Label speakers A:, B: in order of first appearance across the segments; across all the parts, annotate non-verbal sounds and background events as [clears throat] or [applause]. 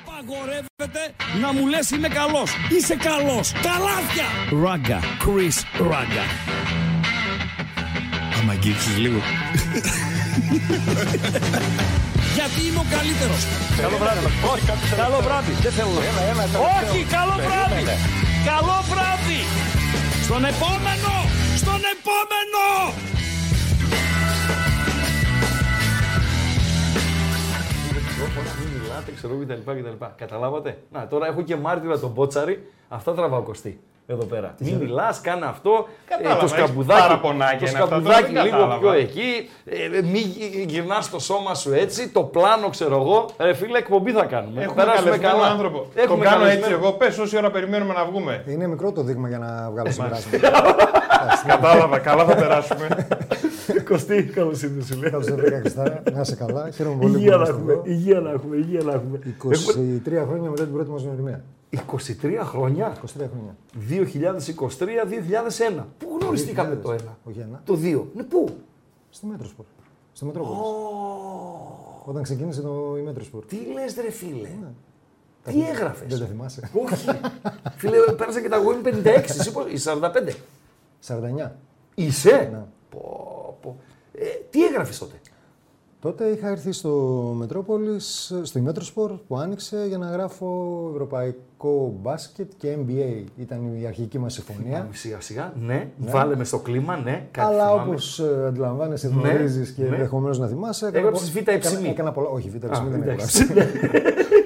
A: Απαγορεύεται να μου λες είμαι καλός. Είσαι καλός. Τα λάθια. Ράγκα. Κρίς Ράγκα.
B: Άμα αγγίξεις λίγο.
A: [laughs] Γιατί είμαι ο καλύτερος.
C: Καλό βράδυ. Όχι,
A: Καλό βράδυ. Δεν θέλω να... Όχι, καλό βράδυ. Καλό βράδυ. Στον επόμενο. Στον επόμενο.
C: Μην μιλάτε, ξέρω εγώ κτλ. κτλ. Καταλάβατε. Να, τώρα έχω και μάρτυρα τον Μπότσαρη. Αυτά τραβάω κοστί. Εδώ πέρα. Μην μιλάς, κάνε αυτό. Ε,
B: Κατάλαβα,
C: το
B: έχεις
C: σκαμπουδάκι,
B: παραπονάκια
C: το
B: είναι αυτά,
C: σκαμπουδάκι
B: τώρα δεν
C: λίγο πιο
B: κατάλαβα.
C: εκεί. Ε, μη γυρνάς το σώμα σου έτσι. Το πλάνο, ξέρω εγώ. Ρε φίλε, εκπομπή θα κάνουμε.
B: Έχουμε καλεσμένο
C: καλά.
B: άνθρωπο. Τον
C: Έχουμε
B: κάνω
C: καλεσμένο.
B: έτσι εγώ. Πες όση ώρα περιμένουμε να
D: [laughs]
B: βγούμε.
D: Είναι μικρό το δείγμα για να βγάλω συμπεράσματα.
B: Κατάλαβα, καλά θα περάσουμε.
E: Κωστή, καλώς ήρθατε, σου λέω.
D: Καλώ ήρθατε, Χριστάρα. Να είσαι καλά. Χαίρομαι πολύ που
E: Υγεία να
D: είμαστε
E: έχουμε,
D: εδώ.
E: υγεία να έχουμε, υγεία να έχουμε.
D: 23 χρόνια μετά την πρώτη μας γνωριμία.
C: 23 χρόνια.
D: 23 χρόνια.
C: 2023-2001. Πού γνωριστήκαμε το ένα.
D: Όχι ένα.
C: Το δύο. Ναι, πού.
D: Στο μέτρο σπορ. Στο μέτρο Όταν ξεκίνησε το η μέτρο σπορ.
C: Τι λες, ρε φίλε. Τι έγραφες.
D: Δεν τα θυμάσαι.
C: Όχι. Φίλε, πέρασα και τα εγώ είμαι 56, εσύ πώς- είσαι 45.
D: 49.
C: Είσαι. Ναι. Πω, πω. Ε, τι έγραφες τότε.
D: Τότε είχα έρθει στο Μετρόπολης, στο Μέτροσπορ που άνοιξε για να γράφω ευρωπαϊκό μπάσκετ και NBA. Ήταν η αρχική μας συμφωνία.
C: Σιγά σιγά, ναι, βάλε με στο κλίμα, ναι. Κάτι
D: Αλλά
C: θυμάμαι.
D: όπως αντιλαμβάνεσαι, γνωρίζεις και
C: ναι.
D: ενδεχομένως να θυμάσαι. έκανα
C: Έγραψες
D: πο-
C: β' εψιμή.
D: έκανα- Έκανα πολλά. Όχι, β'
C: Α,
D: εψιμή δεν
C: εντάξει.
D: έγραψα.
C: [laughs]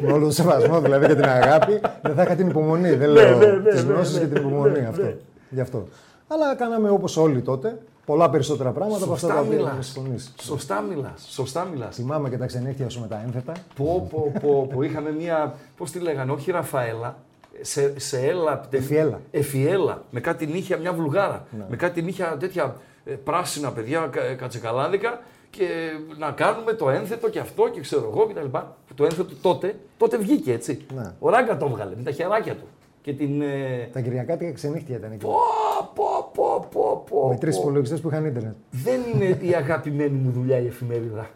D: Με όλο τον σεβασμό δηλαδή και την αγάπη, δεν θα είχα την υπομονή. Δεν λέω
E: ναι, ναι,
D: τις
E: ναι,
D: γνώσεις
E: ναι,
D: και την υπομονή αυτό. Γι' αυτό. Αλλά κάναμε όπως όλοι τότε πολλά περισσότερα πράγματα από αυτά τα
C: Σωστά
D: οποία είχαμε
C: μιλά.
D: συμφωνήσει.
C: Σωστά μιλάς. Σωστά μιλάς.
D: Θυμάμαι και τα ξενύχτια σου με τα ένθετα.
C: Πω, πω, πω, πω. Είχαμε μία. Πώς τη λέγανε, όχι Ραφαέλα. Σε, σε έλα.
D: Εφιέλα. Ναι.
C: Εφιέλα. Με κάτι νύχια, μια βουλγάρα. Με κάτι νύχια τέτοια ε, πράσινα παιδιά κα, ε, κατσεκαλάδικα. Και ε, να κάνουμε το ένθετο και αυτό και ξέρω εγώ κτλ. Το ένθετο τότε, τότε βγήκε έτσι.
D: Ναι.
C: Ο Ράγκα το βγάλε με τα χεράκια του. Και την. Ε...
D: Τα κυριακάτικα ξενύχτια ήταν εκεί.
C: Πω, πω, πω, πω, πω,
D: Με τρεις
C: πω.
D: υπολογιστές που είχαν ίντερνετ.
C: Δεν είναι
D: [laughs]
C: η αγαπημένη μου δουλειά η εφημερίδα.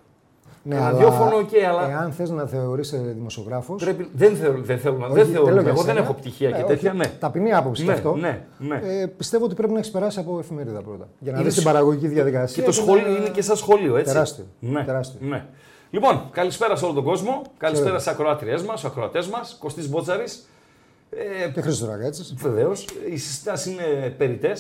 D: Ναι,
C: Ραδιόφωνο, οκ, αλλά-
D: Εάν θες να θεωρήσει δημοσιογράφος.
C: Πρέπει- Δεν θέλω, δεν θέλω, να- δεν θεωρώ. Εγώ δεν έχω πτυχία
D: Ε,
C: και τέτοια, ναι.
D: Ταπεινή άποψη
C: Ναι,
D: και αυτό.
C: ναι, ναι.
D: Ε, πιστεύω ότι πρέπει να έχει περάσει από εφημερίδα πρώτα. Για να
C: Είναι
D: δεις την
C: σ-
D: παραγωγική διαδικασία.
C: Και το σχολείο είναι και σαν σχολείο, έτσι.
D: Τεράστιο,
C: Ναι.
D: τεράστιο.
C: ναι. Λοιπόν, καλησπέρα σε όλο τον κόσμο. Καλησπέρα στι ακροάτριές μας, στου ακροατές μας. Κωστής Μπότσαρη. Ε,
D: Και Χρήστο Ραγκάτσι.
C: Βεβαίως. Οι συστάσεις είναι περιτέ,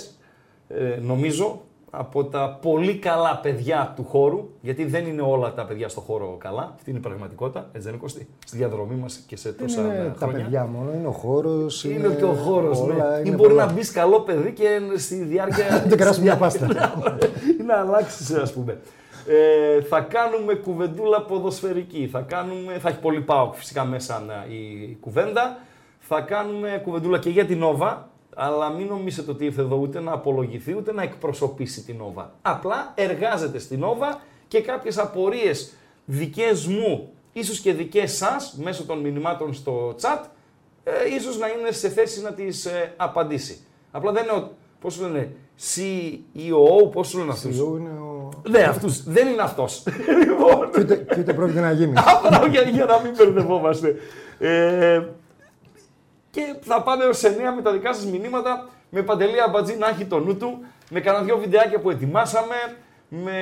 C: ε, νομίζω, από τα πολύ καλά παιδιά του χώρου. Γιατί δεν είναι όλα τα παιδιά στο χώρο καλά. Αυτή είναι η πραγματικότητα. Έτσι δεν είναι Κωστή. Στη διαδρομή μας και σε
D: Δεν
C: τόσα ναι,
D: είναι
C: χρόνια.
D: τα παιδιά μόνο, είναι ο χώρος.
C: Είναι και ο
D: Ε,
C: χώρο. Ναι. Ή μπορεί να μπεις καλό παιδί και στη διάρκεια.
D: [laughs] Να του κεράσει μια πάστα.
C: ή [laughs] να αλλάξεις, ας πούμε. Ε, θα κάνουμε κουβεντούλα ποδοσφαιρική. Θα, κάνουμε, θα έχει πολύ πάω φυσικά μέσα να- η κουβέντα. Θα κάνουμε κουβεντούλα και για την Nova, αλλά μην νομίζετε ότι ήρθε εδώ ούτε να απολογηθεί ούτε να εκπροσωπήσει την Nova. Απλά εργάζεται στην Nova και κάποιες απορίες δικές μου, ίσως και δικές σας, μέσω των μηνυμάτων στο chat, ε, ίσως να είναι σε θέση να τις ε, απαντήσει. Απλά δεν είναι, ο- πώς σου λένε, CEO, πώς σου λένε αυτούς.
D: είναι ο.
C: Ναι, αυτούς. Δεν είναι αυτός. [laughs] λοιπόν,
D: Και ούτε- Και ούτε πρόκειται να
C: [laughs]
D: γίνει.
C: απλά για, για να μην μπερδευόμαστε. Ε, και θα πάμε ως 9 με τα δικά σας μηνύματα, με Παντελή Αμπατζή να έχει το νου του, με κανένα δυο βιντεάκια που ετοιμάσαμε, με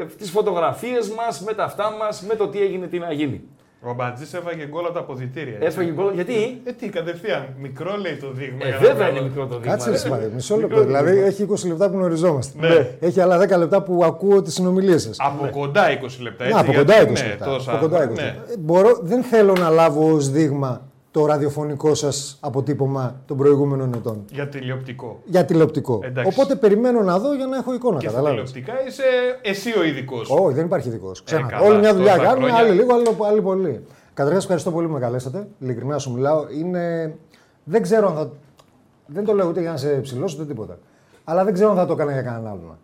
C: ε, τις φωτογραφίες μας, με τα αυτά μας, με το τι έγινε, τι να γίνει.
B: [laughs] Ο Μπατζής έφαγε γκολ από τα αποδητήρια. έτσι.
C: Έφαγε γκολ, γιατί...
B: Ε, τι, κατευθείαν. Μικρό λέει το δείγμα.
C: Ε,
B: για να
C: βέβαια είναι
B: βγάλω.
C: μικρό το δείγμα.
D: Κάτσε
C: ρε.
D: ρε σημάδι, μισό λεπτό. Δηλαδή έχει 20 λεπτά που γνωριζόμαστε.
B: Ναι.
D: Έχει άλλα 10 λεπτά που ακούω τις συνομιλίες σας.
B: Από κοντά 20 λεπτά.
D: Να,
B: Έτσι,
D: από
B: γιατί
D: κοντά 20
B: είναι
D: λεπτά.
B: τόσα,
D: από κοντά 20
B: ναι.
D: λεπτά. Ε, Μπορώ, δεν θέλω να λάβω ως δείγμα το ραδιοφωνικό σας αποτύπωμα των προηγούμενων ετών.
B: Για τηλεοπτικό.
D: Για τηλεοπτικό.
B: Εντάξει.
D: Οπότε περιμένω να δω για να έχω εικόνα.
B: Και στα
D: Καταλάβει.
B: τηλεοπτικά είσαι εσύ ο ειδικός.
D: Όχι, δεν υπάρχει ειδικός. Ξανά.
B: Ε, καλά,
D: Όλη μια δουλειά
B: τόσα
D: κάνουμε,
B: χρόνια.
D: άλλη λίγο, άλλη, άλλη πολύ. Καταρχάς, ευχαριστώ πολύ που με καλέσατε. Ειλικρινά σου μιλάω. Είναι... Δεν ξέρω αν θα. Δεν το λέω ούτε για να σε ψηλώσω ούτε τίποτα. Αλλά δεν ξέρω αν θα το έκανα για κανέναν άλλον.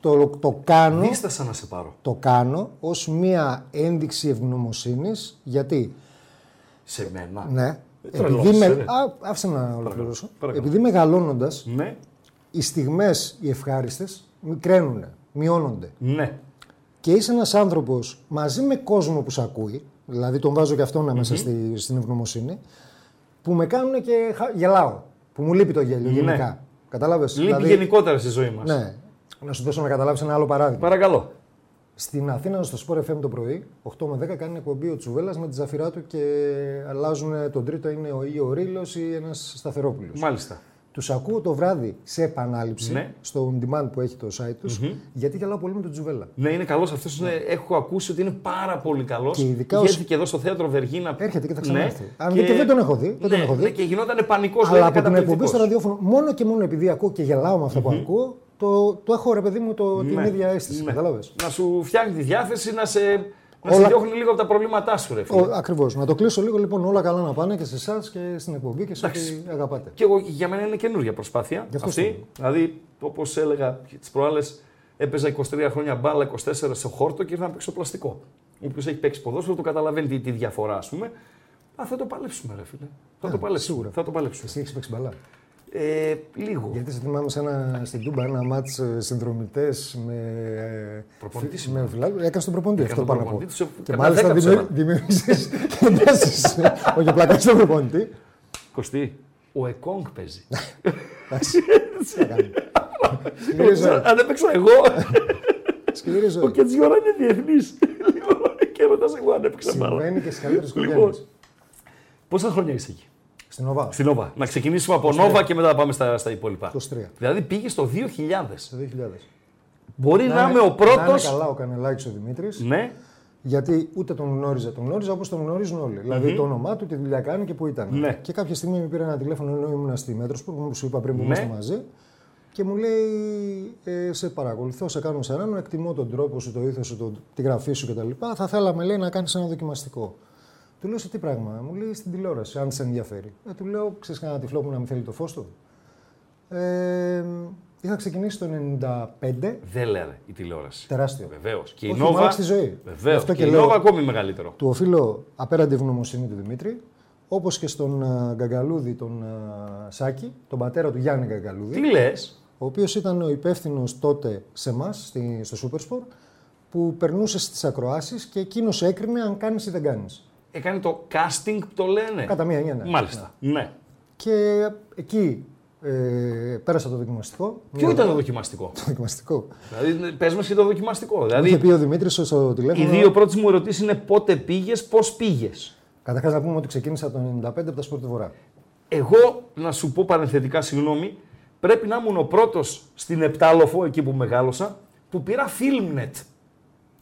D: Το, το κάνω.
C: Δίστασα να σε πάρω.
D: Το κάνω ως μία ένδειξη ευγνωμοσύνης, γιατί,
C: Σε μένα.
D: ναι,
C: τρελός,
D: επειδή, με...
C: ε, ναι.
D: Α, άφησε με να ολοκληρώσω.
C: παρακαλώ.
D: Επειδή μεγαλώνοντας,
C: Ναι.
D: οι στιγμές οι ευχάριστες μικραίνουν, μειώνονται.
C: Ναι.
D: Και είσαι ένας άνθρωπος μαζί με κόσμο που σε ακούει, Δηλαδή τον βάζω και αυτόν αμεσα στη, στην ευγνωμοσύνη. Που με κάνουν και χα- γελάω. Που μου λείπει το γέλιο γενικά. Κατάλαβες.
C: Ναι. Λείπει γενικότερα στη ζωή μας.
D: Δηλαδή- Ναι. Να σου δώσω να καταλάβεις ένα άλλο παράδειγμα.
C: Παρακαλώ.
D: Στην Αθήνα, στο Sport FM το πρωί, 8 με 10 κάνει εκπομπή ο Τσουβέλλα με τη ζαφυρά του και αλλάζουν. ε, Τον τρίτο είναι ο ή ο Ρήλο ή ένας Σταθερόπουλος.
C: Μάλιστα.
D: Τους ακούω το βράδυ σε επανάληψη
C: Ναι.
D: στο on demand που έχει το site τους, γιατί γελάω πολύ με τον Τζουβέλα.
C: Ναι, είναι καλός αυτός. Έχω ακούσει ότι είναι πάρα πολύ καλός.
D: Και ειδικά ως-
C: Έρχεται και εδώ στο θέατρο Βεργίνα.
D: Έρχεται και θα ξανάρθει. Αν δείτε, δεν τον έχω δει, δεν τον έχω δει.
C: ναι, και γινόταν πανικός.
D: Αλλά από την εκπομπή στο ραδιόφωνο, μόνο και μόνο επειδή ακούω και γελάω με αυτά που ακούω, το, το έχω ρε παιδί μου το,
C: Ναι.
D: την ίδια αίσθηση. Κατάλαβες.
C: Να σου φτιάχνει τη διάθεση, να σε, να σε
D: Όλα-
C: διώχνει λίγο από τα προβλήματά σου, ρε φίλε.
D: Ο- Ακριβώς. Να το κλείσω λίγο λοιπόν. Όλα καλά να πάνε και σε εσάς και στην εκπομπή και σε ό,τι αγαπάτε.
C: Και εγώ, για μένα είναι καινούργια προσπάθεια
D: Γι' αυτό
C: αυτή.
D: σου λέω.
C: Δηλαδή, όπως έλεγα τις προάλλες, έπαιζα 23 χρόνια μπάλα, 24 σε χόρτο και ήρθα να παίξω πλαστικό. Όποιος έχει παίξει ποδόσφαιρο το καταλαβαίνει τι, τι διαφορά, ας πούμε. Α, θα το παλέψουμε, ρε φίλε. Θα το παλέψουμε.
D: Ε, σίγουρα.
C: Θα το παλέψουμε.
D: Εσύ έχεις παίξει μπαλά.
C: Ε, λίγο.
D: Γιατί σε θυμάμαι σε ένα, στην Τούμπα ένα μάτς συνδρομητές με.
C: Προπονητής
D: φι- Με φυλάκους. Έκανες τον προπονητή
C: Έκανες
D: αυτό
C: τον
D: πάνω από.
C: προπονητή, τους-
D: Και
C: κανένα
D: μάλιστα
C: δέκα ψέματα.
D: δημιούργησες [laughs] και εντάσεις, Όχι, απλά έκανες τον προπονητή.
C: Κωστή, ο Εκόνγκ
D: [laughs]
C: παίζει.
D: Σκληρίζω.
C: Αν έπαιξα
D: [laughs]
C: εγώ,
D: Σκληρίζω.
C: ο Κετζιόρα είναι διεθνής. [laughs] Λίγο και ρωτάς εγώ αν έπαιξα μπάλα.
D: Συμβαίνει και στι καλύτερες
C: Λοιπόν.
D: οικογένειες.
C: Πόσα χρόνια είσαι εκεί,
D: Στην ΟΒΑ.
C: στην Νόβα. Να ξεκινήσουμε από Νόβα και μετά να πάμε στα, στα υπόλοιπα.
D: 23.
C: Δηλαδή πήγε στο 2000.
D: Το 2000.
C: Μπορεί να, είμαι ο
D: Να
C: πρώτο.
D: είναι καλά ο Κανελάκης ο Δημήτρης,
C: Ναι,
D: γιατί ούτε τον γνώριζα. Τον γνώριζα όπως τον γνωρίζουν όλοι. Δηλαδή το όνομά του, τη δουλειά κάνει και που ήταν.
C: Ναι.
D: Και κάποια στιγμή με πήρε ένα τηλέφωνο ενώ ήμουν στη Μέτρος, που μου σου είπα πριν που
C: Ναι.
D: είμαστε μαζί. Και μου λέει, ε, σε παρακολουθώ, σε κάνω σαν έναν, εκτιμώ τον τρόπο σου, το ήθος σου, το, τη γραφή σου κτλ. Θα θέλαμε, λέει, να κάνεις ένα δοκιμαστικό. Του λέω σε τι πράγμα, μου λέει στην τηλεόραση, αν σε ενδιαφέρει. Ε, του λέω, ξέρεις κανένα τυφλό που να μην θέλει το φως του. Ε, είχα ξεκινήσει το 95,
C: δεν λένε η τηλεόραση.
D: τεράστιο.
C: Βεβαίως. Και η
D: Όχι,
C: Νόβα.
D: αλλάξει τη ζωή. Γι'
C: Βεβαίως.
D: αυτό
C: Και,
D: και
C: η
D: λέω.
C: Νόβα ακόμη μεγαλύτερο.
D: Του οφείλω απέραντη ευγνωμοσύνη του Δημήτρη, όπως και στον α, Γκαγκαλούδη, τον α, Σάκη, τον πατέρα του Γιάννη Γκαγκαλούδη,
C: Τι λες,
D: ο οποίος ήταν ο υπεύθυνος τότε σε εμάς, στο Supersport, που περνούσε στις ακροάσεις και εκείνος έκρινε αν κάνεις ή δεν κάνεις.
C: έκανε το casting που το λένε.
D: Κατά μία έννοια. ναι.
C: Μάλιστα. Ναι.
D: Και εκεί ε, πέρασα το δοκιμαστικό.
C: Ποιο ήταν το δοκιμαστικό.
D: Το δοκιμαστικό.
C: δηλαδή, πες μας και το δοκιμαστικό. Δηλαδή,
D: Είχε πει ο Δημήτρης στο
C: οι
D: τηλέφωνο.
C: δύο πρώτες μου ερωτήσεις είναι πότε πήγες, πώς πήγες.
D: Καταρχάς να πούμε ότι ξεκίνησα το 95 από τα σπορ του Βορρά.
C: Εγώ, να σου πω παρενθετικά, συγγνώμη, πρέπει να ήμουν ο πρώτος στην Επτάλοφο, εκεί που μεγάλωσα, που πήρα Filmnet.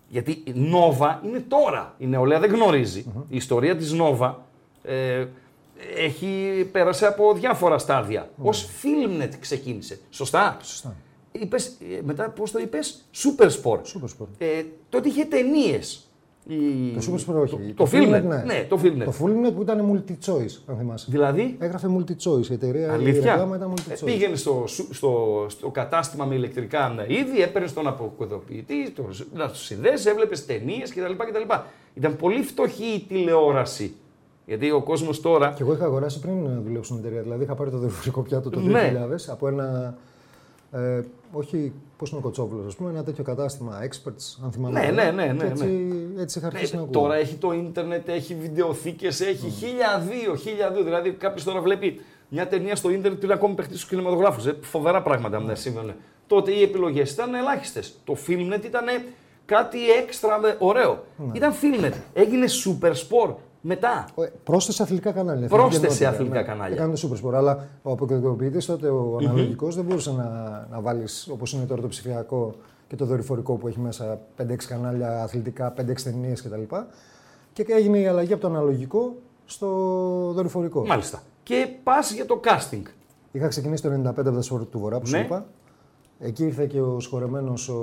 C: Γιατί η Nova είναι τώρα. Η νεολαία δεν γνωριζει Η ιστορία της Nova ε, έχει, πέρασε από διάφορα στάδια. Ως Filmnet ξεκίνησε. Σωστά.
D: Σωστά.
C: Είπες, ε, μετά πώς το είπες, Super Sport.
D: Supersport.
C: Ε, τότε είχε ταινίες.
D: Το Supersport όχι.
C: Το, το Filmnet, ναι.
D: ναι.
C: το Filmnet.
D: Το Ε, Filmnet που ήταν multi-choice, αν θυμάσαι.
C: Δηλαδή,
D: Έγραφε multi-choice. Η εταιρεία η
C: Αλήθεια.
D: ρεκλάμα ήταν
C: Ε,
D: multi-choice.
C: πήγαινε στο, σου- στο, στο κατάστημα με ηλεκτρικά είδη, έπαιρνες τον αποκοδοποιητή, το, να τους συνδέσεις, έβλεπες ταινίες κτλ, κτλ. Ήταν πολύ φτωχή η τηλεόραση. Γιατί ο κόσμος τώρα.
D: Και εγώ είχα αγοράσει πριν ε, δουλέψω στην εταιρεία. Δηλαδή είχα πάρει το δορυφορικό πιάτο το 2000
C: Ναι.
D: από ένα. Ε, όχι, πώς είναι ο Κοτσόβουλο, ας πούμε, ένα τέτοιο κατάστημα experts, αν θυμάμαι.
C: Ναι,
D: καλά.
C: ναι, ναι, ναι,
D: Και Έτσι, έτσι είχα
C: Ναι,
D: αρχίσει να ακούω.
C: τώρα έχει το ίντερνετ, έχει βιντεοθήκες, έχει χίλια δύο, χίλια δύο. Δηλαδή κάποιος τώρα βλέπει μια ταινία στο ίντερνετ που είναι ακόμη παιχνίδι στους κινηματογράφους. Ε, φοβερά
D: Ναι.
C: πράγματα μου σήμαινε. ναι. Τότε οι επιλογές ήταν ελάχιστες. Το Filmnet ήταν κάτι έξτρα δε- ωραίο.
D: Ναι.
C: Ήταν Filmnet. Έγινε Super Sport μετά.
D: Ε, Πρόσθεσε αθλητικά κανάλια.
C: Πρόσθεσε
D: Εθνική ενότητα,
C: αθλητικά κανάλια.
D: Ναι, Έκανε το Super Sport. Αλλά ο αποκριτικοποιητή τότε, ο αναλογικός, δεν μπορούσε να, να βάλεις όπως είναι τώρα το ψηφιακό και το δορυφορικό που έχει μέσα 5-6 κανάλια αθλητικά, 5-6 ταινίες κτλ. Και έγινε η αλλαγή από το αναλογικό στο δορυφορικό.
C: Μάλιστα. Και πας για το casting.
D: Είχα ξεκινήσει το 95 από τα σπορ του Βορρά που σου
C: Ναι.
D: είπα. Εκεί ήρθε και ο σχορεμένος ο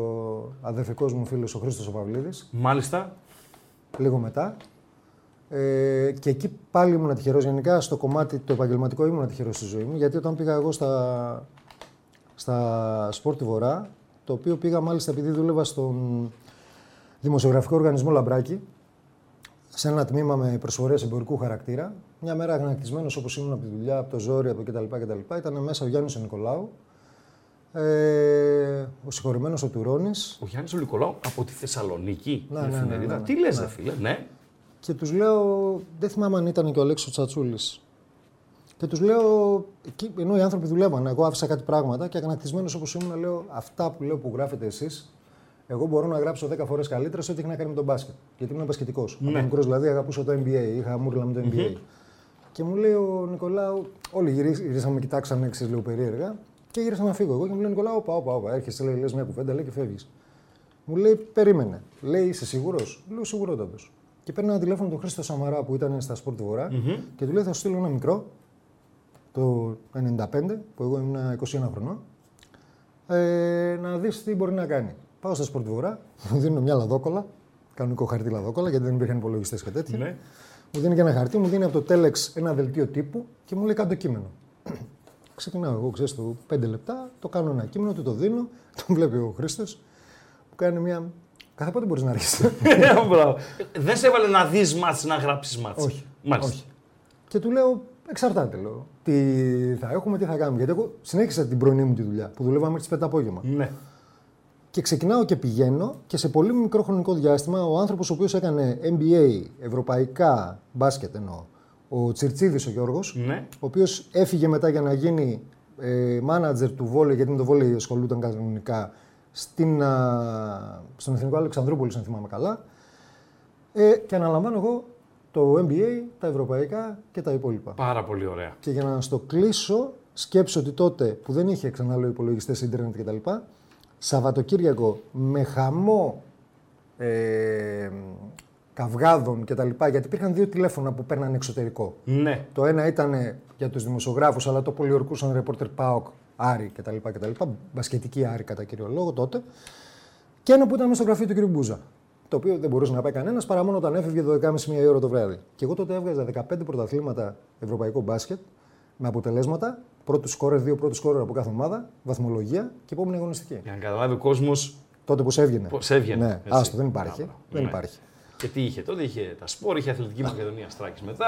D: αδερφικός μου φίλος ο Χρήστος ο Παυλίδης,
C: Μάλιστα.
D: λίγο μετά. Ε, και εκεί πάλι ήμουν τυχερό. Γενικά στο κομμάτι το επαγγελματικό ήμουν τυχερό στη ζωή μου. Γιατί όταν πήγα εγώ στα, στα σπορ του Βορρά, το οποίο πήγα μάλιστα επειδή δούλευα στον δημοσιογραφικό οργανισμό Λαμπράκη, σε ένα τμήμα με προσφορές εμπορικού χαρακτήρα. Μια μέρα αγανακτισμένος όπως ήμουν από τη δουλειά, από το ζόρι, από κτλ. κτλ ήταν μέσα ο Γιάννης ο Νικολάου, ε, ο συγχωρημένος ο Τουρώνης,
C: Ο Γιάννης Ολικολάου από τη Θεσσαλονίκη.
D: Ναι,
C: η
D: ναι, ναι,
C: εφημερίδα.
D: ναι, ναι.
C: Τι λες, φίλε. Ναι. [laughs]
D: Και τους λέω, δεν θυμάμαι αν ήταν και ο Αλέξη ο Τσατσούλης. Και τους λέω, εκεί- ενώ οι άνθρωποι δουλεύαν, εγώ άφησα κάτι πράγματα και αγανακτισμένος όπως ήμουν, λέω, αυτά που λέω που γράφετε εσείς, εγώ μπορώ να γράψω 10 φορές καλύτερα σε ό,τι έχει να κάνει με τον μπάσκετ. Γιατί ήμουν μπασκετικό. Ναι. μικρό δηλαδή, αγαπούσα το NBA, είχα μούρλα με το NBA. Και μου λέει ο Νικολάου, όλοι γυρί- γυρίσαμε, κοιτάξαμε εξή λίγο περίεργα. Και γύρισα να φύγω εγώ και μου λέει Νικολάου, όπα, όπα, όπα. Έρχεσαι, λέει, λες μια κουβέντα, λέει και φεύγεις. Μου λέει, περίμενε. Λέει, είσαι σίγουρος. Λέω, σιγουρότατο. Και παίρνει ένα τηλέφωνο τον Χρήστο Σαμαρά που ήταν στα σπορ του βορρα και του λέει, θα σου στείλω ένα μικρό το 95 που εγώ ήμουν 21 χρονών ε, να δεις τι μπορεί να κάνει. Πάω στα σπορ του βορρά, μου δίνουν μια λαδόκολα, κανονικό χαρτί λαδόκολα γιατί δεν υπήρχαν υπολογιστές και τέτοια.
C: Ναι.
D: Μου δίνει και ένα χαρτί, μου δίνει από το Telex ένα δελτίο τύπου και μου λέει κάτω κείμενο. [clears throat] Ξεκινάω εγώ, ξέρεις, το 5 λεπτά, το κάνω ένα κείμενο, του το δίνω, [laughs] τον βλέπει ο Χρήστος, που κάνει μια. Κάθε πότε μπορείς να αρχίσει.
C: Μπράβο. Ε, Δεν σε έβαλε να δεις μάτς, να γράψεις μάτς.
D: Όχι.
C: Μάλιστα.
D: Όχι. [laughs] Και του λέω, εξαρτάται, λέω. Τι θα έχουμε, τι θα κάνουμε. Γιατί εγώ συνέχισα την πρωινή μου τη δουλειά που δουλεύαμε μέχρι τις 5 το απόγευμα.
C: Ναι.
D: Και ξεκινάω και πηγαίνω και σε πολύ μικρό χρονικό διάστημα ο άνθρωπος ο οποίος έκανε NBA, ευρωπαϊκά μπάσκετ εννοώ, ο Τσιρτσίδης ο Γιώργος,
C: Ναι.
D: ο οποίος έφυγε μετά για να γίνει ε, manager του βόλεϊ, γιατί με το βόλεϊ ασχολούνταν κανονικά στην, α, στον Εθνικό Αλεξανδρούπολη, αν θυμάμαι καλά. Ε, και αναλαμβάνω εγώ το NBA, τα ευρωπαϊκά και τα υπόλοιπα.
C: Πάρα πολύ ωραία.
D: Και για να στο κλείσω, σκέψω ότι τότε που δεν είχε ξανά λέω υπολογιστέ, ίντερνετ κτλ. Σαββατοκύριακο με χαμό ε, καυγάδων κτλ. Γιατί υπήρχαν δύο τηλέφωνα που παίρνανε εξωτερικό.
C: Ναι.
D: Το ένα ήταν για τους δημοσιογράφους, αλλά το πολιορκούσαν ρεπόρτερ ΠΑΟΚ, Άρη κτλ. κτλ. Μπασκετική Άρη κατά κύριο λόγο τότε. Και ένα που ήταν μέσα στο γραφείο του κ. Μπούζα. Το οποίο δεν μπορούσε να πάει κανένας παρά μόνο όταν έφευγε 12.30 μία η ώρα το βράδυ. Και εγώ τότε έβγαζα 15 πρωταθλήματα ευρωπαϊκό μπάσκετ με αποτελέσματα. Πρώτου σκόρερ, δύο πρώτου σκόρερ από κάθε ομάδα, βαθμολογία και επόμενη αγωνιστική.
C: Για να καταλάβει ο κόσμος
D: Τότε πώς έβγαινε.
C: πώς έβγαινε.
D: Ναι,
C: έτσι.
D: άστο, δεν υπάρχει.
C: Μπράβο.
D: Δεν
C: Ναι.
D: υπάρχει.
C: Και τι είχε τότε, είχε τα σπόρ, είχε Αθλητική Μακεδονία Στράκης μετά.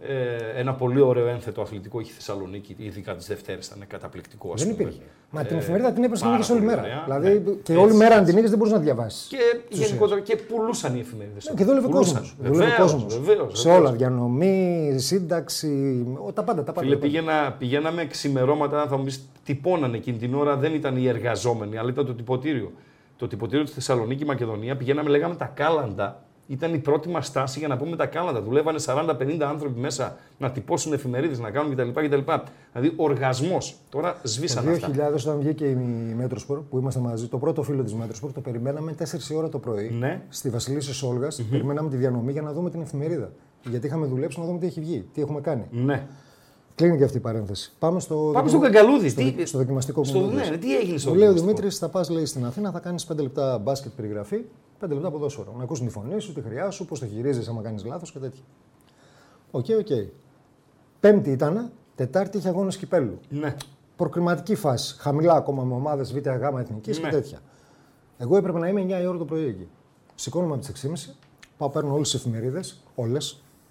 C: Ε, ένα πολύ ωραίο ένθετο αθλητικό είχε η Θεσσαλονίκη, ειδικά τις Δευτέρες ήταν καταπληκτικό. ας
D: Δεν
C: πούμε. Ε,
D: υπήρχε. Μα την εφημερίδα την έπαιρνε
C: πάρα
D: και όλη
C: πολύ
D: μέρα.
C: ωραία.
D: δηλαδή
C: Ναι.
D: και
C: Έτσι,
D: όλη μέρα αν
C: έτσι.
D: την είχε δεν μπορούσε να διαβάσεις.
C: Και γενικότερα και πουλούσαν οι εφημερίδες.
D: Ναι, και δούλευε ο κόσμο. Δούλευε κόσμο. Σε όλα. Διανομή, σύνταξη, ό, τα πάντα. Τα πάντα.
C: Φίλε,
D: τα πάντα.
C: πήγαινα, πηγαίναμε ξημερώματα, θα μου πεις, τυπώνανε εκείνη την ώρα, δεν ήταν οι εργαζόμενοι, αλλά ήταν το τυποτήριο. Το τυποτήριο της Θεσσαλονίκη, Μακεδονία, πηγαίναμε, λέγαμε τα κάλαντα. Ήταν η πρώτη μας στάση για να πούμε τα κάλαντα. Δουλεύανε 40-50 άνθρωποι μέσα να τυπώσουν εφημερίδες, να κάνουν κτλ. κτλ. Δηλαδή, οργασμός. Τώρα σβήσαν αυτά.
D: Το 2000 όταν βγήκε η Μέτροσπορ που ήμασταν μαζί, το πρώτο φίλο της Μέτροσπορ το περιμέναμε 4 ώρα το πρωί
C: Ναι.
D: στη Βασιλίση Σόλγας. Περιμέναμε τη διανομή για να δούμε την εφημερίδα. Γιατί είχαμε δουλέψει να δούμε τι έχει βγει, τι έχουμε κάνει.
C: Ναι.
D: Κλείνει και αυτή η παρένθεση. Πάμε στο,
C: Πάμε
D: δοκιμα-
C: στον Καγκαλούδη.
D: στο,
C: τι...
D: δο- στο δοκιμαστικό που
C: στο...
D: μου έδωσες.
C: Ναι, τι έγινε στο
D: Μου λέει ο
C: δοκιμαστικό?
D: Δημήτρης, θα πας λέει στην Αθήνα, θα κάνεις 5 λεπτά μπάσκετ περιγραφή, 5 λεπτά ποδόσφαιρο. Να ακούσουν τη φωνή σου, τη χρειά σου, πώς το χειρίζεσαι, άμα κάνεις λάθος και τέτοια. Οκ, οκ. Πέμπτη ήταν, Τετάρτη είχε αγώνες κυπέλου.
C: Ναι.
D: Προκριματική φάση. Χαμηλά ακόμα με ομάδες Β' Γ' Εθνικής και
C: Ναι.
D: τέτοια. Εγώ έπρεπε να είμαι 9 η ώρα το πρωί εκεί. Σηκώνομαι από τις 6.30, πάω παίρνω όλες τις εφημερίδες, όλες,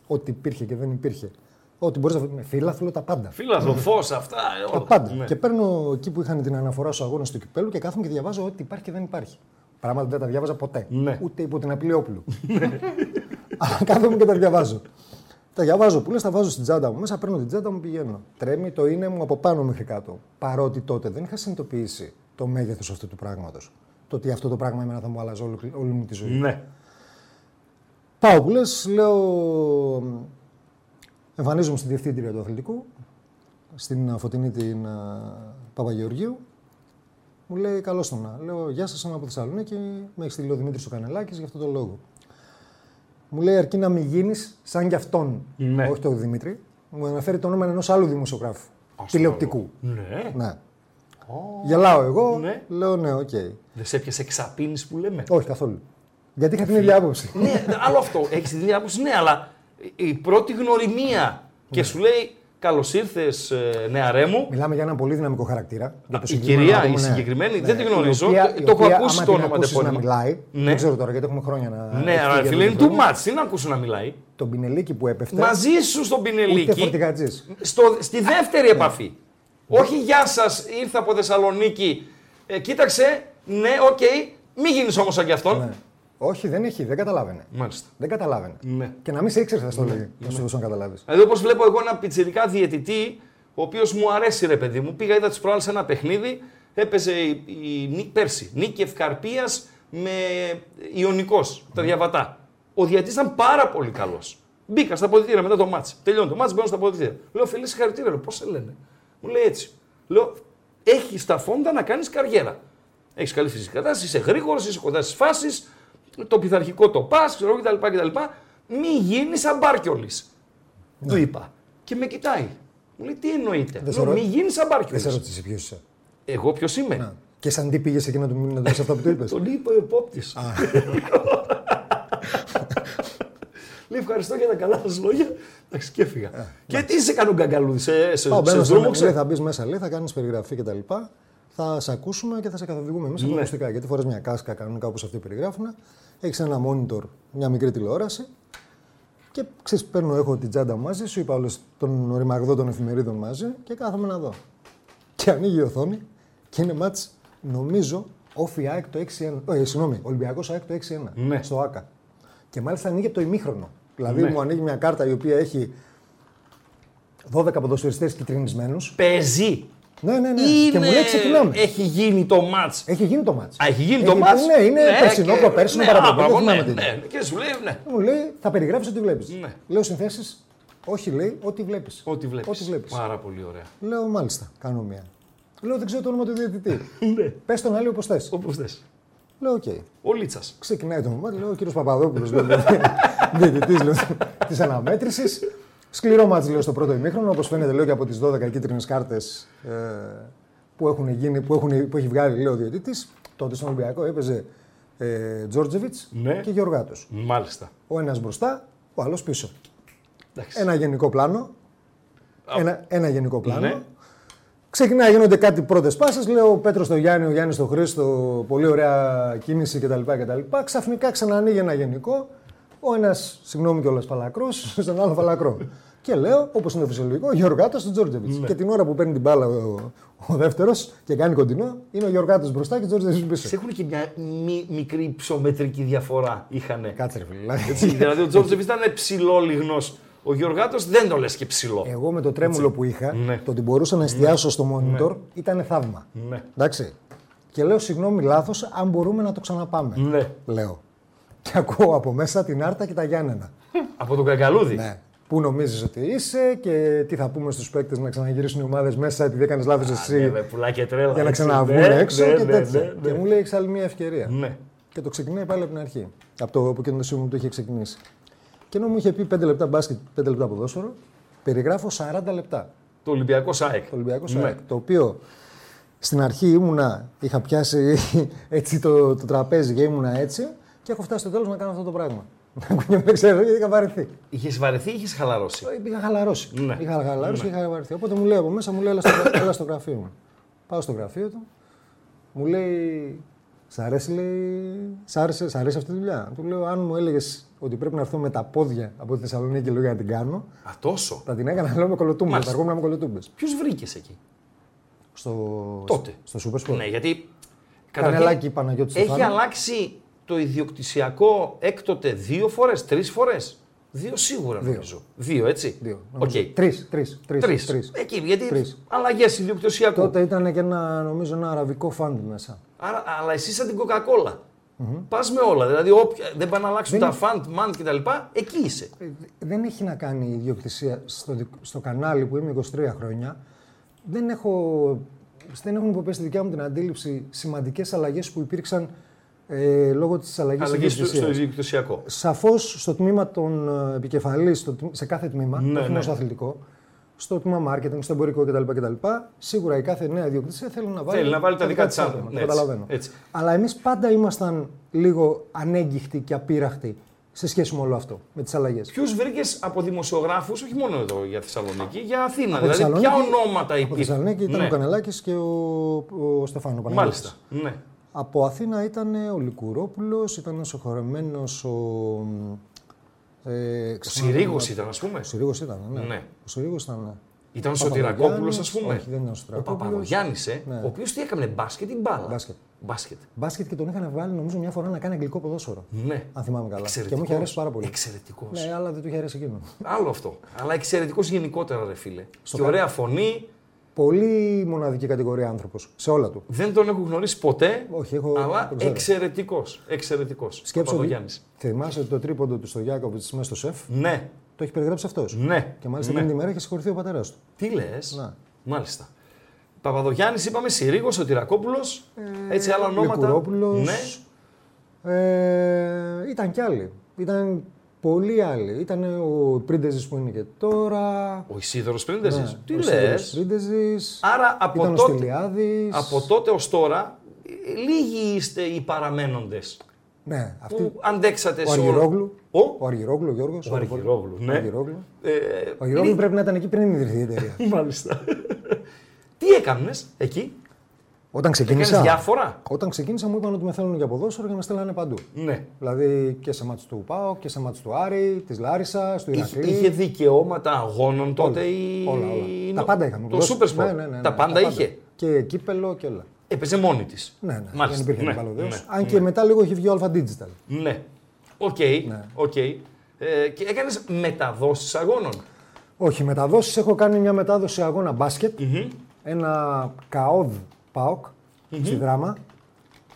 D: ό,τι υπήρχε και δεν υπήρχε. Ό,τι μπορείς να βρει. με Φίλαθλο, τα πάντα.
C: Φίλα, το φω, αυτά.
D: Τα
C: όλα.
D: πάντα.
C: Ναι.
D: Και παίρνω εκεί που είχαν την αναφορά στους αγώνες του κυπέλου και κάθομαι και διαβάζω ό,τι υπάρχει και δεν υπάρχει. Πράγματα δεν τα διάβαζα ποτέ.
C: Ναι.
D: Ούτε υπό την απειλή όπλου. Αλλά κάθομαι και τα διαβάζω. Τα διαβάζω που λες, τα βάζω στην τσάντα μου. Μέσα παίρνω την τσάντα μου, πηγαίνω. Τρέμει το είναι μου από πάνω μέχρι κάτω. Παρότι τότε δεν είχα συνειδητοποιήσει το μέγεθος αυτού του πράγματος. Το ότι αυτό το πράγμα εμένα θα μου άλλαζε όλη, όλη μου τη ζωή.
C: Ναι.
D: Πάω που λες, λέω. Εμφανίζομαι στη διευθύντρια του αθλητικού, στην α, φωτεινή την α, Παπαγεωργίου. Μου λέει καλώς τον να. Λέω Γεια σας, είμαι από Θεσσαλονίκη. Με έχει στείλει ο Δημήτρης ο Κανελάκης για αυτόν τον λόγο. Μου λέει αρκεί να μην γίνεις σαν κι αυτόν.
C: Ναι.
D: Όχι τον Δημήτρη. Μου αναφέρει το όνομα ενός άλλου δημοσιογράφου. τηλεοπτικού.
C: Ναι.
D: Ναι. Γελάω εγώ.
C: Ναι.
D: Λέω ναι, οκ.
C: Δεν σε έπιασε εξαπίνης που λέμε.
D: Όχι καθόλου. Γιατί είχα την ίδια άποψη.
C: [laughs] Ναι, άλλο αυτό. Έχεις την ίδια άποψη, ναι, αλλά η πρώτη γνωριμία και σου λέει Καλώς ήρθες, νεαρέ μου.
D: Μιλάμε για έναν πολύ δυναμικό χαρακτήρα. Για το
C: η
D: συγκεκριμένο
C: κυρία,
D: άτομο,
C: η
D: ναι.
C: συγκεκριμένη, δεν τη γνωρίζω.
D: Η οποία-
C: Το-
D: η
C: το έχω
D: οποία,
C: ακούσει
D: άμα
C: το
D: την
C: όνομα,
D: ακούσεις
C: δεν
D: να
C: μπορεί
D: μιλάει.
C: Ναι.
D: Δεν ξέρω τώρα γιατί έχουμε χρόνια να.
C: Ναι,
D: αυτή
C: αλλά
D: για
C: φίλε,
D: τον
C: είναι too
D: χρόνο.
C: much. Τι να ακούσω να μιλάει.
D: Τον πινελίκι που έπεφτε.
C: Μαζί σου στον
D: Ναι. ούτε
C: Πινελίκη.
D: φορτηγατζής.
C: στο, στη δεύτερη επαφή. Όχι γεια σας, ήρθα από Θεσσαλονίκη. Ε, κοίταξε, ναι, οκ, μην γίνεις όμως σαν κι αυτόν.
D: Ναι. Όχι, δεν έχει, δεν καταλάβαινε.
C: Μάλιστα.
D: Δεν καταλάβαινε.
C: Ναι.
D: Και να μην σε ήξερε, θα στο λέει. Να σου δώσω να καταλάβεις.
C: Εδώ πώ βλέπω εγώ ένα πιτσιρικά διαιτητή, ο οποίος μου αρέσει ρε παιδί μου. Πήγα, είδα τι προάλλες ένα παιχνίδι, έπαιζε η, η, Νίκ- πέρσι. Νίκη Ευκαρπίας με Ιωνικός, τα διαβατά. Ο διαιτητής ήταν πάρα πολύ καλός. Μπήκα στα αποδητήρια μετά το μάτς. Τελειώνει το μάτς, μπαίνω στα αποδητήρια. Λέω, Φελή, συγχαρητήρια, λέω, πώς σε λένε. Μου λέει έτσι. Λέω, έχεις τα φόντα να κάνεις καριέρα. Έχεις καλή φυσική κατάσταση, είσαι γρήγορος, είσαι κοντά στις φάσεις, το πειθαρχικό το πας, ξέρω εγώ, κτλ. κτλ. Μη γίνεις αμπάρκιολης. Του είπα. Και με κοιτάει. Μου λέει τι εννοείται.
D: Ναι. Δεν σε
C: Λέω,
D: ρω-
C: μη γίνεις
D: Δεν σε Ναι.
C: αμπάρκιολη.
D: ρώτησε ποιος είσαι.
C: Εγώ ποιος είμαι.
D: Και σαν τι πήγες εκείνο του μήνα να δώσει αυτά που του
C: [laughs]
D: είπες.
C: Τον είπε ο επόπτης. Λέει ευχαριστώ για τα καλά σας λόγια. Εντάξει, και έφυγα. Και τι σε κάνω γκαγκαλούδι, σε, σε,
D: Ε, ναι. Πάω
C: σε δρόμο,
D: μπαίνω στον
C: ξέρω.
D: λέει, θα μπεις μέσα, λέει, θα κάνεις περιγραφή κτλ. Θα σε ακούσουμε και θα σε καθοδηγούμε
C: Ναι.
D: εμεί από τα ακουστικά. Γιατί φορά μια κάσκα κανονικά όπως αυτοί περιγράφουν. Έχεις ένα monitor, μια μικρή τηλεόραση. Και ξέρεις, παίρνω, έχω την τσάντα μου μαζί, σου είπα όλες τον ρημαγδό των εφημερίδων μαζί και κάθομαι να δω. Και ανοίγει η οθόνη και είναι μάτς, νομίζω, όφι ΑΕΚ το 6-1. Όχι, συγγνώμη, Ολυμπιακός ΑΕΚ το 6-1
C: Ναι.
D: στο ΑΚΑ. Και μάλιστα ανοίγει το ημίχρονο. Δηλαδή μου ανοίγει μια κάρτα η οποία έχει 12 ποδοσφαιριστές κυτρινισμένους.
C: Παίζει.
D: Ναι, ναι, ναι. Και
C: Είναι-
D: μου λέει ξεκινάμε. Έχει,
C: Έχει γίνει το μάτ.
D: γίνει το μάτς.
C: Α, έχει γίνει το μάτ.
D: Ναι, είναι περσινό, προπέρσινο, παραπάνω. δεν θυμάμαι τι
C: ναι,
D: ήταν.
C: ναι, ναι. Και σου λέει, ναι.
D: Μου λέει, θα περιγράψεις ό,τι βλέπεις.
C: Ναι.
D: Λέω συνθέσεις, όχι λέει, ό,τι βλέπεις.
C: Ό,τι βλέπεις.
D: Ό,τι βλέπεις.
C: Πάρα πολύ ωραία.
D: Λέω, μάλιστα, κάνω μία. Λέω, δεν ξέρω το όνομα του
C: [laughs]
D: διαιτητή.
C: Ναι.
D: Πες τον άλλο όπως θες.
C: Όπως θες.
D: Λέω, οκ.
C: Ο Λίτσας.
D: Ξεκινάει το μάτι, λέω, ο κύριος Παπαδόπουλος, [laughs] διαιτητή της αναμέτρησης. Σκληρό μάτς, λέω, στο πρώτο ημίχρονο. Όπως φαίνεται, λέω και από τις 12 κίτρινες κάρτες ε, που, έχουν γίνει, που, έχουν, που έχει βγάλει, λέω, ο διαιτητής. Τότε στον Ολυμπιακό έπαιζε ε, Τζόρτζεβιτ
C: Ναι.
D: και Γεωργάτο.
C: Μάλιστα.
D: Ο ένας μπροστά, ο άλλος πίσω.
C: Εντάξει.
D: Ένα γενικό πλάνο. Ένα, ένα γενικό πλάνο.
C: Ναι.
D: Ξεκινάει, γίνονται κάτι πρώτες πάσες. Λέω ο Πέτρος στο Γιάννη, ο Γιάννης στο Χρήστο, πολύ ωραία κίνηση κτλ. κτλ. Ξαφνικά ξανανοίγει ένα γενικό. Ο ένας, συγγνώμη κιόλας, φαλακρός, [laughs] στον άλλο φαλακρό. και λέω, όπως είναι το φυσιολογικό, ο Γεωργάτο στον Τζόρτζεβιτ.
C: Ναι.
D: Και την ώρα που παίρνει την μπάλα ο, ο δεύτερος και κάνει κοντινό, είναι ο Γεωργάτο μπροστά και ο Τζόρτζεβιτ πίσω.
C: έχουν και μια μη- μικρή ψωμετρική διαφορά. Είχανε.
D: Κάτσε, ρε φίλε.
C: δηλαδή ο Τζόρτζεβιτ ήταν ψηλόλιγνος. Ο Γιωργάτο δεν το λες και ψηλό.
D: Εγώ με το τρέμουλο που είχα,
C: Ναι.
D: το ότι μπορούσα να εστιάσω στο monitor ήταν θαύμα.
C: Ναι.
D: Εντάξει. Και λέω, συγγνώμη, λάθος, αν μπορούμε να το ξαναπάμε.
C: Ναι.
D: Λέω. Και ακούω από μέσα την Άρτα και τα Γιάννενα.
C: Από τον Καγκαλούδη.
D: ναι. Πού νομίζεις ότι είσαι και τι θα πούμε στους παίκτες να ξαναγυρίσουν οι ομάδες μέσα επειδή έκανες λάθος εσύ
C: Ναι, με πουλά και τρέλα.
D: για να
C: έτσι.
D: ξαναβγούν
C: Ναι,
D: έξω
C: ναι,
D: και
C: ναι,
D: τέτοια.
C: ναι, ναι.
D: Και μου λέει: Έχεις άλλη μια ευκαιρία.
C: Ναι.
D: Και το ξεκινάει πάλι από την αρχή. Από το από εκείνο το σημείο που το είχε ξεκινήσει. Και ενώ μου είχε πει 5 λεπτά μπάσκετ, 5 λεπτά ποδόσφαιρο, περιγράφω 40 λεπτά.
C: Το Ολυμπιακό ΣΑΕΚ.
D: Το Ολυμπιακό
C: Ναι.
D: ΣΑΕΚ. ε, Το οποίο στην αρχή ήμουνα, είχα πιάσει [laughs] έτσι το, το τραπέζι και ήμουνα έτσι και έχω φτάσει στο τέλος να κάνω αυτό το πράγμα. [laughs] και δεν ξέρω γιατί είχα βαρεθεί.
C: Είχες βαρεθεί ή είχες χαλαρώσει.
D: Είχα χαλαρώσει.
C: Ναι.
D: Είχα χαλαρώσει και είχα βαρεθεί. Οπότε μου λέει από μέσα, μου λέει, έλα στο, έλα στο γραφείο μου. Πάω στο γραφείο του, μου λέει, Σ' αρέσει, λέει, σ' άρεσε, σ' αρέσει αυτή τη δουλειά. Του λέω, αν μου έλεγες ότι πρέπει να έρθω με τα πόδια από τη Θεσσαλονίκη λέω, για να την κάνω,
C: Α, τόσο.
D: θα την έκανα, λέω με κολοτούμπες.
C: Μάλιστα.
D: Θα αργόμουν με κολοτούμπε.
C: Ποιου βρήκες εκεί.
D: Στο,
C: Τότε.
D: στο Super Sport.
C: Ναι, γιατί.
D: Κανελάκη, Παναγιώτη
C: Έχει
D: Στεφάνου.
C: αλλάξει το ιδιοκτησιακό έκτοτε δύο φορές, τρεις φορές. Δύο σίγουρα νομίζω. Δύο, έτσι.
D: Δύο.
C: Οκ.
D: Τρεις, τρεις.
C: Τρεις. Ε, Εκεί, γιατί αλλαγές ιδιοκτησιακού.
D: Τότε ήταν και ένα, νομίζω, ένα αραβικό φαντ μέσα.
C: Άρα, αλλά εσύ σαν την Coca-Cola. Πας με όλα. Δηλαδή, όποια, δεν πάνε να αλλάξουν τα φαντ, μαντ κτλ. Εκεί είσαι.
D: Ε, Δεν έχει να κάνει η ιδιοκτησία στο, δικ- στο κανάλι που είμαι 23 χρόνια. Δεν, έχω, δεν έχουν υποπέσει τη δικιά μου την αντίληψη σημαντικές αλλαγές που υπήρξαν ε, λόγω της αλλαγής
C: Αλλαγής στο, στο ιδιοκτησιακό.
D: Σαφώς στο τμήμα των ε, επικεφαλής, σε κάθε τμήμα,
C: Ναι,
D: όχι
C: ναι.
D: μόνο στο αθλητικό, στο τμήμα marketing, στο εμπορικό κτλ. κτλ σίγουρα η κάθε νέα ιδιοκτησία θέλει να βάλει,
C: Θέλει να βάλει τα δικά της άτομα.
D: Το
C: Έτσι,
D: καταλαβαίνω.
C: έτσι.
D: Αλλά εμείς πάντα ήμασταν λίγο ανέγκυχτοι και απείραχτοι σε σχέση με όλο αυτό, με τις αλλαγές.
C: Ποιου βρήκες από δημοσιογράφους, όχι μόνο εδώ για Θεσσαλονίκη, για Αθήνα.
D: Από
C: δηλαδή, ποια
D: Θεσσαλονίκη-
C: ονόματα
D: Από
C: υπήρχαν.
D: Θεσσαλονίκη ήταν
C: ναι.
D: ο Κανελάκης και ο, ο Στεφάνο Παναγιώτης.
C: Μάλιστα. Ναι.
D: Από Αθήνα ήταν ο Λικουρόπουλο, ήταν ο συγχωρεμένος ο. Ε,
C: Ο Συρίγο ήταν, ας πούμε.
D: Ο Συρίγος ήταν, ναι.
C: Ναι.
D: Ο Συρίγος ήταν, ναι.
C: Ήταν ο
D: Παπαδογιάννη,
C: Σωτηρακόπουλο, ας πούμε.
D: όχι, δεν ήταν ο Σωτηρακόπουλος.
C: Ο Παπαδογιάννης, ε,
D: Ναι.
C: ο οποίος τι έκανε, μπάσκετ ή μπάλα.
D: Μπάσκετ.
C: Μπάσκετ.
D: Μπάσκετ και τον είχαν βγάλει νομίζω μια φορά να κάνει αγγλικό ποδόσφαιρο.
C: Ναι.
D: Αν θυμάμαι καλά. Και μου είχε
C: Εξαιρετικός.
D: αρέσει πάρα πολύ.
C: Εξαιρετικός.
D: Ναι, αλλά δεν του είχε αρέσει εκείνο.
C: Άλλο αυτό. Αλλά εξαιρετικός γενικότερα, ρε φίλε.
D: Στο
C: και
D: κα-
C: ωραία φωνή.
D: Πολύ μοναδική κατηγορία άνθρωπος. Σε όλα του.
C: Δεν τον έχω γνωρίσει ποτέ.
D: Όχι, έχω-
C: Αλλά
D: τον ξέρω.
C: εξαιρετικός. Εξαιρετικός.
D: Σκέψω ότι
C: Παπαδογιάννης.
D: θυμάσαι το τρίποντο του στο Γιάκοβιτ μέσα στο σεφ.
C: Ναι,
D: Το έχει περιγράψει αυτός.
C: ναι.
D: Και μάλιστα
C: ναι.
D: εκείνη τη μέρα είχε συγχωρηθεί ο πατέρας του.
C: Τι λες.
D: Ναι.
C: Μάλιστα. Παπαδογιάννης, είπαμε Συρίγο, ο Τυρακόπουλος.
D: Ε,
C: έτσι άλλα ονόματα.
D: Λικουρόπουλος.
C: Ναι.
D: Ε, ήταν κι άλλοι. Ήταν πολλοί άλλοι. Ήταν ο Πρίντεζης που είναι και τώρα.
C: Ο Ισίδωρος Πρίντεζης.
D: Ναι,
C: Τι
D: ο
C: λε.
D: Σίδωρος Πρίντεζης.
C: Άρα από
D: Ήταν ο
C: τότε-
D: Στυλιάδης.
C: Από τότε ως τώρα, ε, λίγοι είστε οι παραμένοντες
D: Ναι, αυτή...
C: που αντέξατε
D: Ο
C: σε όλο-
D: Αργυρόγλου.
C: Ο,
D: Ο Αργυρόγλου, ο Γιώργος.
C: ο Αργυρόγλου,
D: Ο
C: ναι.
D: Αργυρόγλου.
C: Ε,
D: Ο Αργυρόγλου πρέπει να ήταν εκεί πριν ιδρυθεί η
C: [laughs]
D: εταιρεία.
E: Μάλιστα.
C: τι έκανες εκεί, έκανε
D: Όταν ξεκίνησα,
C: διάφορα.
D: όταν ξεκίνησα μου είπαν ότι με θέλουν για ποδόσφαιρο και με στέλνανε παντού.
C: Ναι.
D: Δηλαδή και σε μάτς του ΠΑΟΚ και σε μάτς του Άρη, της Λάρισας, του
C: Είχε,
D: Ηρακλή.
C: είχε δικαιώματα αγώνων τότε η.
D: Όλα, όλα. Τα πάντα είχαμε.
C: Το
D: Ποδόσφαιρο.
C: Super Sport.
D: Ναι, ναι, ναι, ναι,
C: τα πάντα είχε.
D: Και κύπελο και όλα.
C: Έπαιζε μόνη της.
D: Ναι, ναι.
C: Μάλιστα.
D: Δεν υπήρχε
C: ναι,
D: ναι,
C: ναι.
D: Αν και μετά λίγο είχε βγει ο Αλφα Digital.
C: Ναι. Οκ.
D: Ναι.
C: οκ. Ε, και έκανες μεταδόσεις αγώνων.
D: Όχι, μεταδόσεις έχω κάνει μια μετάδοση αγώνα μπάσκετ, Ένα καόδ ΠΑΟΚ στη δράμα.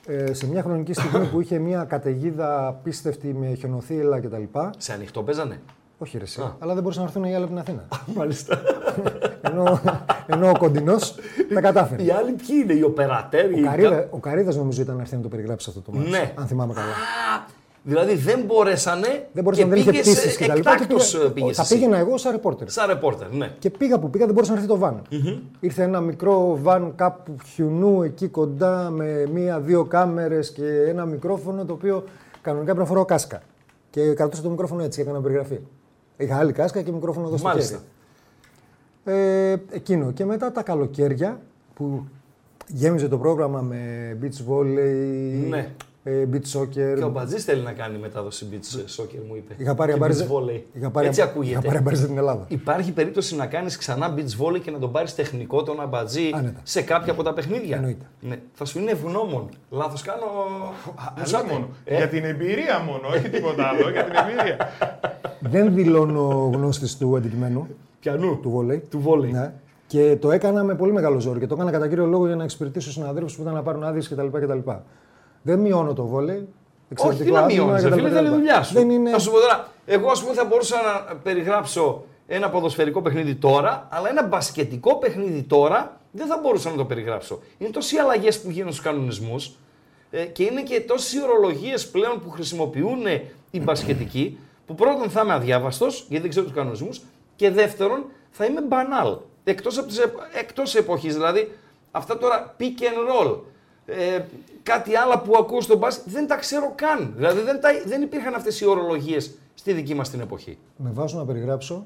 D: ε, σε μια χρονική στιγμή που είχε μια καταιγίδα απίστευτη με χιονοθύελα κτλ.
C: Σε ανοιχτό παίζανε.
D: Όχι ρε, εσύ, αλλά δεν μπορούσαν να έρθουν οι άλλοι από την Αθήνα.
E: Μάλιστα.
D: ενώ, [laughs] ενώ ο κοντινός τα κατάφερε.
C: Οι άλλοι ποιοι είναι, οι οπερατέρ, οι.
D: Ναι. Ο Καρίδα, ο Καρίδας νομίζω ήταν αυτή να το περιγράψει αυτό το μάτι.
C: Ναι.
D: Αν θυμάμαι καλά.
C: Α, δηλαδή δεν μπορέσανε.
D: Δεν μπορούσαν, δεν είχε
C: πήγες,
D: πτήσεις
C: ε,
D: κτλ.
C: εκτάκτος, ε, πήγες
D: θα
C: εσύ.
D: πήγαινα εγώ σαν ρεπόρτερ.
C: Σαν ρεπόρτερ, ναι.
D: Και πήγα που πήγα, δεν μπορούσε να έρθει το βαν. Ήρθε ένα μικρό βαν κάπου χιουνού εκεί κοντά με μία-δύο κάμερες και ένα μικρόφωνο το οποίο κανονικά πρέπει να φοράω κάσκα. Και κρατούσα το μικρόφωνο έτσι, έκανα περιγραφή. Είχα άλλη κάσκα και μικρόφωνο εδώ στο
C: Μάλιστα.
D: χέρι. Ε, εκείνο. Και μετά τα καλοκαίρια που γέμιζε το πρόγραμμα με beach volley,
C: Ναι.
D: ε, beach
C: Και ο
D: soccer.
C: Μπατζής θέλει να κάνει μετάδοση beach ε, soccer, μου είπε.
D: Είχα πάρει
C: Και
D: αμπάριζε-
C: beach volley.
D: είχα πάρει-
C: Έτσι
D: Είχα
C: ακούγεται.
D: πάρει αμπάριζε την Ελλάδα.
C: Υπάρχει περίπτωση να κάνεις ξανά beach volley και να τον πάρεις τεχνικό τον αμπατζή
D: Άνετα.
C: σε κάποια από τα παιχνίδια.
D: Εννοείται.
C: Ναι. Θα σου είναι ευγνώμων. Λάθος κάνω.
B: Αλλά
C: Μουσάτε.
B: μόνο.
C: Ε,
B: Για την εμπειρία μόνο, όχι τίποτα άλλο. Για την εμπειρία.
D: Δεν δηλώνω γνώστης του αντικειμένου,
C: Πιανού.
D: του βόλεϊ.
C: Του βόλεϊ.
D: Ναι. Και το έκανα με πολύ μεγάλο ζόρι και το έκανα κατά κύριο λόγο για να εξυπηρετήσω συναδέλφους που ήταν να πάρουν άδειες κτλ. κτλ. Δεν μειώνω το βόλεϊ.
C: Όχι, τι
D: Εξαιρετικό
C: να
D: άθλημα
C: μειώνεις.
D: κτλ,
C: Φίλε,
D: κτλ.
C: δεν είναι δουλειά σου.
D: Δεν είναι.
C: Θα σου πω τώρα, εγώ ας πούμε θα μπορούσα να περιγράψω ένα ποδοσφαιρικό παιχνίδι τώρα, αλλά ένα μπασκετικό παιχνίδι τώρα δεν θα μπορούσα να το περιγράψω. Είναι τόσοι οι αλλαγές που γίνονται στους κανονισμούς ε, και είναι και τόσες οι ορολογίες πλέον που χρησιμοποιούν οι μπασκετικοί, που πρώτον θα είμαι αδιάβαστος, γιατί δεν ξέρω τους κανονισμούς, και δεύτερον θα είμαι μπανάλ. Εκτός εκτός εποχής δηλαδή, αυτά τώρα pick and roll, ε, κάτι άλλο που ακούω στον μπάσκετ, δεν τα ξέρω καν. Δηλαδή δεν, τα, δεν υπήρχαν αυτές οι ορολογίες στη δική μας την εποχή.
D: Με βάζω να περιγράψω.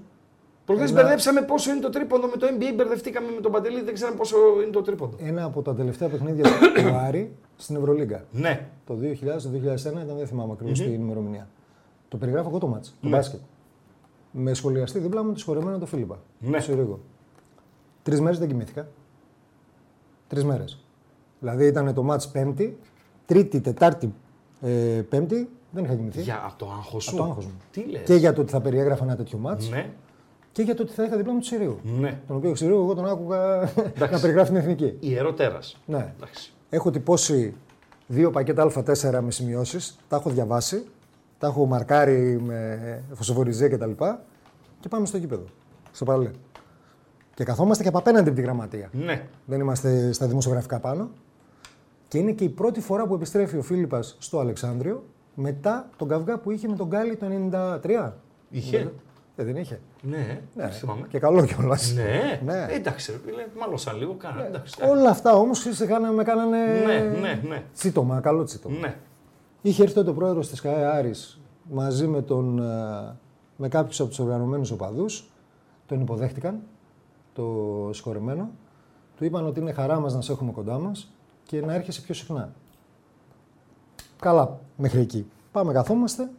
C: Προχθέ μπερδέψαμε πόσο είναι το τρίποντο με το NBA, μπερδευτήκαμε με τον Παντελή, δεν ξέραμε πόσο είναι το τρίποντο.
D: Ένα από τα τελευταία παιχνίδια του [coughs] Άρη στην Ευρωλίγκα.
C: Ναι.
D: Το 2000-2001 ήταν, δεν θυμάμαι ακριβώς την ημερομηνία. Το περιγράφω εγώ το μάτς,
C: Ναι.
D: το μπάσκετ. Με σχολιαστή δίπλα μου τη σχολεμένο τον Φίλιππα.
C: Ναι.
D: Στο Ρίγο. Τρεις μέρες δεν κοιμήθηκα. Τρεις μέρες. Δηλαδή ήταν το μάτς Πέμπτη, Τρίτη, Τετάρτη, ε, Πέμπτη, δεν είχα κοιμηθεί.
C: Για από το άγχος σου.
D: Από το άγχος μου.
C: Τι λες.
D: Και για το ότι θα περιέγραφα ένα τέτοιο μάτς
C: Ναι.
D: και για το ότι θα είχα δίπλα μου τη Συρίου.
C: Ναι.
D: Τον οποίο Συρίου εγώ τον άκουγα να περιγράφει την εθνική.
C: Ιερό τέρας.
D: Ναι.
C: Εντάξει.
D: Έχω τυπώσει δύο πακέτα Α4 με σημειώσεις, τα έχω διαβάσει, τα έχω μαρκάρει με φωσφοριζέ κτλ. Και, και πάμε στο γήπεδο, στο παλέ. Και καθόμαστε και από απέναντι από τη γραμματεία.
C: Ναι.
D: Δεν είμαστε στα δημοσιογραφικά πάνω. Και είναι και η πρώτη φορά που επιστρέφει ο Φίλιππας στο Αλεξάνδριο μετά τον καυγά που είχε με τον Γκάλι το 93.
C: Είχε.
D: Ε, δεν είχε.
C: Ναι. ναι. Θυμάμαι.
D: Και καλό κιόλας.
C: Ναι.
D: Ναι.
C: Ε, εντάξει, ρε φίλε, μάλωσαν λίγο, κάνανε. Εντάξει.
D: Όλα αυτά όμως με κάνανε.
C: Ναι, ναι, ναι.
D: Τσίτωμα, καλό τσίτωμα.
C: Ναι.
D: Είχε έρθει τότε ο πρόεδρος της ΚΑΕ Άρης μαζί με, τον, ε, με κάποιους από τους οργανωμένους οπαδούς. Τον υποδέχτηκαν, το συγχωρεμένο. Του είπαν ότι είναι χαρά μας να σε έχουμε κοντά μας και να έρχεσαι πιο συχνά. Καλά, μέχρι εκεί. Πάμε, καθόμαστε.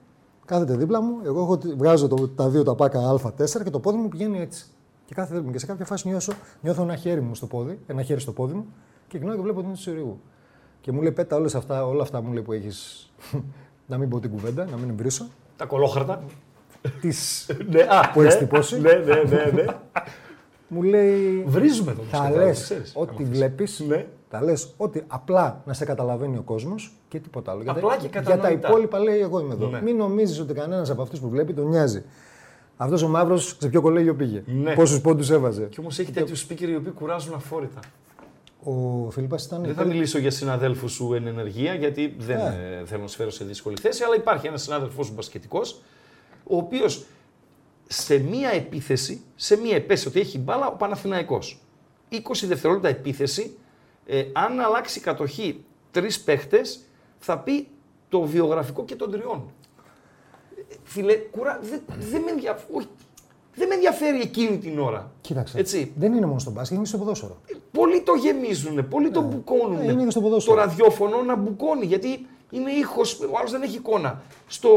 D: Κάθεται δίπλα μου. Εγώ έχω, βγάζω το, τα δύο τα πάκα Α4 και το πόδι μου πηγαίνει έτσι. Και Και κάθε μου. Και σε κάποια φάση νιώσω, νιώθω ένα χέρι μου στο πόδι, ένα χέρι στο πόδι μου και γυρνάω και βλέπω την του Ιωργού. Και μου λέει: Πέτα όλες αυτά, όλα αυτά μου λέει που έχεις. [laughs] να μην πω την κουβέντα, να μην εμβρίσω.
C: Τα κολόχαρτα.
D: Τη
C: Ναι, α,
D: που
C: ναι.
D: έχει τυπώσει.
C: Ναι, ναι, ναι. ναι.
D: μου λέει:
C: Βρίζουμε τον
D: Θα
C: Μουσκετάκη,
D: λες
C: ξέρεις,
D: ό,τι
C: άμα θες.
D: βλέπεις.
C: Ναι.
D: Θα λες ότι απλά να σε καταλαβαίνει ο κόσμος και τίποτα άλλο. Για τα-
C: Απλά και
D: Για τα
C: κατανοητά.
D: υπόλοιπα λέει: Εγώ είμαι εδώ.
C: Ναι.
D: Μην νομίζεις ότι κανένας από αυτούς που βλέπει τον νοιάζει. Αυτός ο μαύρος σε ποιο κολέγιο πήγε.
C: Ναι.
D: Πόσους πόντους έβαζε.
C: Κι όμως έχει τέτοιους speaker οι οποίοι κουράζουν αφόρητα.
D: Ο Φιλιππά ήταν.
C: Δεν θα μιλήσω για συναδέλφους σου εν ενεργεία, γιατί δεν ε, θέλω να σε φέρω σε δύσκολη θέση, αλλά υπάρχει ένας συνάδελφός σου μπασκετικός, ο οποίος σε μία επίθεση, σε μία επέση ότι έχει μπάλα ο Παναθηναϊκός. 20 δευτερόλεπτα επίθεση, ε, αν αλλάξει κατοχή τρεις παίχτες, θα πει το βιογραφικό και των τριών. Ε, Φίλε, κουρα... δεν δεν με, ενδιαφ- όχι, δεν με ενδιαφέρει εκείνη την ώρα.
D: Κοίταξε.
C: Έτσι.
D: Δεν είναι μόνο στο μπάσκετ, είναι και στο ποδόσφαιρο.
C: Πολλοί το γεμίζουν, πολλοί το μπουκώνουν.
D: Ε, είναι και στο ποδόσφαιρο.
C: Το ραδιόφωνο να μπουκώνει, γιατί είναι ήχος, ο άλλος δεν έχει εικόνα. Στο,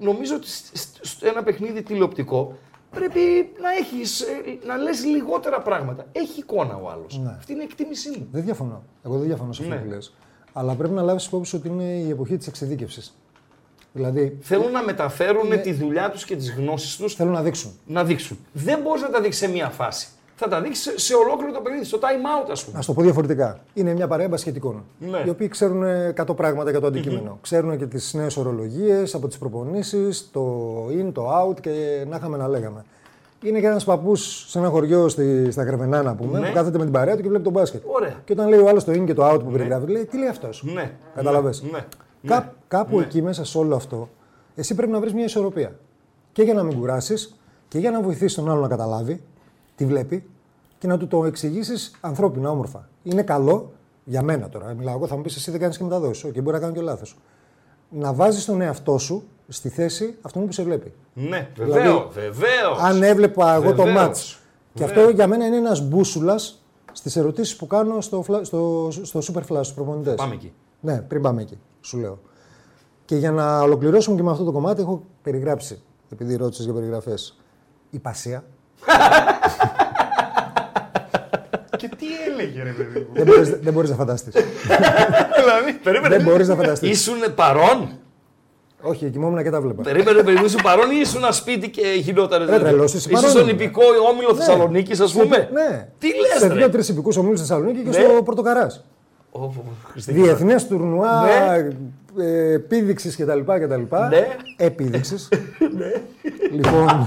C: νομίζω ότι σ- σ- στο ένα παιχνίδι τηλεοπτικό πρέπει να, έχεις, ε, να λες λιγότερα πράγματα. Έχει εικόνα ο άλλος.
D: Ναι.
C: Αυτή είναι η εκτίμησή μου.
D: Δεν διαφωνώ. Εγώ δεν διαφωνώ σε αυτό
C: Ναι.
D: που λες. Αλλά πρέπει να λάβεις υπόψη ότι είναι η εποχή της εξειδίκευσης. Δηλαδή
C: Θέλουν να μεταφέρουν τη δουλειά τους και τις γνώσεις τους
D: θέλουν να δείξουν.
C: να δείξουν. Δεν μπορείς να τα δείξεις σε μία φάση. Θα τα δείξεις σε- σε ολόκληρο το παιχνίδι, στο time out ας πούμε.
D: Να το πω διαφορετικά. Είναι μια παρέα μπασχετικών.
C: Ναι.
D: Οι οποίοι ξέρουν ε, 100 πράγματα για το αντικείμενο. Ξέρουν και τις νέες ορολογίες από τις προπονήσεις, το in, το out και να είχαμε να λέγαμε. Είναι και ένας παππούς σε ένα χωριό στη, στα Κρεβενά, να πούμε,
C: Ναι.
D: που κάθεται με την παρέα του και βλέπει τον μπάσκετ.
C: Ωραία.
D: Και όταν λέει ο άλλος το in και το out που περιγράφει, λέει τι λέει αυτός.
C: Ναι.
D: Κατάλαβες.
C: Ναι. ναι.
D: Κά, κάπου εκεί μέσα σε όλο αυτό, εσύ πρέπει να βρεις μια ισορροπία. Και για να μην κουράσει και για να βοηθήσει τον άλλο να καταλάβει τι βλέπει και να του το εξηγήσεις ανθρώπινα, όμορφα. Είναι καλό για μένα τώρα. Μιλάω εγώ, θα μου πεις εσύ δεν κάνεις και μεταδόσεις. Οκ, μπορεί να κάνω και λάθος. Να βάζεις τον εαυτό σου στη θέση αυτού που σε βλέπει.
C: Ναι,
D: Δηλαδή,
C: βεβαίως, βεβαίως.
D: Αν έβλεπα εγώ το
C: Βεβαίως.
D: μάτ. Και αυτό για μένα είναι ένας μπούσουλας στις ερωτήσεις που κάνω στο, φλα- στο, στο Super Flash, στους προπονητές.
C: Πάμε εκεί.
D: Ναι, πριν πάμε εκεί, σου λέω. Και για να ολοκληρώσουμε και με αυτό το κομμάτι, έχω περιγράψει, επειδή ρώτησες για περιγραφές, η πασία.
B: Και τι έλεγε ρε παιδί μου.
D: δεν μπορείς- δεν μπορείς να
C: [laughs]
D: φανταστείς.
B: Δηλαδή, περίμενε.
D: δεν μπορείς να φανταστείς.
C: Ήσουν παρόν.
D: Όχι, κοιμόμουν και τα βλέπα.
C: Περίμενε περίπου ήσουν παρόν ή ήσουν σπίτι και γινόταν.
D: Ρε τρελός, είσαι παρόν
C: στον
D: ήμουν.
C: υπηκό όμιλο Θεσσαλονίκης, ας
D: Σε-
C: πούμε.
D: Ναι.
C: Τι λες,
D: Σε
C: ρε.
D: δύο-τρει υπηκούς ομίλους στη Θεσσαλονίκη και
C: Ναι.
D: στο Πορτοκαράς.
C: Ω, πω, πω, Χριστίνα.
D: Διεθνές τουρνουά
C: Ναι.
D: ε, επίδειξης κτλ. κτλ.
C: Ναι.
D: Επίδειξης.
C: [laughs]
D: λοιπόν,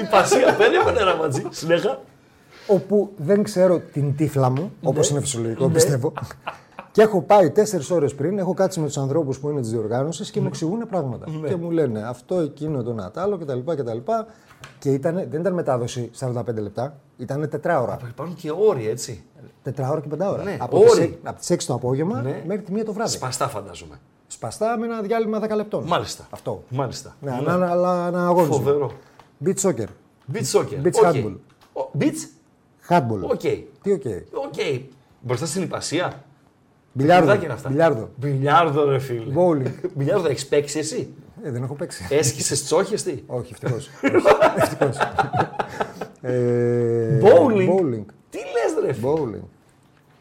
C: Η
D: [laughs]
C: πασία περίμενε να μαζί. Συνέχα.
D: όπου δεν ξέρω την τύφλα μου,
C: Ναι.
D: όπως είναι φυσιολογικό πιστεύω. και έχω πάει τέσσερις ώρες πριν, έχω κάτσει με τους ανθρώπους που είναι της διοργάνωσης
C: Ναι.
D: και μου εξηγούν πράγματα. Και μου λένε αυτό, εκείνο, το Νατάλο κτλ. κτλ. Και ήτανε, δεν ήταν μετάδοση 45 λεπτά, ήταν τετράωρα.
C: Υπάρχουν και όροι, έτσι.
D: Τετράωρα και πεντάωρα.
C: Ναι,
D: από, τις,
C: όροι.
D: ε- από τις 6 το απόγευμα
C: Ναι.
D: μέχρι τη 1 το βράδυ.
C: Σπαστά, φαντάζομαι.
D: Σπαστά με ένα διάλειμμα 10 λεπτών.
C: Μάλιστα.
D: Αυτό.
C: Μάλιστα.
D: Ναι, αλλά ένα, αλλά ένα αγώνισμα.
C: Φοβερό.
D: Beach soccer.
C: Beach soccer.
D: Beach
C: Οκ.
D: handball.
C: Ο- Beach.
D: Handball.
C: Οκ.
D: Τι οκ.
C: Οκ. Μπροστά στην υπασία.
D: Μπιλιάρδο.
C: Παιδάκια είναι αυτά.
D: Μπιλιάρδο.
C: Μπιλιάρδο, ρε φίλε.
D: Bowling.
C: Μπιλιάρδο, έχεις παίξει εσύ.
D: Ε, δεν έχω παίξει.
C: Έσχισες τσόχες τι.
D: Όχι, ευτυχώς.
C: [laughs]
D: Ευτυχώς. ε,
C: Bowling.
D: Bowling.
C: Τι λες, ρε φίλε.
D: Bowling.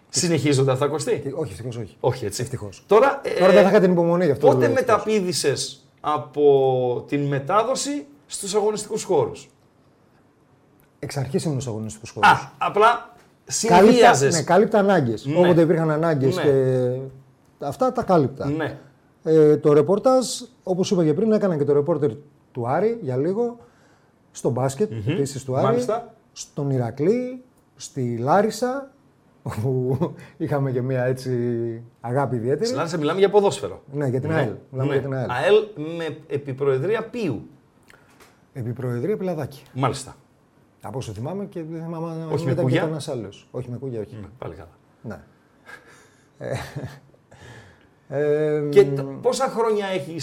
C: Συνεχίζονται αυτά, Κωστή.
D: Ε, όχι, ευτυχώς όχι.
C: Όχι, έτσι.
D: Ευτυχώς.
C: Τώρα, ε,
D: Τώρα δεν θα είχα την υπομονή γι' αυτό.
C: Πότε
D: λέω, ευτυχώς.
C: μεταπίδησες από την μετάδοση στους αγωνιστικούς χώρους.
D: Εξ αρχής ήμουν στους αγωνιστικούς χώρου.
C: Α, απλά συνδύαζε.
D: ναι, κάλυπτα ανάγκες.
C: Ναι.
D: Όποτε υπήρχαν ανάγκες
C: Ναι.
D: και αυτά τα κάλυπτα.
C: ναι.
D: Ε, το ρεπορτάζ, όπως είπα και πριν, έκανα και το ρεπόρτερ του Άρη για λίγο. Στο μπάσκετ mm του Άρη.
C: Μάλιστα.
D: Στον Ηρακλή, στη Λάρισα, όπου [laughs] είχαμε και μια έτσι αγάπη ιδιαίτερη.
C: Στην Λάρισα μιλάμε για ποδόσφαιρο.
D: Ναι, για την ΑΕΛ. Μιλάμε
C: Ναι.
D: για την ΑΕΛ.
C: ΑΕΛ με επιπροεδρία Πίου.
D: Επί Προεδρία Πιλαδάκη.
C: Μάλιστα.
D: Από όσο θυμάμαι και δεν θυμάμαι αν
C: Όχι με
D: ήταν
C: Κούγια.
D: ένας άλλος. Όχι με κούγια, όχι.
C: Ναι, πάλι καλά. [laughs]
D: Ναι. Ε, ε,
C: Και τα- πόσα χρόνια έχεις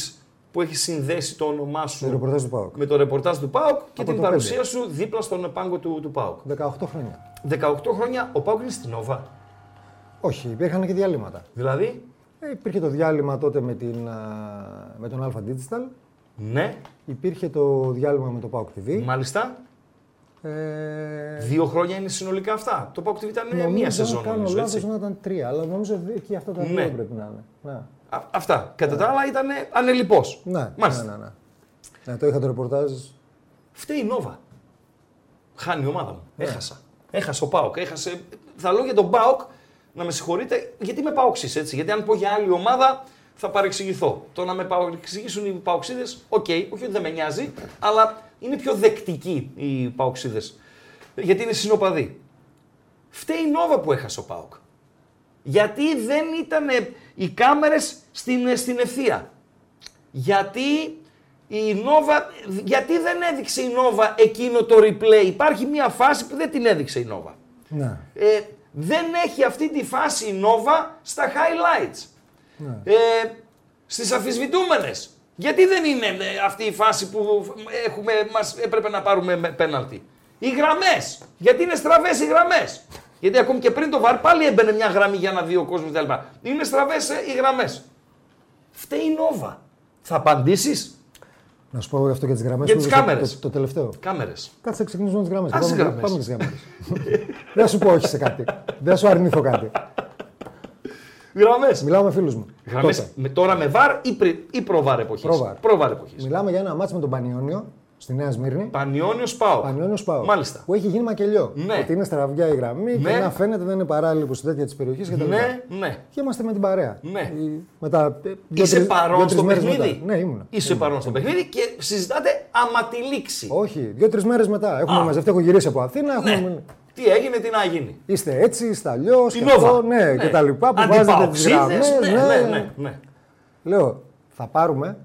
C: που έχεις συνδέσει το όνομά
D: Το
C: σου
D: ε, ρεπορτάζ του ΠΑΟΚ.
C: με το ρεπορτάζ του ΠΑΟΚ και την
D: το
C: παρουσία
D: πέντε.
C: σου δίπλα στον πάγκο του, του ΠΑΟΚ.
D: 18 χρόνια.
C: 18 χρόνια ο ΠΑΟΚ είναι στην Όβα.
D: Όχι, υπήρχαν και διαλύματα.
C: Δηλαδή,
D: Ε, υπήρχε το διάλειμμα τότε με, την, α, με τον Alpha Digital.
C: ναι,
D: Υπήρχε το διάλειμμα με το PAOK TV.
C: μάλιστα.
D: Ε,
C: Δύο χρόνια είναι συνολικά αυτά. Το Πάοκ TV ήταν
D: νομίζω,
C: Ε, μία
D: αν
C: σεζόν.
D: κάνω
C: νομίζω,
D: λάθος, ναι.
C: έτσι.
D: να ήταν τρία, αλλά νομίζω δι- και αυτά τα δύο
C: Ναι.
D: πρέπει να είναι. Ναι.
C: Α, αυτά. Κατά τα άλλα ήταν ανελειπό.
D: Ναι,
C: Μάλιστα.
D: ναι, ναι, ναι. Ναι, το είχα το ρεπορτάζ.
C: Φταίει η Νόβα. Χάνει η ομάδα μου. Έχασα. Έχασε ο Πάοκ. Έχασε... Θα λέω για τον Πάοκ, να με συγχωρείτε, γιατί με Πάοξης έτσι. Γιατί αν πω για άλλη ομάδα θα παρεξηγηθώ. Το να με παρεξηγήσουν οι Πάοξίδε, οκ, όχι ότι δεν με νοιάζει, αλλά είναι πιο δεκτικοί οι Πάοξίδε. Γιατί είναι συνοπαδοί. Φταίει η Νόβα που έχασε ο Πάοκ. Γιατί δεν ήταν οι κάμερες στην, στην ευθεία. Γιατί η Νόβα, γιατί δεν έδειξε η Νόβα εκείνο το replay. Υπάρχει μια φάση που δεν την έδειξε η Νόβα.
D: Ναι.
C: Ε, δεν έχει αυτή τη φάση η Νόβα στα highlights. Ε, στις αφισβητούμενες. Γιατί δεν είναι ε, αυτή η φάση που έχουμε, μας, έπρεπε να πάρουμε με πέναλτι. Οι γραμμές. Γιατί είναι στραβές οι γραμμές. Γιατί ακόμη και πριν το βαρ πάλι έμπαινε μια γραμμή για να δει ο κόσμος κτλ. Είναι στραβές ε, οι γραμμές. Φταίει η Νόβα. Θα απαντήσεις.
D: Να σου πω γι' αυτό για τις γραμμές.
C: Για τις κάμερες.
D: Το, το, τελευταίο.
C: Κάμερες.
D: Κάτσε να ξεκινήσουμε τις γραμμές.
C: Ας τις γραμμές.
D: Πάμε τις γραμμές. [laughs] Δεν θα σου πω όχι σε κάτι. Δεν θα σου αρνηθώ κάτι.
C: Γραμμές.
D: Μιλάω με φίλους μου.
C: Γραμμές
D: Τότε.
C: με, τώρα με βαρ ή, πρι, ή προβάρ εποχής.
D: Προβάρ.
C: Προβάρ εποχής.
D: Μιλάμε για ένα μάτσο με τον Πανιόνιο στη Νέα Σμύρνη.
C: Πανιόνιος πάω.
D: Πανιόνιο Πάο.
C: Μάλιστα.
D: Που έχει γίνει μακελιό.
C: Ναι.
D: Ότι είναι στραβιά η γραμμή
C: Ναι.
D: και να φαίνεται δεν είναι παράλληλη που στη τέτοια της περιοχής κτλ.
C: Ναι, ναι.
D: Και είμαστε με την παρέα.
C: Ναι.
D: Η- Μετά, ε, δύο,
C: Είσαι
D: τρεις-
C: παρόν
D: δύο-τρεις
C: στο
D: μέρες
C: παιχνίδι.
D: Μετά. Ναι, ήμουν.
C: Είσαι παρόν στο παιχνίδι και συζητάτε άμα τη λήξει.
D: Όχι, δύο-τρει μέρες μετά. Έχουμε μαζευτεί, έχω γυρίσει από Αθήνα.
C: Ναι.
D: Έχουμε... μιλ-
C: Ε, Τι έγινε, τι να γίνει.
D: Είστε έτσι, είστε αλλιώς.
C: Την Όβα.
D: Ναι, και τα λοιπά που βάζετε τις γραμμέ.
C: Αντιπαοξίδες, ναι, ναι, ναι, ναι.
D: Λέω, θα πάρουμε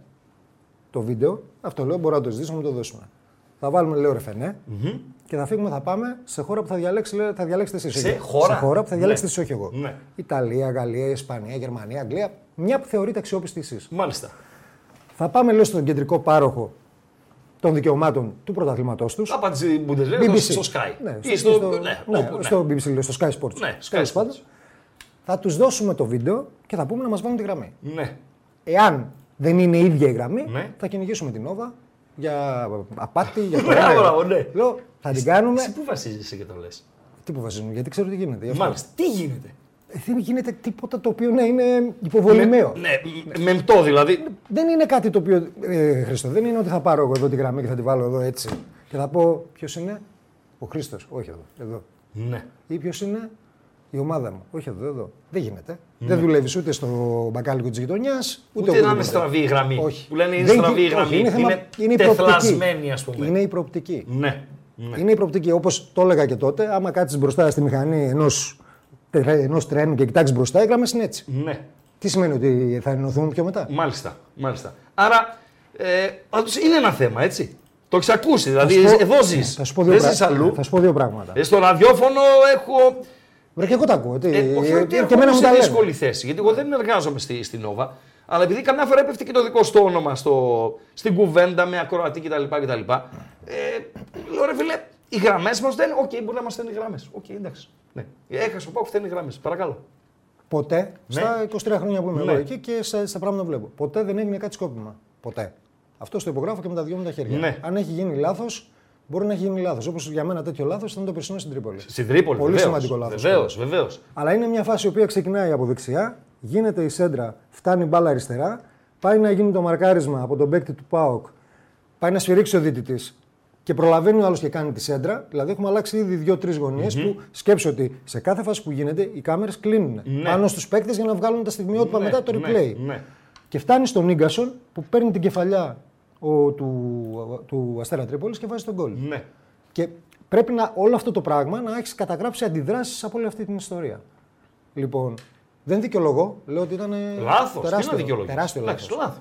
D: το βίντεο. Αυτό λέω, μπορούμε να το ζητήσουμε, να το δώσουμε. Θα βάλουμε, λέω, ρεφενέ και θα φύγουμε, θα πάμε σε χώρα που θα, διαλέξει, λέω, θα διαλέξετε εσείς.
C: Σε χώρα.
D: σε χώρα που θα
C: Ναι.
D: διαλέξετε εσείς, όχι εγώ.
C: Ναι.
D: Ιταλία, Γαλλία, Ισπανία, Γερμανία, Αγγλία. Μια που θεωρείτε αξιόπιστη εσείς.
C: Μάλιστα.
D: Θα πάμε, λέω, στον κεντρικό πάροχο των δικαιωμάτων του πρωταθλήματός τους.
C: Θα πάτησε η Bundesliga στο Sky.
D: Ναι,
C: Ή
D: στο,
C: στο...
D: στο-
C: Ναι,
D: ναι,
C: όπου, ναι.
D: στο BBC, λέω, στο Sky Sports.
C: Ναι, Sky
D: Τέλος
C: Sports.
D: πάντων, Θα τους δώσουμε το βίντεο και θα πούμε να μας βάλουν τη γραμμή.
C: Ναι.
D: Εάν δεν είναι η ίδια η γραμμή,
C: Ναι.
D: θα κυνηγήσουμε την Νόβα για απάτη,
C: [laughs]
D: για το
C: Ναι,
D: ένα.
C: μπράβο, ναι.
D: Λέω, θα την κάνουμε.
C: Σε πού βασίζεσαι και το λες.
D: Τι που βασίζουμε, γιατί ξέρω τι γίνεται. γι' αυτό.
C: Μάλιστα. Τι γίνεται.
D: Ε, Δεν γίνεται τίποτα το οποίο να είναι υποβολημαίο.
C: Ναι, μεμπτό δηλαδή.
D: Δεν είναι κάτι το οποίο. Ε, Χρήστο, δεν είναι ότι θα πάρω εγώ εδώ τη γραμμή και θα τη βάλω εδώ έτσι. Και θα πω ποιος είναι. Ο Χρήστος. Όχι εδώ. εδώ.
C: Ναι.
D: Ή ποιος είναι η ομάδα μου. Όχι εδώ, εδώ. Δεν γίνεται. Δεν δουλεύεις ούτε στο μπακάλικο της γειτονιάς,
C: Ναι. Ούτε
D: ούτε,
C: να είναι
D: οπουδήποτε.
C: στραβή η γραμμή.
D: Όχι.
C: Που λένε είναι
D: Δεν
C: στραβή η
D: γι- όχι,
C: γραμμή.
D: είναι θέμα-
C: Είναι
D: είναι η προοπτική.
C: τεθλασμένη, ας πούμε.
D: Είναι η προοπτική.
C: Ναι. ναι.
D: Είναι η προοπτική. Όπως το έλεγα και τότε, άμα κάτσεις μπροστά στη μηχανή ενός ενός τρένου και κοιτάξεις μπροστά, οι γραμμές είναι έτσι.
C: Ναι.
D: Τι σημαίνει ότι θα ενωθούν πιο μετά.
C: Μάλιστα, μάλιστα. Άρα, ε, πάντως είναι ένα θέμα, έτσι. Το έχεις ακούσει, δηλαδή
D: Θα σου πω-
C: εδώ ζεις,
D: Θα σου πω δύο,
C: δεν
D: πρά-
C: ζεις αλλού.
D: θα σου πω δύο πράγματα.
C: Ε, στο ραδιόφωνο έχω...
D: Βρε και εγώ τα ακούω. τι-
C: Ε, όχι ότι
D: και εμένα
C: έχω
D: μου
C: σε
D: τα λένε.
C: δύσκολη θέση, γιατί εγώ δεν εργάζομαι στη, στην Νόβα, αλλά επειδή καμιά φορά έπεφτε και το δικό στο όνομα, στο, στην κουβέντα με ακροατή κτλ. κτλ ε, λέω ρε φίλε, οι γραμμές μας δεν. Οκ, μπορεί να μας στέλνει γραμμές. Οκ, εντάξει. Ναι. Έχασε ο Πάουκ, στέλνει γραμμέ. Παρακαλώ.
D: Ποτέ, στα 23 χρόνια που είμαι
C: Ναι.
D: εγώ εκεί και στα, στα πράγματα που βλέπω, ποτέ δεν έγινε κάτι σκόπιμα. Ποτέ. Αυτό το υπογράφω και με τα δυο μου τα χέρια.
C: Ναι.
D: Αν έχει γίνει λάθος, μπορεί να έχει γίνει λάθος. Όπως για μένα τέτοιο λάθος ήταν το περσινό στην Τρίπολη.
C: Στην Τρίπολη,
D: Πολύ
C: βεβαίως.
D: σημαντικό ναι. λάθος.
C: Βεβαίως, βεβαίως.
D: Αλλά είναι μια φάση η οποία ξεκινάει από δεξιά, γίνεται η σέντρα, φτάνει η μπάλα αριστερά, πάει να γίνει το μαρκάρισμα από τον παίκτη του ΠΑΟΚ, πάει να σφυρίξει ο δίτητη και προλαβαίνει ο άλλος και κάνει τη σέντρα. Δηλαδή έχουμε αλλάξει ήδη δύο-τρει που σκέψω ότι σε κάθε φάση που γίνεται οι κάμερες κλείνουν πάνω στους παίκτες για να βγάλουν τα στιγμιότυπα
C: Ναι,
D: μετά το
C: ναι,
D: replay.
C: ναι.
D: Και φτάνει στον γκασον που παίρνει την κεφαλιά ο, του, του Αστέρα Τρίπολης και βάζει τον κόλλ.
C: Ναι.
D: Και πρέπει να, όλο αυτό το πράγμα να έχεις καταγράψει αντιδράσεις από όλη αυτή την ιστορία. Λοιπόν, δεν δικαιολογώ. Λέω ότι ήταν. ε,
C: Λάθος. Τι να
D: τεράστιο,
C: δικαιολογείς.
D: Τεράστιο λάθος.
C: Λάθος.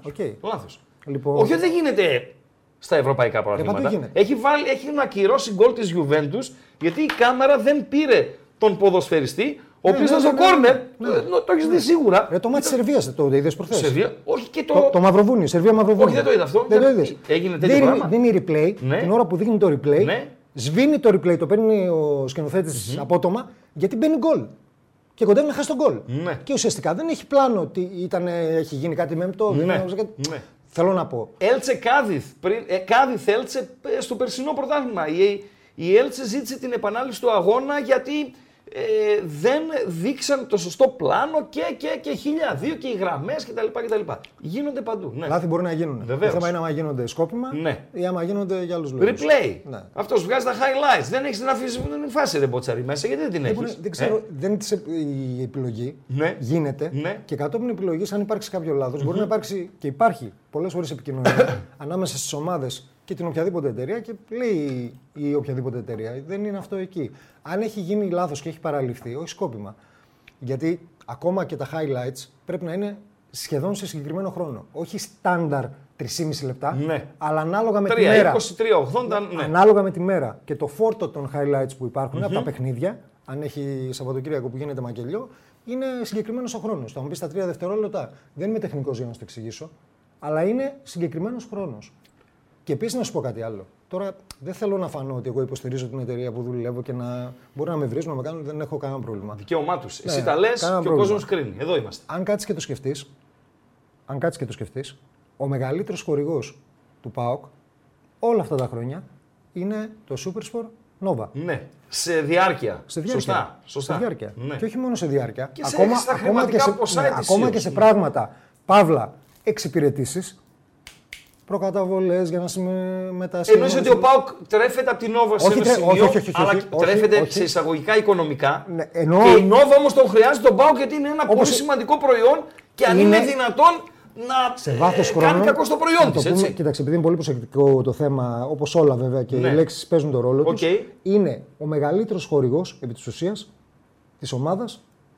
D: Λοιπόν,
C: Όχι, δεν γίνεται στα ευρωπαϊκά
D: παντού
C: πρωταθλήματα.
D: γίνεται.
C: Έχει, βάλει, έχει ακυρώσει γκολ της Juventus γιατί η κάμερα δεν πήρε τον ποδοσφαιριστή, ο οποίος
D: ναι,
C: ήταν στο
D: ναι, ναι,
C: κόρνερ.
D: ναι.
C: Ε, νο- Το έχεις δει σίγουρα.
D: Ρε, το μάτι τη Σερβίας το είδες προχθές.
C: Σερβία. Όχι και το.
D: Το, το Μαυροβούνιο, Σερβία Μαυροβούνιο.
C: Όχι, δεν το είδα αυτό.
D: Δεν το
C: Γιατί
D: είδες.
C: έγινε τέτοιο
D: δεν,
C: πράγμα.
D: είναι- δεν είναι replay.
C: Ναι.
D: Την ώρα που δείχνει το replay,
C: Ναι.
D: σβήνει το replay, το παίρνει ο σκηνοθέτης απότομα γιατί μπαίνει γκολ. Και κοντεύει να χάσει τον γκολ.
C: Ναι.
D: Και ουσιαστικά δεν έχει πλάνο ότι ήταν, ε, έχει γίνει κάτι με το.
C: Ναι. Ναι.
D: Κάτι... Θέλω να πω.
C: Έλτσε Κάδιθ. Πριν, ε, Κάδιθ έλτσε ε, στο περσινό πρωτάθλημα. Η, Η Έλτσε ζήτησε την επανάληψη του αγώνα γιατί ε, δεν δείξαν το σωστό πλάνο και, και, και χίλια δύο και οι γραμμές κτλ, κτλ. Γίνονται παντού. Ναι.
D: Λάθη μπορεί να γίνουν.
C: Βεβαίως.
D: Το θέμα είναι άμα γίνονται σκόπιμα
C: Ναι.
D: ή άμα γίνονται για άλλους λόγους.
C: Replay.
D: Ναι.
C: Αυτός βγάζει τα highlights. Δεν έχεις την αφήσει την φάση ρε μποτσαρή μέσα γιατί δεν την ε?
D: Δεν,
C: έχει.
D: μπορεί- δεν ξέρω, δεν της επ- η επιλογή
C: Ναι.
D: γίνεται
C: Ναι.
D: και κατόπιν επιλογής, αν υπάρξει κάποιο λάθος, μπορεί να υπάρξει και υπάρχει πολλές φορές
C: [coughs]
D: επικοινωνία ανάμεσα στις ομάδες και την οποιαδήποτε εταιρεία και λέει η, η οποιαδήποτε εταιρεία. Δεν είναι αυτό εκεί. Αν έχει γίνει λάθος και έχει παραλυφθεί, όχι σκόπιμα. Γιατί ακόμα και τα highlights πρέπει να είναι σχεδόν σε συγκεκριμένο χρόνο. Όχι στάνταρ 3,5 λεπτά,
C: Ναι.
D: αλλά ανάλογα με τη
C: 3,
D: μέρα.
C: 23, 80, ναι.
D: Ανάλογα με τη μέρα και το φόρτο των highlights που υπαρχουν από τα παιχνίδια, αν έχει Σαββατοκύριακο που γίνεται μακελιό, είναι συγκεκριμένος ο χρόνος. Θα μου πεις τα τρία δευτερόλεπτα. Δεν είμαι τεχνικός για να σου το εξηγήσω, αλλά είναι συγκεκριμένος χρόνος. Και επίσης να σου πω κάτι άλλο. Τώρα δεν θέλω να φανώ ότι εγώ υποστηρίζω την εταιρεία που δουλεύω και να μπορεί να με βρίζουν, να με κάνουν, δεν έχω κανένα πρόβλημα.
C: Δικαίωμά τους. Εσύ
D: Ναι,
C: τα λες
D: κανένα
C: και ο
D: πρόβλημα.
C: κόσμος κρίνει. Εδώ είμαστε.
D: Αν κάτσεις και το σκεφτείς, αν κάτσεις και το σκεφτείς, ο μεγαλύτερος χορηγός του ΠΑΟΚ όλα αυτά τα χρόνια είναι το Supersport Nova.
C: Ναι. Σε διάρκεια.
D: Σε διάρκεια.
C: Σωστά. Σωστά.
D: Σε διάρκεια.
C: Ναι.
D: Και όχι μόνο σε διάρκεια.
C: Και σε- στα χρηματικά ποσά ετησίως.
D: ακόμα και σε πράγματα, παύλα, εξυπηρετήσεις, προκαταβολές για να συμμετάσχει.
C: Εννοείς ότι ο Πάουκ τρέφεται από την Νόβα σε
D: Όχι,
C: ένα
D: τρε-
C: σημείο,
D: όχι, όχι, όχι, όχι,
C: αλλά
D: όχι,
C: τρέφεται
D: όχι.
C: σε εισαγωγικά οικονομικά.
D: Ναι, εννοώ-
C: Και η Νόβα όμως τον χρειάζεται τον Πάουκ γιατί είναι ένα
D: Όπως-
C: πολύ σημαντικό προϊόν και αν είναι,
D: Είναι-
C: δυνατόν να
D: σε βάθος
C: ε,
D: χρόνου.
C: κάνει κακό στο
D: να
C: προϊόν
D: το
C: της.
D: πούμε-
C: έτσι.
D: Κοίταξε, επειδή είναι πολύ προσεκτικό το θέμα, όπως όλα βέβαια και
C: Ναι.
D: οι λέξεις παίζουν τον ρόλο
C: Οκ.
D: τους, είναι ο μεγαλύτερος χορηγός επί της ουσίας της ομάδας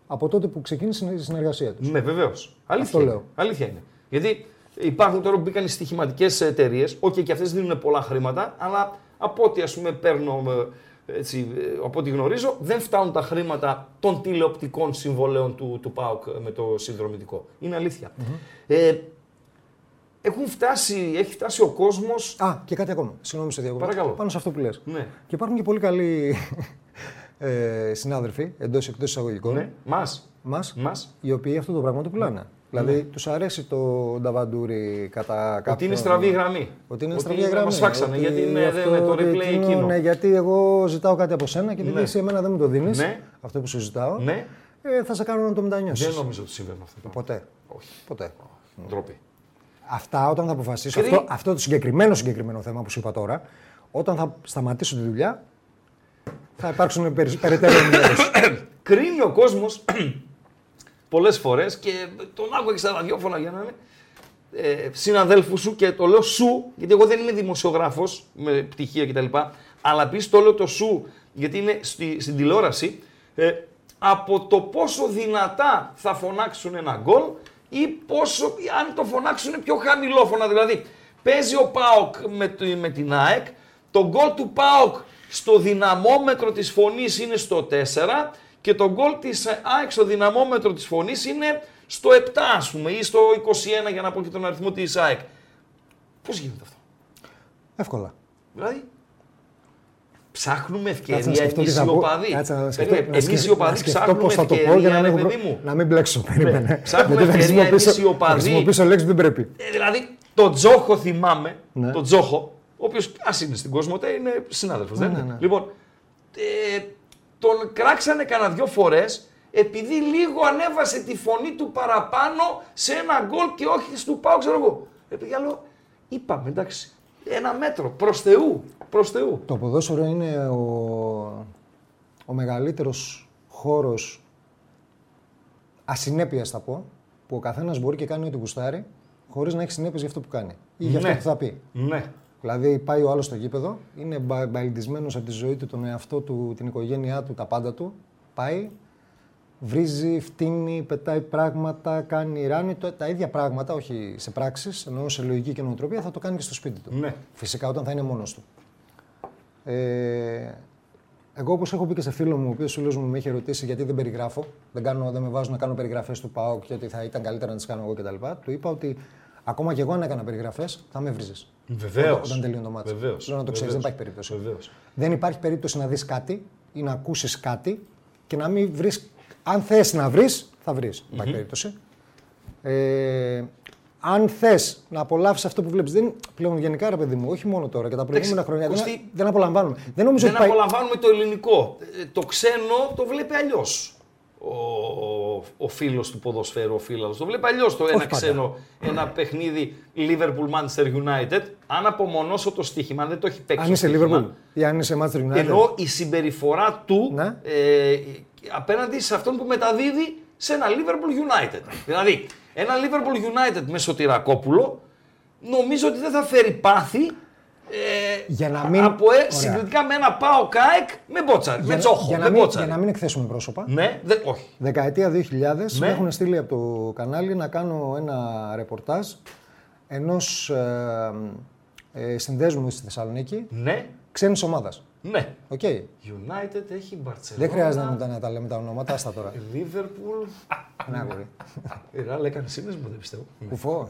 D: από τότε που ξεκίνησε η συνεργασία τους.
C: Ναι, βεβαίως. Αλήθεια,
D: Αυτό
C: είναι.
D: λέω.
C: Αλήθεια είναι. Γιατί υπάρχουν τώρα που μπήκαν οι στοιχηματικές εταιρείες, OK, και αυτές δίνουν πολλά χρήματα, αλλά από ό,τι ας πούμε παίρνω. ε, Έτσι, ε, από ό,τι γνωρίζω, δεν φτάνουν τα χρήματα των τηλεοπτικών συμβολέων του, του ΠΑΟΚ με το συνδρομητικό. Είναι αλήθεια. Ε, έχουν φτάσει, έχει φτάσει ο κόσμος...
D: Α, και κάτι ακόμα. Συγγνώμη σε διακόπτω.
C: Παρακαλώ.
D: Πάνω σε αυτό που λες.
C: Ναι.
D: Και υπάρχουν και πολύ καλοί ε, συνάδελφοι εντός εκτός εισαγωγικών
C: Ναι, μας.
D: μας,
C: Μας. Ναι.
D: οι οποίοι αυτό το πράγμα το πουλάνε. Δηλαδή, τους αρέσει το νταβαντούρι κατά κάποιον...
C: Ότι είναι στραβή η γραμμή.
D: Ότι είναι στραβή η γραμμή.
C: Μας φάξανε,
D: Ότι
C: γιατί είναι,
D: αυτό,
C: με το
D: ότι
C: replay
D: εκείνο,
C: εκείνο.
D: Ναι, γιατί εγώ ζητάω κάτι από σένα και επειδή
C: Ναι.
D: εσύ εμένα δεν μου το δίνεις,
C: Ναι.
D: αυτό που σου ζητάω,
C: Ναι.
D: ε, θα σε κάνω να το μετανιώσεις.
C: Δεν νομίζω ότι συμβαίνουν αυτά.
D: Ποτέ.
C: Όχι.
D: Ποτέ.
C: Ντροπή.
D: Αυτά όταν θα αποφασίσω,
C: Κρι-
D: αυτό, αυτό το συγκεκριμένο συγκεκριμένο θέμα που σου είπα τώρα, όταν θα σταματήσω τη δουλειά, θα υπάρξουν περι- περαιτέρω ενημέρωση.
C: κρίνει ο κόσμος [clears throat] πολλές φορές και τον άκουγα και στα ραδιόφωνα για να είναι ε, συναδέλφους σου και το λέω σου, γιατί εγώ δεν είμαι δημοσιογράφος με πτυχία κτλ. Αλλά επίσης το λέω το σου, γιατί είναι στη, στην τηλεόραση. Ε, από το πόσο δυνατά θα φωνάξουν ένα γκολ ή πόσο, ή αν το φωνάξουν πιο χαμηλόφωνα. Δηλαδή, παίζει ο Πάοκ με, τη- με την ΑΕΚ, το γκολ του Πάοκ στο δυναμόμετρο της φωνής είναι στο 4 και το γκολ της ΑΕΚ στο δυναμόμετρο της φωνής είναι στο 7 ας πούμε ή στο 21 για να πω και τον αριθμό της ΑΕΚ. Πώς γίνεται αυτό.
D: Εύκολα.
C: Δηλαδή ψάχνουμε
D: Κάτσε να
C: ευκαιρία
D: σκεφτώ τι
C: εμείς
D: θα
C: οι
D: πω.
C: οπαδοί.
D: Κάτσε να σκεφτώ.
C: Περίμενε,
D: να
C: Εμείς οι
D: σκεφ- να
C: οπαδοί
D: σκεφτώ
C: ψάχνουμε
D: πώς θα το πω για
C: ευκαιρία
D: να
C: ρε
D: μην,
C: παιδί
D: μπλε-
C: μου.
D: να μην μπλέξω. Περίμενε.
C: Ψάχνουμε
D: Γιατί θα
C: ευκαιρία
D: χρησιμοποιήσω-
C: εμείς οι οπαδοί.
D: Θα χρησιμοποιήσω λέξη που δεν πρέπει.
C: Ε, δηλαδή, τον Τζόχο θυμάμαι.
D: Ναι.
C: Τον Τζόχο, ο οποίος ας είναι στην Κοσμοτέ, είναι συνάδελφος. δεν
D: ναι,
C: είναι.
D: ναι.
C: Λοιπόν, ε, τον κράξανε κανένα δυο φορές επειδή λίγο ανέβασε τη φωνή του παραπάνω σε ένα γκολ και όχι στο πάω, ξέρω εγώ. Επειδή άλλο, είπαμε εντάξει, ένα μέτρο προς Θεού. Προς Θεού.
D: Το ποδόσφαιρο είναι ο, ο μεγαλύτερος χώρος ασυνέπειας θα πω, που ο καθένας μπορεί και κάνει ό,τι γουστάρει, χωρίς να έχει συνέπειες για αυτό που κάνει ή για
C: Ναι.
D: αυτό που θα πει.
C: Ναι.
D: Δηλαδή, πάει ο άλλος στο γήπεδο, είναι μπα- μπαλντισμένος από τη ζωή του, τον εαυτό του, την οικογένειά του, τα πάντα του. Πάει, βρίζει, φτύνει, πετάει πράγματα, κάνει ράνι. Το- Τα ίδια πράγματα, όχι σε πράξεις, ενώ σε λογική και νοοτροπία, θα το κάνει και στο σπίτι του.
C: Ναι.
D: Φυσικά όταν θα είναι μόνος του. Ε, εγώ όπως έχω πει και σε φίλο μου, ο οποίος φίλος μου με είχε ρωτήσει γιατί δεν περιγράφω, δεν, κάνω, δεν με βάζουν να κάνω περιγραφές του ΠΑΟΚ και ότι θα ήταν καλύτερα να τις κάνω εγώ κτλ. Του είπα ότι ακόμα και εγώ αν έκανα περιγραφές θα με βρίζεις.
C: Βεβαίως.
D: Όταν τελειώνει το μάτι.
C: Βεβαίω.
D: Λέω να το ξέρεις, δεν υπάρχει περίπτωση.
C: Βεβαίως.
D: Δεν υπάρχει περίπτωση να δεις κάτι ή να ακούσεις κάτι και να μην βρεις. Αν θες να βρεις, θα βρεις. Υπάρχει περίπτωση. Ε, αν θες να απολαύσεις αυτό που βλέπεις, δεν πλέον γενικά ρε παιδί μου, όχι μόνο τώρα και τα προηγούμενα χρόνια. Δεν,
C: Κωστή,
D: δεν απολαμβάνουμε. Δεν νομίζω
C: Δεν
D: ότι πάει.
C: απολαμβάνουμε το ελληνικό. Ε, Το ξένο το βλέπει αλλιώς. Ο, ο φίλος του ποδοσφαίρου, ο φίλο το βλέπει αλλιώς το ένα
D: πάντα.
C: ξένο, ένα παιχνίδι Liverpool Manchester United. Αν απομονώσω το στοίχημα, αν δεν το έχει παίξει.
D: Αν
C: το
D: είσαι
C: στοίχημα,
D: Liverpool ή αν είσαι Manchester United.
C: Ενώ η συμπεριφορά του
D: Ναι.
C: ε, απέναντι σε αυτόν που μεταδίδει σε ένα Liverpool United. Δηλαδή, ένα Liverpool United με Σωτηρακόπουλο νομίζω ότι δεν θα φέρει πάθη ε,
D: Για να μην-
C: από, ε,
D: Ωραία.
C: συγκριτικά με ένα Πάο Κάεκ με μπότσα, με
D: να-
C: τσόχο,
D: για,
C: με
D: να μην,
C: μπότσα.
D: για να μην εκθέσουμε πρόσωπα.
C: Ναι, δεν- όχι.
D: Δεκαετία 2000
C: Ναι.
D: με έχουν στείλει από το κανάλι να κάνω ένα ρεπορτάζ ενός ε, ε, συνδέσμου στη Θεσσαλονίκη
C: Ναι,
D: ξένης ομάδας.
C: ναι.
D: Οκ.
C: United έχει Barcelona.
D: Δεν χρειάζεται να, τα- να τα λέμε τα ονόματα, άστα τώρα.
C: Liverpool.
D: Ναι, αγόρι.
C: Ε, Ράλε, έκανε σύνδεσμο, δεν πιστεύω. Ναι.
D: Κουφό.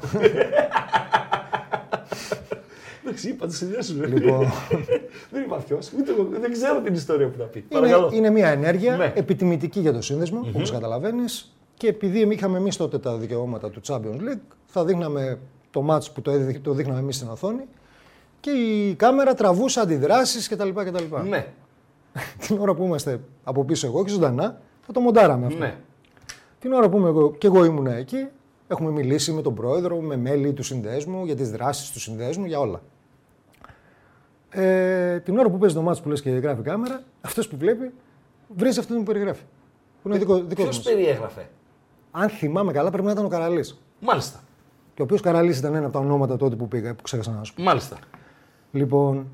C: Εντάξει, είπα τη ιδέα σου.
D: λοιπόν,
C: [laughs] Δεν είπα ποιο, ούτε εγώ, δεν ξέρω την ιστορία που θα πει.
D: είναι,
C: Παρακαλώ.
D: είναι μια ενέργεια
C: Ναι.
D: επιτιμητική για το συνδεσμο όπως καταλαβαίνεις, και επειδή εμείς είχαμε εμείς τότε τα δικαιώματα του Champions League, θα δείχναμε το μάτς που το, έδει- το δείχναμε εμείς στην οθόνη και η κάμερα τραβούσε αντιδράσεις κτλ. κτλ.
C: Ναι,
D: την ώρα που είμαστε από πίσω εγώ και ζωντανά, θα το μοντάραμε αυτό.
C: ναι.
D: Την ώρα που είμαι εγώ, και εγώ ήμουν εκεί, έχουμε μιλήσει με τον πρόεδρο, με μέλη του συνδέσμου, για τις δράσεις του συνδέσμου, για όλα. Ε, την ώρα που παίζει το μάτς που λες και γράφει η κάμερα, αυτός που βλέπει, βρίζει αυτόν που περιγράφει. Που είναι δικό, δικός
C: Ποιος
D: μας.
C: περιέγραφε.
D: Αν θυμάμαι καλά, πρέπει να ήταν ο Καραλής.
C: Μάλιστα.
D: Και ο οποίος Καραλής ήταν ένα από τα ονόματα τότε που πήγα, που ξέχασα να σου πω.
C: Μάλιστα.
D: Λοιπόν,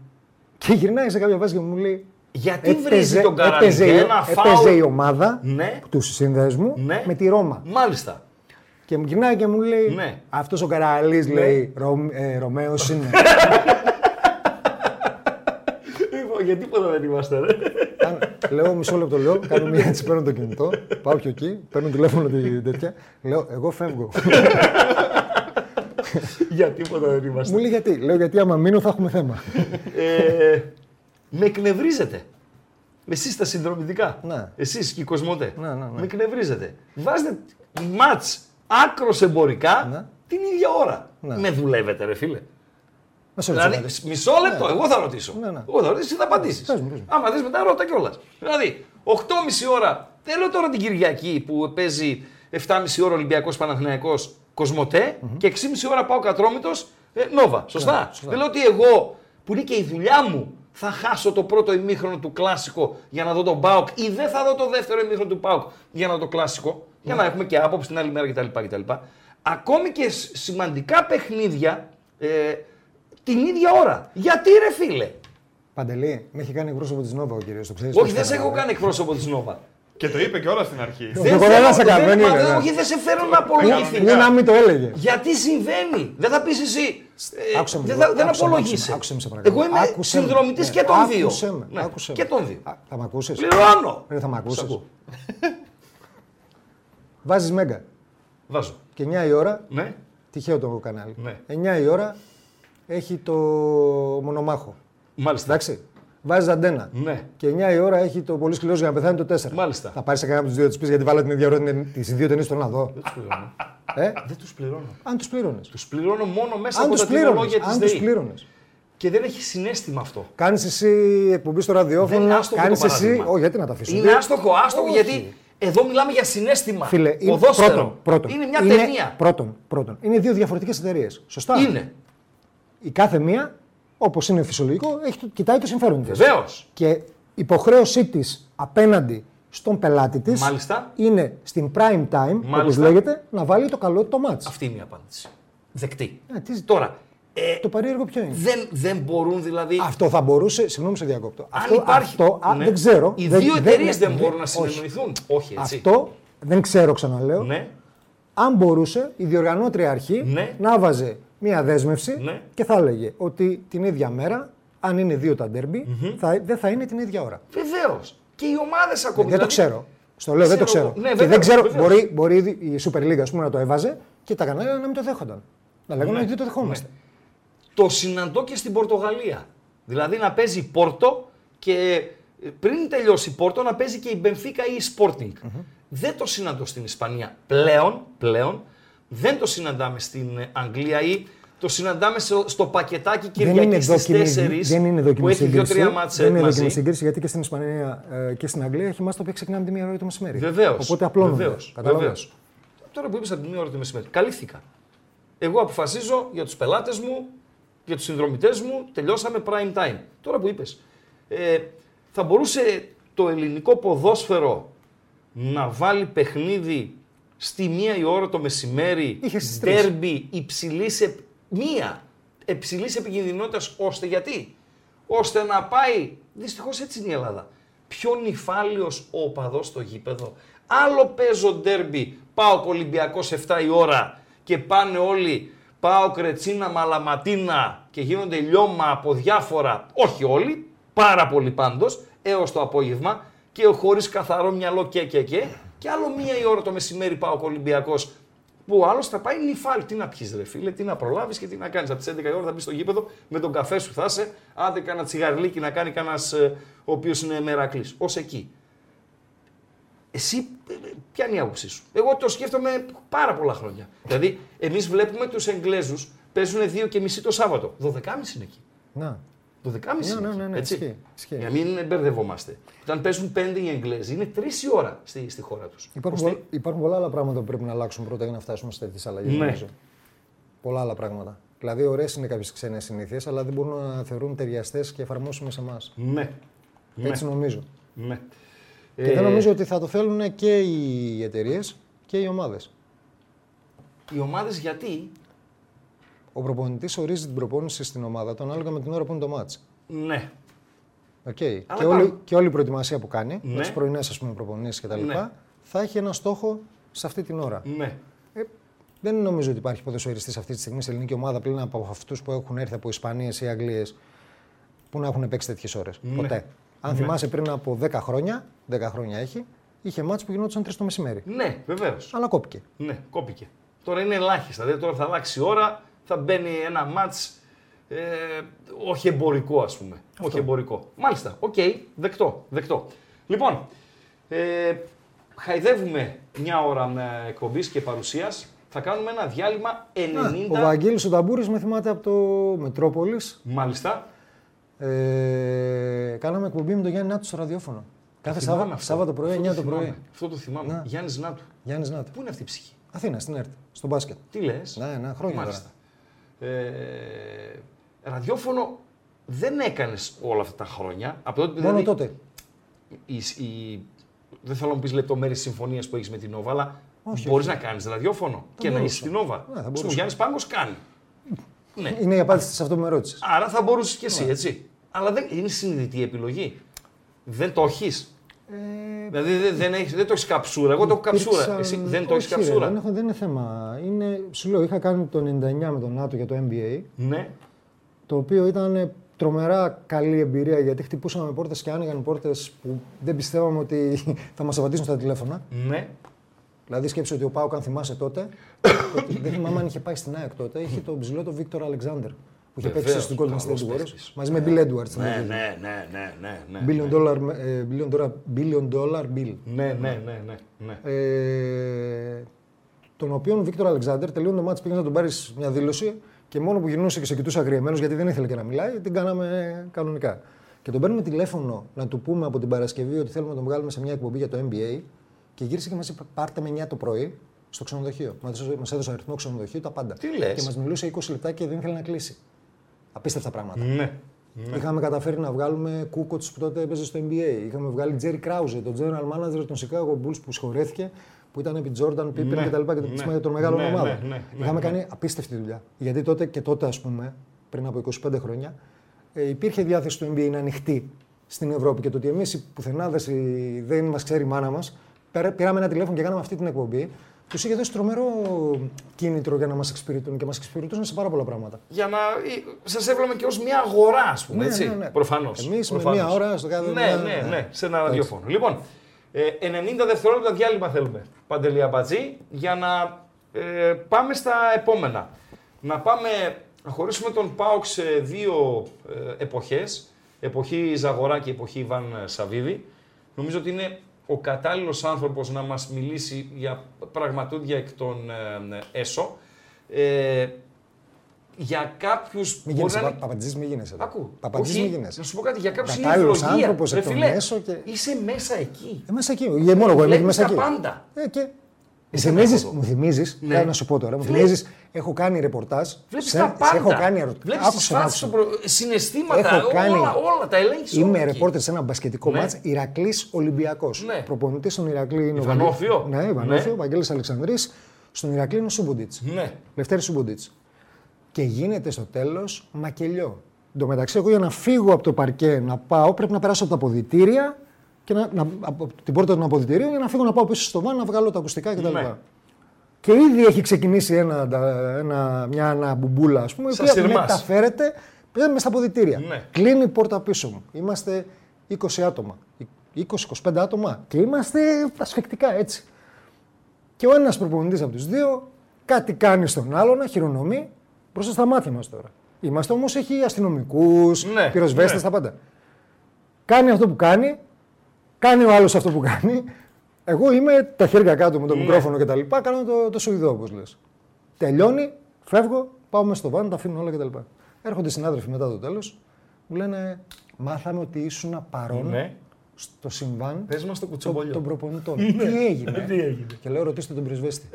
D: και γυρνάει σε κάποια βάση και μου λέει.
C: Γιατί βρίζει τον Καραλή.
D: έπαιζε, η-
C: για ένα φάουλ.
D: έπαιζε η ομάδα
C: Ναι.
D: του συνδέσμου
C: Ναι.
D: με τη Ρώμα.
C: Μάλιστα.
D: Και μου γυρνάει και μου λέει:
C: Ναι.
D: Αυτός ο Καραλής λέει Ρο, ε, Ρωμαίος
C: [laughs]
D: είναι.
C: Λοιπόν, για τίποτα δεν είμαστε, ρε. [laughs]
D: Κάνω- λέω μισό λεπτό, λέω. Κάνω μία έτσι, παίρνω το κινητό, πάω πιο εκεί, παίρνω τηλέφωνο την τέτοια. Λέω: Εγώ φεύγω.
C: [laughs] για τίποτα δεν είμαστε.
D: μου λέει γιατί. Λέω: Γιατί άμα μείνω θα έχουμε θέμα.
C: ε, με εκνευρίζετε. Εσείς τα συνδρομητικά.
D: Ναι.
C: Εσείς και οι Κοσμοτέ.
D: Ναι, ναι, ναι.
C: Με εκνεvrίζετε. Βάζετε ματ άκρος εμπορικά
D: Ναι.
C: την ίδια ώρα.
D: Ναι.
C: Με δουλεύετε, ρε φίλε.
D: Μισό λεπτό.
C: Δηλαδή,
D: κάτι.
C: μισό λεπτό, εγώ θα ρωτήσω.
D: Ναι, ναι.
C: Εγώ θα ρωτήσω, εσύ θα απαντήσεις.
D: Πες μου, πες μου.
C: Άμα δει μετά, ρώτα κιόλας. Δηλαδή, 8.30 ώρα, θέλω τώρα την Κυριακή που παίζει 7.30 ώρα Ολυμπιακός Παναθυναϊκό Κοσμοτέ και 6.30 ώρα πάω Κατρόμητος ε, Νόβα. Σωστά.
D: Ναι, σωστά.
C: Δεν λέω ότι εγώ που είναι και η δουλειά μου θα χάσω το πρώτο ημίχρονο του κλασικό για να δω τον Πάοκ ή δεν θα δω το δεύτερο ημίχρονο του Πάοκ για να δω το κλασικό. Για
D: Ναι.
C: να έχουμε και άποψη την άλλη μέρα κτλ. κτλ. Ακόμη και σ- σημαντικά παιχνίδια ε, την ίδια ώρα. Γιατί ρε φίλε.
D: Παντελή, με έχει κάνει εκπρόσωπο της Νόβα ο κύριος. Το ξέρεις.
C: Όχι, δεν σε έχω κάνει εκπρόσωπο της Νόβα.
B: Και το είπε κιόλας στην αρχή.
C: Ναι,
D: Εγώ δεν
C: θέλω-
D: θα σε κάνω, δεν
C: μα-
D: είναι, ναι.
C: Όχι, δεν σε θέλω να
D: Είναι
C: απολογηθεί.
D: να μην το έλεγε.
C: Γιατί συμβαίνει. Δεν θα πεις εσύ. ε,
D: Άκουσε με
C: δεν
D: λίγο,
C: θα, δεν
D: άκουσε με,
C: απολογείσαι.
D: άκουσε με, σε παρακαλώ.
C: Εγώ είμαι
D: Άκουσε με,
C: συνδρομητής
D: ναι,
C: και των δύο.
D: άκουσε με,
C: Ναι,
D: άκουσε με.
C: Και των δύο.
D: Α, Θα με ακούσεις.
C: Πληρώνω.
D: θα με ακούσει.
C: Σ' ακούω.
D: [laughs] Βάζεις μέγα.
C: Βάζω.
D: Και 9 η ώρα,
C: Ναι.
D: τυχαίο το κανάλι.
C: Ναι.
D: 9 η ώρα έχει το μονομάχο.
C: Μάλιστα.
D: Εντάξει. Βάζεις αντένα.
C: Ναι.
D: Και 9 η ώρα έχει το πολύ σκληρό για να πεθάνει το 4.
C: Μάλιστα.
D: Θα πάρεις σε κανένα από τους δύο τη πεις γιατί βάλω την ίδια ώρα τις δύο ταινίες τώρα να δω.
C: Δεν τους πληρώνω.
D: ε,
C: Δεν τους πληρώνω.
D: αν τους πλήρωνε.
C: Τους πληρώνω μόνο μέσα
D: Αν
C: από
D: τους
C: τα τιμολόγια
D: πλήρωνε.
C: της
D: Αν τους
C: ΔΕΗ.
D: πλήρωνες.
C: Και δεν έχει συνέστημα αυτό.
D: Κάνεις εσύ εκπομπή στο ραδιόφωνο.
C: Δεν είναι άστοχο
D: κάνεις
C: το
D: εσύ.
C: παράδειγμα.
D: Όχι, γιατί να τα αφήσω.
C: Είναι άστοχο, άστοχο
D: Όχι.
C: γιατί εδώ μιλάμε για συνέστημα.
D: Φίλε, είναι,
C: Ποδόσφαιρο.
D: πρώτον, πρώτον,
C: είναι μια
D: είναι,
C: ταινία.
D: Πρώτον, πρώτον, είναι δύο διαφορετικές εταιρείες. Σωστά.
C: Είναι.
D: Η κάθε μία, όπως είναι φυσιολογικό, έχει, το- κοιτάει το συμφέρον της.
C: Βεβαίως.
D: Και υποχρέωσή της απέναντι στον πελάτη της
C: Μάλιστα.
D: είναι στην prime time, όπως
C: Μάλιστα.
D: λέγεται, να βάλει το καλό του το μάτς.
C: Αυτή είναι η απάντηση. Δεκτή.
D: Ε, τι-
C: Τώρα, ε,
D: Το περίεργο ποιο είναι.
C: δεν, δεν μπορούν δηλαδή.
D: Αυτό θα μπορούσε. Συγγνώμη, σε διακόπτω.
C: αν
D: αυτό,
C: υπάρχει.
D: αυτό α,
C: Ναι.
D: δεν ξέρω.
C: Οι δύο εταιρείες δεν, μπορούν να
D: όχι.
C: συνεννοηθούν. Όχι, έτσι.
D: Αυτό δεν ξέρω, ξαναλέω.
C: Ναι.
D: αν μπορούσε η διοργανώτρια αρχή
C: Ναι.
D: να βάζε μία δέσμευση
C: Ναι.
D: και θα έλεγε ότι την ίδια μέρα, αν είναι δύο τα ντερμπι, θα, δεν θα είναι την ίδια ώρα.
C: Βεβαίως. Και οι ομάδες ακόμη.
D: δεν
C: δηλαδή,
D: το ξέρω. Στο λέω, δεν το
C: ξέρω
D: ξέρω.
C: εγώ. Ναι,
D: και
C: βέβαια,
D: δεν ξέρω,
C: βέβαια.
D: μπορεί, μπορεί η Super League ας πούμε, να το έβαζε και τα κανάλια να μην το δέχονταν. Να λέγανε
C: Ναι.
D: ότι δεν το δεχόμαστε.
C: Το συναντώ και στην Πορτογαλία. Δηλαδή να παίζει η Πόρτο και ε, πριν τελειώσει η Πόρτο να παίζει και η Μπενφίκα ή η Sporting. Δεν το συναντώ στην Ισπανία πλέον, πλέον δεν το συναντάμε στην ε, Αγγλία ή το συναντάμε στο, στο πακετάκι
D: Δεν είναι,
C: Κυριακής στι 4
D: δοκιμή, δεν είναι
C: που
D: δοκιμή
C: έχει
D: σύγκριση.
C: δύο-τρία μάτσε
D: Δεν είναι
C: μαζί.
D: δοκιμή σύγκριση γιατί και στην Ισπανία ε, και στην Αγγλία έχει μάτς τα οποία ξεκινάμε τη μία ώρα το μεσημέρι.
C: Βεβαίως.
D: Οπότε απλώνονται.
C: Βεβαίως.
D: Καταλαβαίνω.
C: Βεβαίως. Τώρα που είπες από την μία ώρα το μεσημέρι, καλύφθηκα. Εγώ αποφασίζω για τους πελάτες μου, για τους συνδρομητές μου, τελειώσαμε prime time. Τώρα που είπες, ε, θα μπορούσε το ελληνικό ποδόσφαιρο να βάλει παιχνίδι στη μία η ώρα το μεσημέρι,
D: Είχε στις τρεις.
C: ντέρμπι υψηλή μία υψηλής επικινδυνότητας, ώστε γιατί, ώστε να πάει. Δυστυχώς έτσι είναι η Ελλάδα. Πιο νυφάλιος ο οπαδό στο γήπεδο. Άλλο παίζω ντέρμπι. Πάω Ολυμπιακό 7 η ώρα και πάνε όλοι. Πάω Κρετσίνα Μαλαματίνα και γίνονται λιώμα από διάφορα. Όχι όλοι, πάρα πολύ πάντως, έως το απόγευμα και χωρίς καθαρό μυαλό και και και. Και άλλο μία η ώρα το μεσημέρι πάω Ολυμπιακός που ο άλλος θα πάει νυφάλ. Τι να πιεις, ρε φίλε, τι να προλάβεις και τι να κάνεις. Από τις 11 η ώρα θα μπεις στο γήπεδο με τον καφέ σου θα είσαι. Άντε κάνα τσιγαρλίκι να κάνει κανένα ο οποίος είναι μερακλής. Ως εκεί. Εσύ, ε, ε, ποια είναι η άποψή σου. Εγώ το σκέφτομαι πάρα πολλά χρόνια. Δηλαδή, εμείς βλέπουμε τους Εγγλέζους παίζουν 2.30 το Σάββατο. 12.30 είναι εκεί.
D: Να.
C: 12.30
D: Ναι,
C: είναι
D: ναι,
C: εκεί,
D: ναι, ναι,
C: έτσι.
D: ισχύει, ισχύει.
C: Για να μην μπερδευόμαστε. Όταν παίζουν 5 οι Εγγλέζοι, είναι 3 η ώρα στη, στη χώρα τους.
D: Υπάρχουν, πο- υπάρχουν πολλά άλλα πράγματα που πρέπει να αλλάξουν πρώτα για να φτάσουμε σε τέτοιες αλλαγές.
C: Ναι.
D: Πολλά άλλα πράγματα. Δηλαδή, ωραίες είναι κάποιες ξένες συνήθειες, αλλά δεν μπορούν να θεωρούν ταιριαστές και εφαρμόσιμες σε εμάς.
C: Ναι. Ναι.
D: Έτσι νομίζω.
C: ναι.
D: Και
C: Ε,
D: δεν νομίζω ότι θα το θέλουν και οι εταιρείες και οι ομάδες.
C: Οι ομάδες γιατί.
D: Ο προπονητής ορίζει την προπόνηση στην ομάδα του ανάλογα με την ώρα που είναι το μάτς.
C: Ναι.
D: Οκ.
C: Αλλά
D: Και, όλη,
C: πάμε.
D: και όλη η προετοιμασία που κάνει,
C: Ναι.
D: με τις πρωινές ας πούμε προπονήσεις κτλ.,
C: Ναι.
D: θα έχει ένα στόχο σε αυτή την ώρα.
C: Ναι.
D: Ε, δεν νομίζω ότι υπάρχει ποδοσφαιριστής αυτή τη στιγμή σε ελληνική ομάδα πλέον από αυτούς που έχουν έρθει από Ισπανίες ή Αγγλίες που να έχουν παίξει τέτοιες ώρες.
C: Ναι.
D: Ποτέ. Αν θυμάσαι πριν από 10 χρόνια, 10 χρόνια έχει, είχε μάτς που γινόντουσαν 3 το μεσημέρι.
C: Ναι, βεβαίως.
D: Αλλά κόπηκε.
C: Ναι, κόπηκε. Τώρα είναι ελάχιστα. Δηλαδή τώρα θα αλλάξει η ώρα, θα μπαίνει ένα μάτ. Ε, όχι εμπορικό, ας πούμε. Όχι εμπορικό. Μάλιστα. Οκ. Δεκτό. Δεκτό. Λοιπόν, ε, χαϊδεύουμε μια ώρα εκπομπής και παρουσίας. Θα κάνουμε ένα διάλειμμα 90.
D: Ναι, Ο Βαγγέλης ο Ταμπούρης με θυμάται από το Μετρόπολης
C: Μάλιστα.
D: Ε, κάναμε εκπομπή με τον Γιάννη Νάτου στο ραδιόφωνο. Κάθε
C: Θυμάμαι
D: Σάββα,
C: αυτό.
D: Σάββατο πρωί,
C: Αυτό
D: 9 το πρωί. Ναι.
C: θυμάμαι. Αυτό το θυμάμαι.
D: Να.
C: Γιάννης Νάτου.
D: Γιάννης Νάτου.
C: Πού είναι αυτή η ψυχή.
D: Αθήνα, στην ΕΡΤ, στο μπάσκετ.
C: Τι λες.
D: Ναι, ναι, χρόνια
C: Μάλιστα. Ε, ραδιόφωνο δεν έκανες όλα αυτά τα χρόνια. Από τότε,
D: Μόνο
C: δηλαδή,
D: τότε.
C: η- η- δεν θέλω να μου πεις λεπτομέρειες συμφωνίας που έχεις με την Νόβα, αλλά
D: Όχι,
C: μπορείς να κάνεις ραδιόφωνο και να
D: μπορούσα.
C: είσαι στην Νόβα.
D: Ναι, θα
C: Ας πούμε, Ο
D: μπορούσα.
C: Γιάννης Πάγκος κάνει. ναι.
D: Είναι Ναι. η απάντηση σε αυτό που με ρώτησες.
C: Άρα θα μπορούσες και εσύ, έτσι. Αλλά δεν, είναι συνειδητή η επιλογή. Δεν το έχεις. Δηλαδή δεν, δεν, έχεις, δεν το έχεις καψούρα. Εγώ το έχω καψούρα. Εσύ δεν το έχεις
D: Όχι, ρε,
C: καψούρα.
D: Δεν, έχω, δεν είναι θέμα. Είναι, σου λέω, είχα κάνει το 99 με τον Νάτο για το NBA,
C: Ναι.
D: το οποίο ήταν ε, τρομερά καλή εμπειρία γιατί χτυπούσαμε πόρτες και άνοιγαν πόρτες που δεν πιστεύαμε ότι [laughs] θα μας απαντήσουν στα τηλέφωνα.
C: Ναι.
D: Δηλαδή σκέψτε ότι ο Πάουκ, αν θυμάσαι τότε, [coughs] ότι- δεν θυμάμαι αν είχε πάει στην ΑΕΚ τότε, είχε τον ψηλό τον Βίκτορ Αλεξάνδρ που είχε
C: Βεβαίως,
D: παίξει στην Golden State
C: καλός
D: Warriors
C: παίκτης.
D: μαζί με Bill
C: Ναι,
D: Edwards. δηλαδή.
C: ναι, ναι, ναι, ναι, ναι.
D: Billion dollar, ε, billion dollar, billion dollar bill.
C: Ναι, ναι, ναι, ναι, ναι.
D: Ε, τον οποίον Βίκτορ Αλεξάνδρ τελείωνε το μάτι, πήγε να τον πάρεις μια δήλωση και μόνο που γυρνούσε και σε κοιτούσε αγριεμένος γιατί δεν ήθελε και να μιλάει, την κάναμε κανονικά. Και τον παίρνουμε τηλέφωνο να του πούμε από την Παρασκευή ότι θέλουμε να τον βγάλουμε σε μια εκπομπή για το NBA και γύρισε και μας είπε: Πάρτε με 9 το πρωί στο ξενοδοχείο. Μας έδωσε αριθμό ξενοδοχείου, τα πάντα.
C: Τι λες?
D: Και μας μιλούσε 20 λεπτά και δεν ήθελε να κλείσει. Απίστευτα πράγματα.
C: Ναι.
D: Είχαμε καταφέρει να βγάλουμε Κούκοτ που τότε έπαιζε στο NBA. Είχαμε βγάλει Τζέρι Κράουζε, τον general manager των Chicago Bulls που σχολέθηκε, που ήταν επί Jordan, Pippen
C: Ναι,
D: κτλ. Και
C: ναι,
D: το ναι, των μεγάλων
C: ναι,
D: ομάδων.
C: ναι, ναι, ναι,
D: Είχαμε
C: ναι.
D: κάνει απίστευτη δουλειά. Γιατί τότε και τότε, ας πούμε, πριν από 25 χρόνια, ε, υπήρχε διάθεση του NBA να ανοιχτεί στην Ευρώπη και το ότι εμείς οι πουθενάδες, δεν μας ξέρει η μάνα μας, πήραμε ένα τηλέφωνο και κάναμε αυτή την εκπομπή. Τους είχε δώσει τρομερό κίνητρο για να μας εξυπηρετούν και μας εξυπηρετούσαν σε πάρα πολλά πράγματα.
C: Για να. Σας έβλεπαμε και ως μια αγορά, ας πούμε.
D: Ναι,
C: έτσι. Προφανώς.
D: Εμείς με μία ώρα στο κάθε.
C: Ναι,
D: μια-
C: ναι, ναι, σε ένα ραδιόφωνο. Λοιπόν, ε, 90 δευτερόλεπτα διάλειμμα θέλουμε, Παντελή Αμπατζή, για να ε, πάμε στα επόμενα. Να πάμε, να χωρίσουμε τον ΠΑΟΚ σε δύο ε, εποχές, εποχή Ζαγορά και εποχή Ιβάν Σαββίδη. Νομίζω ότι είναι ο κατάλληλος άνθρωπος να μας μιλήσει για πραγματούδια εκ των ε, έσω. Ε, για κάποιους
D: Μην
C: μπορεί
D: γίνεσαι.
C: να
D: πα-
C: είναι-
D: Παπαντζής, μην γίνεσαι. ρε.
C: Άκου.
D: Παπαντζής,
C: όχι,
D: μην γίνεσαι.
C: Να σου πω κάτι για κάποιους είναι η
D: Κατάλληλος
C: ευλογία.
D: άνθρωπος
C: Ρε
D: εκ των
C: φιλέ,
D: έσω και-
C: Είσαι μέσα εκεί.
D: Ε, μέσα εκεί. Για μόνο εγώ είμαι και
C: Βλέπεις
D: μέσα
C: τα
D: εκεί.
C: πάντα.
D: Ε, και... Μου
C: Είσαι
D: θυμίζεις,
C: εδώ.
D: μου θυμίζεις,
C: Ναι.
D: κάτι να σου πω τώρα, μου
C: Βλέ-
D: θυμίζεις, έχω κάνει ρεπορτάζ,
C: Βλέπεις
D: σε,
C: τα
D: σε
C: πάντα.
D: έχω κάνει ερωτήσεις.
C: Βλέπεις τις φάτσες, το προ... συναισθήματα,
D: Έχω κάνει-
C: όλα, όλα τα ελέγχεις. όλα
D: Είμαι
C: εκεί.
D: ρεπόρτερ σε ένα μπασκετικό
C: Ναι.
D: μάτς, Ηρακλής Ολυμπιακός.
C: Ναι.
D: Προπονητής στον Ηρακλή είναι ο
C: Ιβανόφιο.
D: Βαγγέλης- Ναι, Ιβανόφιο, ο Βαγγέλης Αλεξανδρής. Στον Ηρακλή είναι ο Σούμποντιτς.
C: Ναι. [laughs]
D: Λευτέρη Σούμποντιτς. Και γίνεται στο τέλος μακελιό. Εν τω μεταξύ, εγώ για να φύγω από το παρκέ να πάω, πρέπει να περάσω από τα αποδητήρια και να, να, από την πόρτα των αποδητηρίων για να φύγω να πάω πίσω στο βάν να βγάλω τα ακουστικά κτλ.
C: Ναι.
D: Και ήδη έχει ξεκινήσει ένα, τα- ένα, μια αναμπουμπούλα, ας πούμε, η
C: Σαν
D: οποία
C: σειρμάς.
D: μεταφέρεται μέσα στα αποδητήρια.
C: Ναι.
D: Κλείνει η πόρτα πίσω μου. Είμαστε 20 άτομα. 20-25 άτομα. Και είμαστε ασφεκτικά έτσι. Και ο ένας προπονητής από τους δύο κάτι κάνει στον άλλο να χειρονομεί μπροστά στα μάτια μας τώρα. Είμαστε όμως έχει αστυνομικούς,
C: Ναι,
D: πυροσβέστες,
C: ναι.
D: τα πάντα. Κάνει αυτό που κάνει, κάνει ο άλλος αυτό που κάνει. Εγώ είμαι τα χέρια κάτω με
C: Ναι.
D: το μικρόφωνο κτλ. Κάνω το, το σουηδό, όπως λες. Τελειώνει, φεύγω, πάω μέσα στο βάν, τα αφήνω όλα κτλ. Έρχονται οι συνάδελφοι μετά το τέλος, μου λένε Μάθαμε ότι ήσουν παρόν
C: Ναι.
D: στο συμβάν
C: Πες μας το κουτσομπολιό.
D: των προπονητών. Τι έγινε.
E: Ναι. Ε, Τι έγινε.
D: Και λέω, ρωτήστε τον πυροσβέστη.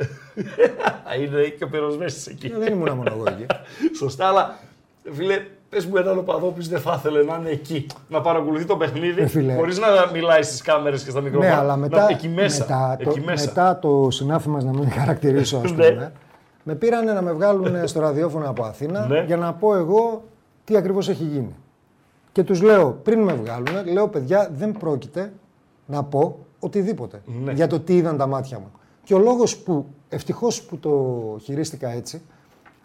C: Α, Είναι και ο πυροσβέστης εκεί.
D: Ε, Δεν ήμουν μόνο εγώ εκεί.
C: Σωστά, αλλά φίλε, πες μου έναν οπαδό που δεν θα ήθελε να είναι εκεί. Να παρακολουθεί το
D: Ε,
C: παιχνίδι
D: φίλε.
C: χωρίς να μιλάει στις κάμερες και στα μικρόφωνα.
D: ναι, αλλά
C: Να-
D: μετά,
C: εκεί μέσα.
D: μετά,
C: εκεί
D: το,
C: μέσα.
D: μετά το συνάφι μας να μην [laughs] χαρακτηρίσω, ας
C: Ναι.
D: πούμε, με πήρανε να με
C: [laughs]
D: βγάλουν στο ραδιόφωνο από Αθήνα
C: Ναι.
D: για να πω εγώ τι ακριβώς έχει γίνει. Και τους λέω, πριν με βγάλουν, λέω παιδιά δεν πρόκειται να πω οτιδήποτε
C: Ναι.
D: για το τι είδαν τα μάτια μου. Και ο λόγος που, ευτυχώς που το χειρίστηκα έτσι,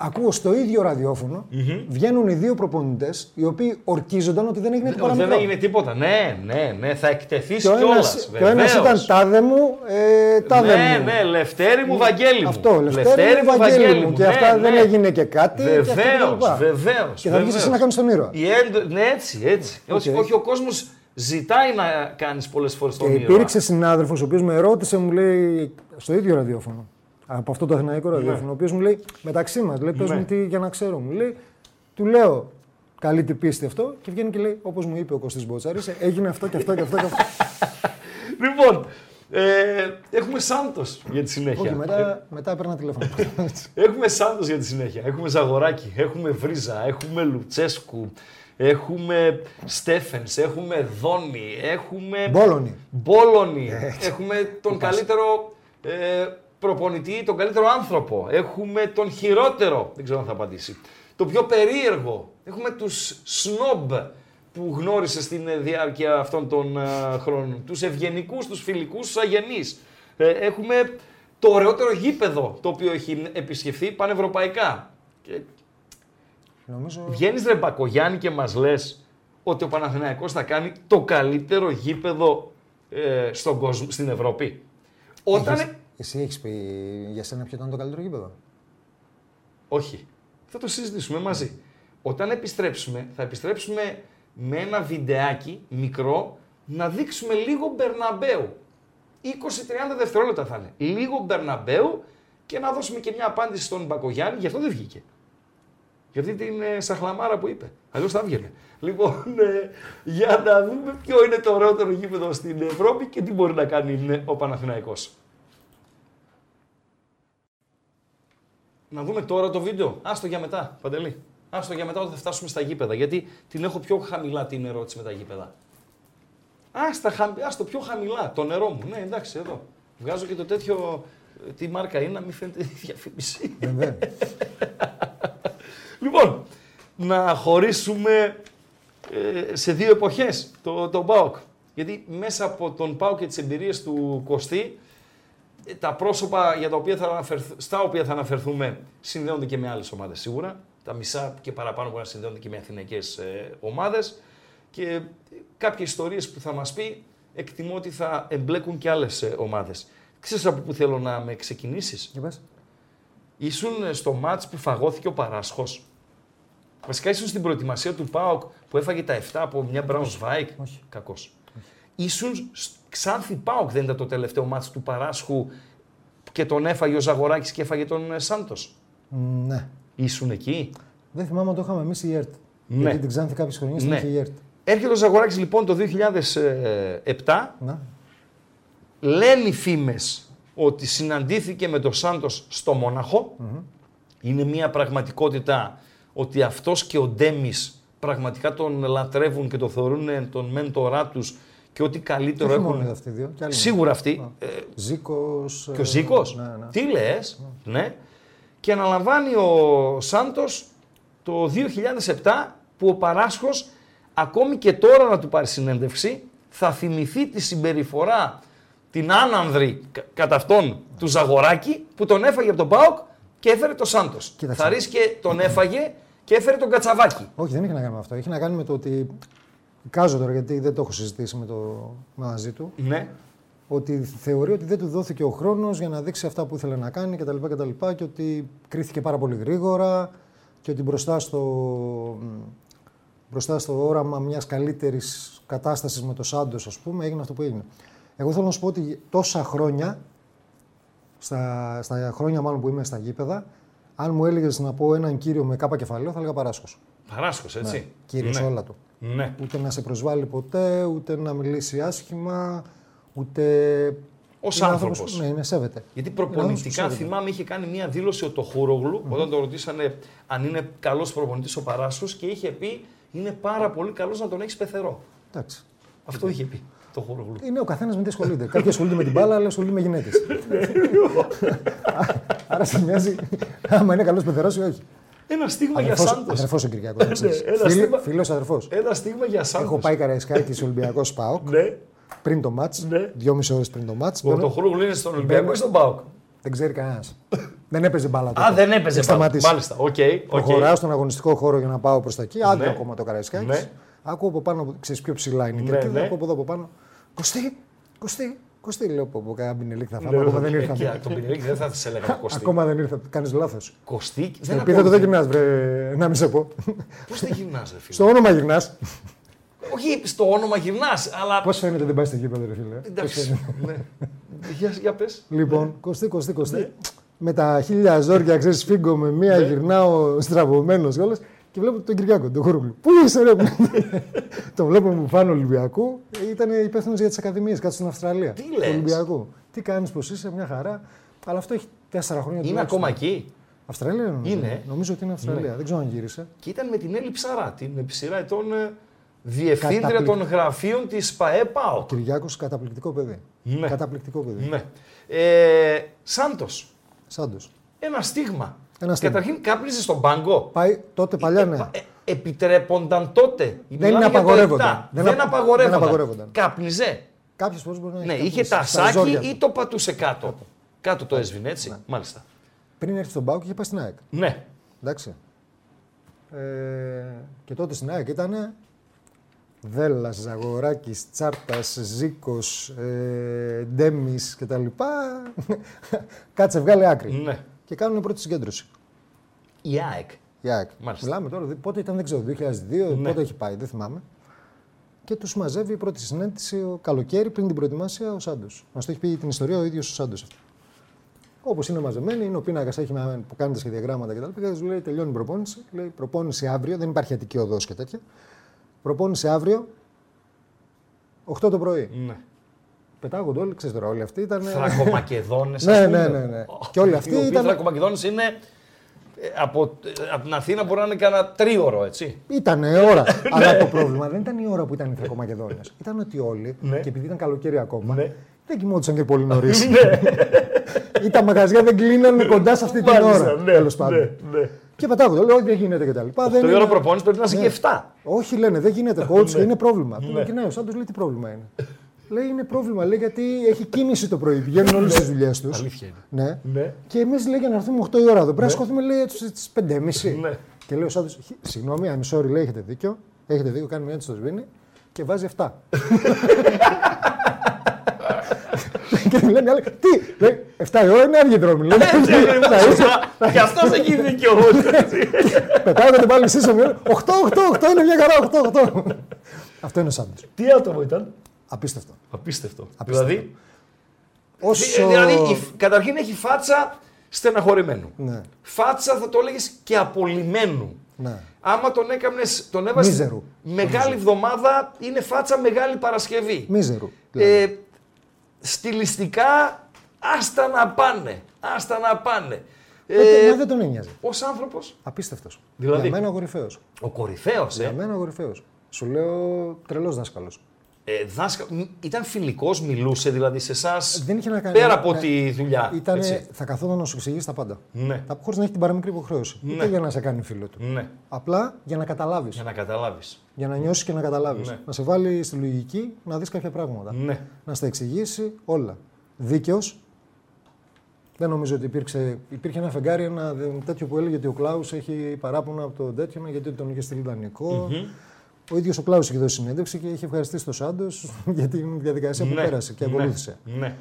D: ακούω στο ίδιο ραδιόφωνο, βγαίνουν οι δύο προπονητές, οι οποίοι ορκίζονταν ότι δεν έγινε
C: Ναι,
D: τίποτα
C: Δεν
D: μικρό.
C: έγινε τίποτα. Ναι, ναι, ναι. Θα εκτεθείς
D: Και ο
C: κιόλας.
D: ένας, και ο ένας ήταν τάδε μου, ε, τάδε
C: Ναι,
D: μου.
C: ναι, Λευτέρη μου, Βαγγέλη μου.
D: Αυτό, Λευτέρη μου, Βαγγέλη
C: Ναι,
D: μου. Και αυτά δεν έγινε και κάτι. και αυτά και τα
C: Βεβαίως,
D: λοιπά.
C: βεβαίως.
D: Και θα βγεις εσύ να κάνεις τον ήρωα.
C: Η έντο- Ναι, έτσι, έτσι. Όχι, όχι, ο κόσμος ζητάει να κάνεις πολλές φορές τον
D: Και
C: ήρωα.
D: Ε, υπήρξε συνάδελφος ο οποίος με ρώτησε, μου λέει στο ίδιο ραδιόφωνο. Από αυτό το αθηναϊκό
C: Ναι.
D: ραδιόφωνο, ο οποίος μου λέει μεταξύ μας, λέει, πες μου τι για να ξέρω. Μου λέει, του λέω, καλή την πίστη αυτό και βγαίνει και λέει, όπως μου είπε ο Κωστής Μποτσαρής, έγινε αυτό και αυτό και αυτό
C: [laughs]
D: και αυτό.
C: Λοιπόν, ε, έχουμε Σάντος για τη συνέχεια.
D: Όχι, μετά, μετά
C: [laughs]
D: έπαιρνα τηλέφωνο.
C: Έχουμε Σάντος για τη συνέχεια. Έχουμε Ζαγοράκη, έχουμε Βρίζα, έχουμε Λουτσέσκου, έχουμε Στέφεν, έχουμε Δόνι, έχουμε.
D: Μπόλωνη.
C: Μπόλωνη. Έχουμε τον καλύτερο ε, προπονητή, τον καλύτερο άνθρωπο. Έχουμε τον χειρότερο. Δεν ξέρω αν θα απαντήσει. Το πιο περίεργο. Έχουμε τους σνόμπ που γνώρισε στην ε, διάρκεια αυτών των ε, χρόνων. Τους ευγενικούς, τους φιλικούς, τους αγενείς. Ε, έχουμε το ωραιότερο γήπεδο το οποίο έχει επισκεφθεί πανευρωπαϊκά. Και
D: Νομίζω.
C: Βγαίνεις ρε Μπακογιάννη και μας λες ότι ο Παναθηναϊκός θα κάνει το καλύτερο γήπεδο ε, στον κόσμο, στην Ευρώπη. Όταν.
D: έχεις- Εσύ έχεις πει για σένα ποιο ήταν το καλύτερο γήπεδο.
C: Όχι. Θα το συζητήσουμε μαζί. Όταν επιστρέψουμε, θα επιστρέψουμε με ένα βιντεάκι μικρό να δείξουμε λίγο Μπερναμπέου. 20-30 δευτερόλεπτα θα είναι. Λίγο Μπερναμπέου και να δώσουμε και μια απάντηση στον Μπακογιάννη, γι' αυτό δεν βγήκε. Γιατί την ε, σαχλαμάρα που είπε. Αλλιώς θα βγαίνει. Λοιπόν, ε, για να δούμε ποιο είναι το ωραιότερο γήπεδο στην Ευρώπη και τι μπορεί να κάνει ναι, ο Παναθηναϊκός. Να δούμε τώρα το βίντεο. Άστο για μετά, Παντελή. Άστο για μετά όταν θα φτάσουμε στα γήπεδα. Γιατί την έχω πιο χαμηλά την ερώτηση με τα γήπεδα. Άστα, χα- άστο πιο χαμηλά, το νερό μου. Ναι, εντάξει, εδώ. Βγάζω και το τέτοιο. ε, Τι μάρκα είναι, να μην φαίνεται [laughs] η διαφήμιση. [laughs]
D: Βέβαια.
C: Λοιπόν, να χωρίσουμε ε, σε δύο εποχές το, τον ΠΑΟΚ. Γιατί μέσα από τον ΠΑΟΚ και τις εμπειρίες του Κωστή, ε, τα πρόσωπα για τα οποία θα αναφερθ- στα οποία θα αναφερθούμε συνδέονται και με άλλες ομάδες σίγουρα. Τα μισά και παραπάνω μπορεί να συνδέονται και με αθηναϊκές ε, ομάδες. Και ε, κάποιες ιστορίες που θα μας πει, εκτιμώ ότι θα εμπλέκουν και άλλες ε, ομάδες. Ξέρεις από πού θέλω να με ξεκινήσεις.
D: Για πες.
C: Ήσουν στο μάτς που φαγώθηκε ο Παράσχος. Βασικά ήσουν στην προετοιμασία του ΠΑΟΚ που έφαγε τα 7 από μια Braunschweig.
D: Όχι.
C: Κακός. Ήσουν σ- Ξάνθη Πάοκ δεν ήταν το τελευταίο μάτς του Παράσχου και τον έφαγε ο Ζαγοράκης και έφαγε τον Σάντο.
D: Μ, Ναι.
C: Ήσουν εκεί.
D: Δεν θυμάμαι αν το είχαμε εμείς η ΕΡΤ.
C: Ναι.
D: Γιατί την Ξάνθη κάποιες χρονιές την
C: Ναι.
D: είχε η ΕΡΤ.
C: Έρχεται ο Ζαγοράκης λοιπόν το ε, 2007.
D: Να.
C: Λένε οι φήμες ότι συναντήθηκε με τον Σάντος στο μοναχο Είναι μια πραγματικότητα ότι αυτός και ο Ντέμις πραγματικά τον λατρεύουν και τον θεωρούν ε, τον μέντορά τους και ό,τι καλύτερο
D: Όχι μόνο
C: έχουν.
D: αυτοί οι δύο. κι άλλοι.
C: Σίγουρα αυτοί. ε,
D: Ζήκος.
C: και ο Ζήκος.
D: Ναι, ναι.
C: Τι λες, ναι. Και αναλαμβάνει ο Σάντος το 2007 που ο Παράσχος ακόμη και τώρα να του πάρει συνέντευξη θα θυμηθεί τη συμπεριφορά την άνανδρη κα- κατά αυτόν του Ζαγοράκη που τον έφαγε από τον Πάοκ και έφερε τον Σάντος.
D: Κοίταξε.
C: Θα και τον έφαγε και έφερε τον Κατσαβάκη.
D: Όχι, δεν είχε να κάνει με αυτό. Είχε να κάνει με το ότι. Κάζω τώρα γιατί δεν το έχω συζητήσει με το μαζί του.
C: Ναι.
D: Ότι θεωρεί ότι δεν του δόθηκε ο χρόνος για να δείξει αυτά που ήθελε να κάνει κτλ. κτλ και ότι κρίθηκε πάρα πολύ γρήγορα και ότι μπροστά στο, μ, μπροστά στο όραμα μιας καλύτερης κατάστασης με το Σάντος, ας πούμε, έγινε αυτό που έγινε. Εγώ θέλω να σου πω ότι τόσα χρόνια, στα, στα χρόνια μάλλον που είμαι στα γήπεδα, αν μου έλεγες να πω έναν κύριο με κάπα κεφαλαίο, θα έλεγα Παράσχος.
C: Παράσχος, έτσι.
D: Κύριος
C: ναι.
D: όλα του.
C: Ναι.
D: Ούτε να σε προσβάλλει ποτέ, ούτε να μιλήσει άσχημα, ούτε.
C: Ως
D: Είναι
C: άνθρωπος.
D: άνθρωπος- Ναι, είναι σέβεται.
C: Γιατί
D: Είναι άνθρωπος που
C: προπονητικά
D: σέβεται.
C: θυμάμαι είχε κάνει μία δήλωση ο Τοχούρογλου όταν τον ρωτήσανε αν είναι καλός προπονητής ο Παράσχο και είχε πει Είναι πάρα πολύ καλός να τον έχεις πεθερό.
D: Εντάξει.
C: Αυτό είχε πει το Χορογλου.
D: Είναι ο καθένας με τι ασχολείται. Κάποιοι ασχολούνται με την μπάλα, άλλοι ασχολούνται με
C: [laughs]
D: γυναίκες. Άρα σε μοιάζει άμα είναι καλός πεθερός ή όχι.
C: Ένα στίγμα για Ναι, Σάντος.
D: Αδερφός ο Κυριακό.
E: ένα στίγμα-
D: Φίλος αδερφός.
C: Ένα στίγμα για
D: Έχω
C: Σάντο.
D: πάει Καραϊσκάκη Ολυμπιακός Πάοκ
E: Ναι,
D: πριν το μάτ.
E: Ναι.
D: Δυόμιση ώρες πριν το μάτ.
C: Ο Τοχούρογλου είναι στον Ολυμπιακό ή στον Πάοκ.
D: Δεν ξέρει κανένας. δεν έπαιζε μπάλα. τότε.
C: Α, δεν έπαιζε. Πάοκ.
D: Σταματήσει.
C: Μάλιστα. Οκ. οκ.
D: Προχωράω στον αγωνιστικό χώρο για να πάω προς τα εκεί. Άντε
C: Ναι.
D: ακόμα το Καραϊσκάκης.
C: Ναι.
D: Ακούω από πάνω, ξέρεις πιο ψηλά είναι η
C: Ναι,
D: κερκίδα.
C: ναι.
D: Ακούω από εδώ από πάνω. Κωστή, κοστί, κοστί. Λέω πω, πω κάμπι είναι θα φάμε. Ακόμα δεν
C: Ε, και
D: ήρθαμε.
C: Τον Πινελίκη δεν θα σε έλεγα Κωστή.
D: Ακόμα δεν ήρθαμε. Κάνεις λάθος.
C: Κωστή.
D: Στο
C: Δεν ναι.
D: επίθετο δεν γυρνά, βρε. Να μην
C: [laughs]
D: σε πω.
C: Πώς δεν γυρνάς, ρε φίλε.
D: Στο όνομα γυρνάς.
C: Όχι, στο όνομα γυρνάς, αλλά.
D: Πώς φαίνεται δεν πάει στο γήπεδο, ρε φίλε. Πώς
C: Εντάξει.
D: φαίνεται.
C: ναι. Για- Για πες. Ναι.
D: Λοιπόν, κοστί, κοστί, κοστί. Με τα χίλια ζόρια, ξέρεις, φύγω με μία,
C: Ναι.
D: γυρνάω στραβωμένος κιόλα και βλέπω τον Κυριάκο, τον Κούρουκλου. Πού είσαι, ρε,
C: [laughs]
D: Τον βλέπω μου φάνω Ολυμπιακού. Ήταν υπεύθυνος για τις ακαδημίες κάτω στην Αυστραλία.
C: Τι
D: του
C: λες?
D: Ολυμπιακού. Τι κάνεις, πώ είσαι, μια χαρά. Αλλά αυτό έχει τέσσερα χρόνια
C: Είναι
D: τουλάχιστον.
C: ακόμα εκεί.
D: Αυστραλία νομίζω.
C: Είναι.
D: Νομίζω ότι είναι Αυστραλία. Δεν ξέρω αν γύρισε.
C: και ήταν με την Έλλη Ψαρά, την επί σειρά ετών ε, διευθύντρια
D: Καταπληκτικό.
C: των γραφείων της ΠαΕ ΠΑΟΚ.
D: Κυριάκος, καταπληκτικό παιδί.
C: Ναι.
D: Καταπληκτικό παιδί.
C: Ναι. Ε, Σάντος,
D: Σάντος.
C: ένα στίγμα.
D: Ένα στίγμα.
C: Καταρχήν κάπνιζες στον πάγκο.
D: Πάει τότε παλιά, ναι.
C: Ε, επιτρέπονταν τότε. Μιλάμε για το
D: απαγορεύονταν.
C: 7.
D: Δεν
C: Δεν,
D: απα-
C: απαγορεύονταν.
D: δεν απαγορεύονταν.
C: Κάπνιζε.
D: Κάποιε φορέ μπορεί να έχει.
C: Ναι,
D: κάποιο
C: είχε τα
D: στα ζόρια
C: σάκι
D: του. Ναι.
C: ή το πατούσε κάτω. Κάτω, το έσβηνε, έτσι. Μάλιστα.
D: Πριν έρθει στον Πάουκ είχε πάει στην ΑΕΚ.
C: Ναι.
D: Εντάξει. Ε, και τότε στην ΑΕΚ ήταν Δέλλας, Ζαγοράκης, Τσάρτας, Ζήκος, ε, Ντέμις κτλ. [laughs] Κάτσε, βγάλε άκρη.
C: Ναι.
D: Και κάνουν πρώτη συγκέντρωση.
C: Η ΑΕΚ.
D: Η ΑΕΚ.
C: Μάλιστα.
D: Μιλάμε τώρα, δι- πότε ήταν, δεν ξέρω, 2002, πότε έχει πάει, δεν θυμάμαι. Και τους μαζεύει η πρώτη συνέντευξη ο καλοκαίρι πριν την προετοιμάσια ο Σάντος. Μας το έχει πει την ιστορία ο ίδιος ο Σάντος αυτό. Όπως είναι μαζεμένοι, είναι ο πίνακας έχει ένα- που κάνει τα σχεδιαγράμματα κτλ. Και τους λέει: Τελειώνει η προπόνηση. Λέει: Προπόνηση αύριο, δεν υπάρχει αττική οδός και τέτοια. Προπόνηση αύριο, 8 το πρωί.
C: Ναι.
D: Πετάγονται όλοι, ξέρεις τώρα, όλοι αυτοί ήταν.
C: Θρακομακεδόνες, ας
D: ναι,
C: πούμε.
D: ναι, ναι, ναι. και όλοι αυτοί
C: Οι οποίοι
D: ήταν.
C: Θρακομακεδόνες είναι ε, από, ε, από την Αθήνα μπορεί να είναι κανένα τρίωρο, έτσι.
D: Ήταν
E: [laughs]
D: ώρα.
E: Ναι.
D: αλλά το πρόβλημα δεν ήταν η ώρα που ήταν οι Θρακομακεδόνες. ήταν ότι όλοι,
E: Ναι.
D: και επειδή ήταν καλοκαίρι ακόμα, δεν κοιμόντουσαν και πολύ νωρίς.
E: Ναι.
D: Ή τα μαγαζιά δεν κλείνανε κοντά σε αυτή την ώρα.
E: ναι,
D: τέλος πάντων.
E: ναι, ναι.
D: Και πατάγονται. Λέω, όχι, δεν γίνεται και τα λοιπά. δεν
C: Το
D: είναι- Ναι.
C: ώρα προπόνησης πρέπει να είσαι και 7.
D: [laughs] όχι, λένε, δεν γίνεται coach και είναι πρόβλημα. Του λέει, κοινάει ο Σάντος, λέει τι πρόβλημα είναι. λέει είναι πρόβλημα, λέει γιατί έχει κίνηση το πρωί. Πηγαίνουν όλες τις δουλειές τους.
C: Αλήθεια είναι.
D: Ναι.
E: Ναι.
D: Και εμείς λέει για να έρθουμε 8 η ώρα εδώ. Πρέπει να σηκωθούμε λέει στι 5.30.
E: Ναι.
D: Και λέει ο Σάντο, συγγνώμη, I'm sorry, λέει έχετε δίκιο. Έχετε δίκιο, κάνει μια έτσι το σβήνει και βάζει 7. και τη λένε οι άλλοι, τι, λέει, 7 η ώρα είναι αργή δρόμη. Λέει,
C: Έτσι ακριβώς.
D: «Θα είσαι-
C: Και αυτό έχει δίκιο.
D: Πετάγονται πάλι εσεί 8, 8, 8 είναι μια χαρά, 8, 8. Αυτό είναι ο Σάντο.
E: Τι άτομο ήταν.
D: Απίστευτο.
C: Απίστευτο.
D: Απίστευτο.
C: Δηλαδή,
D: Όσο...
C: δηλαδή η, φ- καταρχήν έχει φάτσα στεναχωρημένου.
D: Ναι.
C: Φάτσα θα το έλεγες και απολυμμένου.
D: Ναι.
C: Άμα τον έκανε, τον έβαζες.
D: Μίζερου.
C: Μεγάλη εβδομάδα είναι φάτσα μεγάλη Παρασκευή.
D: Μίζερου. δηλαδή.
C: Ε, στιλιστικά, άστα να πάνε. Άστα να πάνε.
D: Δεν-
C: Ε,
D: ναι, μα δεν τον ένοιαζε.
C: Ως άνθρωπος,
D: Απίστευτος.
C: Δηλαδή-
D: Για μένα ο κορυφαίος.
C: ο κορυφαίος,
D: Για
C: ε,
D: μένα ο κορυφαίος. Σου λέω τρελός δάσκαλος.
C: ε, δάσκα- μ, ήταν φιλικός, μιλούσε δηλαδή σε εσάς.
D: Δεν είχε να κάνει.
C: Πέρα από
D: ναι.
C: τη δουλειά.
D: Ήτανε,
C: έτσι.
D: θα καθόταν να σου εξηγήσει τα πάντα.
C: Ναι.
D: Τα χωρίς να έχει την παραμικρή υποχρέωση. Ούτε για να σε κάνει φίλο του.
C: Ναι,
D: Απλά για να καταλάβεις.
C: για
D: Για
C: να καταλάβεις.
D: να, νιώσεις και να καταλάβεις.
C: Ναι.
D: Να σε βάλει στη λογική να δεις κάποια πράγματα.
C: Ναι.
D: Να στα εξηγήσει όλα. Δίκαιος. Δεν νομίζω ότι υπήρξε, υπήρχε ένα φεγγάρι ένα δε- τέτοιο που έλεγε ότι ο Κλάους έχει παράπονα από τον τέτοιο ναι, γιατί τον είχε στείλει δανεικό. Ο ίδιος ο Κλάους είχε δώσει συνέντευξη και είχε ευχαριστήσει τον Σάντος [laughs] για την διαδικασία που
C: ναι.
D: πέρασε και
C: ναι,
D: ακολούθησε.
C: Ναι.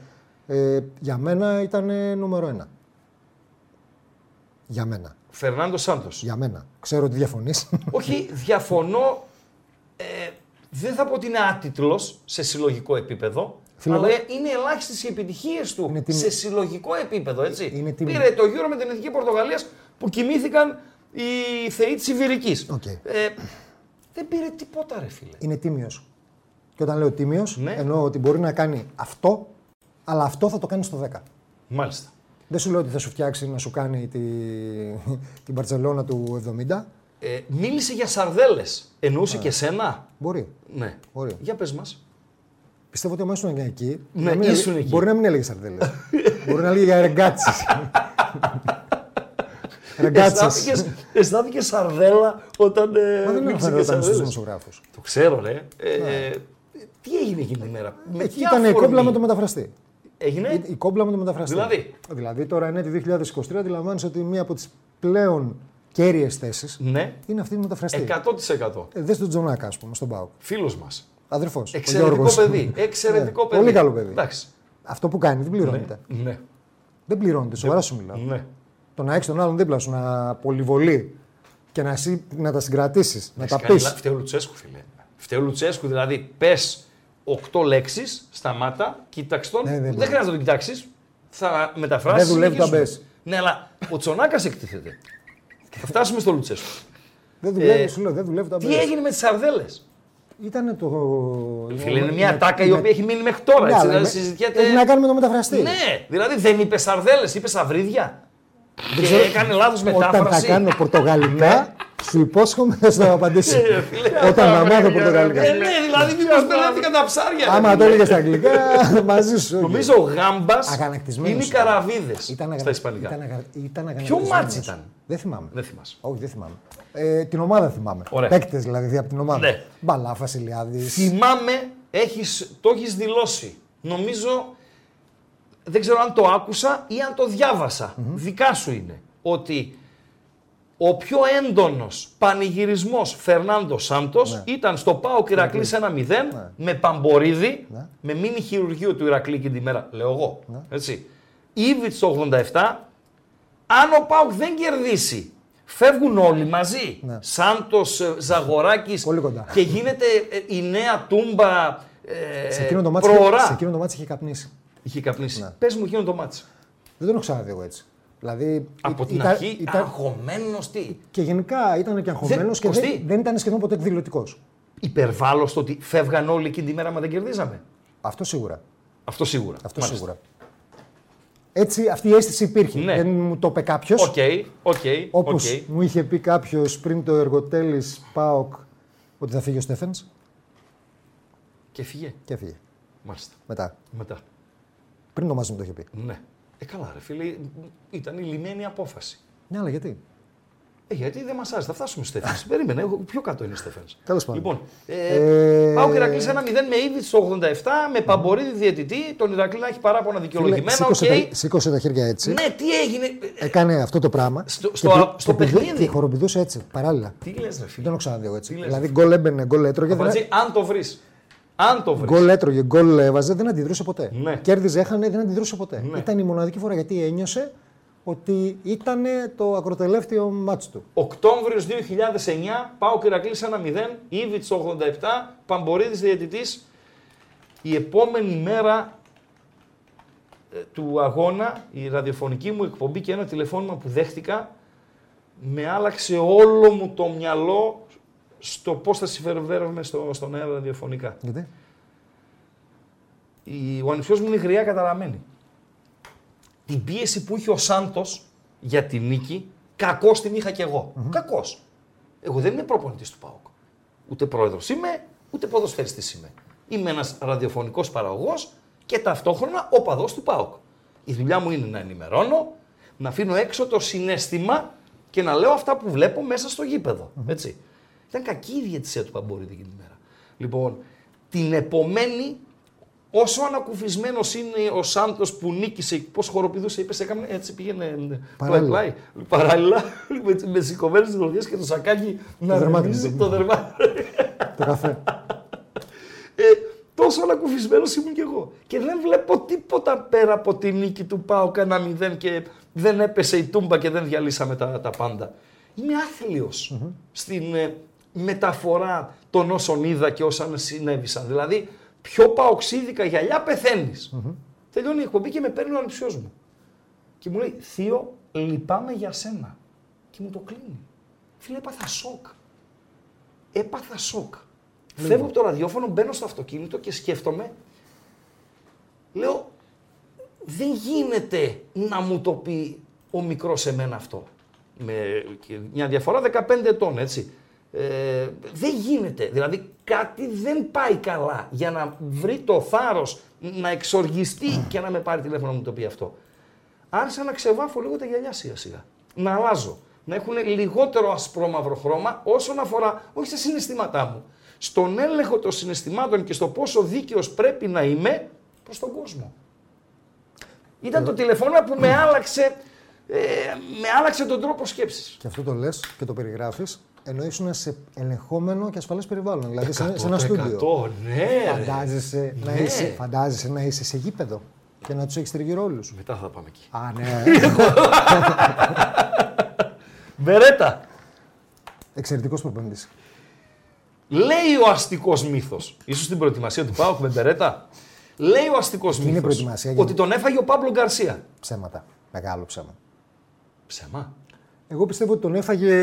D: Ε, για μένα ήταν ε, νούμερο ένα. Για μένα.
C: Φερνάντο Σάντος.
D: Για μένα. Ξέρω ότι διαφωνείς.
C: Όχι, διαφωνώ. Ε, δεν θα πω ότι είναι άτιτλος σε συλλογικό επίπεδο.
D: Φιλογο-
C: Αλλά είναι ελάχιστες οι επιτυχίες του
D: Είναι τιμή.
C: σε συλλογικό επίπεδο, έτσι.
D: Είναι τιμή.
C: Πήρε το γύρο με την εθνική Πορτογαλίας που κοιμήθηκαν οι θεοί της Ιβυρικής.
D: Οκ.
C: Ε, δεν πήρε τίποτα, ρε φίλε.
D: είναι τίμιος. Και όταν λέω τίμιος,
C: Ναι.
D: εννοώ ότι μπορεί να κάνει αυτό, αλλά αυτό θα το κάνει στο 10.
C: Μάλιστα.
D: Δεν σου λέω ότι θα σου φτιάξει να σου κάνει τη, [laughs] την Παρσελώνα του 70.
C: Ε, μίλησε για σαρδέλες. Εννοούσε και σένα.
D: Μπορεί.
C: Ναι.
D: Ωραία.
C: Για πες μας.
D: Πιστεύω ότι άμα ήσουν εκεί.
C: Ναι,
D: να μην-
C: ήσουν εκεί.
D: Μπορεί να μην έλεγε σαρδέλες. μπορεί να έλεγε
C: [laughs]
D: για ρεγκάτσες. ρεγκάτσε.
C: Αισθάνθηκες, αισθάνθηκες σαρδέλα όταν. Ε,
D: Μα δεν
C: μίλησε για
D: έφερε όταν στου
C: σαρδέλες.
D: δημοσιογράφου.
C: Το ξέρω, ρε. Ε, ε, τι έγινε εκείνη την ημέρα. Με
D: Εκεί
C: ποια
D: ήταν η
C: αφορμή
D: κόμπλα με το μεταφραστή.
C: Έγινε.
D: Η κόμπλα με το μεταφραστή.
C: Δηλαδή?
D: δηλαδή τώρα είναι το 2023, αντιλαμβάνεσαι ότι μία από τις πλέον κέρυε θέσεις
C: Ναι.
D: είναι αυτή του μεταφραστή.
C: 100%.
D: Ε, Δες τον Τζονάκα, ας πούμε, στον Πάο.
C: Φίλος μας.
D: Αδερφός.
C: Εξαιρετικό παιδί. Εξαιρετικό παιδί.
D: Ναι. Ε, Πολύ καλό παιδί.
C: Εντάξει.
D: Αυτό που κάνει δεν πληρώνεται.
C: Ναι.
D: Δεν πληρώνεται, σοβαρά σου μιλάω.
C: ναι.
D: Το να έχεις τον άλλον δίπλα σου να πολυβολεί και να, εσύ, να τα συγκρατήσεις, να τα
C: Έχεις κάνει
D: πεις.
C: λα- Φταίει ο Λουτσέσκου, φίλε. Φταίει ο Λουτσέσκου, δηλαδή πες 8 λέξει, σταμάτα, κοίταξε τον.
D: Ναι, δεν
C: δεν
D: μπορεί.
C: χρειάζεται να τον κοιτάξεις. Θα μεταφράσεις.
D: Δεν δουλεύει το αμπές.
C: Ναι, αλλά ο Τσονάκας εκτίθεται. θα φτάσουμε στο Λουτσέσκου.
D: Δεν δουλεύει,
C: Ε,
D: σου λέω, δεν δουλεύει τα
C: Τι έγινε με τις σαρδέλες.
D: Ήταν το.
C: Φίλε, είναι μια τάκα η
D: είναι-
C: οποία έχει μείνει μέχρι τώρα.
D: Ναι,
C: έτσι,
D: αλλά
C: δηλαδή,
D: είναι-
C: συζητιέται...
D: Έχει να κάνει με το μεταφραστή.
C: Ναι, δηλαδή δεν είπε σαρδέλες, είπε σαυρίδια. Και
D: ξέρω-
C: έκανε λάθος μετάφραση. Ναι.
D: Όταν θα κάνω πορτογαλικά, σου υπόσχομαι θα σου απαντήσω.
C: Ε, φίλε,
D: Όταν θα μάθω πορτογαλικά.
C: Ε, ναι, δηλαδή μήπω μπερδεύτηκαν τα ψάρια. ρε,
D: Άμα το
C: φίλε.
D: έλεγες στα
C: [laughs]
D: αγγλικά, μαζί σου. όχι.
C: Νομίζω ο γάμπας
D: Αγανακτισμένος
C: είναι οι
D: ήταν.
C: καραβίδες
D: Ήταν αγα-
C: στα ισπανικά.
D: Ήταν, αγα... ήταν
C: μάτς
D: μάτς
C: ήταν?
D: Δεν θυμάμαι.
C: Δεν θυμάσαι.
D: Όχι, δεν θυμάμαι. Ε, την ομάδα θυμάμαι.
C: Ωραία.
D: Παίκτες δηλαδή από την ομάδα.
C: Ναι.
D: Μπαλά, Βασιλιάδη.
C: Θυμάμαι, έχεις, το έχεις δηλώσει. Νομίζω, δεν ξέρω αν το άκουσα ή αν το διαβασα Δικά σου είναι. Ότι ο πιο έντονος πανηγυρισμός Φερνάντο Σάντος ήταν στο ΠΑΟ Ηρακλής 1-0 με Παμπορίδη, με μίνι χειρουργείο του Ηρακλή εκείνη τη μέρα, λέω εγώ. Έτσι. Ήβιτς το 87, αν ο ΠΑΟΚ δεν κερδίσει, φεύγουν όλοι μαζί.
D: Ναι.
C: Σάντος, ε, Ζαγοράκης
D: Πολύ κοντά.
C: και γίνεται ε, η νέα τούμπα ε,
D: σε, εκείνο το μάτς,
C: προωρά.
D: σε εκείνο Ναι. το μάτς είχε καπνίσει.
C: Είχε καπνίσει. Πες μου εκείνο το μάτς.
D: Δεν τον έχω ξαναδεί εγώ έτσι. Δηλαδή,
C: Από
D: ή-
C: την
D: ήταν-
C: αρχή
D: ήταν-
C: αγχωμένος τι.
D: Και γενικά ήταν και αγχωμένος και
C: Κωστή.
D: δεν, δεν ήταν σχεδόν ποτέ εκδηλωτικός.
C: Υπερβάλλως στο ότι φεύγαν όλοι εκείνη τη μέρα μα δεν κερδίζαμε.
D: Αυτό σίγουρα.
C: Αυτό σίγουρα.
D: Αυτό
C: Μάλιστα.
D: σίγουρα. Έτσι, αυτή η αίσθηση υπήρχε.
C: Ναι.
D: Δεν μου το είπε κάποιος.
C: Οκ, οκ,
D: Όπως
C: οκ.
D: μου είχε πει κάποιος πριν το εργοτέλης Πάοκ ότι θα φύγει ο Στέφεν
C: Και φύγε.
D: και έφυγε.
C: Μάλιστα.
D: Μετά.
C: Μετά.
D: Πριν το μαζί μου το είχε πει.
C: Ναι. Ε, καλά ρε φίλε. Ήταν η λιμένη απόφαση.
D: Ναι, αλλά γιατί.
C: Ε, γιατί δεν μα άρεσε, θα φτάσουμε στο
D: [laughs]
C: Στέφεν. Περίμενε, εγώ- πιο κάτω είναι ο Στέφεν.
D: Τέλος πάντων.
C: Λοιπόν, ε,
D: Ε,
C: πάω Ηρακλή 1-0 με ήδη στο 87, με παμπορίδη διαιτητή, τον Ηρακλή να έχει παράπονα
D: Φίλε,
C: δικαιολογημένα.
D: σήκωσε,
C: οκ.
D: τα, σήκωσε τα χέρια έτσι.
C: Ναι, τι έγινε. ε,
D: Έκανε αυτό το πράγμα.
C: Στο-
D: και
C: στο-
D: πη-
C: στο
D: και πηδού-
C: παιχνίδι.
D: Και χοροπηδούσε έτσι, παράλληλα.
C: Τι λες, ρε φίλε.
D: Δεν τον έχω ξαναδεί εγώ έτσι.
C: Τι λες.
D: Δηλαδή, γκολ έμπαινε, γκολ έτρωγε. δηλαδή, δεν-
C: Απαντζή, αν το βρεις. Αν το βρεις.
D: Γκολ έτρωγε, γκολ έβαζε, δεν αντιδρούσε ποτέ.
C: Ναι.
D: Κέρδιζε, έχανε, δεν αντιδρούσε ποτέ. Ήταν η μοναδική φορά γιατί ένιωσε ότι ήταν το ακροτελεύτιο μάτσο του.
C: Οκτώβριος 2009, πάω Ηρακλή 1-0, Ήβιτ 87, Παμπορίδης διαιτητής. Η επόμενη μέρα ε, του αγώνα, η ραδιοφωνική μου εκπομπή και ένα τηλεφώνημα που δέχτηκα, με άλλαξε όλο μου το μυαλό στο πώς θα συμπεριφέρομαι στο, στον αέρα ραδιοφωνικά.
D: Γιατί.
C: Η, ο ανιψιός μου είναι γριά καταραμένη. Την πίεση που είχε ο Σάντος για τη νίκη, κακό την είχα κι εγώ. Κακός. Εγώ δεν είμαι προπονητής του ΠΑΟΚ. Ούτε πρόεδρος είμαι, ούτε ποδοσφαιριστής είμαι. Είμαι ένας ραδιοφωνικός παραγωγός και ταυτόχρονα οπαδός του ΠΑΟΚ. Η δουλειά μου είναι να ενημερώνω, να αφήνω έξω το συνέστημα και να λέω αυτά που βλέπω μέσα στο γηπεδο Έτσι. Ήταν κακή η διαιτησία του Παμπορίδη εκείνη τη μέρα. Λοιπόν, την επομένη Όσο ανακουφισμένος είναι ο Σάντος που νίκησε, πώς χοροπηδούσε, είπες, έκανε έτσι, πήγαινε
D: Παράλληλα.
C: πλάι-πλάι. Παράλληλα, [laughs] με, τις- με σηκωμένες γροδιέ και το σακάκι να
D: δερμάτι.
C: ρεμίζει Ναι, το δερμάτι.
D: Το καφέ.
C: Ε, τόσο ανακουφισμένος ήμουν κι εγώ. Και δεν βλέπω τίποτα πέρα από τη νίκη του Πάου, κανένα μηδέν και δεν έπεσε η τούμπα και δεν διαλύσαμε τα, τα πάντα. Είμαι άθλιος στην ε, μεταφορά των όσων είδα και όσων συνέβησαν. Δηλαδή, πιο παοξίδικα γυαλιά πεθαίνεις. Τελειώνει η εκπομπή και με παίρνει ο ανιψιός μου. Και μου λέει, Θείο, λυπάμαι για σένα. Και μου το κλείνει. Φίλε, έπαθα σοκ. Έπαθα σοκ. Φεύγω από το ραδιόφωνο, μπαίνω στο αυτοκίνητο και σκέφτομαι. Λέω, δεν γίνεται να μου το πει ο μικρός εμένα αυτό. Με και μια διαφορά 15 ετών, έτσι. Ε, δεν γίνεται. Δηλαδή κάτι δεν πάει καλά για να βρει το θάρρος να εξοργιστεί και να με πάρει τηλέφωνο να μου το πει αυτό άρχισα να ξεβάφω λίγο τα γυαλιά σιγά σιγά. Να αλλάζω. Να έχουν λιγότερο ασπρόμαυρο χρώμα όσον αφορά όχι στα συναισθήματά μου. Στον έλεγχο των συναισθημάτων και στο πόσο δίκαιος πρέπει να είμαι προς τον κόσμο. Ήταν
D: Ε,
C: το τηλεφώνημα που με άλλαξε, ε, με άλλαξε τον τρόπο σκέψης.
D: Και αυτό το λες και το περιγράφεις, ενώ ήσουν σε ελεγχόμενο και ασφαλές περιβάλλον. Δηλαδή σε, σε ένα στούντιο.
C: Το ναι, ρε.
D: Φαντάζεσαι, να
C: Ναι.
D: είσαι, φαντάζεσαι να είσαι σε γήπεδο και να τους έχεις τριγύρω όλους.
C: Μετά θα πάμε εκεί.
D: Α,
C: [laughs]
D: ναι.
C: Μπερέτα.
D: Εξαιρετικός προπονητής.
C: Λέει ο αστικός μύθος, ίσως στην προετοιμασία του Πάουκ με Μπερέτα, λέει ο αστικός
D: είναι
C: μύθος
D: προετοιμασία,
C: ότι
D: γιατί-
C: τον έφαγε ο Παύλο Γκαρσία.
D: Ψέματα. Μεγάλο ψέμα.
C: Ψέμα.
D: Εγώ πιστεύω ότι τον έφαγε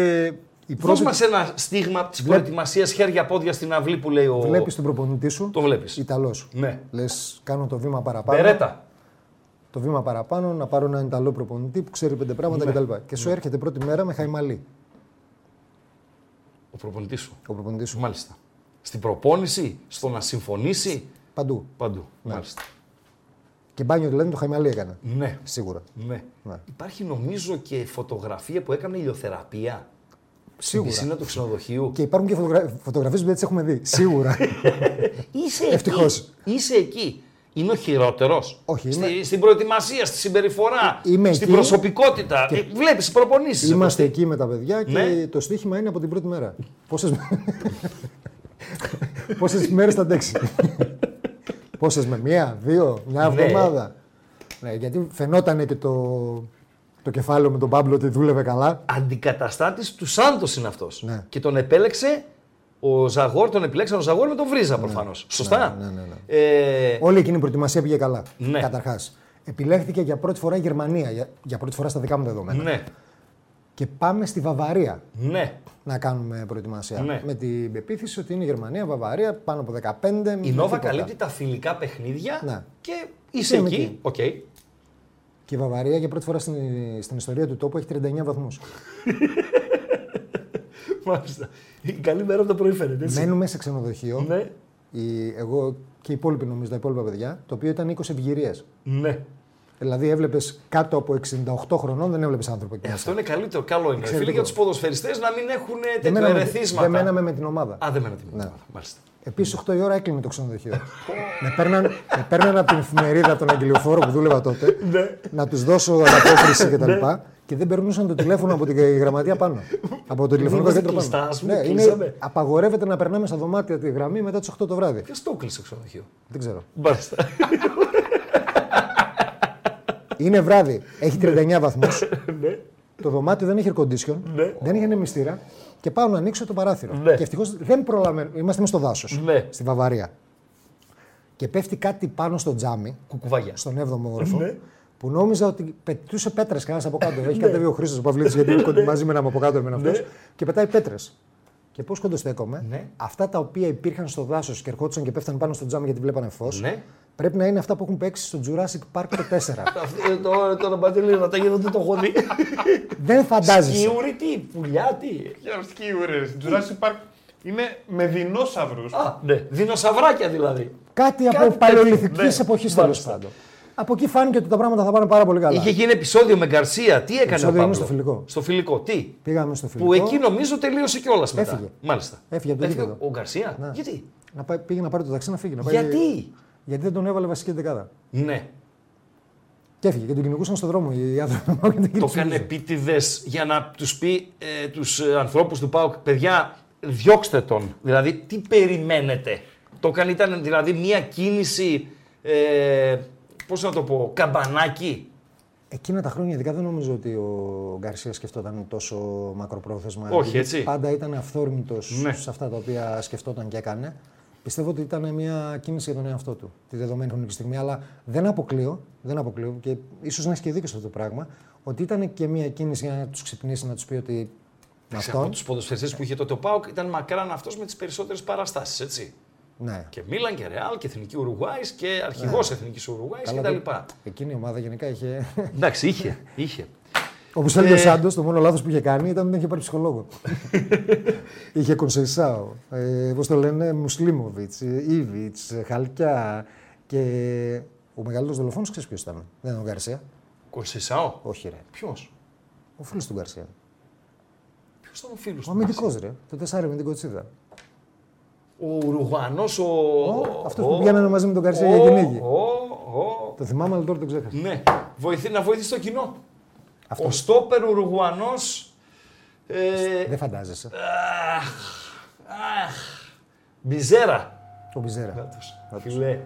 D: η
C: Δώσ'
D: πρώτη.
C: μα ένα στίγμα της προετοιμασία χέρια-πόδια στην αυλή που λέει ο.
D: Βλέπεις τον προπονητή σου.
C: Το βλέπεις.
D: Ιταλός.
C: Ναι.
D: Λες, κάνω το βήμα παραπάνω.
C: Μπερέτα.
D: Το βήμα παραπάνω, να πάρω έναν Ιταλό προπονητή που ξέρει πέντε πράγματα
C: Ναι.
D: κτλ. Και σου έρχεται πρώτη μέρα με χαϊμαλή
C: Ο προπονητής σου.
D: ο προπονητής σου.
C: Μάλιστα. Στην προπόνηση, στο να συμφωνήσει.
D: Παντού.
C: Παντού.
D: Ναι.
C: Μάλιστα.
D: Και μπάνιο δηλαδή το χαϊμαλή έκανε.
C: Ναι.
D: Σίγουρα.
C: ναι.
D: Ναι.
C: Υπάρχει νομίζω και φωτογραφία που έκανε ηλιοθεραπεία. Σίγουρα. Στην πισίνα του ξενοδοχείου.
D: Και υπάρχουν και φωτογρα... φωτογραφίες που δεν τις έχουμε δει. Σίγουρα.
C: [laughs] Είσαι
D: Ευτυχώς.
C: εκεί. Είσαι εκεί. Είναι ο χειρότερος.
D: Όχι, είμαι-
C: Στην προετοιμασία, στη συμπεριφορά,
D: Είμαι
C: στην
D: εκεί
C: προσωπικότητα. Ε, Βλέπεις προπονήσεις.
D: Είμαστε εκεί με τα παιδιά και
C: Ναι.
D: το στοίχημα είναι από την πρώτη μέρα. Πόσες Πόσες μέρες θα αντέξει. Πόσες με μία, δύο, μια
C: Ναι.
D: εβδομάδα. Ναι, γιατί φαινόταν και το, το κεφάλαιο με τον Πάμπλο ότι δούλευε καλά.
C: Αντικαταστάτης του Σάντος είναι αυτός.
D: Ναι.
C: Και τον επέλεξε ο Ζαγόρ, τον επιλέξαν ο Ζαγόρ με τον Βρίζα προφανώς. Σωστά.
D: Ναι, ναι, ναι, ναι.
C: Ε,
D: Όλη εκείνη η προετοιμασία πήγε καλά.
C: Ναι.
D: Καταρχάς. Επιλέχθηκε για πρώτη φορά η Γερμανία. Για, για πρώτη φορά στα δικά μου δεδομένα.
C: ναι,
D: Και πάμε στη Βαβαρία.
C: ναι.
D: να κάνουμε προετοιμασία.
C: Ναι.
D: Με την πεποίθηση ότι είναι η Γερμανία, Βαβαρία, πάνω από 15.
C: Η
D: μη
C: Νόβα
D: Ναι, τίποτα.
C: καλύπτει τα φιλικά παιχνίδια
D: Ναι.
C: και είσαι
D: Είμαι
C: εκεί.
D: εκεί.
C: Οκ.
D: Και η Βαβαρία για πρώτη φορά στην, στην ιστορία του τόπου έχει 39 βαθμούς.
E: Μάλιστα. Η Καλή μέρα από το πρωί φαίνεται. έτσι.
D: Μένουμε σε ξενοδοχείο.
E: Ναι.
D: Η, εγώ και οι υπόλοιποι νομίζω, τα υπόλοιπα παιδιά, το οποίο ήταν 20 ευγυρίες.
E: Ναι.
D: Δηλαδή έβλεπες κάτω από 68 χρονών, δεν έβλεπες άνθρωπο εκεί.
C: Ε, αυτό είναι καλύτερο. Καλό είναι. Φίλοι
D: Εξαιρετικό.
C: για τους ποδοσφαιριστές να μην έχουν
D: Δεν
C: τέτοια
D: μέναμε- δεν
C: ερεθίσματα.
D: μέναμε με την ομάδα.
C: Α, δεν μένατε με την
D: Ναι.
C: ομάδα. Μάλιστα.
D: Επίσης, 8 η ώρα έκλεινε το ξενοδοχείο. με, παίρναν, με παίρναν από την εφημερίδα από τον Αγγελιοφόρο που δούλευα τότε
E: Ναι.
D: να τους δώσω ανταπόκριση κτλ. Και, και δεν περνούσαν το τηλέφωνο από την γραμματεία πάνω. από το τηλεφωνικό κέντρο πάνω.
E: κλειστά, ας πούμε,
D: Ναι, είναι,
E: κλείσαμε.
D: απαγορεύεται να περνάμε στα δωμάτια τη γραμμή μετά τις 8 το βράδυ.
C: Ποιος το κλείσε το ξενοδοχείο.
D: Δεν ξέρω.
C: Μάλιστα.
D: Είναι βράδυ, έχει 39 βαθμούς.
E: Ναι.
D: το δωμάτιο δεν είχε air condition,
E: Ναι.
D: δεν είχε νεμιστήρα και πάω να ανοίξω το παράθυρο.
E: Ναι.
D: Και ευτυχώς δεν προλαβαίνω. Είμαστε μέσα στο δάσος,
E: Ναι.
D: στη Βαβαρία. και πέφτει κάτι πάνω στο τζάμι,
E: Κουκουβάγια.
D: στον 7ο όροφο,
E: Ναι.
D: που νόμιζα ότι πετούσε πέτρες κανένας από κάτω.
C: Ναι.
D: Έχει κατέβει ο Χρήστος Παυλίδη, γιατί είναι κοντ- μαζί με έναν από κάτω εμένα αυτός. Και πετάει πέτρες. Και πώς κοντοστέκομαι,
C: Ναι.
D: αυτά τα οποία υπήρχαν στο δάσος και ερχόντουσαν και πέφτανε πάνω στο τζάμι γιατί βλέπανε φως,
C: Ναι.
D: πρέπει να είναι αυτά που έχουν παίξει στο Jurassic Park το 4.
E: Αυτή- ε, Τώρα το μπατελίδι να τα γίνω, δεν το έχω δει.
D: [laughs] Δεν φαντάζεσαι.
E: Σκιούρι τι, πουλιά τι.
B: Χειραυστική ουρέ. Jurassic Park είναι με δεινόσαυρους.
E: Α, ναι. Δεινοσαυράκια δηλαδή.
D: Κάτι
E: Κάτι
D: από
E: τέτοιο,
D: παλαιολιθική
E: ναι.
D: εποχής τέλο
E: Μάλιστα.
D: πάντων. Από εκεί φάνηκε ότι τα πράγματα θα πάνε πάρα πολύ καλά.
C: Είχε γίνει επεισόδιο με Γκαρσία. Τι έκανε
D: Επεισόδιο
C: ο
D: είναι
C: Παύλο.
D: στο φιλικό.
C: Στο φιλικό. Τι.
D: Πήγαμε στο φιλικό.
C: Που εκεί νομίζω τελείωσε κιόλας μετά.
D: Έφυγε.
C: Μάλιστα.
D: Έφυγε από το γήπεδο.
C: Ο Γκαρσία.
D: Ναι.
C: Γιατί.
D: Να πάει, πήγε να πάρει το ταξί να φύγει. Να πάει...
C: Γιατί.
D: Γιατί δεν τον έβαλε βασική δεκάδα.
C: Ναι.
D: Και έφυγε και τον κυνηγούσαν στον δρόμο οι άνθρωποι. και τον
C: Το
D: κυνηγούσαν.
C: έκανε επίτηδες για να τους πει ε, τους ε, ανθρώπους του ΠΑΟΚ, παιδιά, διώξτε τον. Δηλαδή, τι περιμένετε. Το έκανε, ήταν δηλαδή μία κίνηση. Ε, Πώς να το πω, καμπανάκι.
D: Εκείνα τα χρόνια ειδικά δεν νομίζω ότι ο Γκαρσία σκεφτόταν τόσο μακροπρόθεσμα.
C: Όχι,
D: επειδή
C: έτσι.
D: Πάντα ήταν αυθόρμητος
C: Ναι.
D: σε αυτά τα οποία σκεφτόταν και έκανε. Πιστεύω ότι ήταν μια κίνηση για τον εαυτό του τη δεδομένη χρονική στιγμή. Αλλά δεν αποκλείω, δεν αποκλείω και ίσως να έχει και δίκιο σε αυτό το πράγμα, ότι ήταν και μια κίνηση για να τους ξυπνήσει, να τους πει ότι.
C: Από
D: Αυτό.
C: τους ποδοσφαιριστές που είχε τότε ο ΠΑΟΚ ήταν μακράν αυτός με τις περισσότερες παραστάσεις, έτσι.
D: Ναι.
C: Και Μίλαν και Ρεάλ και Εθνική Ουρουγουάης και αρχηγός Εθνικής Ουρουγουάης
D: Καλά,
C: κτλ.
D: Εκείνη η ομάδα γενικά είχε.
C: Εντάξει, είχε. είχε.
D: Όπως έλεγε
C: Ε,
D: ο Σάντος, το μόνο λάθος που είχε κάνει ήταν ότι δεν είχε πάρει
C: [laughs]
D: ψυχολόγο. είχε Κονσεϊσάο, ε, πώς το λένε, Μουσλίμοβιτ, Ήβιτ, ε, Χαλκιά. Και ο μεγαλύτερος δολοφόνος ξέρεις ποιος ήταν. Δεν ήταν ο Γκαρσία.
C: Κολσισάο.
D: Όχι, ρε.
C: Ποιος.
D: Ο φίλος του Γκαρσία.
C: Ποιος ήταν ο φίλος
D: Ο
C: του.
D: αμυντικός, ρε. Το τεσσάρι με την κοτσίδα.
C: Ο Ουρουγουανό. Ο...
D: αυτός που πηγαίνανε μαζί με τον Γκαρσία για κυνήγι.
C: Ο... ο-
D: Το θυμάμαι, αλλά τώρα το ξέχασα.
C: Ναι. Βοηθεί, να βοηθήσει το κοινό.
D: Αυτός.
C: Ο Στόπερ Ουρουγουανός. Ε...
D: Δεν φαντάζεσαι.
C: Μπιζέρα.
D: Ο Μπιζέρα.
C: Φίλε,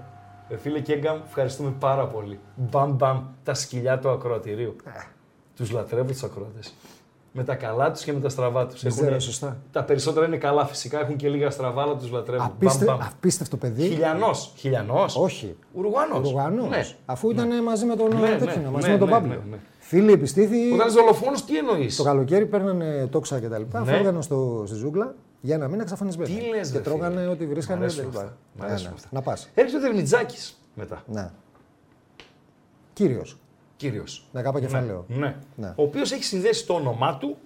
C: ε, φίλε Κέγκαμ, ευχαριστούμε πάρα πολύ. Μπαμ μπαμ, τα σκυλιά του ακροατηρίου.
D: Ε.
C: Τους λατρεύω τους ακροατές. Με τα καλά τους και με τα στραβά τους.
D: Μπιζέρα, σωστά.
C: Τα περισσότερα είναι καλά φυσικά, έχουν και λίγα στραβά, αλλά τους λατρεύω.
D: Απίστε-
C: Μπαμ, μπαμ.
D: Απίστευτο παιδί.
C: Χιλιανός. Χιλιανός.
D: Όχι.
C: Ουρουγουανός.
D: Ουρουγανό.
C: Ναι.
D: Αφού ήταν μαζί με τον
C: Ναι, ναι,
D: τέτοιο, μαζί
C: ναι,
D: με τον
C: ναι,
D: Πάμπλο.
C: ναι, ναι.
D: Φίλοι επιστήθη.
C: Όταν είσαι δολοφόνο, τι εννοείς.
D: Το καλοκαίρι παίρνανε τόξα και τα λοιπά,
C: Ναι.
D: φεύγανε στο, στη ζούγκλα για ένα μήνα εξαφανισμένοι.
C: Τι λες,
D: Και
C: ρε,
D: τρώγανε
C: φίλε.
D: ό,τι βρίσκανε
C: Μ' αρέσουν
D: και τα λοιπά.
C: αυτά. Μ'
D: Ναι,
C: αρέσουν
D: ναι.
C: αυτά.
D: Να πας.
C: Έρχεται ο Δερμιτζάκης μετά.
D: Ναι. Κύριος.
C: Κύριος.
D: Με κάπα κεφαλαίο.
C: Ναι.
D: Ναι.
C: Ο οποίος έχει συνδέσει το όνομά του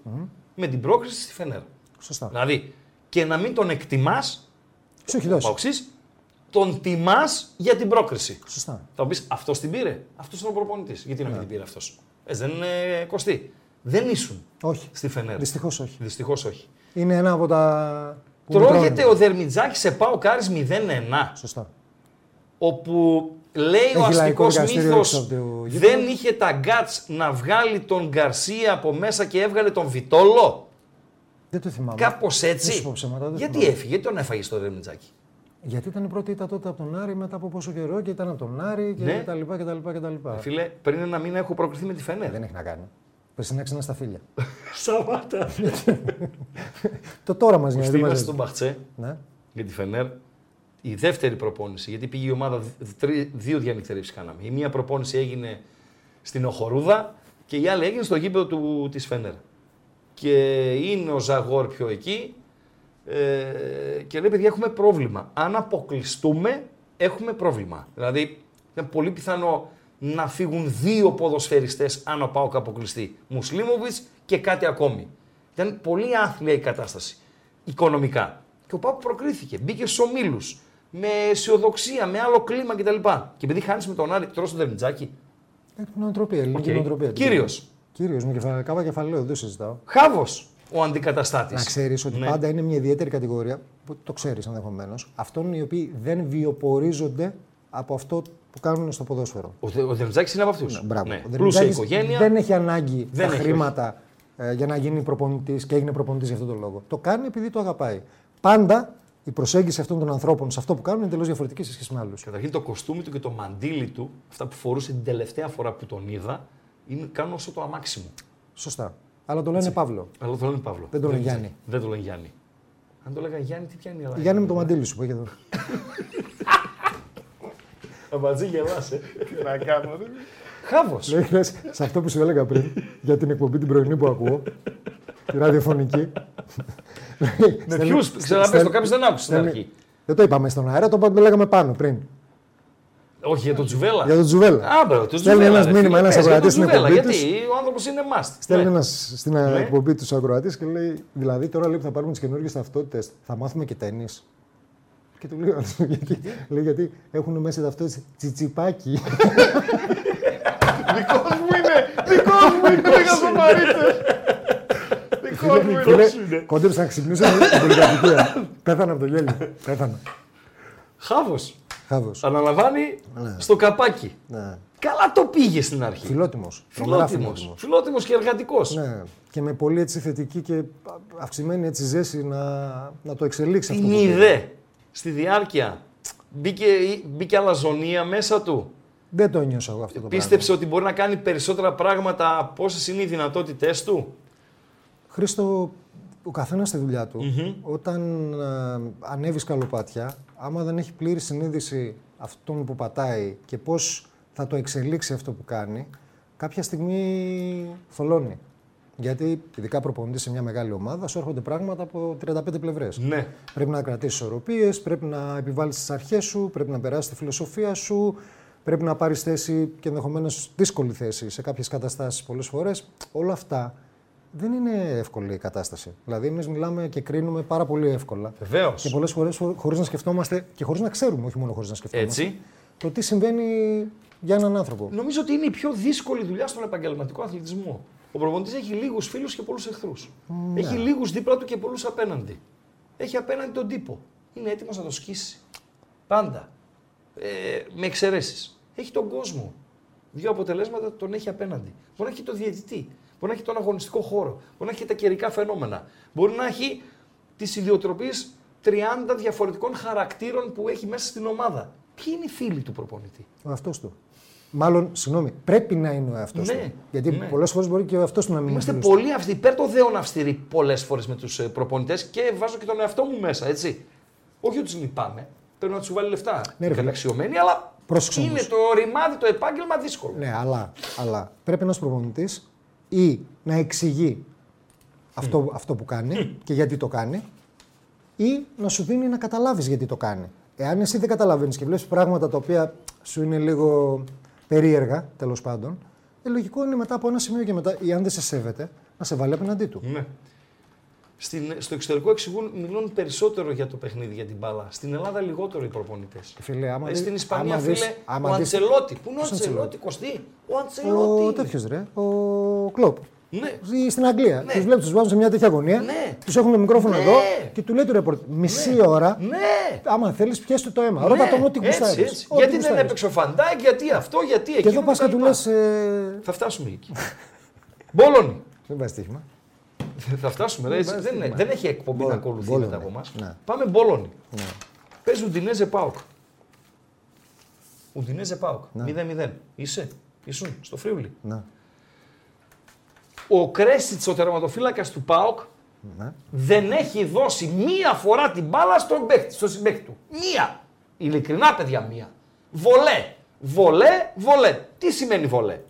C: με την πρόκριση στη Φενέρ.
D: Σωστά.
C: Δηλαδή, και να μην τον εκτιμάς,
D: Σου έχει δώσει.
C: Παοξής, τον τιμάς για την πρόκριση.
D: Σωστά.
C: Θα μου πεις αυτός την πήρε. Αυτός ήταν ο προπονητής. Γιατί να μην
D: Ναι.
C: την πήρε αυτός. Ε, δεν είναι κοστί. Δεν ήσουν
D: Όχι.
C: στη Φενέρ.
D: Δυστυχώς όχι.
C: Δυστυχώς όχι.
D: Είναι ένα από τα. που με
C: Τρώγεται
D: τρώνε.
C: ο Δερμιτζάκης σε πάω κάρι 0-1.
D: Σωστά.
C: όπου λέει ο
D: Έχει λαϊκό
C: αστικός
D: δικαστήριο
C: μύθος
D: έξω από το γήπεδο.
C: δεν είχε τα γκάτς να βγάλει τον Γκαρσία από μέσα και έβγαλε τον Βιτόλο.
D: Δεν το θυμάμαι.
C: Κάπως έτσι.
D: μη σου πω ψέματα, δεν
C: γιατί
D: θυμάμαι.
C: έφυγε, γιατί τον έφαγε στο Ρεμιτζάκι.
D: Γιατί ήταν η πρώτη ήττα τότε από τον Άρη μετά από πόσο καιρό και ήταν από τον Άρη και
C: Ναι. Ε,
D: τα λοιπά και τα λοιπά και τα λοιπά. Ε,
C: Φίλε, πριν ένα μήνα έχω προκριθεί με τη Φενέρ.
D: Δεν έχει να κάνει. Πρέπει να ξανά στα φίλια.
E: Σαββάτα.
D: το
C: [laughs]
D: τώρα μας νοιάζει.
C: Στη
D: δεν μας
C: είμαστε
D: νοιάζει.
C: στον Μπαχτσέ
D: Ναι.
C: για τη Φενέρ. Η δεύτερη προπόνηση, γιατί πήγε η ομάδα δ- τρι- δύο διανυκτερεύσει κάναμε. Η μία προπόνηση έγινε στην Οχορούδα και η άλλη έγινε στο γήπεδο του, της Φενέρ. Και είναι ο Ζαγόρ πιο εκεί ε, και λέει παιδιά έχουμε πρόβλημα. Αν αποκλειστούμε έχουμε πρόβλημα. Δηλαδή ήταν πολύ πιθανό να φύγουν δύο ποδοσφαιριστές αν ο Πάοκ αποκλειστεί. Μουσλίμοβιτς και κάτι ακόμη. Ήταν πολύ άθλια η κατάσταση οικονομικά. Και ο Πάοκ προκρίθηκε. Μπήκε στους ομίλους. Με αισιοδοξία, με άλλο κλίμα κτλ. Και επειδή χάνεις με τον Άρη, τρώ τον Δερμιτζάκη.
D: Έχει την νοοτροπία, ελληνική
C: Οκ.
D: νοοτροπία.
C: Κύριος.
D: Κύριος, με κεφα... κάπα κεφαλαίο, δεν το συζητάω.
C: Χάβος ο Ναι. αντικαταστάτης.
D: Να ξέρεις ότι πάντα είναι μια ιδιαίτερη κατηγορία, που το ξέρεις ενδεχομένως, αυτών οι οποίοι δεν βιοπορίζονται από αυτό που κάνουν στο ποδόσφαιρο.
C: Ο, Δε- ο Δερμιτζάκης είναι από αυτούς.
D: Ναι, Μπράβο. Ο
C: Ναι. Πλούσια
D: Δερμιτζάκης
C: οικογένεια.
D: Δεν έχει ανάγκη
C: Δεν
D: τα
C: έχει,
D: χρήματα ε, για να γίνει προπονητής και έγινε προπονητής για αυτόν τον λόγο. Το κάνει επειδή το αγαπάει. Πάντα η προσέγγιση αυτών των ανθρώπων σε αυτό που κάνουν είναι τελώ διαφορετική σε σχέση με άλλους.
C: Καταρχήν το κοστούμι του και το μαντίλι του, αυτά που φορούσε την τελευταία φορά που τον είδα, είναι, κάνουν όσο το αμάξι μου.
D: Σωστά. Αλλά το λένε Παύλο.
C: Αλλά το λένε Παύλο.
D: Δεν το λένε
C: ξέρω.
D: Γιάννη.
C: Δεν το λένε Γιάννη. Αν το λέγανε Γιάννη, τι πιάνει η Ελλάδα.
D: Γιάννη με το μαντίλι σου που έχει εδώ.
C: Ε,
E: Αμπατζή γελάσε.
B: να κάνω. δεν-
E: Χάβος.
D: Λέει, λες, σε αυτό που σου έλεγα πριν για την εκπομπή την πρωινή που ακούω, τη ραδιοφωνική.
C: Με ποιους ξαναπες το, κάποιος δεν άκουσε στην
D: Στέλνει-
C: αρχή.
D: Δεν το είπαμε στον αέρα, το, είπα- το λέγαμε πάνω πριν.
C: Όχι για τον Τζουβέλα.
D: Για τον Τζουβέλα.
C: Α, μπράβο, τον
D: Στέλνει
C: Τζουβέλα,
D: ένας
C: ρε
D: μήνυμα,
C: φίλε,
D: ένας
C: πες για τον
D: ακροατής στην
C: Τζουβέλα,
D: εκπομπή
C: Γιατί ο άνθρωπος είναι must.
D: Στέλνει
C: Ναι.
D: ένας στην εκπομπή τους ακροατής και λέει: Δηλαδή τώρα λέει που θα πάρουμε τις καινούργιες ταυτότητες, θα μάθουμε και τέννη. Και του λέω: [laughs] γιατί, λέει, γιατί έχουν μέσα ταυτότητες τσιτσιπάκι.
B: Δικός μου είναι! Δικός μου είναι! Δεν γαζομαρίτε! Δικός μου
D: Και λέει,
B: είναι!
D: Κόντεψα να ξυπνήσω
C: [laughs]
D: την πολυκατοικία. Πέθανα από το γέλιο. Πέθανα.
C: Χάβος.
D: Χάβος.
C: Αναλαμβάνει στο καπάκι.
D: Ναι.
C: Καλά το πήγε στην αρχή.
D: Φιλότιμος.
C: Φιλότιμος. Φιλότιμος και εργατικός.
D: Ναι. Και με πολύ έτσι θετική και αυξημένη έτσι ζέση να, να το εξελίξει
C: Την
D: που πήρε.
C: είδε στη διάρκεια. Μπήκε, μπήκε αλαζονία μέσα του.
D: Δεν το νιώσα εγώ αυτό το
C: Πίστεψε ότι μπορεί να κάνει περισσότερα πράγματα από όσες είναι οι δυνατότητές του.
D: πράγμα. Χρήστο, ο καθένας στη δουλειά του, όταν ανέβεις καλοπάτια, άμα δεν έχει πλήρη συνείδηση αυτόν που πατάει και πώς θα το εξελίξει αυτό που κάνει, κάποια στιγμή θολώνει. Γιατί ειδικά προπονητής σε μια μεγάλη ομάδα, σου έρχονται πράγματα από 35 πλευρές.
C: Ναι.
D: Πρέπει να κρατήσεις ισορροπίες, πρέπει να επιβάλλεις τις αρχές σου, πρέπει να περάσεις τη φιλοσοφία σου, πρέπει να πάρεις θέση και ενδεχομένως δύσκολη θέση σε κάποιες καταστάσεις πολλές φορές. Όλα αυτά δεν είναι εύκολη η κατάσταση. Δηλαδή, εμείς μιλάμε και κρίνουμε πάρα πολύ εύκολα.
C: Βεβαίως.
D: Και πολλές φορές χωρίς να σκεφτόμαστε και χωρίς να ξέρουμε, όχι μόνο χωρίς να σκεφτόμαστε,
C: Έτσι.
D: το τι συμβαίνει για έναν άνθρωπο.
C: Νομίζω ότι είναι η πιο δύσκολη δουλειά στον επαγγελματικό αθλητισμό. Ο προπονητής έχει λίγους φίλους και πολλούς εχθρούς. Έχει λίγους δίπλα του και πολλούς απέναντι. Έχει απέναντι τον τύπο. Είναι έτοιμος να το σκίσει. Πάντα. Ε, με εξαιρέσεις. Έχει τον κόσμο. Δύο αποτελέσματα τον έχει απέναντι. Μπορεί να έχει τον διαιτητή. Μπορεί να έχει τον αγωνιστικό χώρο. Μπορεί να έχει τα καιρικά φαινόμενα. Μπορεί να έχει τις ιδιοτροπίες 30 διαφορετικών χαρακτήρων που έχει μέσα στην ομάδα. Ποιοι είναι οι φίλοι του προπονητή.
D: Ο εαυτός του. Μάλλον, συγγνώμη, πρέπει να είναι ο εαυτός
C: Ναι,
D: του. Γιατί
C: ναι.
D: πολλές φορές μπορεί και ο εαυτός του να μην
C: Είμαστε
D: είναι φίλος του.
C: πολύ αυστηροί, υπέρ των δέων αυστηροί πολλές φορές με τους προπονητές και βάζω και τον εαυτό μου μέσα, έτσι. Όχι ότι του λυπάμαι. Πρέπει να τους βάλει λεφτά.
D: Ναι,
C: Ναι,
D: ρε,
C: Καταξιωμένοι, αλλά
D: Πρόσεξε
C: είναι
D: όμως.
C: το ρημάδι, το επάγγελμα δύσκολο.
D: Ναι, αλλά, αλλά πρέπει ένας προπονητής ή να εξηγεί αυτό, αυτό που κάνει και γιατί το κάνει, ή να σου δίνει να καταλάβεις γιατί το κάνει. Εάν εσύ δεν καταλαβαίνεις και βλέπεις πράγματα τα οποία σου είναι λίγο περίεργα, τέλος πάντων, ε, λογικό είναι μετά από ένα σημείο και μετά, ή αν δεν σε σέβεται, να σε βάλει απέναντί του.
C: Ναι. Στην, στο εξωτερικό εξηγούν, μιλούν περισσότερο για το παιχνίδι, για την μπάλα. Στην Ελλάδα λιγότερο οι προπονητές.
D: Ε, Φίλε, άμα δεις-
C: Στην Ισπανία,
D: άμα
C: φίλε,
D: δεις- άμα
C: ο
D: δεις-
C: Αντσελότη. Πού είναι ο
D: Ποιος
C: Αντσελότη, Κωστή. Ο
D: Ο
C: Αντσελότη.
D: τέτοιος ρε, ο Κλοπ.
C: Ναι.
D: Ή στην Αγγλία.
C: Ναι.
D: Τους βλέπεις, τους βάζουν σε μια τέτοια γωνία.
C: Ναι.
D: Τους έχουν το μικρόφωνο
C: Ναι.
D: εδώ και του λέει του ρεπορτ. Μισή ώρα.
C: Ναι.
D: Άμα θέλεις, πιέστε το αίμα. Ρώτα τον ό,τι
C: έτσι,
D: γουστάρεις.
C: έτσι. Γιατί δεν έπαιξε ο Φαντάκ, γιατί αυτό, γιατί εκείνο.
D: Και εδώ πα και
C: τα
D: του ε,
C: λοιπά.
D: λες.
C: Θα φτάσουμε εκεί. [laughs] Μπόλον.
D: Δεν βάζει τύχημα.
C: Θα φτάσουμε.
D: Ναι,
C: ρε, έτσι. δεν, δεν έχει εκπομπή να ακολουθεί
D: Μπόλωνη.
C: μετά από εμάς.
D: Ναι.
C: Πάμε Μπόλον. Παίζει Ουντινέζε Πάοκ. Ουντινέζε Πάοκ.
D: Ναι.
C: 0-0. Είσαι. Ήσουν στο Φρίουλι.
D: Να.
C: Ο Κρέσιτ, ο τερματοφύλακας του Πάοκ,
D: Να.
C: δεν έχει δώσει μία φορά την μπάλα στον παίκτη, στο συμπέκτη του. Μία. Ειλικρινά, παιδιά, μία. Βολέ. Βολέ, βολέ. Τι σημαίνει βολέ.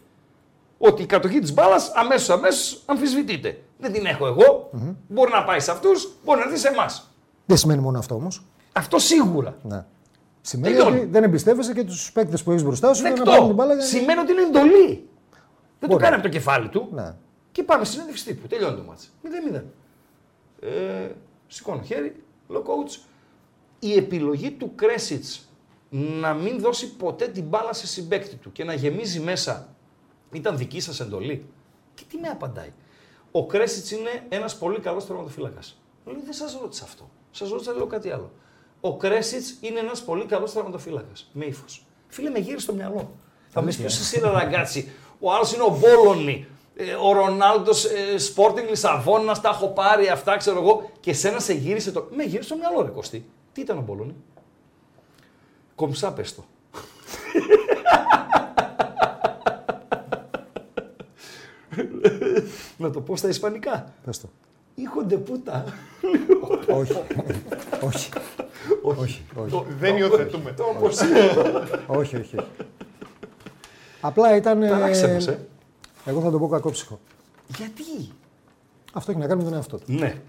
C: Ότι η κατοχή της μπάλας αμέσως αμέσως αμφισβητείται. Δεν την έχω εγώ. Μπορεί να πάει σε αυτούς, μπορεί να έρθει σε εμάς.
D: Δεν σημαίνει μόνο αυτό όμως.
C: Αυτό σίγουρα.
D: Ναι. Σημαίνει
C: Τελειώνει.
D: ότι δεν εμπιστεύεσαι και τους παίκτες που έχεις μπροστά σου και να πάρουν την
C: Δεκτό.
D: μπάλα. για να-
C: Σημαίνει ότι είναι εντολή. Δεν το
D: Μπορεί.
C: κάνει από το κεφάλι του.
D: Ναι.
C: Και πάμε συνέντευξη τύπου. Τελειώνει το μάτς. 0-0. Ε, σηκώνω χέρι, λέω coach. Η επιλογή του Κρέσιτς να μην δώσει ποτέ την μπάλα σε συμπέκτη του και να γεμίζει μέσα ήταν δική σας εντολή. Και τι με απαντάει. Ο Κρέσιτς είναι ένας πολύ καλός τερματοφύλακας. Λέει δεν σας ρώτησα αυτό. Σας ρώτησα λέω κάτι άλλο. Ο Κρέσιτς είναι ένας πολύ καλός τερματοφύλακας. Με ύφος. Φίλε με γύρει στο μυαλό. Θα μου πεις ποιο εσύ είναι ραγκάτσι. Ο άλλος είναι ο Βόλωνη. Ε, ο Ρονάλντος ε, Sporting Λισαβόνα, τα έχω πάρει αυτά, ξέρω εγώ. Και σένα σε γύρισε το. Με γύρισε το μυαλό, ρε Κωστή. Τι ήταν ο Μπολόνι. Κομψά πες το. Να το πω στα ισπανικά.
D: Πες το.
C: Ήχονται πούτα.
D: Όχι. Όχι. όχι, όχι.
B: Δεν υιοθετούμε.
D: όχι, όχι, όχι. Απλά ήταν. ε,
C: Ταράξε μας, ε.
D: Εγώ θα το πω κακόψυχο.
C: Γιατί.
D: Αυτό έχει να κάνει με τον εαυτό του.
C: Ναι.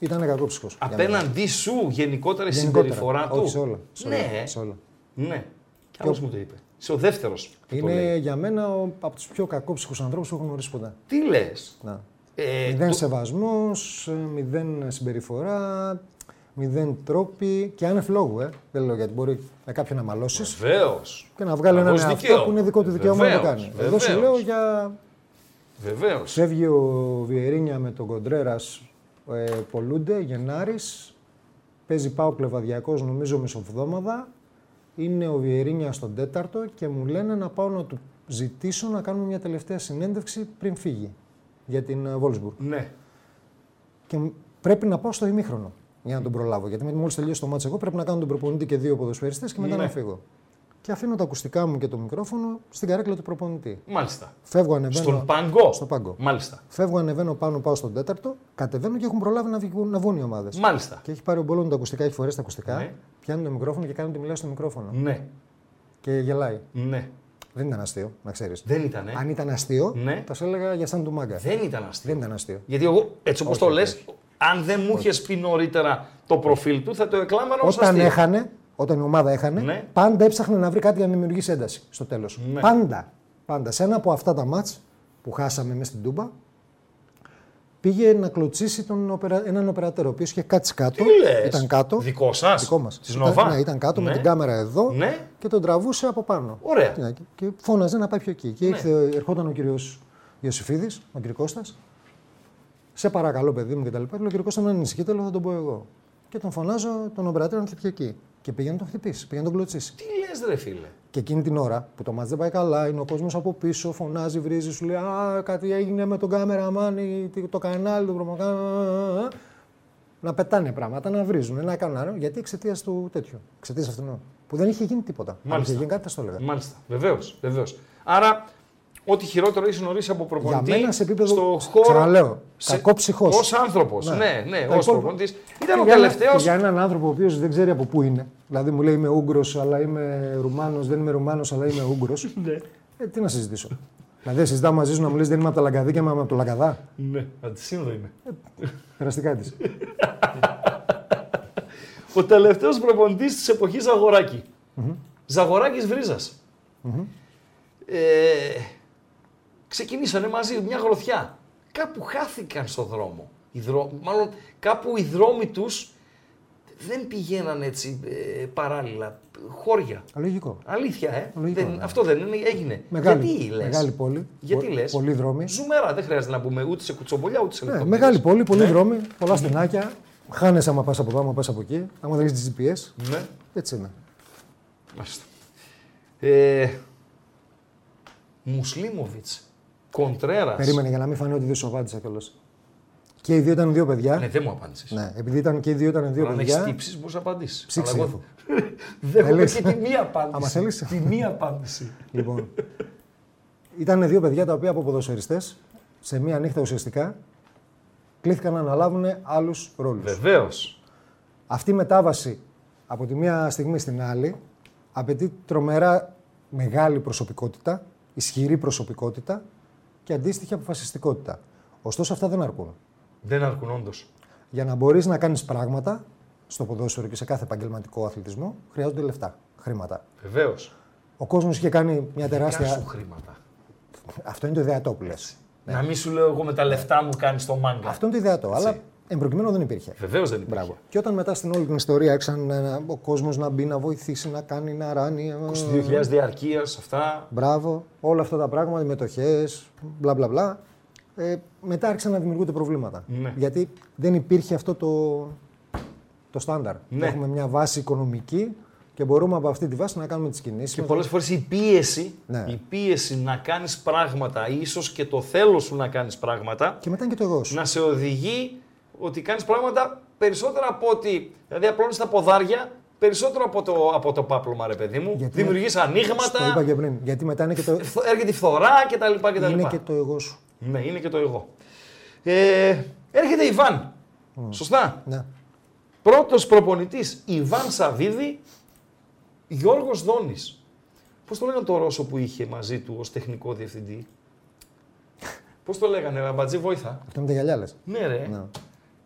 D: Ήταν κακόψυχο.
C: Απέναντί σου γενικότερα η συμπεριφορά του.
D: Όχι σε όλα. Σε όλα,
C: Ναι.
D: σε όλα.
C: Ναι. Κι άλλος μου το είπε. Είσαι ο δεύτερος.
D: Είναι για μένα ο, από τους πιο κακόψυχους ανθρώπους που έχω γνωρίσει ποτέ.
C: Τι λες.
D: Να.
C: Ε,
D: Μηδέν
C: το-
D: σεβασμός, μηδέν συμπεριφορά, μηδέν τρόποι και άνευ λόγου. Ε. Δεν λέω γιατί μπορεί με κάποιον να μαλώσεις
C: Βεβαίως.
D: και να βγάλει έναν
C: Λαγός
D: εαυτό
C: δικαίωμα.
D: που είναι δικό του δικαίωμα να το
C: Βεβαίως,
D: κάνει. Εδώ σου
C: βεβαίως.
D: λέω για.
C: Βεβαίως.
D: Ξέβγει ο Βιερίνια με τον Κοντρέρας, ε, πολλούνται, Γενάρης. Παίζει πάω κλεβαδιακός, νομίζω μισοβδόμαδα. Είναι ο Βιερίνια στον τέταρτο και μου λένε να πάω να του ζητήσω να κάνουμε μια τελευταία συνέντευξη πριν φύγει για την ε, Wolfsburg.
C: Ναι.
D: Και μ- πρέπει να πάω στο ημίχρονο για να τον προλάβω. Γιατί μόλις τελειώσει το μάτσο, εγώ πρέπει να κάνω τον προπονητή και δύο ποδοσφαιριστές και μετά
C: Ναι.
D: να φύγω. Και αφήνω τα ακουστικά μου και το μικρόφωνο στην καρέκλα του προπονητή.
C: Μάλιστα.
D: Φεύγω, ανεβαίνω.
C: Στον παγκό.
D: Στο πάγκο.
C: Μάλιστα.
D: Φεύγω, ανεβαίνω πάνω, πάω στον τέταρτο. Κατεβαίνω και έχουν προλάβει να, βγουν, να βγουν οι ομάδες.
C: Μάλιστα.
D: Και έχει πάρει ο Μπόλον τα ακουστικά, έχει φορέσει τα ακουστικά.
C: Ναι.
D: Πιάνει το μικρόφωνο και κάνει τη μιλάει στο μικρόφωνο.
C: Ναι.
D: Και γελάει.
C: Ναι.
D: Δεν ήταν αστείο, να ξέρεις.
C: Δεν ήταν. Ε.
D: Αν ήταν αστείο,
C: Ναι.
D: θα σε έλεγα για σαν του μάγκα.
C: Δεν ήταν αστείο.
D: Δεν ήταν αστείο.
C: Γιατί εγώ, έτσι όπως
D: Όχι,
C: το
D: όχι,
C: λε, αν δεν μου είχες πει νωρίτερα το προφίλ του, θα το εκλάμβανα ως
D: Όταν
C: αστείο.
D: έχανε, όταν η ομάδα έχανε,
C: Ναι.
D: πάντα έψαχνε να βρει κάτι για να δημιουργήσει ένταση στο τέλος.
C: Ναι.
D: Πάντα. Πάντα. Σε ένα από αυτά τα μάτς που χάσαμε μέσα στην Τούμπα, πήγε να κλωτσίσει τον οπερα... έναν οπερατέρο, ο οποίος είχε κάτσει κάτω.
C: Τι λες?
D: Ήταν κάτω.
C: Δικό σας.
D: Δικό μας.
C: Της
D: Ήταν-
C: Νοβά.
D: Ναι, ήταν κάτω με
C: Ναι.
D: την κάμερα εδώ
C: Ναι.
D: και τον τραβούσε από πάνω.
C: Ωραία. Ναι.
D: Ναι, και- Και φώναζε να πάει πιο εκεί. Και ήρθε, ερχόταν ο κύριος Ιωσήφιδη, ο κύριος Κώστας. Σε παρακαλώ, παιδί μου, κτλ. Λέω, κύριε Κώστα, μην ανησυχείτε, λέω, θα τον πω εγώ. Και τον φωνάζω τον ομπρατέρα να έρθει πιο εκεί. Και πήγαινε να τον χτυπήσει, πήγαινε να τον κλωτσίσει.
C: Τι λες, ρε φίλε.
D: Και εκείνη την ώρα που το μάτς δεν πάει καλά, είναι ο κόσμος από πίσω, φωνάζει, βρίζει, σου λέει Α, κάτι έγινε με τον κάμεραμαν, ή τι- το κανάλι, το προμοκάνο. Να πετάνε πράγματα, να βρίζουν, να κάνουν άλλο. Γιατί εξαιτίας του τέτοιου. Εξαιτίας αυτού που δεν είχε γίνει τίποτα. Αν είχε
C: Μάλιστα.
D: γίνει κάτι, θα στο έλεγα.
C: Ε, Μάλιστα. Βεβαίως. Βεβαίως. Άρα, ό,τι χειρότερο έχει γνωρίσει από προπονητή.
D: Για μένα σε επίπεδο-
C: στο χώρο.
D: ξαναλέω, κακόψυχος.
C: Ως άνθρωπος. Ναι,
D: Ναι.
C: ναι, ναι
D: Τα
C: ως
D: υπόλοιπα-
C: προπονητής. Ήταν
D: Και
C: ο
D: για ένα-
C: τελευταίος.
D: και Για έναν άνθρωπο ο οποίος δεν ξέρει από πού είναι. Δηλαδή μου λέει είμαι Ούγγρος, αλλά είμαι Ρουμάνος, δεν είμαι Ρουμάνος, αλλά είμαι Ούγγρος.
C: [laughs] Ναι.
D: ε, τι να συζητήσω. δηλαδή δεν συζητάω μαζί σου να μου λες δεν είμαι από τα Λαγκαδίκια, είμαι από το Λαγκαδά.
C: Ναι, αντισύνδο είναι.
D: Περαστικά τη.
C: Ο τελευταίος προπονητής της εποχής Ζαγοράκη. Ζαγοράκης Βρίζας. Ε, ξεκινήσανε μαζί μια γροθιά. Κάπου χάθηκαν στο δρόμο. Οι δρό... Μάλλον κάπου οι δρόμοι τους δεν πηγαίναν έτσι ε, παράλληλα. Χώρια.
D: Λογικό.
C: Αλήθεια, ε.
D: Λογικό,
C: δεν,
D: ναι.
C: Αυτό δεν είναι, έγινε.
D: Μεγάλη,
C: Γιατί λες.
D: μεγάλη πόλη.
C: Γιατί
D: πο-
C: λες.
D: Πολλοί δρόμοι.
C: Ζουμερά, δεν χρειάζεται να πούμε ούτε σε κουτσομπολιά ούτε σε
D: Ναι,
C: λεπτομέρειες.
D: μεγάλη πόλη, πολλοί δρόμοι,
C: Ναι.
D: πολλά στενάκια. Χάνεσαι άμα πας από εδώ, άμα πας από εκεί. Άμα δεν έχεις GPS.
C: Ναι.
D: Έτσι είναι.
C: Μάλιστα. Ε, Μουσλίμοβιτς, Κοντρέρας.
D: Περίμενε για να μην φανεί ότι δεν σου απάντησα κιόλας. Και οι δύο ήταν δύο παιδιά.
C: Ναι, δεν μου απάντησες.
D: Ναι, επειδή ήταν και οι δύο ήταν δύο
C: Αν έχεις
D: παιδιά.
C: τύψεις μπορείς να απαντήσεις.
D: Ψήξε
C: Αλλά
D: λίγο.
C: εγώ [laughs] δεν έχω
D: Θέλεις?
C: και τη μία απάντηση.
D: Άμα θέλεις.
C: Τη μία απάντηση.
D: [laughs] Λοιπόν. Ήταν δύο παιδιά τα οποία από ποδοσφαιριστές σε μία νύχτα ουσιαστικά κλήθηκαν να αναλάβουν άλλους ρόλους.
C: Βεβαίως.
D: Αυτή η μετάβαση από τη μία στιγμή στην άλλη απαιτεί τρομερά μεγάλη προσωπικότητα, ισχυρή προσωπικότητα και αντίστοιχη αποφασιστικότητα. Ωστόσο αυτά δεν αρκούν.
C: Δεν αρκούν όντως.
D: Για να μπορείς να κάνεις πράγματα στο ποδόσφαιρο και σε κάθε επαγγελματικό αθλητισμό χρειάζονται λεφτά, χρήματα.
C: Βεβαίως.
D: Ο κόσμος είχε κάνει μια
C: Δικά σου
D: τεράστια.
C: χρήματα.
D: Αυτό είναι το ιδεατό που λες.
C: Να μην σου λέω εγώ με τα λεφτά μου κάνεις το μάγκα.
D: Ναι. Αυτό είναι το ιδεατό, αλλά εμπροκειμένο δεν υπήρχε.
C: Βεβαίως δεν υπήρχε.
D: Μπράβο. Και όταν μετά στην όλη την ιστορία άρχισαν ε, ο κόσμος να μπει, να βοηθήσει, να κάνει, να ράνει. ε,
C: 2000 διαρκείας, αυτά.
D: Μπράβο, όλα αυτά τα πράγματα, οι μετοχές, μπλα μπλα μπλα. Ε, μετά άρχισαν να δημιουργούνται προβλήματα.
C: Ναι.
D: Γιατί δεν υπήρχε αυτό το, το στάνταρ.
C: Ναι.
D: Έχουμε μια βάση οικονομική και μπορούμε από αυτή τη βάση να κάνουμε τις κινήσεις.
C: Και πολλές φορές η πίεση,
D: Ναι.
C: η πίεση να κάνεις πράγματα, ίσως και το θέλω σου να κάνεις πράγματα,
D: Και μετά είναι και το εγώ σου.
C: να σε οδηγεί ότι κάνεις πράγματα περισσότερα από ότι. Δηλαδή, απλώνεις τα ποδάρια περισσότερο από το, από το πάπλωμα, ρε παιδί μου.
D: Γιατί-
C: Δημιουργεί
D: Το είπα
C: ανοίγματα,
D: και πριν. Γιατί μετά είναι και
C: [laughs]
D: το,
C: φθο- έρχεται η φθορά κτλ. κτλ.
D: είναι και το εγώ σου.
C: Ναι, είναι και το εγώ. Ε, έρχεται η Βαν. Σωστά.
D: Ναι.
C: Πρώτος προπονητής Ιβάν Σαββίδη, Γιώργος Δόνης. Πώς το λέγανε το Ρώσο που είχε μαζί του ως τεχνικό διευθυντή. Πώς το λέγανε, Ραμπατζή, βοήθα.
D: Αυτό με τα γυαλιά λες.
C: Ναι, ρε.
D: Ναι.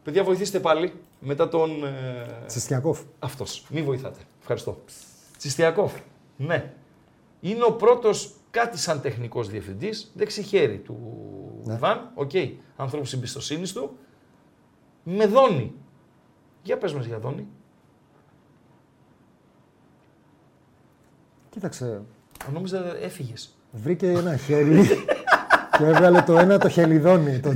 C: Παιδιά, βοηθήστε πάλι μετά τον. Ε...
D: Τσιστιακόφ.
C: Αυτός. Μη βοηθάτε. Ευχαριστώ. Τσιστιακόφ. Ναι. Είναι ο πρώτος κάτι σαν τεχνικός διευθυντής, δεξιχέρι του
D: Ναι.
C: Βαν. Οκ. Ανθρώπου εμπιστοσύνης του. Με δόνει. Για πες μας για δόνει.
D: Κοίταξε.
C: Νόμιζα έφυγες.
D: Βρήκε ένα χέλι και έβγαλε το ένα το χελιδόνι. Το...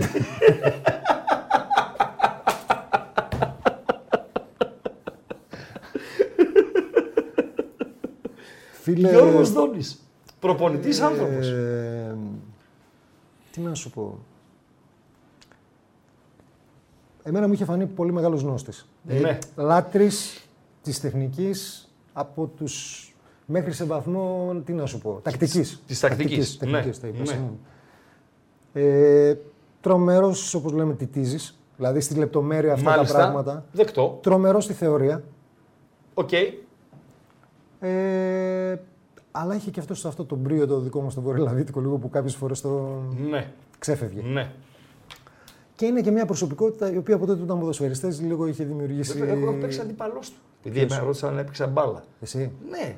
D: Φίλε,
C: Γιώργος Δόνης. Προπονητής άνθρωπο.
D: ε, τι να σου πω. Εμένα μου είχε φανεί πολύ μεγάλος γνώστης. Ε,
C: Ναι.
D: Λάτρης της τεχνικής από τους μέχρι σε βαθμό, τι να σου πω, τακτικής.
C: της τακτικής, ναι,
D: τακτικής, τα είπα,
C: ναι.
D: συγγνώμη. Ε, τρομερός, όπως λέμε, τιτίζεις, δηλαδή στη λεπτομέρεια αυτά τα πράγματα.
C: Δεκτό.
D: Τρομερός στη θεωρία,
C: Οκ.
D: ε, αλλά είχε και αυτός αυτό το μπρίο το δικό μας το βορειολαδίτικο λίγο που κάποιες φορές το
C: Ναι.
D: ξέφευγε.
C: Ναι.
D: Και είναι και μια προσωπικότητα η οποία από τότε που ήταν ποδοσφαιριστές λίγο είχε δημιουργήσει...
C: Βέβαια, Ε, Εγώ παίξα αντιπαλό του. Επειδή με ρώτησαν αν έπαιξα μπάλα.
D: Εσύ.
C: Ναι.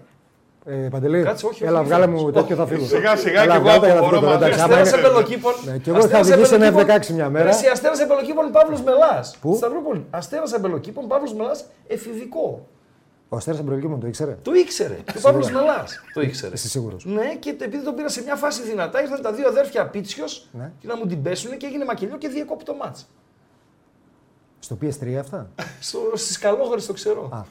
D: Ε, Παντελή,
C: Κάτσε, όχι, όχι,
D: έλα
C: όχι,
D: βγάλε
C: όχι. Ε,
D: μου τέτοιο θα φύγω.
B: Σιγά, σιγά
D: Έλα,
B: κι εγώ
D: βγάλε τα για να
B: απορώ
D: φύγω τώρα,
B: μαζί
D: εντάξει,
B: σου.
D: Ε, άμα
C: Αστέρα
D: είναι-
C: Επελοκήπων.
D: Ναι, κι εγώ είχα οδηγήσει ένα F16 μια μέρα.
C: Αστέρας Επελοκήπων Παύλος Μελάς. Σταυρούπολη. Αστέρας Επελοκήπων Παύλος Μελάς εφηβικό.
D: Ο Αστέρας Αμπρελική μου το ήξερε.
C: Το ήξερε. Και ο Παύλο Μελά το ήξερε.
D: Είσαι σίγουρος.
C: Ναι, και τε- επειδή τον πήρα σε μια φάση δυνατά, ήρθαν τα δύο αδέρφια Πίτσιο
D: Ναι.
C: και να μου την πέσουν και έγινε μακελιό και διεκόπη το μάτ.
D: Στο PS3 αυτά.
C: Στις καλόγορες το ξέρω.
D: Α,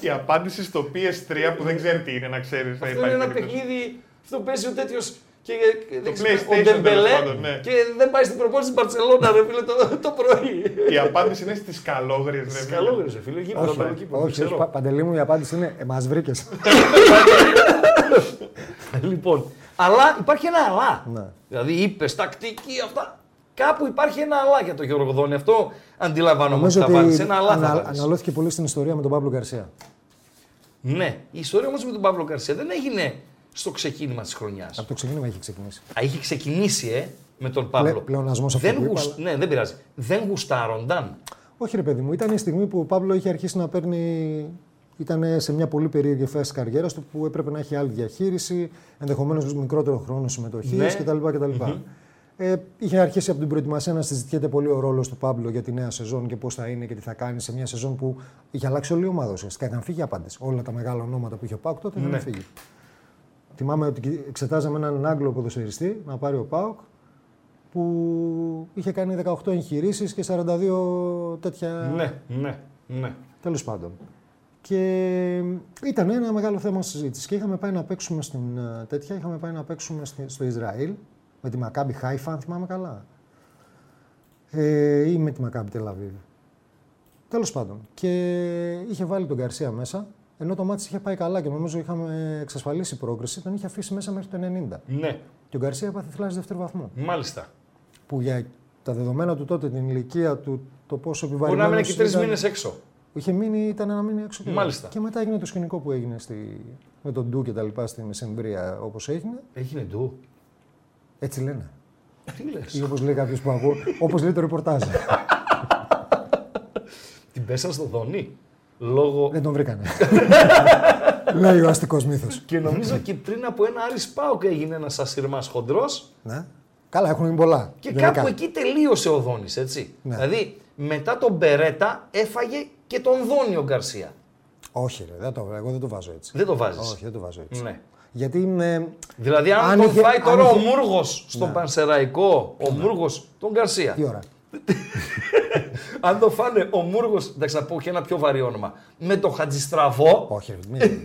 B: Η απάντηση στο PS3 που δεν ξέρει τι είναι, να ξέρεις.
C: Αυτό είναι ένα παιχνίδι. Αυτό παίζει ο τέτοιος. Και, και δεν ξέρω,
B: PlayStation,
C: ο Ντεμπελέ
B: τέλος πάντων, ναι.
C: και δεν πάει στην προπόνηση της Μπαρσελόνα, ρε φίλε, το, το πρωί.
B: Η απάντηση είναι στις καλόγριες.
C: Στι καλόγορε, ρε φίλε, γύρω
D: όχι,
C: από
D: όχι,
C: εκεί που
D: όχι,
C: ξέρω.
D: Πα- Παντελή μου η απάντηση είναι ε, μας βρήκες.
C: Λοιπόν, αλλά υπάρχει ένα αλλά.
D: Ναι.
C: Δηλαδή είπες τακτική αυτά. Κάπου υπάρχει ένα αλλά για τον Γιώργο Δόνη. Αυτό αντιλαμβάνομαι ότι
D: Νομίζω
C: θα βάλεις. Ένα αλλά θα
D: ανα-
C: βάλεις.
D: αναλώθηκε πολύ στην ιστορία με τον Παύλο Γκαρσία.
C: Ναι, η ιστορία όμως με τον Παύλο Καρσία δεν έγινε στο ξεκίνημα της χρονιάς.
D: Από το ξεκίνημα είχε ξεκινήσει.
C: Α, είχε ξεκινήσει, ε, με τον Παύλο.
D: πλεονασμός αυτό
C: δεν
D: που είπα,
C: γουσ-
D: αλλά-
C: Ναι, δεν πειράζει. Δεν γουστάρονταν.
D: Όχι ρε παιδί μου, ήταν η στιγμή που ο Παύλο είχε αρχίσει να παίρνει... Ήταν σε μια πολύ περίεργη φάση της καριέρας του που έπρεπε να έχει άλλη διαχείριση, ενδεχομένως μικρότερο χρόνο συμμετοχής
C: Ναι.
D: κτλ. κτλ. Ε, είχε αρχίσει από την προετοιμασία να συζητιέται πολύ ο ρόλος του Παύλο για τη νέα σεζόν και πώς θα είναι και τι θα κάνει σε μια σεζόν που είχε αλλάξει όλη η ομάδα ουσιαστικά. Είχαν φύγει απάντες. Όλα τα μεγάλα ονόματα που είχε ο Πάουκ τότε είχαν φύγει. Θυμάμαι ότι εξετάζαμε έναν Άγγλο ποδοσφαιριστή να πάρει ο Πάουκ που είχε κάνει 18 εγχειρήσεις και 42 τέτοια
C: Ναι, ναι, ναι.
D: Τέλος πάντων. Και ήταν ένα μεγάλο θέμα συζήτηση. Και είχαμε πάει να παίξουμε στην ε, τέτοια, είχαμε πάει να παίξουμε στη- στο Ισραήλ με τη Μακάμπι Χάιφα, αν θυμάμαι καλά. Ε, ή με τη Μακάμπι Τελαβίβ. Τέλος πάντων. Και είχε βάλει τον Καρσία μέσα, ενώ το μάτι είχε πάει καλά και νομίζω είχαμε εξασφαλίσει πρόκριση, τον είχε αφήσει μέσα μέχρι το 90.
C: Ναι,
D: Και ο Γκαρσία έπαθε θλάση δεύτερου βαθμού.
C: μάλιστα.
D: Που για τα δεδομένα του τότε, την ηλικία του, το πόσο
C: Μπορεί
D: επιβαρυμένο.
C: να έμενε και τρεις μήνες έξω.
D: Είχε μείνει, ήταν ένα μήνυμα έξω. και λίγο.
C: Μάλιστα.
D: Και μετά έγινε το σκηνικό που έγινε στη, με τον Ντου και τα λοιπά στη Μεσημβρία όπως έγινε.
C: Έγινε ντου.
D: Έτσι λένε.
C: Τι λες.
D: Ή όπως λέει κάποιος που
C: [laughs]
D: ακούω, όπως λέει το ρεπορτάζ.
C: Την πέσαν στο δόνι. Λόγω.
D: Δεν τον βρήκανε.
C: [laughs]
D: λέει ο αστικός μύθος.
C: Και νομίζω και πριν από ένα Άρης Πάοκ έγινε ένας ασύρμας χοντρός
D: ναι. Καλά, έχουν γίνει πολλά.
C: και
D: γενικά.
C: κάπου εκεί τελείωσε ο Δόνης, έτσι.
D: Ναι.
C: Δηλαδή μετά τον Μπερέτα έφαγε και τον Δόνιο Γκαρσία.
D: Όχι, ρε, δεν το, εγώ δεν το βάζω έτσι.
C: Δεν το βάζεις.
D: Όχι, δεν το βάζω έτσι.
C: Ναι.
D: Γιατί είναι.
C: Δηλαδή, αν,
D: Αν
C: τον
D: είχε-
C: φάει
D: αν
C: τώρα ο
D: είχε- Ναι.
C: Μούργο στον Πανσεραϊκό, ο Μούργος τον Γκαρσία.
D: Τι ώρα.
C: αν το φάνε ο Μούργος, εντάξει, να πω και ένα πιο βαρύ όνομα, με το Χατζιστραβό,
D: Όχι, ρε,
C: [laughs]
D: μην, εντάξει.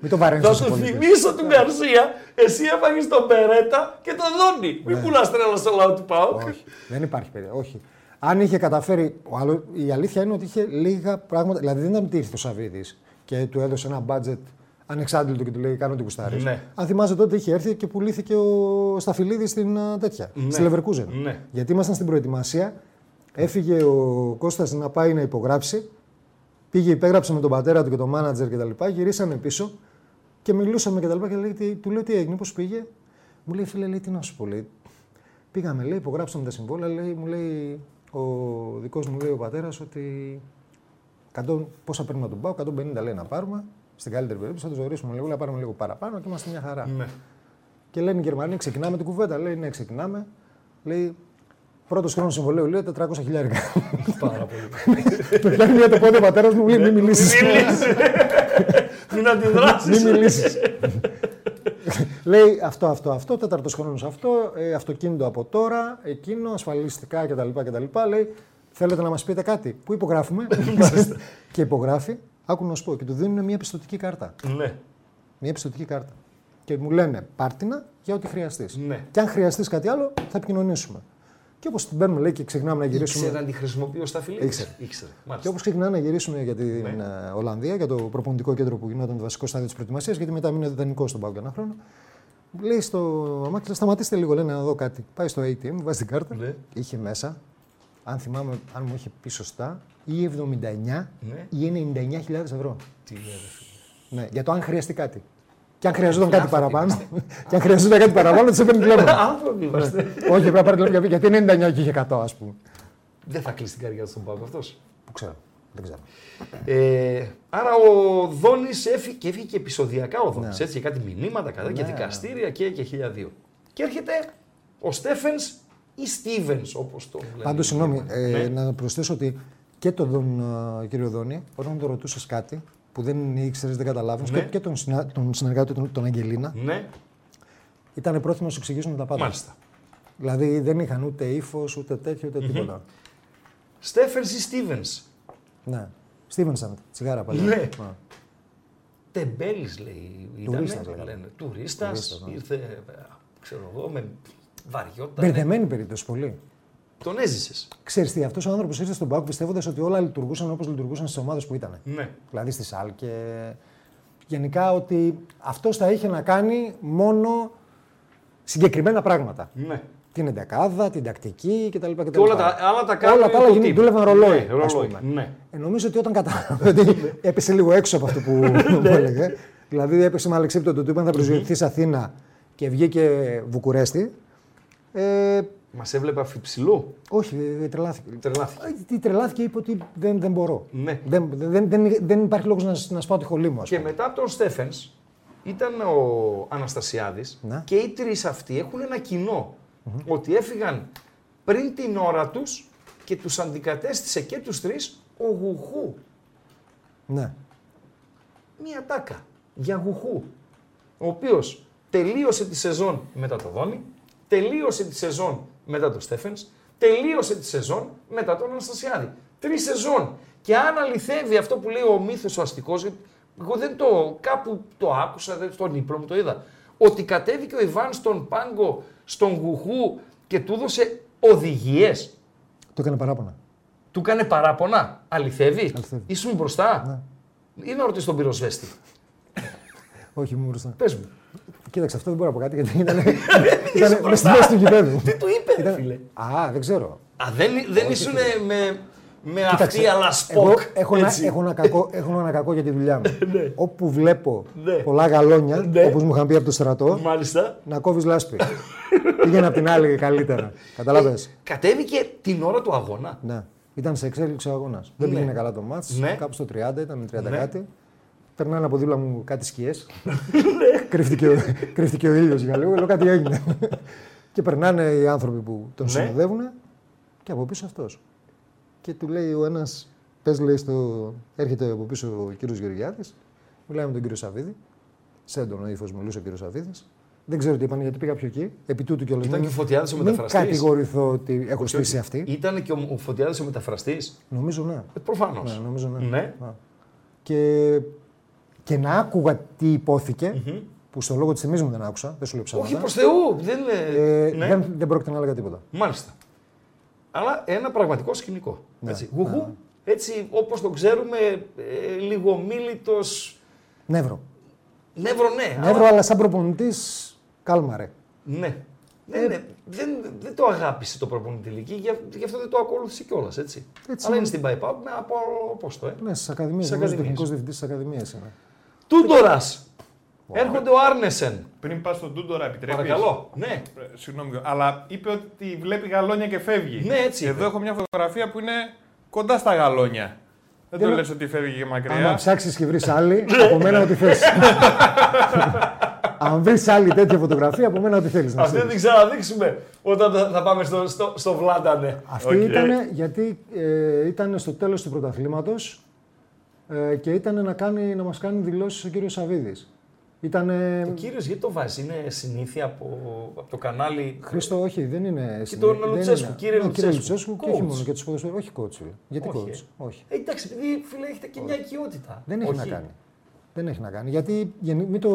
D: μην το βαραίνει
C: θα
D: τόσο
C: σου
D: πολύ.
C: θυμίσω τον Γκαρσία, εσύ έφαγες τον Μπερέτα και τον Δόνι. Μην πουλά τρέλα στο λαό του Πάοκ.
D: Ναι. Όχι, δεν υπάρχει περίπτωση. Όχι. Αν είχε καταφέρει. Ο άλλο, η αλήθεια είναι ότι είχε λίγα πράγματα. Δηλαδή δεν ήταν ότι ήρθε ο Σαββίδης και του έδωσε ένα budget ανεξάντλητο και του λέει: Κάνω την κουστάρι.
C: Ναι.
D: Αν θυμάσαι τότε είχε έρθει και πουλήθηκε ο Σταφυλίδης στην α, ε, τέτοια. Στη Λεβερκούζεν.
C: Ναι.
D: Γιατί ήμασταν στην προετοιμασία Έφυγε ο Κώστας να πάει να υπογράψει. Πήγε, υπέγραψε με τον πατέρα του και τον μάνατζερ κτλ. Γυρίσανε πίσω και μιλούσαμε κτλ. Και, και λέει, τι- του λέω τι έγινε, πώς πήγε. Μου λέει, φίλε, λέει, τι να σου πω. Λέει. Πήγαμε, λέει, υπογράψαμε τα συμβόλαια. Λέει, μου λέει ο δικός μου λέει, ο πατέρας ότι 100, πόσα παίρνουμε τον πάω, 150 λέει να πάρουμε. Στην καλύτερη περίπτωση θα του ορίσουμε λίγο, να πάρουμε λίγο παραπάνω και είμαστε μια χαρά.
C: Ναι.
D: Και λένε οι Γερμανοί, ξεκινάμε την κουβέντα. Λέει, ναι, ξεκινάμε. Λέει, πρώτος χρόνος συμβολέου λέει 400 χιλιάρικα.
C: Πάρα
D: [laughs]
C: πολύ. Ναι.
D: Με πιάνει μια τεπώντα ο πατέρας μου, μου λέει, μην μιλήσει.
E: Μην αντιδράσεις.
D: Μην μιλήσεις. Λέει αυτό, αυτό, αυτό, τέταρτος χρόνος αυτό, ε, αυτοκίνητο από τώρα, εκείνο, ασφαλιστικά κτλ. κτλ. Λέει, θέλετε να μας πείτε κάτι. Πού υπογράφουμε. και υπογράφει, άκου να σου πω, και του δίνουν μια πιστοτική κάρτα.
C: Ναι.
D: Μια πιστοτική κάρτα. Και μου λένε πάρτινα για ό,τι χρειαστείς.
C: Ναι.
D: Και αν χρειαστείς κάτι άλλο, θα επικοινωνήσουμε. Και όπως την παίρνουμε, λέει, και ξεκινάμε να γυρίσουμε.
C: Ήξερε να τη χρησιμοποιώ στα φιλία.
D: Ήξερε.
C: Ήξερε.
D: Και
C: Μάλιστα.
D: όπω ξεκινάμε να γυρίσουμε για την ε, Ολλανδία, για το προπονητικό κέντρο που γινόταν το βασικό στάδιο της προετοιμασίας, γιατί μετά μείνει δανεικό στον πάγκο ένα χρόνο. Λέει στο αμάξι, σταματήστε λίγο, λένε να δω κάτι. Πάει στο ATM, βάζει την κάρτα.
C: Ναι.
D: Είχε μέσα, αν θυμάμαι, αν μου είχε πει σωστά, ή 79
C: Ναι.
D: ή 99.000 ευρώ.
C: Τι λέει, ρε φίλε.
D: Ναι, για το αν χρειαστεί κάτι. Και αν χρειαζόταν κάτι παραπάνω, [laughs] και αν χρειαζόταν κάτι παραπάνω, τη έπαιρνε
C: [laughs]
D: τηλέφωνο.
E: Άνθρωποι είμαστε.
D: Όχι, πρέπει να πάρει τηλέφωνο γιατί 99 και είχε 100, ας πούμε.
C: Δεν θα κλείσει την καριέρα του στον πάγκο αυτός.
D: Που ξέρω. Δεν ξέρω.
C: Ε, άρα ο Δόνης έφυγε, και έφυγε και επεισοδιακά ο Δόνης. Έτσι και κάτι μηνύματα κατά, και
D: Ναι.
C: δικαστήρια και, και χίλια δύο. Και έρχεται ο Στέφεν ή Στίβεν, όπω το λένε.
D: Πάντως, συγγνώμη, ε,
C: Ναι.
D: να προσθέσω ότι και τον Δον, ε, κύριο Δόνη, όταν τον ρωτούσες κάτι που δεν ήξερες, δεν καταλάβαινες,
C: Ναι.
D: και, και τον, συνα, τον συνεργάτη του, τον Αγγελίνα,
C: Ναι,
D: ήταν πρόθυμος να σου εξηγήσουν τα πάντα.
C: μάλιστα.
D: Δηλαδή δεν είχαν ούτε ύφος, ούτε τέτοιο, ούτε τίποτα.
C: Στέφεν ή Στίβεν.
D: Ναι. Στίβενσαντ, τσιγάρα πάλι.
C: Ναι. Τεμπέλης λέει.
D: Τουρίστας, λέγανε.
C: Τουρίστα. Τουρίστας.
D: Τουρίστας, ναι.
C: Ήρθε, ε, ξέρω εγώ, με βαριότητα. ναι.
D: Μπερδεμένη περίπτωση πολύ.
C: Τον έζησες.
D: Ξέρεις τι, αυτός ο άνθρωπος ήρθε στον Πάουκ πιστεύοντας ότι όλα λειτουργούσαν όπως λειτουργούσαν στις ομάδες που ήταν.
C: Ναι.
D: Δηλαδή στη Σάλκε. Γενικά ότι αυτός θα είχε να κάνει μόνο συγκεκριμένα πράγματα.
C: ναι.
D: Την εντεκάδα, την τακτική κτλ. κτλ.
C: Και όλα τα άλλα τα κάνουν.
D: όλα τα άλλα γίνουν, δούλευαν ρολόι.
C: Ναι,
D: ας
C: ρολόι.
D: πούμε.
C: Ναι.
D: Ε, νομίζω ότι όταν κατάλαβε [laughs] ότι έπεσε λίγο έξω από αυτό
C: [laughs]
D: που,
C: Ναι.
D: που έλεγε. δηλαδή έπεσε με αλεξίπτο το του είπαν θα προσγειωθεί σε Αθήνα και βγήκε Βουκουρέστη. Ε,
C: Μας έβλεπε αφιψηλού.
D: όχι, ε, τρελάθηκε.
C: Τρελάθηκε.
D: Ε, Τι τρελάθηκε, είπε ότι δεν, δεν μπορώ.
C: Ναι.
D: Δεν, δεν, δεν, δεν υπάρχει λόγος να, σ- να σπάω τη χολή μου, ας
C: Και
D: πούμε.
C: μετά από τον Στέφεν ήταν ο Αναστασιάδης
D: Ναι.
C: και οι τρεις αυτοί έχουν ένα κοινό. Ότι έφυγαν πριν την ώρα τους και τους αντικατέστησε και τους τρεις ο Γουχού.
D: Ναι.
C: Μία τάκα για Γουχού. Ο οποίος τελείωσε τη σεζόν μετά το Δόνι, τελείωσε τη σεζόν μετά τον Στέφεν, τελείωσε τη σεζόν μετά τον Αναστασιάδη. Τρεις σεζόν. Και αν αληθεύει αυτό που λέει ο μύθος ο αστικός, εγώ δεν το. κάπου το άκουσα, δεν, στον ύπνο μου το είδα. Ότι κατέβηκε ο Ιβάν στον Πάγκο, στον Γουχού και του έδωσε οδηγίες.
D: Το έκανε παράπονα.
C: Του κάνε παράπονα. Αληθεύει.
D: Αληθεύει.
C: Ήσουν μπροστά. Ή να ρωτήσεις τον πυροσβέστη.
D: Όχι, μου μπροστά.
C: Πες μου.
D: Κοίταξε, αυτό δεν μπορώ να πω κάτι
C: [laughs]
D: γιατί ήταν. ήταν με στη μέση του γηπέδου.
C: Τι του είπε, ρε Ε, φίλε.
D: Α, δεν ξέρω.
C: Α, δεν, δεν ήσουν με, με
D: Κοίταξε,
C: αυτή, αλλά
D: εγώ
C: σποκ.
D: έχω, ένα,
C: έτσι.
D: έχω, ένα κακό, έχω ένα κακό για τη δουλειά μου.
C: [laughs]
D: Όπου βλέπω
C: Ναι.
D: πολλά γαλόνια,
C: Ναι.
D: όπως μου είχαν πει από το στρατό,
C: [laughs] Μάλιστα.
D: να
C: [laughs]
D: κόβεις λάσπη. Πήγαινε από την άλλη καλύτερα. Κατάλαβε.
C: Ε, Κατέβηκε την ώρα του αγώνα.
D: Ναι. Ήταν σε εξέλιξη ο αγώνας. Δεν
C: Ναι.
D: πήγαινε καλά το μάτ.
C: Ναι.
D: Κάπου στο 30, ήταν 30 κάτι. Περνάνε από δίπλα μου κάτι σκιές.
C: Ναι.
D: κρύφτηκε, ο- κρύφτηκε ο ήλιος για λίγο, λέω κάτι έγινε. και περνάνε οι άνθρωποι που
C: Ναι.
D: τον συνοδεύουν και από πίσω αυτός. Και του λέει ο ένας, πες λέει στο. Έρχεται από πίσω ο κύριος Γεωργιάδης, μιλάει με τον κύριο Σαββίδη. Σε έντονο ύφος μιλούσε ο κύριος Σαββίδης. Δεν ξέρω τι είπαν γιατί πήγα πιο εκεί. Επί τούτου κιόλα.
C: Ήταν και ο Φωτιάδης ο μεταφραστής.
D: Μην κατηγορηθώ ότι έχω στήσει αυτή.
C: Ήταν και ο Φωτιάδης ο μεταφραστής.
D: Νομίζω ναι.
C: Ε, Προφανώς.
D: Ναι, νομίζω ναι.
C: Ναι.
D: Ναι. Και, και να άκουγα τι υποθηκε που στο λόγο της τιμής μου δεν άκουσα, δεν σου λέω ψέματα.
C: Όχι προς Θεού. Δεν, είναι-
D: ε,
C: ναι.
D: δεν, δεν πρόκειται να έλεγα τίποτα.
C: Μάλιστα. Αλλά ένα πραγματικό σκηνικό.
D: Ναι.
C: έτσι. Γουγού, έτσι όπως τον ξέρουμε, ε, λίγο μίλητος,
D: Νεύρο.
C: νεύρο ναι.
D: Νεύρο, αλλά σαν προπονητής, κάλμαρε.
C: Ναι.
D: Ε,
C: Δεν, δεν, δεν το αγάπησε το προπονητή ηλική, γι' γι' αυτό δεν το ακολούθησε κιόλας. Έτσι.
D: Έτσι
C: Αλλά είναι
D: είναι.
C: στην ΠΑΕΠΑ με από πώς το. Ε.
D: Ναι, στις ακαδημίες.
C: Στις
D: Είμαι
C: ακαδημίες.
D: τεχνικός διευθυντής της ακαδημίας.
C: Τούντορα! Έρχονται ο Άρνεσεν.
B: Πριν πας στον Τούντορα, επιτρέπεις.
C: Παρακαλώ. Ναι.
B: Συγγνώμη, αλλά είπε ότι βλέπει γαλόνια και φεύγει.
C: Ναι, έτσι
B: Εδώ
C: είπε.
B: έχω μια φωτογραφία που είναι κοντά στα γαλόνια. Δεν το
D: Δεν-
B: λες ότι φεύγει και
D: Αν
B: μακριά.
D: ψάξεις και βρεις άλλη, από μένα ό,τι
C: [laughs]
D: θες. Αν βρεις άλλη τέτοια φωτογραφία, από μένα ό,τι θέλεις.
C: Αυτή δεν την ξαναδείξουμε όταν θα- θα πάμε στο, στο, στο Βλάντανε.
D: Αυτή ήταν γιατί ε, ήταν στο τέλος του πρωταθλήματος ε, και ήταν να, κάνει, να μας κάνει δηλώσεις ο κύριος Σαβίδης. Ήταν...
C: Ο κύριος γιατί το βάζει, είναι συνήθεια από, από το κανάλι.
D: Χρήστο, όχι, δεν είναι... συνε-
C: τον
D: δεν
C: Λουτσέσκου,
D: είναι-
C: κύριε
D: Ναι,
C: Λουτσέσκου.
D: και όχι
C: Coach.
D: μόνο, και τους ποδοσφαίρους. Όχι coach, ρε. Γιατί
C: Όχι,
D: coach,
C: ε.
D: όχι.
C: Ε, εντάξει, επειδή φίλε έχετε και μια οικειότητα.
D: Δεν έχει
C: Όχι.
D: να κάνει. Δεν έχει να κάνει. Γιατί γενι- μην το,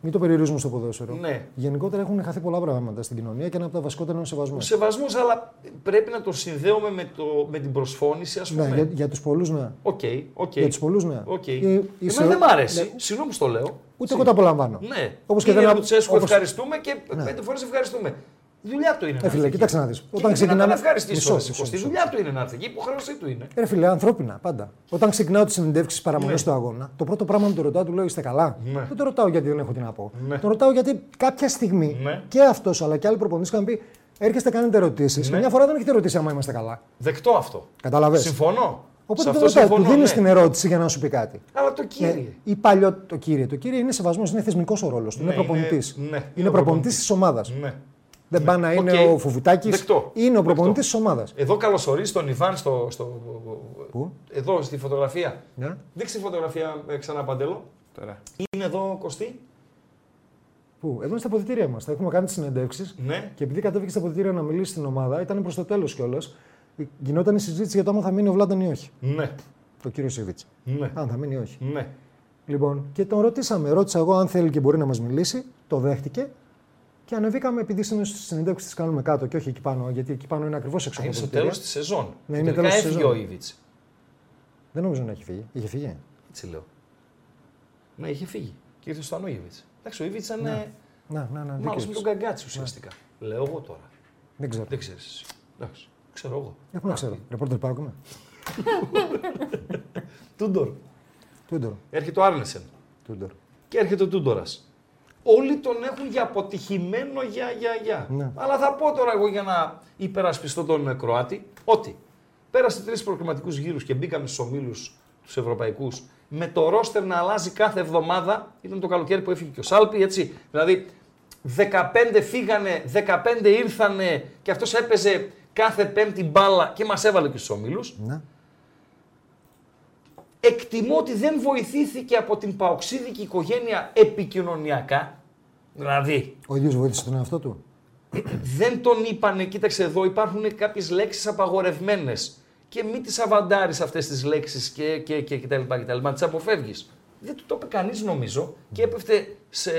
D: μην το περιορίζουμε στο ποδόσφαιρο.
C: Ναι.
D: Γενικότερα έχουν χαθεί πολλά πράγματα στην κοινωνία και ένα από τα βασικότερα είναι ο σεβασμός.
C: Ο σεβασμός, αλλά πρέπει να το συνδέουμε με, το, με την προσφώνηση, ας πούμε.
D: Ναι, για, για τους πολλούς, ναι.
C: Οκ, οκ.
D: Για τους πολλούς, ναι.
C: Οκ.
D: Ε,
C: Εμένα
D: είσαι-
C: δεν μ' αρέσει.
D: Ναι,
C: Συγγνώμη που το λέω.
D: Ούτε εγώ τα απολαμβάνω.
C: Ναι.
D: Όπως
C: Κύριε
D: δεν-
C: Λουτσέσκου,
D: όπως- Ναι.
C: ευχαριστούμε και πέντε φορές ευχαριστούμε. Η δουλειά του είναι. να
D: Ε, φίλε,
C: έρθει
D: κοίταξε
C: εκεί.
D: να δεις.
C: Και
D: Όταν
C: είναι δυνατόν
D: ξεκινάμε.
C: να ευχαριστήσω.
D: Μισό,
C: δυστυχώς.
D: μισό,
C: Στη
D: μισό.
C: δουλειά του είναι να έρθει εκεί, υποχρέωσή του είναι.
D: Ε, ρε φίλε, ανθρώπινα πάντα. Όταν ξεκινάω τις συνεντεύξεις παραμονές
C: Ναι.
D: του αγώνα, το πρώτο πράγμα που το ρωτάω του λέω Είστε καλά.
C: Ναι.
D: Δεν το ρωτάω γιατί δεν έχω τι να πω.
C: Ναι.
D: Το ρωτάω γιατί κάποια στιγμή
C: Ναι.
D: και αυτός αλλά και άλλοι προπονητές είχαν πει Έρχεστε, κάνετε ερωτήσεις.
C: Ναι.
D: Και μια φορά δεν έχετε ερωτήσει άμα είμαστε καλά.
C: Δεκτό αυτό.
D: Καταλαβες.
C: Συμφωνώ. Σε
D: Οπότε
C: αυτό
D: το ρωτάω, του
C: συμφωνώ,
D: δίνεις
C: ναι.
D: την ερώτηση για να σου πει κάτι.
C: Αλλά το
D: Ναι,
C: κύριε.
D: ή παλιό το κύριε. Το κύριε είναι σεβασμός, είναι θεσμικός ο ρόλος του. είναι προπονητής.
C: είναι- ναι, είναι
D: είναι
C: ο
D: προπονητής
C: προπονητής.
D: της ομάδας.
C: Ναι.
D: Δεν πάει να είναι
C: Οκ.
D: ο Φουβουτάκης.
C: Δεκτό.
D: Είναι ο
C: Δεκτό. Ε.
D: προπονητής της ομάδας.
C: Εδώ καλωσορίζει τον Ιβάν στο. στο...
D: Πού?
C: Εδώ στη φωτογραφία.
D: Ναι.
C: Δείξτε τη φωτογραφία ε, ξανά παντελώ.
B: Τώρα.
C: Είναι εδώ ο Κωστή.
D: Πού? Εδώ είναι στα ποδητήρια μας. Τα έχουμε κάνει τις συνεντεύξεις.
C: Ναι.
D: Και επειδή κατέβηκε στα ποδητήρια να μιλήσει στην ομάδα, ήταν προς το τέλος κιόλας. Γινόταν η συζήτηση για το άμα θα μείνει ο Βλάνταν ή όχι.
C: Ναι.
D: Το κύριο Σίβιτ.
C: Ναι.
D: Αν θα μείνει ή όχι.
C: Ναι.
D: Λοιπόν, και τον ρωτήσαμε. Ρώτησα εγώ αν θέλει και μπορεί να μας μιλήσει. Το δέχτηκε. Και ανεβήκαμε επειδή στι συνεντεύξει τι κάνουμε κάτω και όχι εκεί πάνω, γιατί εκεί πάνω είναι ακριβώς έξω από
C: Είναι
D: το
C: στο
D: ποδητήριο.
C: τέλος της σεζόν.
D: Ναι, είναι
C: Τελικά
D: τέλος της
C: έφυγε
D: σεζόν.
C: ο Ήβιτ.
D: Δεν νομίζω να έχει φύγει. Είχε φύγει.
C: Έτσι λέω. Ναι, είχε φύγει και ήρθε στον Ήβιτ. Εντάξει, ο Ήβιτ ήταν.
D: Ναι.
C: ε,
D: Να, να, να.
C: Μάλλον με
D: δίκαιος.
C: τον Καγκάτσι ουσιαστικά.
D: Ναι.
C: Λέω εγώ τώρα.
D: Δεν ξέρω.
C: Δεν ξέρεις. Εντάξει. Ξέρω εγώ.
D: Έχω να ξέρω. Ρεπόρτερ πάω ακόμα.
C: Τούντορ.
D: Τούντορ.
C: Έρχεται ο Άρνεσεν.
D: Τούντορ.
C: και έρχεται ο Τούντορας. Όλοι τον έχουν για αποτυχημένο για για για.
D: Ναι.
C: Αλλά θα πω τώρα εγώ για να υπερασπιστώ τον ε, Κροάτη ότι πέρασε τρεις προκληματικού γύρους και μπήκαμε στους ομίλους τους Ευρωπαϊκούς με το ρόστερ να αλλάζει κάθε εβδομάδα. Ήταν το καλοκαίρι που έφυγε και ο Σάλπη, έτσι. Δηλαδή 15 φύγανε, 15 ήρθανε και αυτός έπαιζε κάθε πέμπτη μπάλα και μας έβαλε και στους ομίλους.
D: Ναι.
C: Εκτιμώ ότι δεν βοηθήθηκε από την παοξίδικη οικογένεια επικοινωνιακά. Δηλαδή,
D: Ο ίδιος βοήθησε τον εαυτό του.
C: δεν τον είπανε, κοίταξε εδώ, υπάρχουν κάποιες λέξεις απαγορευμένες και μην τις αβαντάρεις αυτές τις λέξεις και, και, και, και τα λοιπά και τα λοιπά, τις αποφεύγεις. Δεν του το είπε κανείς νομίζω και έπεφτε σε,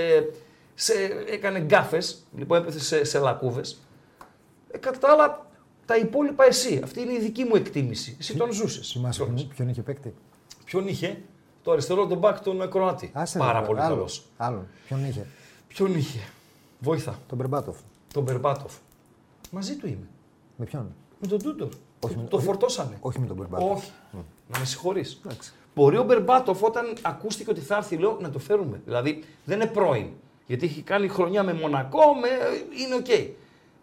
C: σε έκανε γκάφες, λοιπόν έπεφτε σε, σε λακκούβες. Ε, κατά τα άλλα, τα υπόλοιπα εσύ. Αυτή είναι η δική μου εκτίμηση. Εσύ τον ζούσες.
D: Θυμάσαι
C: Κιόλας.
D: ποιον, ποιον είχε παίκτη.
C: Ποιον είχε, το αριστερό τον μπακ τον Κροάτι.
D: Άσε ρε,
C: Πάρα
D: ρε,
C: πολύ
D: άλλον.
C: καλό.
D: Άλλον. Ποιον είχε.
C: Ποιον είχε, Βόηθα,
D: Τον Μπερμπάτοφ.
C: τον Μπερμπάτοφ. Μαζί του είμαι.
D: Με ποιον.
C: Με τον Τούντορ.
D: Όχι,
C: το
D: με-
C: το
D: όχι-
C: φορτώσανε.
D: όχι με τον Μπερμπάτοφ.
C: Όχι. Να με συγχωρείς.
D: Εντάξει.
C: Μπορεί ο Μπερμπάτοφ όταν ακούστηκε ότι θα έρθει, λέω να το φέρουμε. Δηλαδή δεν είναι πρώην. Γιατί έχει κάνει χρονιά με Μονακό, με... είναι οκ.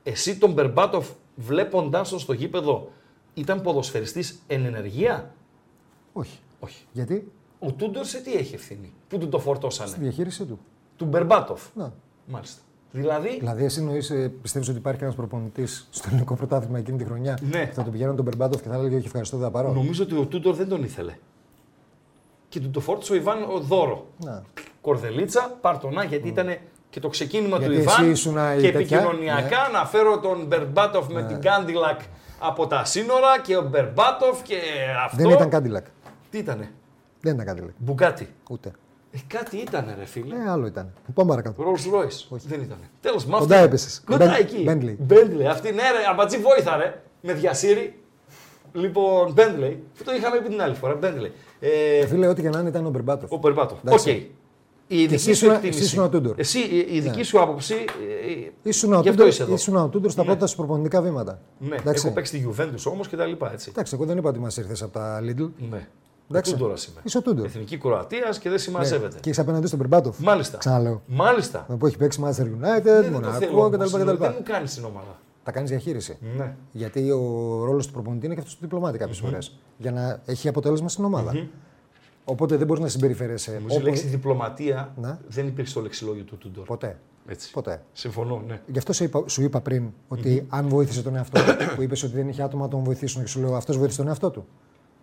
C: Εσύ τον Μπερμπάτοφ βλέποντάς τον στο γήπεδο ήταν ποδοσφαιριστής εν ενεργεία.
D: Όχι.
C: Όχι.
D: Γιατί
C: Ο Τούντορ σε τι έχει ευθύνη, πού του το
D: στη
C: φορτώσανε.
D: διαχείρισή του.
C: Του Μπερμπάτοφ.
D: Να.
C: Μάλιστα. Δηλαδή,
D: Δηλαδή, εσύ νοείς, ε, πιστεύεις ότι υπάρχει ένας προπονητής στο ελληνικό πρωτάθλημα εκείνη τη χρονιά
C: Ναι.
D: που θα τον πηγαίνουν τον Μπερμπάτοφ και θα έλεγε Όχι, ευχαριστώ, δεν θα πάρω.
C: νομίζω ότι ο Τούντορ δεν τον ήθελε. Και του το φόρτωσε ο Ιβάν ο δώρο.
D: Να.
C: Κορδελίτσα, Παρτονά, γιατί ήταν και το ξεκίνημα
D: Mm. Γιατί
C: του
D: εσύ
C: Ιβάν.
D: ήσουν η
C: και
D: τέτοια. Ναι.
C: επικοινωνιακά να φέρω τον Μπερμπάτοφ με την Κάντιλακ από τα σύνορα και ο Μπερμπάτοφ και αυτό.
D: Δεν ήταν Κάντιλακ.
C: Τι ήτανε,
D: Δεν ήταν Κάντιλακ.
C: Μπουγκάτι.
D: Ούτε.
C: Ε, κάτι ήτανε ρε φίλε.
D: Ε, άλλο ήταν. Πάμε παρακάτω.
C: Rolls Royce. Δεν ήταν. Τέλο πάντων.
D: Κοντά έπεσες.
C: Κοντά
D: Μπεν-
C: εκεί.
D: Bentley.
C: Bentley. Αυτή ναι, ρε, αμπατζή βόηθα, ρε. Με διασύρει. Λοιπόν, Bentley. Αυτό το είχαμε πει την άλλη φορά. Bentley. Ε,
D: Φίλε, ό,τι και να είναι ήταν ο Μπερμπάτοφ.
C: ο Περπάτο. Οκ.
D: Εντάξει.
C: Η δική
D: εσύ
C: σου
D: ήσουν-
C: εκτίμηση.
D: εσύ ήσουν ο Τούντορ. Ναι.
C: Εσύ, η, η δική σου άποψη. ε, ε,
D: Ήσουν ο
C: γι' αυτό
D: Τούντορ-
C: είσαι εδώ.
D: ήσουν ο Τούντορ στα πρώτα σου προπονητικά βήματα.
C: Ναι,
D: Εντάξει.
C: έχω παίξει τη Juventus όμως και τα λοιπά έτσι.
D: Εντάξει, εγώ δεν είπα ότι μας ήρθες από τα Lidl.
C: Ναι.
D: Εντάξει.
C: Τούντορα είμαι.
D: Είσαι ο Τούντορ. Ναι.
C: Εθνική Κροατίας και δεν συμμαζεύεται.
D: Και έχει απέναντί στον Περμπάτοφ.
C: Μάλιστα.
D: Ξαναλέω.
C: Μάλιστα.
D: Που έχει παίξει Manchester
C: Ναι, Δεν
D: United,
C: το θέλω
D: Μονακό
C: όμως,
D: κτλ.
C: δηλαδή,
D: κτλ.
C: Δεν μου κάνεις την ομάδα.
D: Τα κάνεις διαχείριση.
C: Ναι.
D: Γιατί ο ρόλος του προπονητή είναι και αυτός του διπλωμάτη κάποιες φορές. Για να έχει αποτέλεσμα στην ομαδα Οπότε δεν μπορείς να συμπεριφέρεσαι
C: Μου η
D: όπως...
C: λέξη διπλωματία
D: Ναι.
C: δεν υπήρχε στο λεξιλόγιο του Τούντορ.
D: ποτέ.
C: Έτσι.
D: Ποτέ.
C: Συμφωνώ, ναι.
D: Γι' αυτό σου είπα, σου είπα πριν ότι αν βοήθησε τον εαυτό του, που είπες ότι δεν είχε άτομα να τον βοηθήσουν και σου λέω αυτός βοήθησε τον εαυτό του.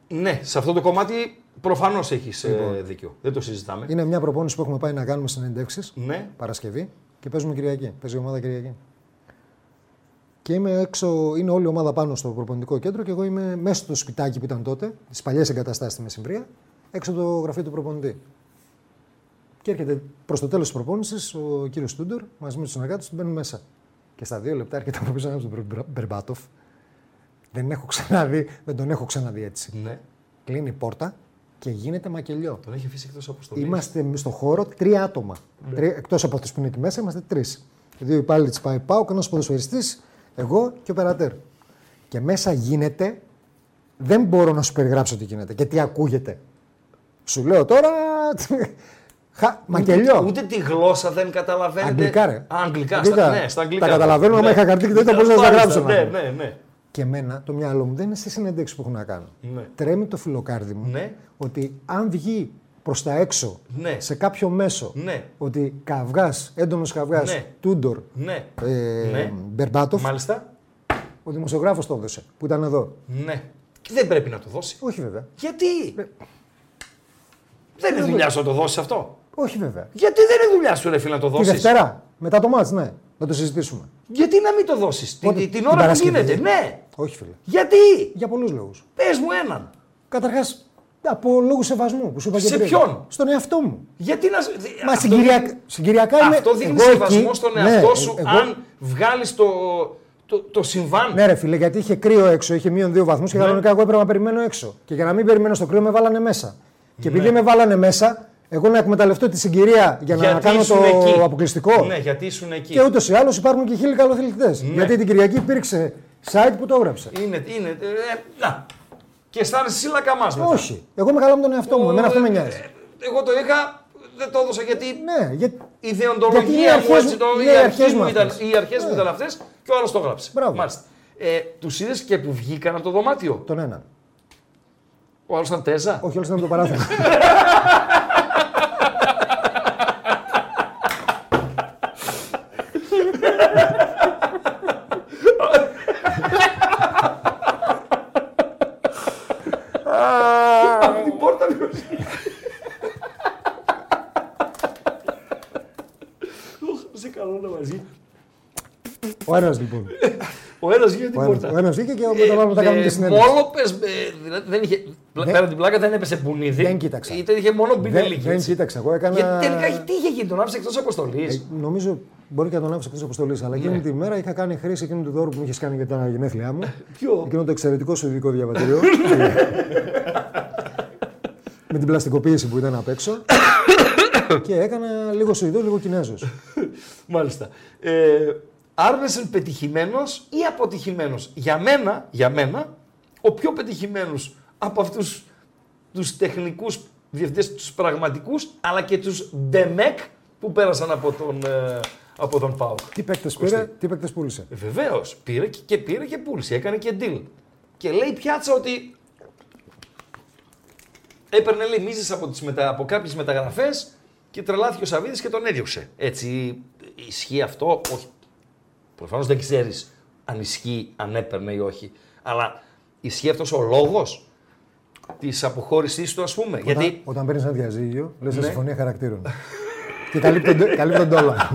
C: Ναι, σε αυτό το κομμάτι προφανώς έχεις
D: Λοιπόν.
C: δίκιο. Δεν το συζητάμε.
D: Είναι μια προπόνηση που έχουμε πάει να κάνουμε συνεντεύξει
C: Ναι.
D: Παρασκευή και παίζουμε Κυριακή. Παίζει η ομάδα Κυριακή. Και είμαι έξω, είναι όλη η ομάδα πάνω στο προπονητικό κέντρο και εγώ είμαι μέσα στο σπιτάκι που ήταν τότε, τις παλιές εγκαταστάσεις στη Μεσημβρία, έξω από το γραφείο του προπονητή. Και έρχεται προς το τέλος της προπόνησης ο κύριος Τούντορ μαζί με τους συνεργάτες του μπαίνουν μέσα. Και στα δύο λεπτά έρχεται από πίσω ένα τον Μπερμπάτοφ. Δεν, έχω ξαναδεί, δεν τον έχω ξαναδεί έτσι.
C: ναι.
D: Κλείνει η πόρτα και γίνεται μακελιό.
C: Τον έχει αφήσει εκτός αποστολή.
D: Είμαστε στο χώρο τρία άτομα. Ναι. Εκτός από αυτούς που είναι εκεί μέσα, είμαστε τρεις. Δύο υπάλληλοι της ΠΑΕ ΠΑΟΚ, ένα ποδοσφαιριστής, εγώ και ο περατέρ. Και μέσα γίνεται. Δεν μπορώ να σου περιγράψω τι γίνεται και τι ακούγεται. Σου λέω τώρα. [laughs] Χα... Μακελιό.
C: Ούτε τη γλώσσα δεν καταλαβαίνετε.
D: Αγγλικά, ρε.
C: Α, αγγλικά,
D: Αγγλικά.
C: Στα, ναι, στα αγγλικά.
D: Τα καταλαβαίνω, άμα είχα χαρτί και δεν τα μπορούσα να τα
C: Μάλιστα,
D: γράψω,
C: Ναι,
D: να
C: ναι, ναι.
D: Και εμένα το μυαλό μου δεν είναι στη συνέντευξη που έχω να κάνω.
C: Ναι.
D: Τρέμει το φιλοκάρδι μου
C: Ναι.
D: ότι αν βγει προς τα έξω
C: Ναι.
D: σε κάποιο μέσο
C: Ναι.
D: ότι καυγάς, έντονος καυγάς,
C: Ναι.
D: Τούντορ,
C: Ναι.
D: ε,
C: Ναι.
D: Μπερμπάτοφ,
C: Μάλιστα.
D: ο δημοσιογράφος το έδωσε που ήταν εδώ.
C: Ναι. Και δεν πρέπει να το δώσει.
D: Όχι βέβαια.
C: Γιατί.
D: Ε.
C: Δεν είναι δουλειά σου να το δώσεις αυτό.
D: Όχι βέβαια.
C: Γιατί δεν είναι δουλειά σου, ρε φίλε, να το
D: Τη
C: δώσεις.
D: Δευτέρα, μετά το μάτς, ναι, να το συζητήσουμε.
C: Γιατί να μην το δώσεις. Την,
D: Πότε?
C: την,
D: Την
C: ώρα που
D: Παρασκευή. δηλαδή.
C: γίνεται. Ναι.
D: Όχι φίλε.
C: Γιατί.
D: Για πολλούς λόγους.
C: Πες μου έναν.
D: Καταρχάς, από λόγους σεβασμού που σου είπα και
C: Σε
D: πριν.
C: ποιον?
D: Στον εαυτό μου.
C: Γιατί να. σ-
D: Μα
C: αυτό
D: συγκυριακ-
C: δείχνει-
D: συγκυριακά είναι.
C: Αυτό δίνει
D: εγώ
C: σεβασμό
D: εκεί-
C: στον
D: ναι,
C: εαυτό
D: ε-
C: σου
D: εγώ-
C: αν βγάλεις το, το, το συμβάν.
D: Ναι, ρε φίλε, γιατί είχε κρύο έξω, είχε μείον δύο βαθμούς
C: Ναι.
D: και κανονικά εγώ έπρεπε να περιμένω έξω. Και για να μην περιμένω στο κρύο, με βάλανε μέσα. Και
C: Ναι.
D: επειδή με βάλανε μέσα, εγώ να εκμεταλλευτώ τη συγκυρία για να κάνω το
C: ήσουν εκεί.
D: αποκλειστικό.
C: Ναι, γιατί ήσουν εκεί.
D: Και ούτως ή άλλως υπάρχουν και χίλιοι καλοθελητές. Γιατί την Κυριακή υπήρξε site που το έγραψες.
C: Ναι. Είναι, είναι. ε, ε, να. Και αισθάνεσαι εσύ λακαμάς μετά.
D: Όχι. Εγώ με καλά με τον εαυτό μου.
C: Ο,
D: Εμένα αυτό με
C: ε,
D: νοιάζει.
C: ε, Εγώ το είχα, δεν το έδωσα γιατί
D: Ναι, γιατί.
C: η
D: Γιατί είναι οι
C: ιδεοντολογία μου
D: αρχές
C: έτσι το.
D: μου-
C: Οι
D: είναι οι αρχές
C: αρχές μου
D: μου
C: ήταν,
D: αυτές.
C: οι αρχές μου
D: Ναι.
C: ήταν αυτές και ο άλλος το έγραψε.
D: Μπράβο.
C: Μάλιστα. Ε, Τους είδες και που βγήκαν από το δωμάτιο.
D: Τον έναν.
C: Ο άλλος ήταν τέζα.
D: Όχι, όλο ήταν το παράθυρο.
C: [laughs] Την πόρτα ποιος είναι. Σε καλό να μαζί.
D: Ο ένας λοιπόν.
C: Ο ένας βγήκε
D: Ο
C: την
D: ένας-
C: πόρτα.
D: Ο ένας βγήκε και ο άλλο
C: Ε,
D: τα κάνουμε και συνέντευξη.
C: Μόλοπες, ε, δηλαδή δεν είχε. πλα- Πέρα την πλάκα δεν έπεσε μπουνίδι.
D: Δεν κοίταξα.
C: Ήταν είχε μόνο μπινελίκι.
D: δεν
C: έτσι.
D: κοίταξα, εγώ έκανα-
C: Γιατί τελικά τι είχε γίνει, τον άφησε εκτός αποστολής.
D: Ε, νομίζω μπορεί και να τον άφησα εκτός αποστολής, αλλά
C: Ναι.
D: εκείνη τη μέρα είχα κάνει χρήση εκείνου του δώρου που μου είχες κάνει για τα γενέθλιά μου.
C: Ποιο?
D: Εκείνο το εξαιρετικό σου ειδικό
C: [laughs]
D: διαβατήριο. με την πλαστικοποίηση που ήταν απ' έξω. και έκανα λίγο Σουηδό, λίγο Κινέζος.
C: [laughs] Μάλιστα. Ε, Άρνεσεν πετυχημένος ή αποτυχημένος. Για μένα, για μένα, ο πιο πετυχημένος από αυτούς τους τεχνικούς διευθυντές, τους πραγματικούς, αλλά και τους Ντεμεκ που πέρασαν από τον, ε, από τον ΠΑΟΚ.
D: τι παίκτες πήρε, τι παίκτες πούλησε.
C: Βεβαίως. Πήρε και, και πήρε και πούλησε. Έκανε και deal. Και λέει πιάτσα ότι. Έπαιρνε λέει μίζες από, τις μετα... από κάποιες μεταγραφές και τρελάθηκε ο Σαββίδης και τον έδιωξε. Έτσι. Ισχύει αυτό. Όχι. Προφανώς δεν ξέρεις αν ισχύει, αν έπαιρνε ή όχι. Αλλά ισχύει αυτός ο λόγος της αποχώρησής του, ας πούμε.
D: Όταν,
C: Γιατί.
D: όταν παίρνεις ένα διαζύγιο, λες
C: Ναι.
D: συμφωνία χαρακτήρων. και καλύπτονται, καλύπτονται όλα.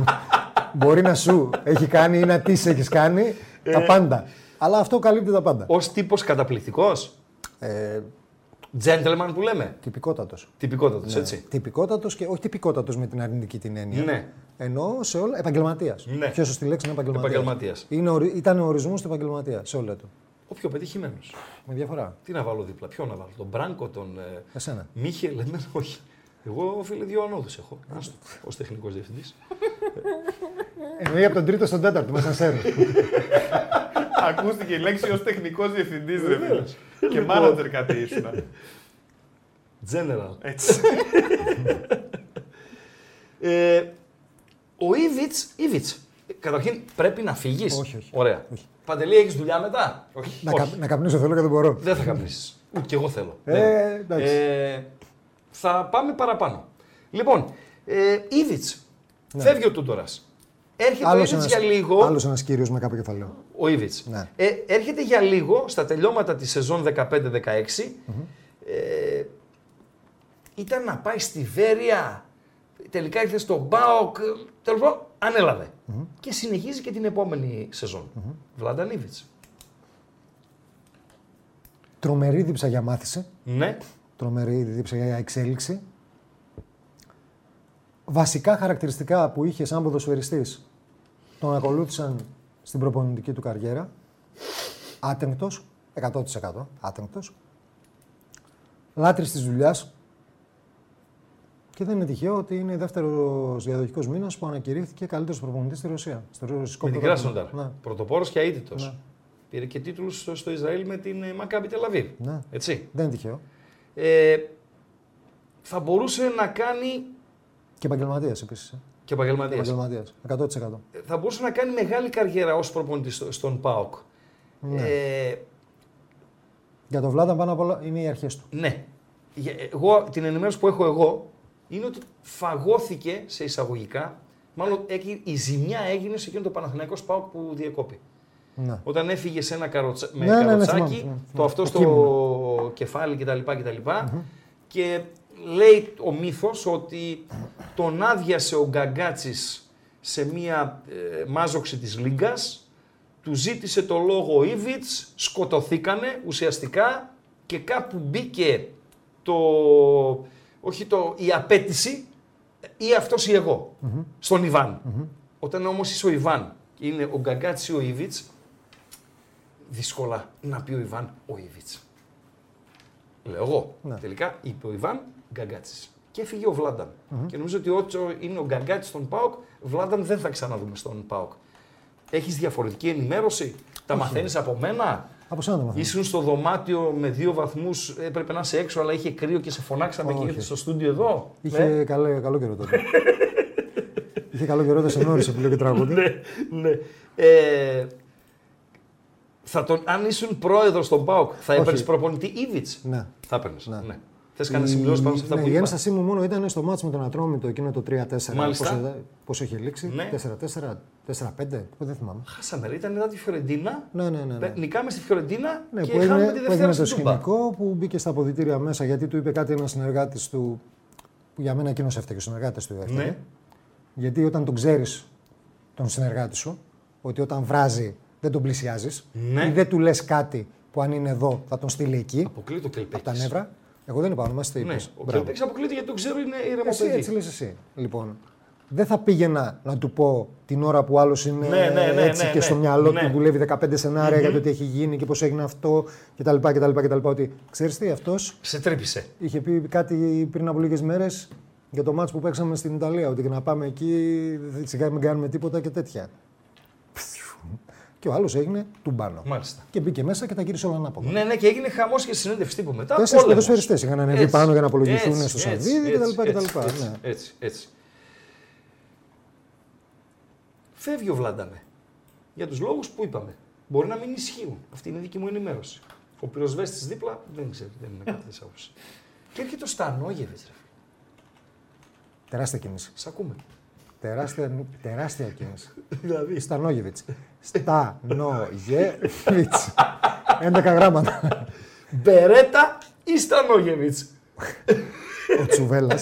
D: Μπορεί να σου έχει κάνει ή να τη έχεις κάνει
C: Ε.
D: τα πάντα. Αλλά αυτό καλύπτει τα πάντα.
C: Ως τύπος καταπληκτικός.
D: Ε,
C: Gentleman που λέμε.
D: Τυπικότατος.
C: Τυπικότατος,
D: ναι.
C: έτσι.
D: Τυπικότατος και όχι τυπικότατος με την αρνητική την έννοια.
C: Ναι.
D: Εννοώ σε όλα. Επαγγελματίας.
C: Ναι.
D: Πιο σωστή λέξη είναι επαγγελματίας.
C: Επαγγελματίας.
D: Ήταν ο ορισμός του επαγγελματίας σε όλα του.
C: Ο πιο πετυχημένος.
D: Με διαφορά.
C: Τι να βάλω δίπλα, ποιο να βάλω, τον Μπράνκο, τον. ε,
D: Εσένα.
C: Μίχελ, εμένα όχι. Εγώ, φίλε, δύο ανώδους έχω. Άστο, ως τεχνικός διευθυντής.
D: Εννοεί Ε, ναι, από τον τρίτο στον τέταρτο, μέσα σε ένα.
B: Ακούστηκε η λέξη ως τεχνικός διευθυντής, ρε φίλε. Και μάνατζερ
C: λοιπόν.
B: κάτι ήσουν.
C: General.
B: Έτσι.
C: Ε, ο Ήβιτς, Ήβιτς, καταρχήν πρέπει να φύγεις.
D: Όχι, όχι.
C: Ωραία. Παντελή, έχεις δουλειά μετά. Όχι.
D: να, κα, να καπνίσω θέλω και δεν μπορώ.
C: Δεν θα καπνίσεις. Ούτε κι εγώ θέλω.
D: Ε,
C: Δεν.
D: εντάξει.
C: Ε, θα πάμε παραπάνω. Λοιπόν, ε, Ήβιτς. Φεύγει ο Τούντορας. Έρχεται ο Ήβιτς για λίγο.
D: Ναι. άλλος ένας κύριος με κάποιο κεφαλαίο.
C: Ο Ήβιτς.
D: Ναι.
C: Ε, έρχεται για λίγο στα τελειώματα της σεζόν 15-16. Ε, ήταν να πάει στη Βέρεια. Τελικά ήρθε στον Μπάοκ. Τέλος πάντων, ανέλαβε. Και συνεχίζει και την επόμενη σεζόν. Βλάνταν Ήβιτς.
D: Τρομερή δίψα για μάθηση,
C: Ναι.
D: τρομερή δίψα για εξέλιξη. Βασικά χαρακτηριστικά που είχε σαν ποδοσφαιριστής τον ακολούθησαν στην προπονητική του καριέρα. Άτεγκτος, 100% άτεγκτος. Λάτρης της δουλειάς. Και δεν είναι τυχαίο ότι είναι δεύτερος διαδοχικός μήνας που ανακηρύχθηκε καλύτερος προπονητής στη Ρωσία. Στο ρωσικό
C: Με την
D: πρωτάθλημα.
C: Κράσνονταρ. Πρωτοπόρος και αίτητος.
D: Ναι.
C: Πήρε και τίτλους στο, στο Ισραήλ με την ε, Μακάμπι Τελαβίβ.
D: Ναι. ναι.
C: Έτσι.
D: Δεν είναι τυχαίο.
C: Ε, θα μπορούσε να κάνει
D: Και ε. επαγγελματίας επίσης.
C: και επαγγελματίας.
D: Επαγγελματία. 100%.
C: θα μπορούσε να κάνει μεγάλη καριέρα ως προπονητής στο- στον ΠΑΟΚ. Ναι. Ε,
D: Για τον Βλάταν πάνω απ' όλα είναι οι αρχές του.
C: ναι. Για- Εγώ, την ενημέρωση που έχω εγώ είναι ότι φαγώθηκε σε εισαγωγικά, μάλλον έκει- η ζημιά έγινε σε εκείνο το Παναθηναϊκός ΠΑΟΚ που διεκόπη.
D: Ναι.
C: Όταν έφυγε σε ένα καροτσα... με
D: Ναι, ναι, ναι,
C: καροτσάκι,
D: θυμάμαι, θυμάμαι,
C: το
D: θυμάμαι.
C: αυτό στο
D: Εκεί
C: κεφάλι κτλ. κτλ. Και λέει ο μύθος ότι τον άδειασε ο Γκαγκάτσης σε μία ε, μάζοξη της Λίγκας, του ζήτησε το λόγο ο Ήβιτς, σκοτωθήκανε ουσιαστικά και κάπου μπήκε το, όχι το, η απέτηση ε, ή αυτός ή εγω στον ιβαν Όταν όμως είσαι ο Ιβάν και είναι ο Γκαγκάτσης ή ο Ήβιτς, δύσκολα να πει ο Ιβάν ο Ήβιτς. Λέω εγώ.
D: Ναι.
C: Τελικά είπε ο Ιβάν Γκαγκάτσης. Και έφυγε ο βλανταν Και νομίζω ότι όσο είναι ο Γκαγκάτσης στον ΠΑΟΚ, Βλάνταν δεν θα ξαναδούμε στον ΠΑΟΚ. Έχεις διαφορετική ενημέρωση, τα μαθαίνεις από μένα.
D: Από σένα το μαθαίνω.
C: Ήσουν στο δωμάτιο με δύο βαθμούς, έπρεπε να είσαι έξω, αλλά είχε κρύο και σε φωνάξαμε και
D: Όχι.
C: ήρθες στο στούντιο εδώ.
D: Είχε
C: Ναι.
D: καλό, καλό καιρό
C: [laughs]
D: τότε. Είχε καλό καιρό, δεν σε γνώρισε που λέω και τραγούδι.
C: ναι, ναι. Ε, θα τον, αν ήσουν πρόεδρος στον ΠΑΟΚ, θα
D: Όχι.
C: έπαιρνες προπονητή Ήβιτς.
D: Ναι.
C: Θα έπαιρνες. Ναι.
D: Ναι.
C: ναι. Θες κανένα συμπληρώσει πάνω σε αυτά
D: ναι,
C: που
D: Η
C: είπα.
D: ένστασή μου μόνο ήταν στο μάτσο με τον Ατρόμητο εκείνο το 3-4.
C: Μάλιστα.
D: Πόσο, πόσο είχε λήξει.
C: Ναι.
D: 4-4, 4-5, που δεν θυμάμαι.
C: Χάσαμε, ρε, ήταν μετά τη Φιωρεντίνα.
D: Ναι, ναι, ναι. ναι.
C: Πε- Νικάμε στη Φιωρεντίνα
D: Ναι,
C: και
D: που
C: χάνουμε
D: έγινε,
C: τη
D: που
C: Δευτέρα
D: έγινε
C: στην
D: το
C: Τούμπα.
D: σκηνικό που μπήκε στα αποδητήρια μέσα γιατί του είπε κάτι ένας συνεργάτης του. Που για μένα εκείνος έφταιγε, ο συνεργάτης του έφταιγε.
C: Ναι.
D: Γιατί όταν τον ξέρεις τον συνεργάτη σου, ότι όταν βράζει δεν τον πλησιάζεις
C: Ναι.
D: ή δεν του λες κάτι που αν είναι εδώ θα τον στείλει εκεί,
C: Αποκλείται ο
D: από τα
C: Κλειπέκη.
D: νεύρα. Εγώ δεν είπα όνομα, εσύ το
C: Ναι,
D: είπες.
C: ο
D: Μπράβο.
C: Κλειπέκη αποκλείται γιατί το ξέρω είναι
D: Εσύ
C: ηρεμοπαιδί.
D: έτσι λες εσύ. Λοιπόν, δεν θα πήγαινα να του πω την ώρα που άλλος είναι
C: Ναι, ναι, ναι,
D: έτσι
C: ναι, ναι.
D: και στο μυαλό
C: Ναι.
D: του δουλεύει 15 σενάρια για το τι έχει γίνει και πώς έγινε αυτό κτλ. κτλ, κτλ ότι ξέρεις τι, αυτός
C: Σε τρύπησε.
D: είχε πει κάτι πριν από λίγες μέρες για το μάτς που παίξαμε στην Ιταλία. Ότι και να πάμε εκεί, δεν- σιγά μην κάνουμε τίποτα και τέτοια. Και ο άλλος έγινε τουμπάνο.
C: Μάλιστα.
D: Και μπήκε μέσα και τα γύρισε όλα ανάποδα.
C: Ναι, ναι, και έγινε χαμός και συνέντευξη τύπου μετά.
D: Τέσσερις
C: πόλεμος.
D: ποδοσφαιριστέ είχαν ανέβει
C: Έτσι,
D: πάνω για να απολογηθούν
C: έτσι,
D: στο
C: έτσι,
D: Σαββίδι
C: έτσι,
D: κτλ.
C: έτσι,
D: κτλ.
C: έτσι,
D: Ναι.
C: Έτσι, έτσι. Φεύγει ο Βλάντανε. Για τους λόγους που είπαμε. Μπορεί να μην ισχύουν. Αυτή είναι η δική μου ενημέρωση. Ο πυροσβέστης δίπλα δεν ξέρει, δεν είναι κάτι τη άποψη. Και έρχεται ο Στανόγεβιτ.
D: Τεράστια κίνηση.
C: Σ' ακούμε.
D: Τεράστια, τεράστια κίνηση.
C: δηλαδή.
D: Στανόγεβιτ.
C: [laughs]
D: Στανόγεβιτ. 11 γράμματα.
C: Μπερέτα ή Στανόγεβιτ.
D: Ο Τσουβέλλα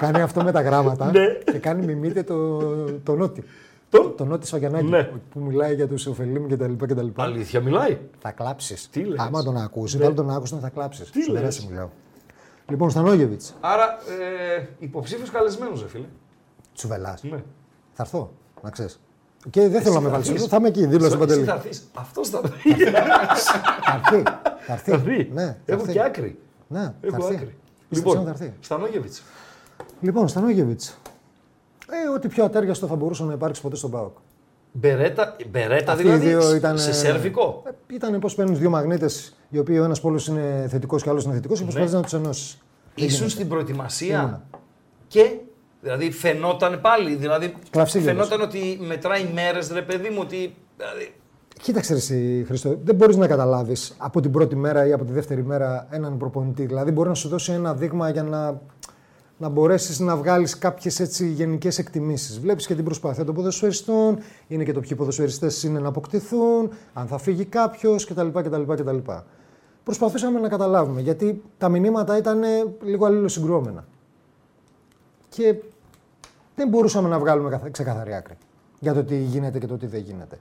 D: κάνει αυτό με τα γράμματα
C: Ναι.
D: και κάνει μιμείται το, το Νότι.
C: Τον?
D: Το Νότι Σφαγιανάκη
C: Ναι.
D: που μιλάει για τους ωφελήμου κτλ. κτλ.
C: Αλήθεια μιλάει.
D: Θα κλάψεις.
C: Τι λες. Ναι.
D: Άμα τον ακούσεις, βάλει τον άκουσες να θα κλάψεις.
C: Τι
D: Τι
C: λες.
D: λε. Λοιπόν, Στανόγεβιτ.
C: Άρα ε, υποψήφιος καλεσμένος, ρε φίλε.
D: Τσουβελάς.
C: Ναι.
D: Θα έρθω, να ξέρεις. Και δεν θέλω να με βάλει εδώ, θα είμαι εκεί, δίπλα στον Παντελή. Θα
C: Αυτός θα [laughs] έρθει.
D: [laughs] έρθει. Θα έρθει. Ναι, θα
C: Έχω
D: έρθει.
C: και άκρη.
D: Ναι, θα
C: Έχω
D: έρθει.
C: άκρη. Λοιπόν,
D: Πιστέψαμε θα έρθει.
C: Στανόγεβιτ.
D: Λοιπόν, Στανόγεβιτ. Ε, ό,τι πιο ατέριαστο θα μπορούσε να υπάρξει ποτέ στον Πάοκ.
C: Μπερέτα, μπερέτα
D: Αυτοί
C: δηλαδή.
D: οι δύο ήταν, ε,
C: Σε σερβικό.
D: Ήταν πώς παίρνει δύο μαγνήτες, οι οποίοι ο ένας πόλος είναι θετικός και ο άλλος είναι θετικός, και προσπαθεί να του ενώσει.
C: Ναι. Ήσουν στην προετοιμασία και. Δηλαδή φαινόταν πάλι. Δηλαδή
D: Κλαυσίγελος.
C: φαινόταν ότι μετράει μέρες, ρε παιδί μου, ότι. Δηλαδή,
D: Κοίταξε, ρε, εσύ, Χριστό, δεν μπορείς να καταλάβεις από την πρώτη μέρα ή από τη δεύτερη μέρα έναν προπονητή. Δηλαδή, μπορεί να σου δώσει ένα δείγμα για να, να μπορέσεις να βγάλεις κάποιες γενικές εκτιμήσεις. Βλέπεις και την προσπάθεια των ποδοσφαιριστών, είναι και το ποιοι ποδοσφαιριστές είναι να αποκτηθούν, αν θα φύγει κάποιος κτλ, κτλ, κτλ. Προσπαθούσαμε να καταλάβουμε γιατί τα μηνύματα ήταν ε, λίγο αλληλοσυγκρόμενα. Και δεν μπορούσαμε να βγάλουμε καθα- ξεκαθαρή άκρη για το τι γίνεται και το τι δεν γίνεται.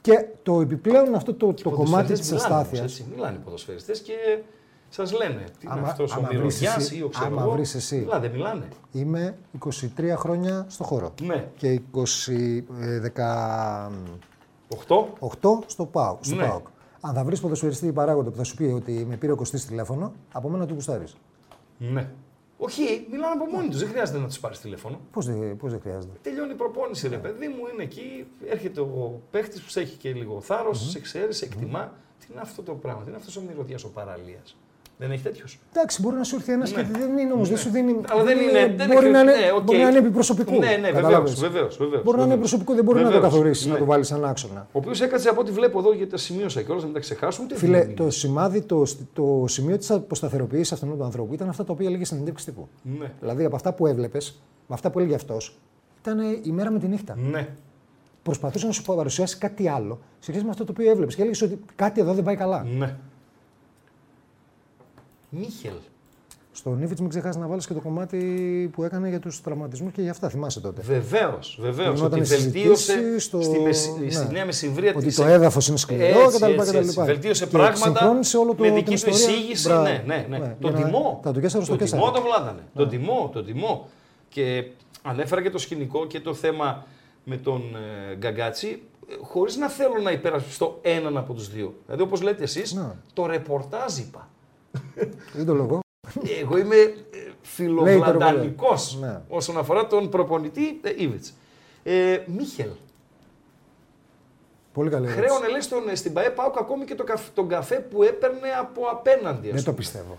D: Και το επιπλέον αυτό το, το κομμάτι
C: ποδοσφαιριστές
D: της
C: μιλάνε όμως,
D: αστάθεια.
C: έτσι, Μιλάνε οι ποδοσφαιριστές και σας λένε. Τι είναι
D: Άμα-
C: αυτός ο
D: άμα βρεις
C: Μυρωδιά
D: εσύ-
C: ή ο ξέρω
D: άμα
C: εγώ.
D: βρεις εσύ.
C: Μιλάνε, δεν μιλάνε.
D: Είμαι 23 χρόνια στο χώρο.
C: Ναι.
D: Και 20, ε, 18
C: 8.
D: στο ΠΑΟΚ. Στο
C: Ναι.
D: ΠΑΟΚ. Αν θα βρεις ποδοσφαιριστή ή παράγοντα που θα σου πει ότι με πήρε ο Κωστής τηλέφωνο, από μένα του γουστάρεις.
C: Ναι. Όχι, μιλάνε από μόνοι τους. Δεν χρειάζεται να τους πάρεις τηλέφωνο.
D: Πώς δεν, πώς δεν χρειάζεται.
C: Τελειώνει η προπόνηση,
D: Ναι.
C: ρε παιδί μου, είναι εκεί. Έρχεται ο παίχτης που σε έχει και λίγο θάρρος, σε ξέρει, σε εκτιμα Τι είναι αυτό το πράγμα, τι είναι αυτός ο μυρωδιάς ο παραλίας. Δεν έχει τέτοιος.
D: Εντάξει, μπορεί να σου έρθει ένας
C: Ναι.
D: και δεν είναι όμως. Δεν σου δίνει.
C: Αλλά δεν είναι. δεν
D: μπορεί, να είναι
C: ναι, οκ.
D: μπορεί να είναι επιπροσωπικού.
C: Ναι, ναι, βεβαίω.
D: Καταλάβες.
C: Βεβαίως, βεβαίως,
D: Μπορεί να είναι
C: βεβαίως.
D: προσωπικό, δεν μπορεί να το
C: Βεβαίως,
D: καθορίσει, να
C: ναι.
D: το βάλεις σαν άξονα.
C: Ο οποίος έκατσε από ό,τι βλέπω εδώ γιατί τα σημείωσα κιόλα, να μην τα ξεχάσουμε. Τι
D: Φίλε,
C: δεν είναι.
D: το σημάδι, το, το σημείο της αποσταθεροποίησης αυτού του ανθρώπου ήταν αυτά τα οποία έλεγες στην συνέντευξη τύπου.
C: Ναι.
D: Δηλαδή από αυτά που έβλεπες, με αυτά που έλεγε αυτός, ήταν ε, η μέρα με τη νύχτα.
C: Ναι.
D: Προσπαθούσε να σου παρουσιάσει κάτι άλλο σε σχέση με αυτό το οποίο έβλεπες και έλεγες ότι κάτι εδώ δεν πάει καλά.
C: Ναι. Μίχελ.
D: Στον Ήβιτ, μην ξεχάσεις να βάλεις και το κομμάτι που έκανε για τους τραυματισμούς και για αυτά. Θυμάσαι τότε.
C: Βεβαίως, βεβαίως. Ότι
D: Γινόταν οι συζητήσεις
C: βελτίωσε
D: στο-
C: στη, μεση...
D: ναι.
C: στη νέα μεσημβρία
D: Ότι
C: της-
D: το έδαφος είναι σκληρό
C: Έτσι,
D: κτλ,
C: έτσι,
D: κτλ.
C: έτσι. Βελτίωσε
D: Και
C: πράγματα
D: συγχρόνισε όλο το-
C: με
D: την
C: δική του
D: ιστορία.
C: εισήγηση.
D: Μπράβο.
C: Ναι, ναι, ναι.
D: Ναι,
C: Τον
D: για να-
C: τιμό.
D: τα του τέσσερα στο Ναι.
C: τον
D: τέσσερα.
C: τιμό τον βλάδανε. Τον τιμό, τον τιμό. Και ανέφερα και το σκηνικό και το θέμα με τον ε, Γκαγκάτσι χωρίς να θέλω να υπερασπιστώ έναν από τους δύο. Δηλαδή, όπως λέτε εσείς,
D: Ναι.
C: το ρεπορτάζ είπα.
D: Δεν το λέω. εγώ.
C: Εγώ είμαι φιλοβλαντανικός
D: Λέει το ρεπορτάζ. Ναι.
C: όσον αφορά τον προπονητή ε, Ήβιτς. Ε, Μίχελ,
D: Πολύ καλή ερώτηση.
C: χρέωνε λες τον, ε, στην ΠαΕ ΠΑΟΚ ακόμη και το καφ- τον καφέ που έπαιρνε από απέναντι. ας
D: Δεν το
C: πούμε.
D: πιστεύω.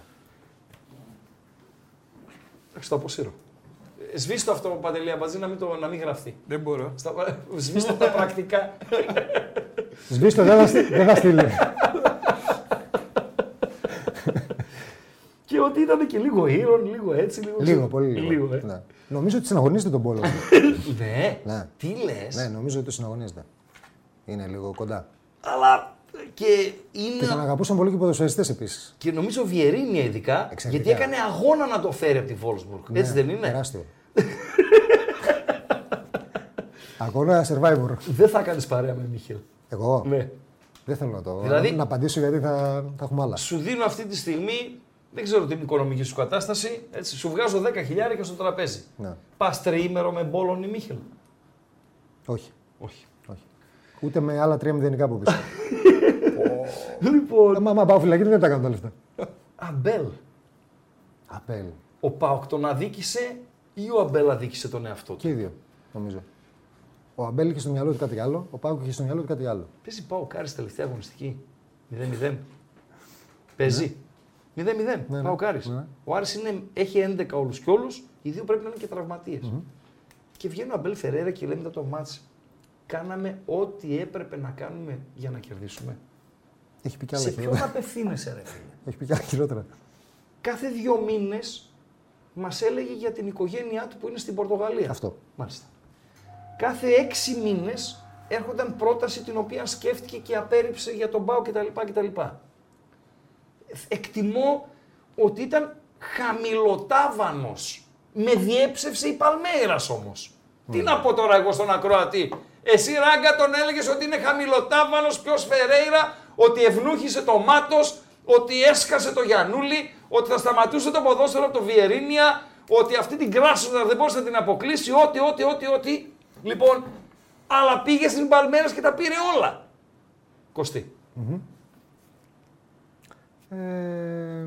C: Εντάξει, το αποσύρω. Ε, Σβήστε αυτό Παντελή Αμπατζή να μην, το, να μην γραφτεί.
B: Δεν μπορώ.
C: Στα, [laughs] σβήστε τα πρακτικά.
D: Σβήστε, δεν θα- δεν θα
C: [laughs]
D: στείλει.
C: και ότι ήταν και λίγο ήρων, λίγο έτσι, λίγο...
D: Λίγο, πολύ λίγο.
C: λίγο ε.
D: ναι. Νομίζω ότι συναγωνίζεται τον
C: [laughs]
D: πόλο.
C: ναι.
D: Ναι.
C: τι λες.
D: ναι, νομίζω ότι το συναγωνίζεται. Είναι λίγο κοντά.
C: Αλλά ε, και
D: Και τον
C: είναι...
D: αγαπούσαν πολύ και οι ποδοσφαιριστές επίσης.
C: Και νομίζω Βιερίνια ειδικά,
D: Εξαιρετικά.
C: γιατί έκανε αγώνα να το φέρει από τη Βόλσμπουργκ. έτσι δεν είναι.
D: Ναι,
C: [laughs]
D: Τεράστιο. Ακόμα survivor.
C: Δεν θα κάνεις παρέα με Μίχελ.
D: Εγώ
C: Ναι.
D: δεν θέλω να το.
C: Δηλαδή-
D: Να απαντήσω γιατί θα, θα έχουμε άλλα.
C: Σου δίνω αυτή τη στιγμή, δεν ξέρω την οικονομική σου κατάσταση, έτσι, σου βγάζω 10 χιλιάρικα στο τραπέζι.
D: Ναι.
C: Πας τριήμερο με Μπόλον ή Μίχελ.
D: Όχι.
C: Όχι.
D: Ούτε με άλλα τρία μηδενικά από πίσω.
C: Λοιπόν.
D: Μα, μα πάω φυλακή δεν τα κάνω τα λεφτά.
C: Αμπέλ.
D: Απέλ.
C: Ο Πάοκ τον αδίκησε ή ο Αμπέλ αδίκησε τον εαυτό του.
D: Και οι δύο, νομίζω. Ο Αμπέλ είχε στο μυαλό του κάτι άλλο, ο Πάουκ είχε στο μυαλό του κάτι άλλο.
C: Παίζει Πάοκ Άρης τελευταία αγωνιστική. 0-0. Παίζει. 0-0.
D: ναι.
C: Πάοκ Άρης.
D: Ναι.
C: Ο Άρης είναι, έχει 11 όλους και όλους, οι δύο πρέπει να είναι και τραυματιες Και βγαίνει ο Αμπέλ Φεραίρα και λέει μετά το μάτς, κάναμε ό,τι έπρεπε να κάνουμε για να κερδίσουμε.
D: Έχει ναι. πει κι άλλα
C: Σε ποιον
D: χειρότερα.
C: απευθύνεσαι ρε φίλε.
D: Έχει πει κι άλλα χειρότερα.
C: Κάθε δύο μήνες μας έλεγε για την οικογένειά του που είναι στην Πορτογαλία.
D: Αυτό.
C: Μάλιστα. Κάθε έξι μήνες έρχονταν πρόταση την οποία σκέφτηκε και απέρριψε για τον Πάο κτλ. κτλ. Εκτιμώ ότι ήταν χαμηλοτάβανος. Με διέψευσε η Παλμέιρας όμως. Τι να πω τώρα εγώ στον ακροατή. Εσύ Ράγκα τον έλεγες ότι είναι χαμηλοτάβανος ποιος Φερέιρα, ότι ευνούχησε το Μάτος, ότι έσκασε το Γιανούλη, ότι θα σταματούσε το ποδόσφαιρο από το Βιερίνια, ότι αυτή την κράσουνα δεν μπορούσε να την αποκλείσει, ό,τι, ό,τι, ό,τι, ό,τι. Λοιπόν, αλλά πήγε στην Παλμέρας και τα πήρε όλα. Κωστή.
D: Ε,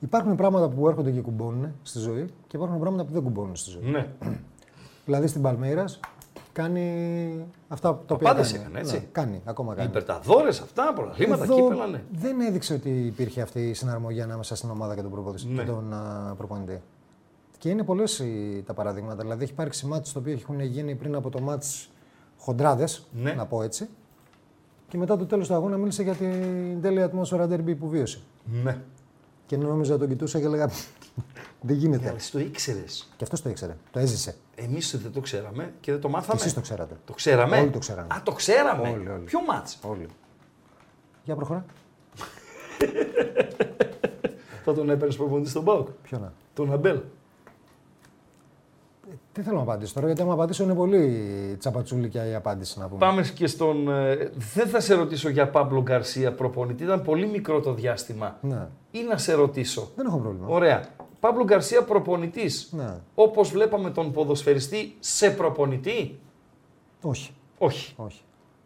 D: Υπάρχουν πράγματα που έρχονται και κουμπώνουν στη ζωή και υπάρχουν πράγματα που δεν κουμπώνουν στη ζωή.
C: Ναι.
D: Δηλαδή στην Παλμέρα κάνει αυτά τα οποία.
C: πάντα
D: κάνει.
C: έκανε, έτσι.
D: Ναι, κάνει, ακόμα κάνει.
C: Υπερταδόρε, αυτά, πρωταθλήματα,
D: Εδώ
C: κύπελα, ναι.
D: Δεν έδειξε ότι υπήρχε αυτή η συναρμογή ανάμεσα στην ομάδα και τον, προπονητή,
C: Ναι.
D: και τον α, προπονητή. Και είναι πολλές τα παραδείγματα. Δηλαδή, έχει υπάρξει μάτς το οποίο έχουν γίνει πριν από το μάτς χοντράδες,
C: Ναι.
D: να πω έτσι. Και μετά το τέλος του αγώνα μίλησε για την τέλεια ατμόσφαιρα derby που βίωσε.
C: Ναι.
D: Και νόμιζα τον κοιτούσα και έλεγα. Δεν γίνεται.
C: Αλλά εσύ το ήξερες.
D: Και αυτός το ήξερε. Το έζησε.
C: Εμείς δεν το ξέραμε και δεν το μάθαμε.
D: Εσείς το ξέρατε.
C: Το ξέραμε.
D: Όλοι το ξέραμε.
C: Α, το ξέραμε.
D: Όλοι, όλοι.
C: Ποιο μάτς.
D: Όλοι. Για προχωρά.
C: Θα τον έπαιρνες προπονητής στον Πάοκ.
D: Ποιο να.
C: Τον Αμπέλ.
D: Τι θέλω να απαντήσω τώρα, γιατί άμα απαντήσω είναι πολύ τσαπατσούλικια η απάντηση να πούμε.
C: Πάμε και στον. ε, Δεν θα σε ρωτήσω για Παύλο Γκαρσία προπονητή. Ήταν πολύ μικρό το διάστημα.
D: Ναι.
C: Ή να σε ρωτήσω.
D: Δεν έχω πρόβλημα.
C: Ωραία. Παύλο Γκαρσία προπονητής.
D: Ναι.
C: Όπως βλέπαμε τον ποδοσφαιριστή σε προπονητή.
D: Όχι.
C: Όχι.
D: Όχι.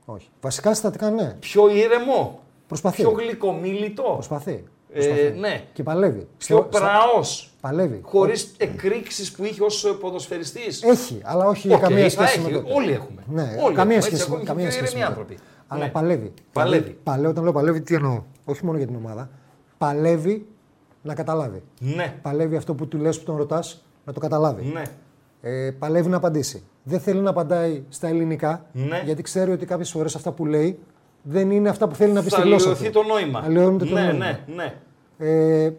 D: Όχι. Βασικά συστατικά ναι.
C: Πιο ήρεμο.
D: Προσπαθεί.
C: Πιο γλυκομίλητο.
D: Προσπαθεί.
C: Ε,
D: Προσπαθεί.
C: ναι.
D: Και παλεύει.
C: Πιο
D: Στο- στα-
C: πραός.
D: Παλεύει.
C: Χωρίς εκρήξεις που είχε ως ποδοσφαιριστής.
D: Έχει, αλλά όχι
C: Οκ,
D: καμία
C: θα
D: σχέση
C: έχει.
D: με τότε.
C: Όλοι έχουμε.
D: Ναι,
C: Όλοι
D: καμία
C: έχουμε, έτσι,
D: σχέση,
C: ακόμη και
D: καμία
C: πιο
D: σχέση
C: ήρεμοι
D: με τότε.
C: άνθρωποι.
D: Αλλά
C: Ναι.
D: παλεύει.
C: Παλεύει.
D: Παλεύει. Όταν λέω παλεύει, τι εννοώ. Όχι μόνο για την ομάδα. Παλεύει να καταλάβει.
C: Ναι.
D: Παλεύει αυτό που του λες που τον ρωτάς να το καταλάβει.
C: Ναι.
D: Ε, παλεύει να απαντήσει. Δεν θέλει να απαντάει στα ελληνικά,
C: Ναι.
D: γιατί ξέρει ότι κάποιες φορές αυτά που λέει δεν είναι αυτά που θέλει να πει στη
C: Θα
D: γλώσσα.
C: αλλοιωθεί
D: του.
C: το νόημα.
D: Αλλοιώνεται το
C: ναι,
D: νόημα.
C: ναι, ναι.
D: Ε,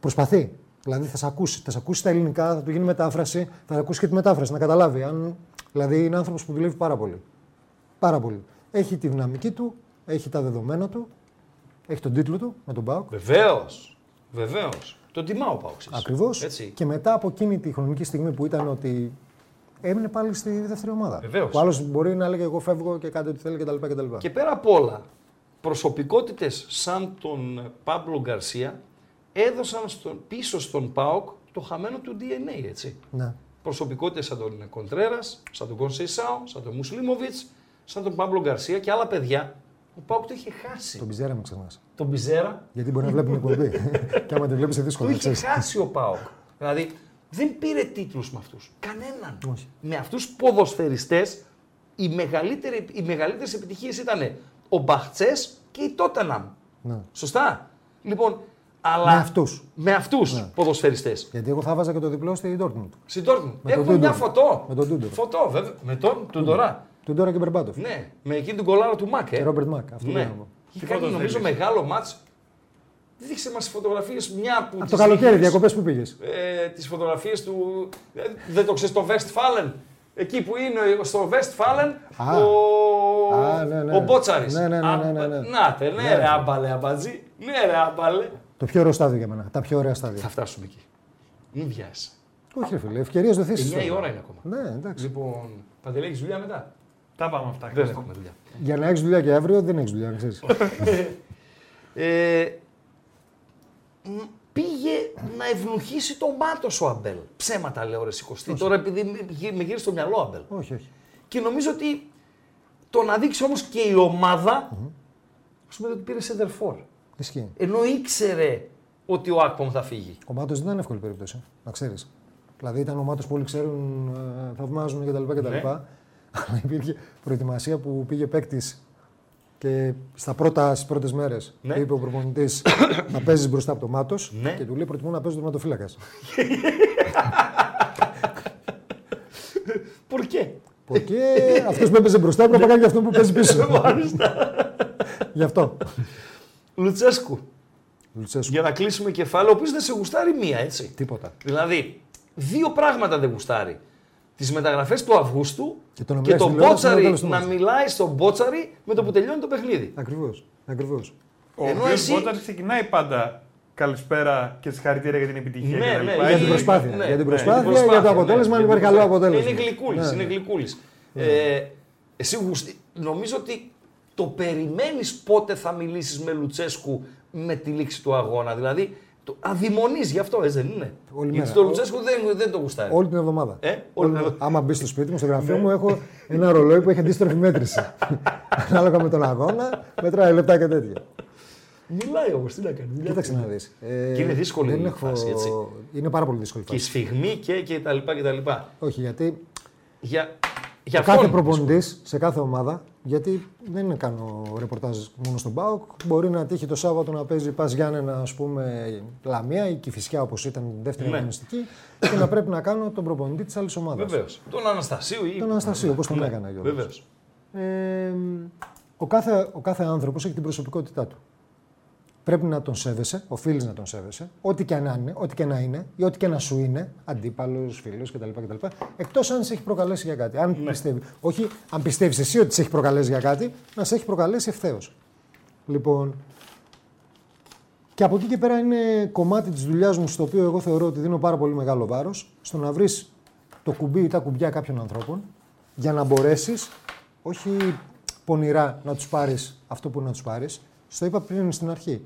D: προσπαθεί. Δηλαδή θα σε ακούσει. Θα σε ακούσει τα ελληνικά, θα του γίνει μετάφραση, θα ακούσει και τη μετάφραση να καταλάβει. Αν... Δηλαδή είναι άνθρωπος που δουλεύει πάρα πολύ. Πάρα πολύ. Έχει τη δυναμική του, έχει τα δεδομένα του, έχει τον τίτλο του με τον Πάοκ.
C: Βεβαίως. Βεβαίως. Τον τιμάω πάω
D: Ακριβώς.
C: Έτσι.
D: Και μετά από εκείνη τη χρονική στιγμή που ήταν ότι έμεινε πάλι στη δεύτερη ομάδα.
C: Βεβαίως.
D: Ο άλλος μπορεί να λέγε Εγώ φεύγω και κάντε ό,τι θέλει κτλ. κτλ.
C: Και πέρα απ' όλα, προσωπικότητες σαν τον Παύλο Γκαρσία έδωσαν στον, πίσω στον ΠΑΟΚ το χαμένο του DNA, έτσι.
D: Ναι.
C: Προσωπικότητες σαν τον Κοντρέρας, σαν τον Κονσέισάο, σαν τον Μουσλίμοβιτς, σαν τον Παύλο Γκαρσία και άλλα παιδιά. Ο ΠΑΟΚ το είχε χάσει.
D: Τον πιζέρα μου ξεχνάς.
C: Τον Πιζέρα
D: Γιατί μπορεί να βλέπει την
C: [laughs]
D: εκπομπή. και άμα τη βλέπεις, είναι δύσκολο
C: το
D: να
C: είχε
D: ξέρεις.
C: χάσει ο ΠΑΟΚ. Δηλαδή δεν πήρε τίτλους με αυτούς. Κανέναν.
D: Όχι.
C: Με αυτούς ποδοσφαιριστές οι, μεγαλύτεροι, οι μεγαλύτερες επιτυχίες ήταν ο Μπαχτσές και η Τότεναμ.
D: Ναι.
C: Σωστά. Λοιπόν, αλλά.
D: Με αυτούς. Ναι.
C: Με αυτούς ποδοσφαιριστές.
D: Γιατί εγώ θα βάζα και το διπλό στη Dortmund.
C: Συντόρνου.
D: Με τον
C: Έχουμε μια
D: Ντούντορα.
C: φωτό.
D: Με τον Ντούντορα.
C: Φωτό, βέβαια. Με τον Τουντορά.
D: Του τώρα και Μπερμπάτοφ.
C: Ναι. Με εκείνη την κολάρα του Μακ. Ε.
D: Και Ρόμπερτ Μακ. Αυτό
C: ναι.
D: πήγα να πω.
C: Είχε κάνει
B: φωτός
C: νομίζω
B: θέλεις?
C: μεγάλο μάτς. Δείξε μας φωτογραφίες μια που.
D: Από το καλοκαίρι, διακοπές που πήγες.
C: ε, τις φωτογραφίες του. ε, δεν το ξέρεις, το Westfalen. Εκεί που είναι στο Westfalen
D: Α.
C: ο,
D: Α, ναι, ναι.
C: ο Μπότσαρης.
D: Ναι, ναι, ναι, ναι, ναι, ναι.
C: Νάτε, ναι,
D: Ναι,
C: ρε
D: ρε.
C: άμπαλε, αμπατζή. Ναι, ρε άμπαλε.
D: Το πιο ωραίο στάδιο για μένα. Τα πιο ωραία στάδια.
C: Θα φτάσουμε εκεί. Μην βιάζει.
D: Όχι, ρε φίλε, ευκαιρίες δοθεί.
C: 9 η ώρα είναι ακόμα.
D: Ναι, εντάξει.
C: Λοιπόν, Παντελή, έχεις δουλειά μετά.
B: Τα πάμε αυτά.
C: Δεν έχουμε δουλειά.
D: Για να έχεις δουλειά και αύριο δεν έχεις δουλειά, να ξέρεις.
C: [laughs] Ε, μ, πήγε να ευνοχίσει το μάτος ο Αμπέλ. Ψέματα λέω ρε σηκωστή. Τώρα επειδή με γυ- με γύρισε στο μυαλό ο Αμπέλ.
D: όχι, όχι.
C: Και νομίζω ότι το να δείξει όμως και η ομάδα, ας πούμε ότι πήρε σεντερφόρ.
D: Ισχύει.
C: Ενώ ήξερε ότι ο Άκπομ θα φύγει.
D: Ο Μάτος δεν ήταν εύκολη περίπτωση, να ξέρεις. Δηλαδή ήταν ο Μάτος που όλοι ξέρουν, ε, θαυμάζουν κτλ. κτλ.
C: Ναι.
D: Αλλά υπήρχε προετοιμασία που πήγε παίκτης και στα πρώτα, στις πρώτες μέρες
C: Ναι.
D: είπε ο προπονητής να παίζεις μπροστά από το Μάτος
C: Ναι.
D: και του λέει προτιμώ να παίζω τερματοφύλακας.
C: Πορκέ.
D: Porque αυτός που έπαιζε μπροστά πρέπει να κάνει και αυτό που παίζει πίσω.
C: [laughs]
D: Γι' αυτό.
C: Λουτσέσκου.
D: Λουτσέσκου.
C: Για να κλείσουμε κεφάλαιο, ο οποίος δεν σε γουστάρει μία, έτσι.
D: Τίποτα.
C: Δηλαδή, δύο πράγματα δεν γουστάρει. Τις μεταγραφές του Αυγούστου
D: Και το να μιλάει
C: τον
D: στη
C: Μπότσαρη
D: τηλεόραση μετά το τέλος του
C: να
D: μάτς.
C: μιλάει στον Μπότσαρη με το που τελειώνει το παιχνίδι.
D: Ακριβώς. Ακριβώς.
B: Ο
C: Ενώ
B: Ενώ
C: εσύ-
B: Όταν ξεκινάει πάντα καλησπέρα και συγχαρητήρια για την επιτυχία
C: Ναι,
B: κτλ.
C: ναι,
D: Για την
C: είναι- ναι,
D: προσπάθεια. για την
C: ναι,
D: προσπάθεια,
C: την προσπάθεια,
D: για το αποτέλεσμα,
C: ναι,
D: αν
C: για την
D: υπάρχει καλό
C: προσπάθεια.
D: αποτέλεσμα. Ναι.
C: Είναι γλυκούλης, είναι γλυκούλης. Ε, εσύ γουστι... νομίζω ότι το περιμένεις πότε θα μιλήσεις με Λουτσέσκου με τη λήξη του αγώνα. Δηλαδή, το... αδειμονείς γι' αυτό, έτσι δεν είναι.
D: Όλη
C: Γιατί
D: μέρα.
C: το Λουτσέσκου δεν, δεν το γουστάρει.
D: Όλη την εβδομάδα.
C: Ε, όλη την εβδομάδα. Ναι.
D: Άμα μπεις στο σπίτι μου, στο γραφείο μου, έχω ένα ρολόι
C: [laughs]
D: που έχει αντίστροφη μέτρηση. Ανάλογα με τον αγώνα, μετράει λεπτά και τέτοια.
E: Μιλάει όμως, τι να κάνει. μιλάει.
D: Κοίταξε να δεις.
C: Και είναι δύσκολη
D: δεν
C: η
D: έχω...
C: φάση, έτσι.
D: Είναι πάρα πολύ δύσκολη η
C: Και η
D: φάση.
C: σφιγμή και, και τα λοιπά και τα λοιπά.
D: Όχι, γιατί
C: Για, για
D: Ο κάθε
C: αυτόν.
D: προπονητής σε κάθε ομάδα, γιατί δεν είναι κάνω ρεπορτάζ μόνο στον Πάοκ, μπορεί να τύχει το Σάββατο να παίζει Πας Γιάννενα, ας πούμε, Λαμία ή Κυφυσιά όπως ήταν η δεύτερη
C: Ναι.
D: αγωνιστική, και να πρέπει να κάνω τον προπονητή της άλλης ομάδας.
C: Βεβαίως. Τον Αναστασίου ή.
D: Τον Αναστασίου, όπως τον
C: Ναι,
D: έκανα Γιώργος.
C: Βεβαίως.
D: Ε, ο κάθε, ο κάθε άνθρωπος έχει την προσωπικότητά του. Πρέπει να τον σέβεσαι, οφείλει να τον σέβεσαι, ό,τι και να είναι, ό,τι και να είναι ή ό,τι και να σου είναι, αντίπαλος, φίλος κτλ. Εκτός αν σε έχει προκαλέσει για κάτι. Αν πιστεύει, όχι, αν πιστεύεις εσύ ότι σε έχει προκαλέσει για κάτι, να σε έχει προκαλέσει ευθέως. Λοιπόν. Και από εκεί και πέρα είναι κομμάτι της δουλειάς μου, στο οποίο εγώ θεωρώ ότι δίνω πάρα πολύ μεγάλο βάρος, στο να βρεις το κουμπί ή τα κουμπιά κάποιων ανθρώπων για να μπορέσεις, όχι πονηρά να τους πάρεις αυτό που είναι να τους πάρεις. Στο είπα πριν στην αρχή.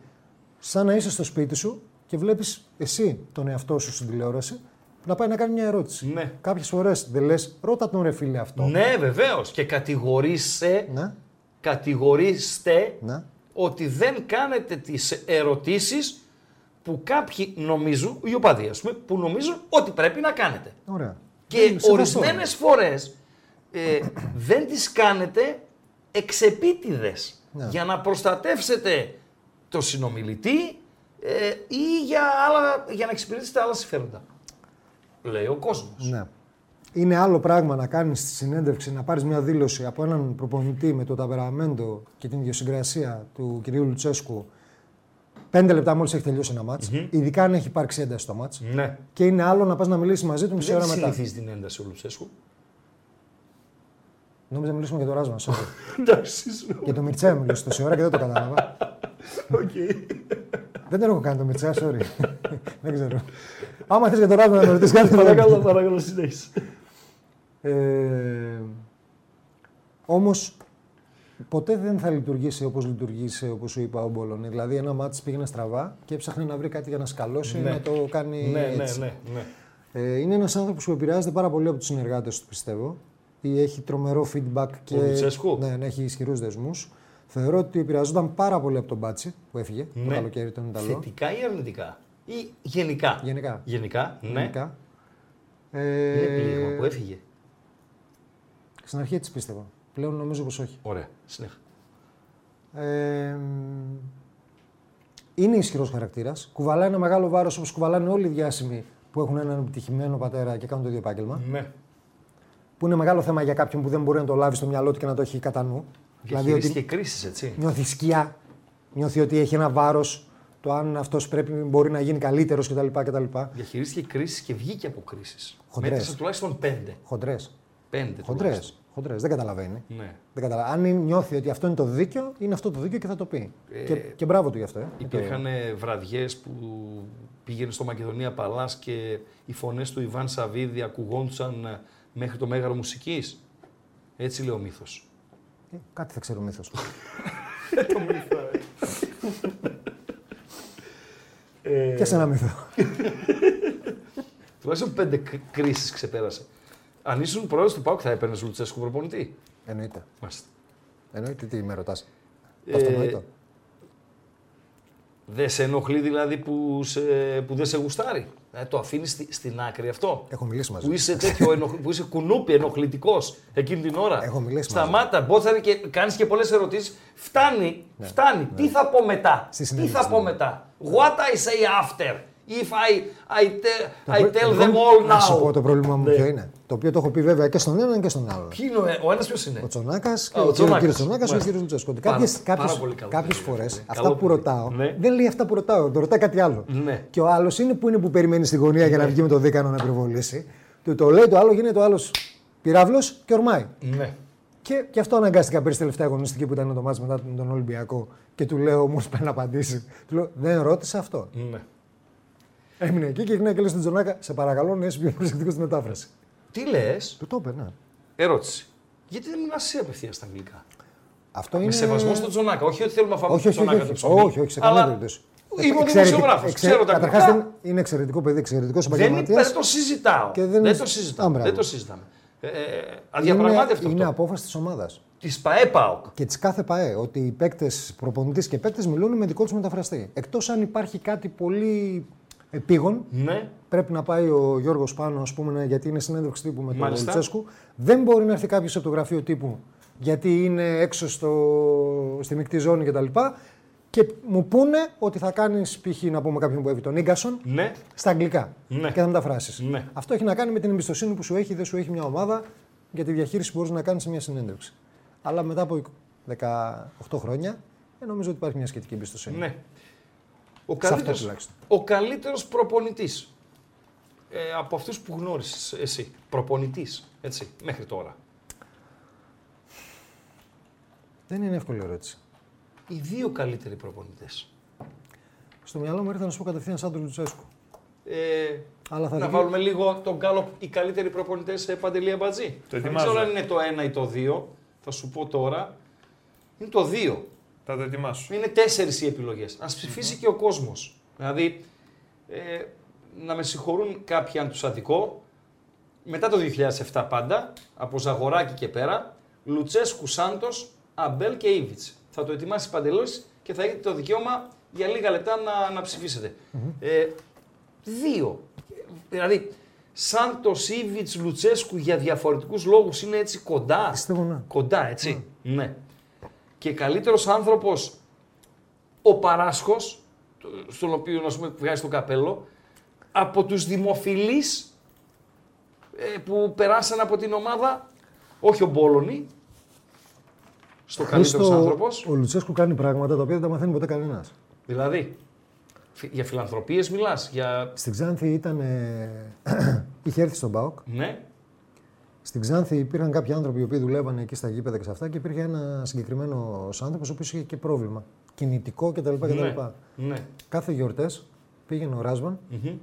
D: Σαν να είσαι στο σπίτι σου και βλέπεις εσύ τον εαυτό σου στην τηλεόραση να πάει να κάνει μια ερώτηση.
C: Ναι.
D: Κάποιες φορές δεν λες, ρώτα τον ρε φίλε αυτό.
C: Ναι, βεβαίως. Και κατηγορήσε,
D: Ναι,
C: κατηγορήστε
D: ναι.
C: ότι δεν κάνετε τις ερωτήσεις που κάποιοι νομίζουν, οι οπαδοί ας πούμε, που νομίζουν ότι πρέπει να κάνετε.
D: Ωραία.
C: Και
D: Είναι σεβαστό.
C: ορισμένες φορές ε, δεν τις κάνετε εξεπίτηδες
D: Ναι.
C: για να προστατεύσετε το συνομιλητή ε, ή για, άλλα, για να εξυπηρετήσετε άλλα συμφέροντα. Λέει ο κόσμος.
D: Ναι. Είναι άλλο πράγμα να κάνεις τη συνέντευξη, να πάρεις μια δήλωση από έναν προπονητή με το ταπεραμέντο και την ιδιοσυγκρασία του κυρίου Λουτσέσκου πέντε λεπτά μόλις έχει τελειώσει ένα μάτς, Ειδικά αν έχει υπάρξει ένταση στο μάτς.
C: Ναι.
D: Και είναι άλλο να πας να μιλήσεις μαζί του μισή
C: Δεν
D: ώρα μετά.
C: συνηθίζει την ένταση ο Λουτσέσκου.
D: Νόμιζα να μιλήσουμε για το ράσμα. sorry.
E: Εντάξει, σου
D: για το Μιρτσέα μιλούσε τόση ώρα και δεν το κατάλαβα.
E: οκ.
D: δεν τον έχω κάνει το Μιρτσέα, sorry. [laughs] δεν ξέρω. Άμα θες για το ράσμα να με ρωτήσει κάτι, θα το
E: [laughs]
D: κάνω.
E: Παρακαλώ, παρακαλώ, συνέχισε.
D: Ε, όμως ποτέ δεν θα λειτουργήσει όπως λειτουργήσε, όπως σου είπα, ο Μπολόνι. Δηλαδή ένα μάτς πήγαινε στραβά και έψαχνε να βρει κάτι για να σκαλώσει, να το κάνει έτσι.
C: ναι.
D: Ε, είναι ένας άνθρωπος που επηρεάζεται πάρα πολύ από τους συνεργάτες του, πιστεύω. Ή έχει τρομερό feedback και
C: Λουτσέσκου?
D: ναι, ναι, έχει ισχυρούς δεσμούς. Θεωρώ ότι επηρεαζόταν πάρα πολύ από τον Μπάτσι που έφυγε το
C: Ναι.
D: καλοκαίρι τον Ιταλό.
C: Θετικά ή αρνητικά. Ή γενικά.
D: Γενικά.
C: Γενικά, ναι.
D: Γενικά.
C: Είναι
D: Ε,
C: πλήγμα που έφυγε.
D: στην αρχή έτσι πίστευα. Πλέον νομίζω πως όχι.
C: Ωραία. Συνέχα.
D: Ε, είναι ισχυρός χαρακτήρας. Κουβαλάει ένα μεγάλο βάρος όπως κουβαλάνε όλοι οι διάσημοι που έχουν έναν επιτυχημένο πατέρα και κάνουν το ίδιο επάγγελμα.
C: Ναι.
D: Που είναι μεγάλο θέμα για κάποιον που δεν μπορεί να το λάβει στο μυαλό του και να το έχει κατά νου.
C: Δηλαδή
D: Δηλαδή ότι Ναι.
C: και κρίσεις, έτσι.
D: νιώθει σκιά, νιώθει ότι έχει ένα βάρος, το αν αυτός πρέπει μπορεί να γίνει καλύτερος κτλ. κτλ.
C: Διαχειρίστηκε κρίσεις και βγήκε από κρίσεις.
D: Χοντρές.
C: Μέτρησε τουλάχιστον πέντε.
D: Χοντρές.
C: Πέντε.
D: Χοντρές.
C: τουλάχιστον.
D: Δεν καταλαβαίνει.
C: Ναι.
D: Δεν καταλα... Αν νιώθει ότι αυτό είναι το δίκιο, είναι αυτό το δίκιο και θα το πει. Και, και μπράβο του γι' αυτό. Ε.
C: Υπήρχαν βραδιές που πήγαινε στο Μακεδονία Παλάς και οι φωνές του Ιβάν Σαββίδη ακουγόντουσαν ε, μέχρι το μέγαρο μουσικής. Έτσι λέει ο μύθος.
D: Ε, Κάτι θα
C: [laughs]
D: ξέρω μύθος.
C: ε.
D: και σε ένα μύθο.
C: Τουλάχιστον πέντε κρίσεις ξεπέρασε. Αν ήσουν πρόεδρος του ΠΑΟΚ, θα έπαιρνες Λουτσέσκου προπονητή.
D: Εννοείται.
C: Μάλιστα.
D: Εννοείται τι με ρωτάς. Ε... Αυτονοητό.
C: Δεν σε ενοχλεί δηλαδή που, σε, που δεν σε γουστάρει. Ε, το αφήνεις στην άκρη αυτό.
D: Έχω μιλήσει μαζί
C: Που
D: του.
C: είσαι, τέτοιο, ενοχ... που είσαι κουνούπι ενοχλητικός εκείνη την ώρα.
D: Έχω μιλήσει μαζί
C: Σταμάτα, μπότσαρε και κάνεις και πολλές ερωτήσεις. Φτάνει, φτάνει. Τι θα πω μετά.
D: Ναι. Στη
C: Τι
D: συνέντευξη,
C: θα πω
D: ναι.
C: μετά. What I say after. If I, I, te- I
D: Το πρό-
C: tell
D: εγώ
C: them all
D: Να σου πω
C: now. Ναι.
D: το πρόβλημα μου ποιο είναι. Το οποίο το έχω πει βέβαια και στον έναν και στον άλλον.
C: Ποιοι είναι ο- ο ένας ποιος είναι.
D: Ο Τσονάκας και
C: ο
D: ο
C: Τσονάκας.
D: κύριος Τσονάκας και ο
C: Μάλιστα.
D: κύριος Λουτσέσκο.
C: Πάρα-
D: Κάποιες
C: πάρα πολύ καλό παιδί,
D: φορές
C: ναι. Καλό
D: αυτά που
C: παιδί.
D: ρωτάω
C: Ναι.
D: δεν λέει αυτά που ρωτάω, το ρωτάει κάτι άλλο.
C: Ναι.
D: Και ο άλλος είναι που είναι που περιμένει στη γωνία για να βγει με το δίκανο να πυροβολήσει. Του το λέει το άλλο, γίνεται ο άλλος πυράβλος και ορμάει.
C: Ναι.
D: Και, και αυτό αναγκάστηκα πέρσι τελευταία αγωνιστική που ήταν το μάτς μετά με τον Ολυμπιακό και του λέω όμω πρέπει να απαντήσεις. Του λέω δεν ρώτησε αυτό.
C: ναι.
D: Έμεινε εκεί και έγινε και λέει στον Τζονάκα σε παρακαλώ να είσαι πιο προσεκτικός στη μετάφραση.
C: Τι λες,
D: Του το είπε, ναι.
C: ερώτηση. Γιατί δεν μιλάς εσύ απευθείας στα αγγλικά.
D: Αυτό είναι.
C: Με σεβασμό στον Τζονάκα. Όχι ότι θέλουμε να φάμε
D: Όχι,
C: τον
D: όχι,
C: Τζονάκα το
D: όχι, όχι,
C: ψωμί.
D: όχι, όχι, σε καμία
C: αλλά
D: περίπτωση.
C: Είμαι ο
D: Εξαιρετικ-
C: δημοσιογράφος.
D: εξαι-
C: Ξέρω τα
D: Καταρχάς
C: αγγλικά.
D: είναι- είναι εξαιρετικό παιδί, εξαιρετικός
C: Δεν
D: επαγγελματίας.
C: υπε- το συζητάω.
D: Και δεν
C: δεν,
D: είναι-
C: το
D: Α,
C: συζητάμε.
D: μπράβο.
C: δεν το συζητάμε. Ε, αδιαπραγμάτευτο
D: είναι
C: αυτό.
D: απόφαση της ομάδας.
C: της ΠαΕΠΑΟΚ.
D: και της κάθε ΠαΕ. Ότι οι παίκτες, προπονητής και παίκτες μιλούν με δικό τους μεταφραστή. Εκτός αν υπάρχει κάτι πολύ επίγον.
C: Ναι.
D: Πρέπει να πάει ο Γιώργος πάνω, ας πούμε, να- γιατί είναι συνέντευξη τύπου με τον
C: Μάλιστα.
D: Λουτσέσκου. Δεν μπορεί να έρθει κάποιος από το γραφείο τύπου, γιατί είναι έξω στο, στη μεικτή ζώνη κτλ. Και, μου πούνε ότι θα κάνεις π.χ. να πούμε κάποιον που έβγει τον Ίγκασον
C: Ναι.
D: στα αγγλικά
C: Ναι.
D: και θα μεταφράσει.
C: Ναι.
D: Αυτό έχει να κάνει με την εμπιστοσύνη που σου έχει ή δεν σου έχει μια ομάδα για τη διαχείριση που μπορείς να κάνεις σε μια συνέντευξη. Αλλά μετά από 18 χρόνια, ε, νομίζω ότι υπάρχει μια σχετική εμπιστοσύνη.
C: ναι. Ο
D: αυτό
C: καλύτερος,
D: τουλάχιστον.
C: ο καλύτερος προπονητής ε, από αυτούς που γνώρισες εσύ. Προπονητής, έτσι, μέχρι τώρα.
D: Δεν είναι εύκολη ερώτηση.
C: Οι δύο καλύτεροι προπονητές.
D: Στο μυαλό μου ήρθε να σου πω κατευθείαν σαν τον Λουτσέσκου.
C: Ε,
D: Αλλά θα
C: να
D: βγει-
C: βάλουμε λίγο τον Γκάλοπ, οι καλύτεροι προπονητές σε παντελή αμπατζή. Δεν
B: ετοιμάζω.
C: ξέρω αν είναι το ένα ή το δύο. Θα σου πω τώρα. Είναι το δύο.
B: Θα το ετοιμάσω.
C: Είναι τέσσερις οι επιλογές. Ας ψηφίσει και ο κόσμος. Δηλαδή, ε, να με συγχωρούν κάποιοι αν τους αδικό. Μετά το 2007 πάντα, από Ζαγοράκη και πέρα, Λουτσέσκου Σάντος, Αμπέλ και Ήβιτ. Θα το ετοιμάσει παντελώ και θα έχετε το δικαίωμα για λίγα λεπτά να, να ψηφισετε Ε, δύο. Δηλαδή, Σάντος, Ήβιτ, Λουτσέσκου για διαφορετικούς λόγους είναι έτσι κοντά.
D: Πιστεύω ναι.
C: Κοντά, έτσι. Ναι. Και καλύτερος άνθρωπος ο Παράσχος, το- στον οποίο να πούμε βγάζει το καπέλο, από τους δημοφιλείς ε, που περάσαν από την ομάδα, όχι ο Μπόλωνη, στο καλύτερος
D: Χρήστο,
C: άνθρωπος.
D: Ο Λουτσέσκου κάνει πράγματα τα οποία δεν τα μαθαίνει ποτέ κανένας.
C: Δηλαδή, φι- για φιλανθρωπίες μιλάς, για...
D: Στην Ξάνθη ήταν. ε, [clears throat] είχε έρθει στον Μπάοκ.
C: Ναι,
D: Στην Ξάνθη υπήρχαν κάποιοι άνθρωποι οι οποίοι δουλεύαν εκεί στα γήπεδα και σε αυτά και υπήρχε ένα συγκεκριμένος άνθρωπος ο οποίος είχε και πρόβλημα. Κινητικό κτλ.
C: ναι,
D: κτλ.
C: ναι.
D: Κάθε γιορτές πήγαινε ο Ράσβαν
C: Μμμ.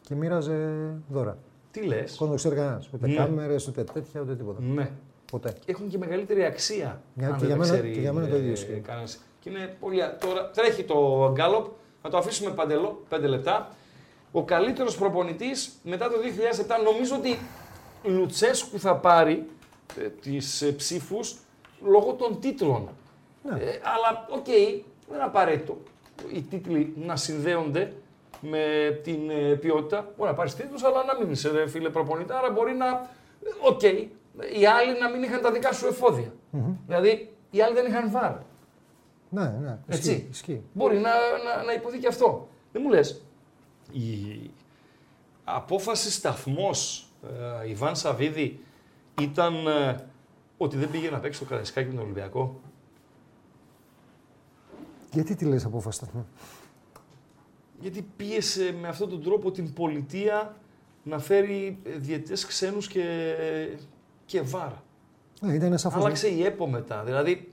D: και μοίραζε δώρα.
C: Τι λες,
D: Κόντο ξέρει κανένας. Ούτε
C: Ναι.
D: κάμερες, ούτε τέτοια, ούτε τίποτα.
C: ναι.
D: Ποτέ.
C: έχουν και μεγαλύτερη αξία.
D: Μια-
C: αν
D: Ναι,
C: δεν
D: και για
C: τα
D: μένα-
C: ξέρει, ε,
D: και για μένα το ίδιο ισχύει.
C: κανένας. Και είναι πολύ. α- Τώρα τρέχει το γκάλοπ, θα το αφήσουμε παντελώ, πέντε λεπτά. Ο καλύτερος προπονητής μετά το 2007, νομίζω ότι Λουτσέσκου θα πάρει ε, τις τι ψήφους λόγω των τίτλων.
D: Ναι.
C: Ε, αλλά οκ, δεν είναι απαραίτητο οι τίτλοι να συνδέονται με την ε, ποιότητα. Μπορεί να πάρεις τίτλους, αλλά να μην είσαι ρε, φίλε προπονητά. Άρα μπορεί να. ε, Οκ, οι άλλοι να μην είχαν τα δικά σου εφόδια. Δηλαδή οι άλλοι δεν είχαν βάρ.
D: Ναι, ναι.
C: Έτσι.
D: Ισχύει. ισχύει.
C: Μπορεί να, να, να υποθεί και αυτό. Δεν μου λες. Η απόφαση σταθμός ε, Ιβάν Σαββίδη ήταν ε, ότι δεν πήγε να παίξει το Καραϊσκάκι με τον Ολυμπιακό.
D: Γιατί τη λες απόφαση σταθμού.
C: Γιατί πίεσε με αυτόν τον τρόπο την πολιτεία να φέρει ε, διαιτητές ξένους και, ε, και βάρα.
D: Ναι, ήταν σαφώς.
C: Άλλαξε η ΕΠΟ μετά. Δηλαδή,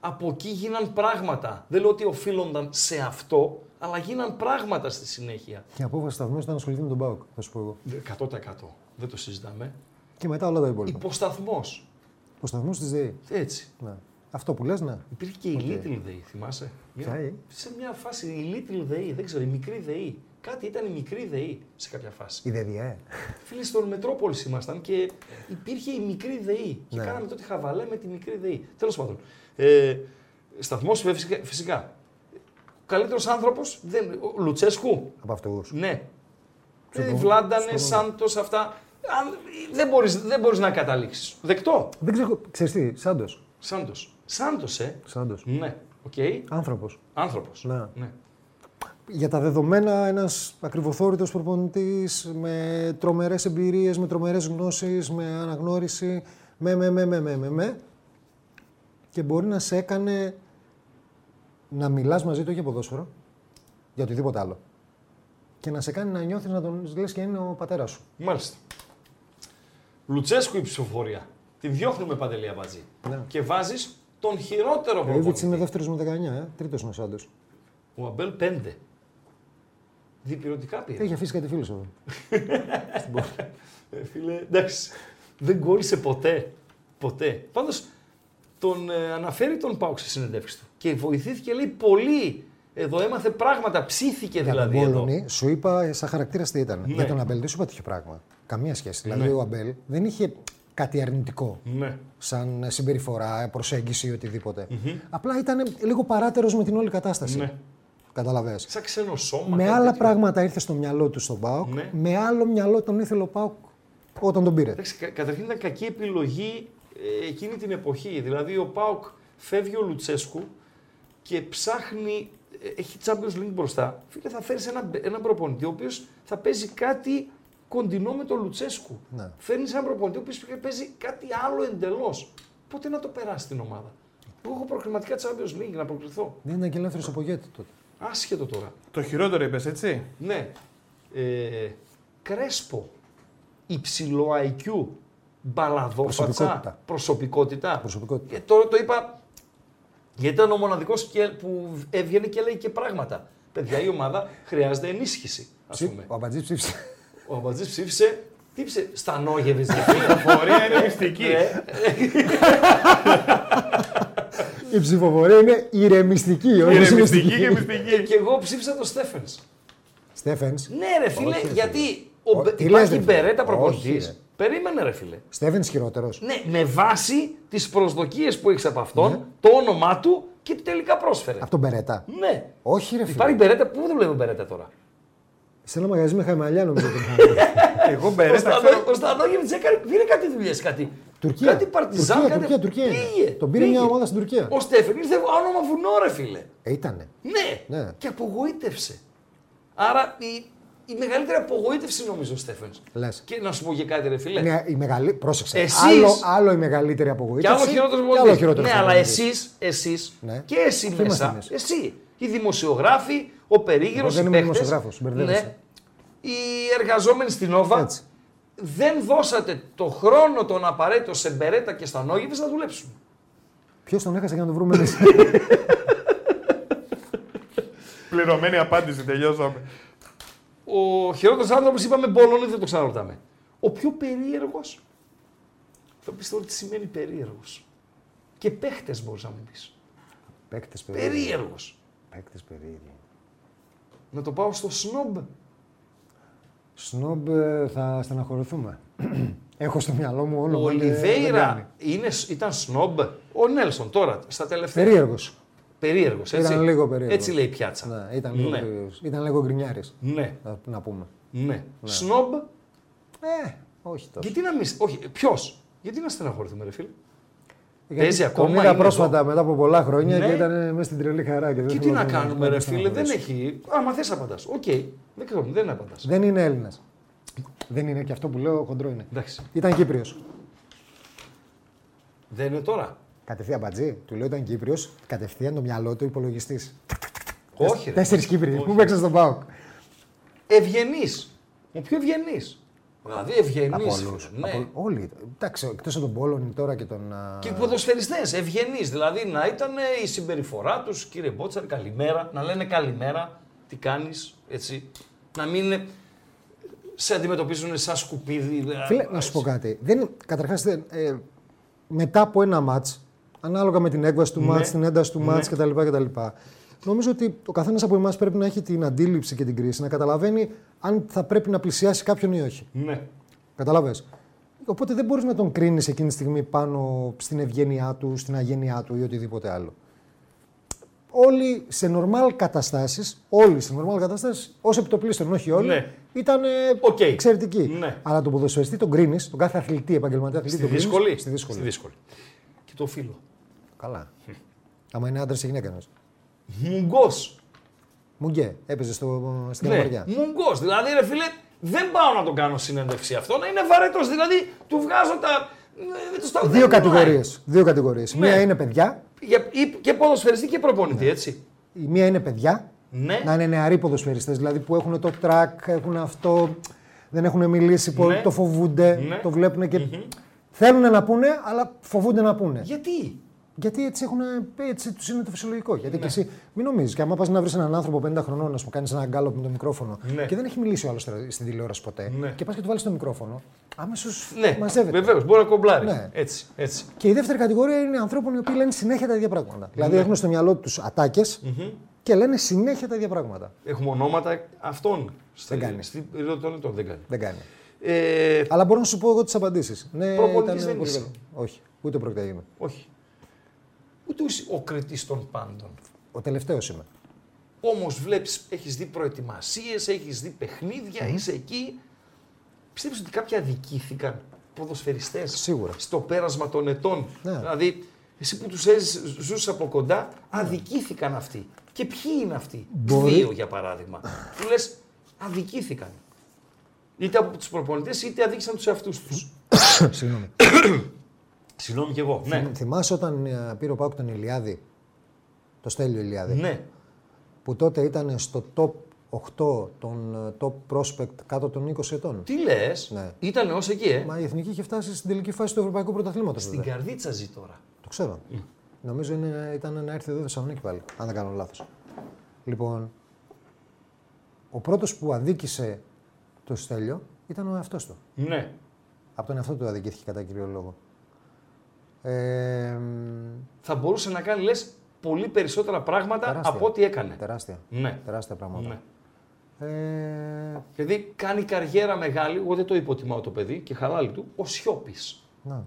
C: από εκεί γίναν πράγματα. Δεν λέω ότι οφείλονταν σε αυτό, αλλά γίναν πράγματα στη συνέχεια.
D: Και η απόφαση σταθμού ήταν να ασχοληθεί με τον Μπάοκ, θα σου πω εγώ.
C: 100% δεν το συζητάμε.
D: Και μετά όλα τα υπόλοιπα.
C: Υποσταθμός.
D: Ο σταθμό της ΔΕΗ.
C: Έτσι.
D: Ναι. Αυτό που λες, ναι.
C: Υπήρχε και η Little Day, θυμάσαι.
D: Ποια, ε?
C: σε μια φάση η Little Day, δεν ξέρω, η μικρή ΔΕΗ. Κάτι ήταν η μικρή ΔΕΗ σε κάποια φάση.
D: Η ε, ΔΕΔΙΑΕ.
C: Φίλοι, στον Μετρόπολη ήμασταν και υπήρχε η μικρή ΔΕΗ. Και
D: Ναι.
C: κάναμε τότε χαβαλέ με τη μικρή ΔΕΗ. Τέλος πάντων. Ε, Σταθμός φυσικά. φυσικά. Ο καλύτερος άνθρωπος. Λουτσέσκου.
D: Από αυτούς.
C: Ναι.
D: Συμφωνώ.
C: Δηλαδή, Βλάντανε,
D: Συμφωνώ.
C: Σάντος, αυτά. Αν, δεν μπορείς δεν μπορείς να καταλήξεις. Δεκτό.
D: Δεν ξέρω. Ξέρεις τι, Σάντος.
C: Σάντος. Σάντος, ε.
D: Σάντος.
C: Ναι. Οκ.
D: Άνθρωπος.
C: Άνθρωπος.
D: Ναι.
C: ναι.
D: Για τα δεδομένα, ένας ακριβοθόρητος προπονητής με τρομερές εμπειρίες, με τρομερές γνώσεις, με αναγνώριση. Με, με, με, με, με, με, με. Και μπορεί να σε έκανε να μιλάς μαζί του, όχι για ποδόσφαιρο, για οτιδήποτε άλλο. Και να σε κάνει να νιώθεις να τον λες και είναι ο πατέρας σου.
C: Μάλιστα. Λουτσέσκου η ψηφοφορία. Τη διώχνουμε παντελή αμπατζή.
D: Ναι.
C: Και βάζεις τον χειρότερο
D: Ο Ήβιτς
C: προπονητή.
D: είναι δεύτερος με 19, ε. τρίτος είναι ο Σάντος.
C: Ο Αμπέλ 5. Διπυρωτικά πήρε.
D: Έχει αφήσει κάτι φίλος εδώ.
C: Ε, φίλε, εντάξει. Δεν κόλλησε ποτέ. Ποτέ. Πάντως τον ε, αναφέρει τον Πάουξ στη συνεντεύξη του. Και βοηθήθηκε λέει πολύ. Εδώ έμαθε πράγματα. Ψήθηκε
D: Για τον
C: δηλαδή. Εδώ.
D: Πόλωνη, σου είπα σαν χαρακτήρας τι ήταν.
C: Ναι.
D: Για τον Αμπέλ δεν σου είπα τέτοιο πράγμα. Καμία σχέση. Δηλαδή, ο Αμπέλ δεν είχε κάτι αρνητικό.
C: Ναι.
D: Σαν συμπεριφορά, προσέγγιση ή οτιδήποτε. Απλά ήταν λίγο παράτερος με την όλη κατάσταση.
C: Ναι.
D: Καταλαβες.
C: Σαν ξένο σώμα.
D: Με
C: κάτι
D: άλλα
C: τέτοιο.
D: πράγματα ήρθε στο μυαλό του στον Πάοκ.
C: Ναι.
D: Με άλλο μυαλό τον ήθελε ο Πάοκ όταν τον πήρε.
C: Εντάξει, κα- καταρχήν ήταν κακή επιλογή ε, εκείνη την εποχή. Δηλαδή ο Πάοκ φεύγει ο Λουτσέσκου και ψάχνει, ε, έχει Champions League μπροστά. Φίλε, θα φέρεις ένα, ένα προπονητή ο οποίος θα παίζει κάτι κοντινό με τον Λουτσέσκου.
D: Ναι.
C: Φέρνεις ένα προπονητή ο οποίος παίζει κάτι άλλο εντελώς. Πότε να το περάσει την ομάδα. Εγώ έχω προκριματικά Champions League να προκριθώ.
D: Δεν ήταν και ελεύθερος από γέτη τότε.
C: Άσχετο τώρα.
B: Το χειρότερο είπες, έτσι.
C: Ναι. Ε, κρέσπο. Υψηλό IQ. Μπαλαδόφατσα.
D: Προσωπικότητα.
C: Προσωπικότητα.
D: Προσωπικότητα.
C: Ε, τώρα το είπα γιατί ήταν ο μοναδικός που έβγαινε και λέει και πράγματα. Παιδιά, η ομάδα χρειάζεται ενίσχυση. Ας
D: Ψή-
C: πούμε.
D: Ο Αμπατζής ψήφισε. [laughs]
C: Ο Αμπατζής ψήφισε. Τι ψήφισε. Στα νόγευε.
B: Πορεία [laughs] είναι μυστική.
C: Ε,
D: Η ψηφοφορία είναι ηρεμιστική, όχι
B: Ηρεμιστική
D: συναισθητική.
B: και μυστική.
C: και εγώ ψήφισα τον Στέφεν.
D: Στέφεν.
C: Ναι, ρε φίλε,
D: Όχι, ρε,
C: γιατί ο,
D: Ο-
C: Μπε-
D: τι λες,
C: υπάρχει
D: ρε, φίλε.
C: μπερέτα
D: Όχι,
C: προπονητής.
D: ρε.
C: Περίμενε, ρε φίλε.
D: Στέφεν χειρότερος.
C: Ναι, με βάση τις προσδοκίες που έχεις από αυτόν,
D: Ναι.
C: το όνομά του και τι τελικά πρόσφερε.
D: Από τον Μπερέτα.
C: Ναι.
D: Όχι, ρε
C: Υπάρχει
D: φίλε.
C: μπερέτα, πού δουλεύει ο μπερέτα τώρα.
D: Σε ένα μαγαζί με χαμαλιά νομίζω ότι είχαν.
B: Εγώ
C: Ο
B: μπερέτα
C: Στανό-
B: ξέρω.
C: Ο Στανόγεβιτ έκανε πήρε κάτι δουλειές, κάτι.
D: Τουρκία.
C: Κάτι παρτιζάν,
D: Τουρκία,
C: κάτι.
D: Τουρκία, Τουρκία είναι.
C: Πήγε,
D: Τον πήρε
C: πήγε.
D: μια ομάδα στην Τουρκία.
C: Ο Στέφεν ήρθε όνομα βουνό, ρε φίλε.
D: Ε, ήτανε.
C: Ναι.
D: Ναι.
C: Και απογοήτευσε. Άρα η, η μεγαλύτερη απογοήτευση νομίζω ο Στέφεν.
D: Λες.
C: Και να σου πω και κάτι, ρε φίλε.
D: Είναι η μεγαλή... Πρόσεξε.
C: Εσείς-
D: Άλλο, άλλο η μεγαλύτερη
C: Και άλλο
D: απογοήτευση.
C: χειρότερο
D: και άλλο χειρότερος
C: Ναι, αλλά
D: προπονητής.
C: εσείς, εσείς
D: Ναι.
C: και εσύ
D: Ποιοι
C: μέσα.
D: είμαστε εμείς?
C: Εσύ. Οι δημοσιογράφοι, ο περίγυρος.
D: Εγώ δεν είμαι δημοσιογράφος, μπερδεύεσαι.
C: Ναι. Οι εργαζόμενοι στην Όβα
D: Έτσι.
C: δεν δώσατε το χρόνο τον απαραίτητο σε Μπερέτα και στα Νόγεβε να δουλέψουν.
D: Ποιος τον έχασε για να τον βρούμε εμείς.
C: [laughs]
B: Πληρωμένη απάντηση, τελειώσαμε.
C: Ο χειρότερος άνθρωπος είπαμε Μπολόνι, δεν το ξαναρωτάμε. Ο πιο περίεργος. Θα πει τώρα τι σημαίνει περίεργος. Και παίχτε μπορείς να μου πεις.
D: Παίκτες περίεργο.
C: Περίεργος.
D: Παίκτες περίεργο.
C: Να το πάω στο σνόμπ
D: Σνόμπ ε, θα στεναχωρηθούμε. [clears throat] Έχω στο μυαλό μου όνομα.
C: Ο
D: και δεν κάνει.
C: Ολιβέηρα είναι, ήταν σνόμπ. Ο Νέλσον τώρα, στα τελευταία.
D: Περίεργος.
C: Περίεργος, έτσι.
D: Ήταν λίγο περίεργος.
C: Έτσι λέει η πιάτσα.
D: Ναι, ήταν λίγο,
C: Ναι.
D: περίεργος. ήταν λίγο γκρινιάρης,
C: Ναι,
D: να, να πούμε.
C: ναι. Σνόμπ,
D: Ε, όχι τόσο.
C: γιατί να μην. Όχι, ποιος. Γιατί να στεναχωρηθούμε, ρε φίλε.
D: Γιατί
C: παίζει
D: τον
C: ακόμα,
D: είδα
C: είναι
D: πρόσφατα μετά από πολλά χρόνια
C: Ναι.
D: και ήταν μέσα στην τρελή χαρά. Και, δεν
C: Και τι
D: θέλω
C: να
D: τον-
C: κάνουμε,
D: τον
C: ρε φίλε, δεν
D: στεναχωρήσω.
C: έχει. Άμα θες απαντάς. Οκ, δεν ξέρω, δεν απαντάς.
D: Δεν είναι Έλληνας. Δεν είναι και αυτό που λέω χοντρό είναι.
C: Εντάξει.
D: Ήταν Κύπριος.
C: Δεν είναι τώρα.
D: Κατευθείαν μπατζή. Του λέω ήταν Κύπριος. Κατευθείαν το μυαλό του υπολογιστής.
C: Όχι, ρε.
D: Τέσσερις Κύπριοι που παίξαν στον Πάοκ.
C: Ευγενής. Ο πιο ευγενής. Δηλαδή ευγενής.
D: Από όλους.
C: Ναι.
D: Από- Όλοι. Εντάξει, εκτός από τον Πόλον τώρα και τον. α,
C: Και οι ποδοσφαιριστές, ευγενείς. Δηλαδή να ήταν ε, η συμπεριφορά τους, κύριε Μπότσαρ, καλημέρα. Να λένε καλημέρα, τι κάνεις, έτσι. Να μην είναι- σε αντιμετωπίζουν σαν σκουπίδι. δηλαδή,
D: Φίλε, να σου πω κάτι. Δεν, καταρχάς, δεν, ε, μετά από ένα μάτς, ανάλογα με την έκβαση
C: Ναι.
D: του μάτς, την ένταση του μάτς κτλ, κτλ. Νομίζω ότι ο καθένας από εμάς πρέπει να έχει την αντίληψη και την κρίση, να καταλαβαίνει αν θα πρέπει να πλησιάσει κάποιον ή όχι.
C: Ναι.
D: Καταλαβες. Οπότε δεν μπορείς να τον κρίνεις εκείνη τη στιγμή πάνω στην ευγένειά του, στην αγένειά του ή οτιδήποτε άλλο. Όλοι σε νορμάλ καταστάσεις, όλοι σε νορμάλ καταστάσεις, ως επιτοπλίστων, όχι όλοι,
C: Ναι.
D: ήταν
C: Οκ.
D: εξαιρετική.
C: Ναι.
D: Αλλά τον ποδοσφαιριστή τον κρίνεις, τον κάθε αθλητή, επαγγελματία αθλητή
C: Στη
D: τον κρίνεις.
C: δύσκολη.
D: Στη δύσκολη.
C: Στη δύσκολη. Και το φίλο.
D: Καλά. Άμα είναι άντρας ή γυναίκα εννοείς.
C: Μουγκός.
D: Μουγκέ, έπαιζε στο, στην
C: Ναι.
D: Καλαμαριά.
C: Μουγκός. Δηλαδή, ρε φίλε, δεν πάω να τον κάνω συνέντευξη αυτό. Να είναι βαρετό. Δηλαδή, του βγάζω τα. ε, τους τα-
D: Δύο
C: δεν
D: κατηγορίες. Δύο κατηγορίες.
C: Ναι.
D: Μία είναι παιδιά,
C: Για- ή- Και ποδοσφαιριστή και προπονητή, έτσι.
D: η μία είναι παιδιά,
C: Ναι.
D: Ναι. να είναι νεαροί ποδοσφαιριστές, δηλαδή που έχουν το track, έχουν αυτό, δεν έχουν μιλήσει, πολύ,
C: Ναι.
D: το φοβούνται,
C: Ναι.
D: το βλέπουν και θέλουν να πούνε, αλλά φοβούνται να πούνε.
C: Γιατί.
D: Γιατί έτσι, έχουν, έτσι τους είναι το φυσιολογικό. Γιατί
C: Ναι.
D: και εσύ μην νομίζεις. Και άμα πας να βρεις έναν άνθρωπο 50 χρονών, να σου κάνεις ένα γκάλωπ με το μικρόφωνο
C: Ναι.
D: και δεν έχει μιλήσει ο άλλος τώρα στην τηλεόραση ποτέ
C: Ναι.
D: και πας και του βάλεις το μικρόφωνο, άμεσως
C: Ναι,
D: μαζεύεται.
C: βεβαίως, μπορεί να κομπλάρεις.
D: Ναι.
C: Έτσι, έτσι.
D: Και η δεύτερη κατηγορία είναι ανθρώπων οι οποίοι λένε συνέχεια τα ίδια πράγματα. Δηλαδή
C: Ναι.
D: έχουν στο μυαλό τους ατάκες και λένε συνέχεια τα ίδια πράγματα.
C: Έχουμε ονόματα αυτών. Στη,
D: κάνει.
C: Στη, Ρο- τον- τον δεν κάνει.
D: Δεν κάνει.
C: Ε,
D: Αλλά μπορώ να σου πω εγώ τις απαντήσεις. Ναι,
C: Προπονητής δεν
D: πολύ
C: είσαι.
D: καλό. Όχι, ούτε πρόκειται να γίνω.
C: όχι. Ούτε είσαι ο κριτής των πάντων.
D: Ο τελευταίος είμαι.
C: Όμως βλέπεις, έχεις δει προετοιμασίες, έχεις δει παιχνίδια, είσαι εκεί. Πιστεύεις ότι κάποιοι αδικήθηκαν ποδοσφαιριστές
D: Σίγουρα.
C: στο πέρασμα των ετών.
D: Ναι.
C: Δηλαδή, εσύ που τους ζούσες από κοντά, αδικήθηκαν αυτοί. Και ποιοι είναι αυτοί.
D: Μπορεί.
C: Δύο για παράδειγμα. που λες, αδικήθηκαν. Είτε από τους προπονητές, είτε αδίκησαν τους εαυτούς τους.
D: Συγγνώμη.
C: Συγγνώμη και εγώ. Ναι.
D: Θυμάσαι όταν ε, πήρε ο Πάουκ τον Ηλιάδη, το Στέλιο Ηλιάδη,
C: ναι.
D: που τότε ήταν στο top 8 των ε, top prospect κάτω των 20 ετών.
C: Τι λες,
D: Ναι.
C: ήταν ως εκεί, ε.
D: Μα η εθνική είχε φτάσει στην τελική φάση του Ευρωπαϊκού Πρωταθλήματος.
C: Στην καρδίτσα ζει τώρα.
D: Το ξέρω. Νομίζω είναι, ήταν να έρθει εδώ Θεσσαλονίκη πάλι, αν δεν κάνω λάθος. Λοιπόν, ο πρώτος που αδίκησε το Στέλιο ήταν ο εαυτός του.
C: Ναι.
D: Από τον εαυτό του αδικήθηκε κατά κύριο λόγο. Ε, μ,
C: θα μπορούσε να κάνει λες πολύ περισσότερα πράγματα
D: Τεράστια.
C: από ό,τι έκανε.
D: τεράστια.
C: Ναι.
D: Τεράστια πράγματα.
C: ναι.
D: Ε,
C: Δηλαδή κάνει καριέρα μεγάλη, εγώ δεν το υποτιμάω το παιδί και χαλάλι του, ο Σιώπης.
D: να.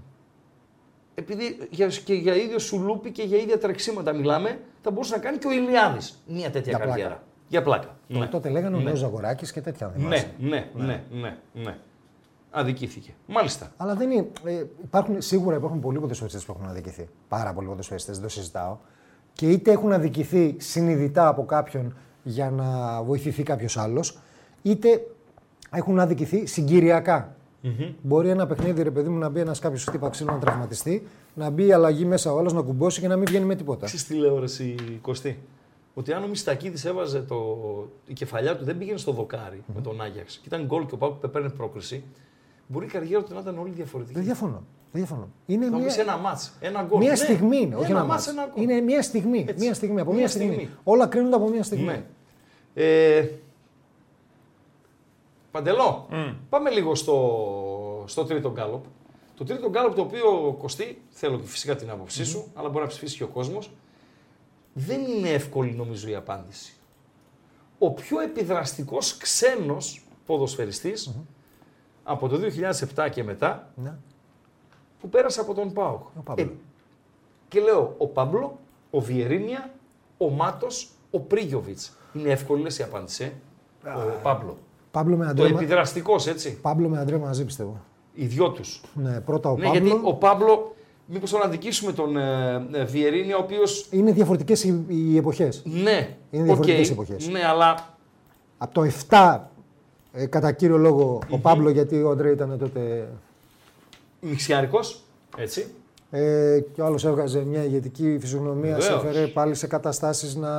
C: Επειδή για, και για ίδιο σουλούπι και για ίδια τρεξίματα μιλάμε, θα μπορούσε να κάνει και ο Ηλιάδης μια τέτοια
D: Για πλάκα.
C: καριέρα. Για πλάκα. Ναι.
D: Τότε λέγανε ο Νέος Ζαγοράκης και τέτοια. αν θυμάσαι.
C: Ναι, ναι, ναι, ναι, ναι. Αδικήθηκε. Μάλιστα.
D: Αλλά δεν είναι. Ε, υπάρχουν, σίγουρα υπάρχουν πολλοί ποδοσφαιριστές που έχουν αδικηθεί. Πάρα πολλοί ποδοσφαιριστές, δεν το συζητάω. Και είτε έχουν αδικηθεί συνειδητά από κάποιον για να βοηθηθεί κάποιος άλλος, είτε έχουν αδικηθεί συγκυριακά. Μπορεί ένα παιχνίδι, ρε παιδί μου, να μπει ένας κάποιος τύπα ξύλο να τραυματιστεί, να μπει η αλλαγή μέσα ο άλλος να κουμπώσει και να μην βγαίνει με τίποτα.
C: Ξέρεις τι λέω ρε εσύ, Κωστή. Ότι αν ο Μιστακίδης έβαζε το... η κεφαλιά του, δεν πήγαινε στο δοκαρι με τον Άγιαξ και ήταν γκολ και ο Πάκου παίρνει πρόκριση, μπορεί η καριέρα του να ήταν όλη διαφορετική.
D: Δεν διαφωνώ. Δεν διαφωνώ. Είναι
C: Θα μου
D: μια,
C: πεις ένα μάτς, ένα γκολ.
D: μια
C: Ναι,
D: στιγμή είναι, όχι ένα
C: μάτς,
D: μάτς.
C: ένα γκολ.
D: Είναι μια στιγμή.
C: Έτσι.
D: Μια στιγμή, από
C: Μια
D: μια, στιγμή.
C: στιγμή.
D: Όλα κρίνονται από μια στιγμή.
C: Ναι. Ε, Παντελό, πάμε λίγο στο, στο τρίτο γκάλωπ. Το τρίτο γκάλωπ το οποίο κοστεί, θέλω και φυσικά την άποψή σου, αλλά μπορεί να ψηφίσει και ο κόσμος. Δεν είναι εύκολη νομίζω η απάντηση. Ο πιο επιδραστικός ξένος ποδοσφαιριστής από το 2007 και μετά
D: Ναι.
C: που πέρασε από τον ΠΑΟΚ. Ε,
D: Ο Παύλο.
C: και λέω ο Παύλο, ο Βιερίνια, ο Μάτος, ο Πρίγιοβιτ. Είναι εύκολη λες, η απάντηση. ε. Ο Παύλο.
D: Παύλο με
C: Το
D: Αντρέα, Μα-
C: επιδραστικός, έτσι.
D: Παύλο με Αντρέα μαζί πιστεύω.
C: Οι δυο τους.
D: Ναι, πρώτα ο
C: Ναι,
D: Παύλο.
C: γιατί ο Παύλο, μήπως τον αδικήσουμε τον ε, ε, Βιερίνια, ο οποίος.
D: Είναι διαφορετικές οι, οι εποχές.
C: Ναι,
D: Είναι
C: οκ,
D: διαφορετικές εποχές.
C: Ναι, αλλά
D: Από το 7, ε, κατά κύριο λόγο, ο Παύλο, γιατί ο Αντρέα ήταν τότε.
C: μιξιάρικο. Έτσι.
D: Ε, και ο άλλος έβγαζε μια ηγετική φυσιογνωμία, σε
C: Βεβαίως.
D: έφερε πάλι σε καταστάσεις να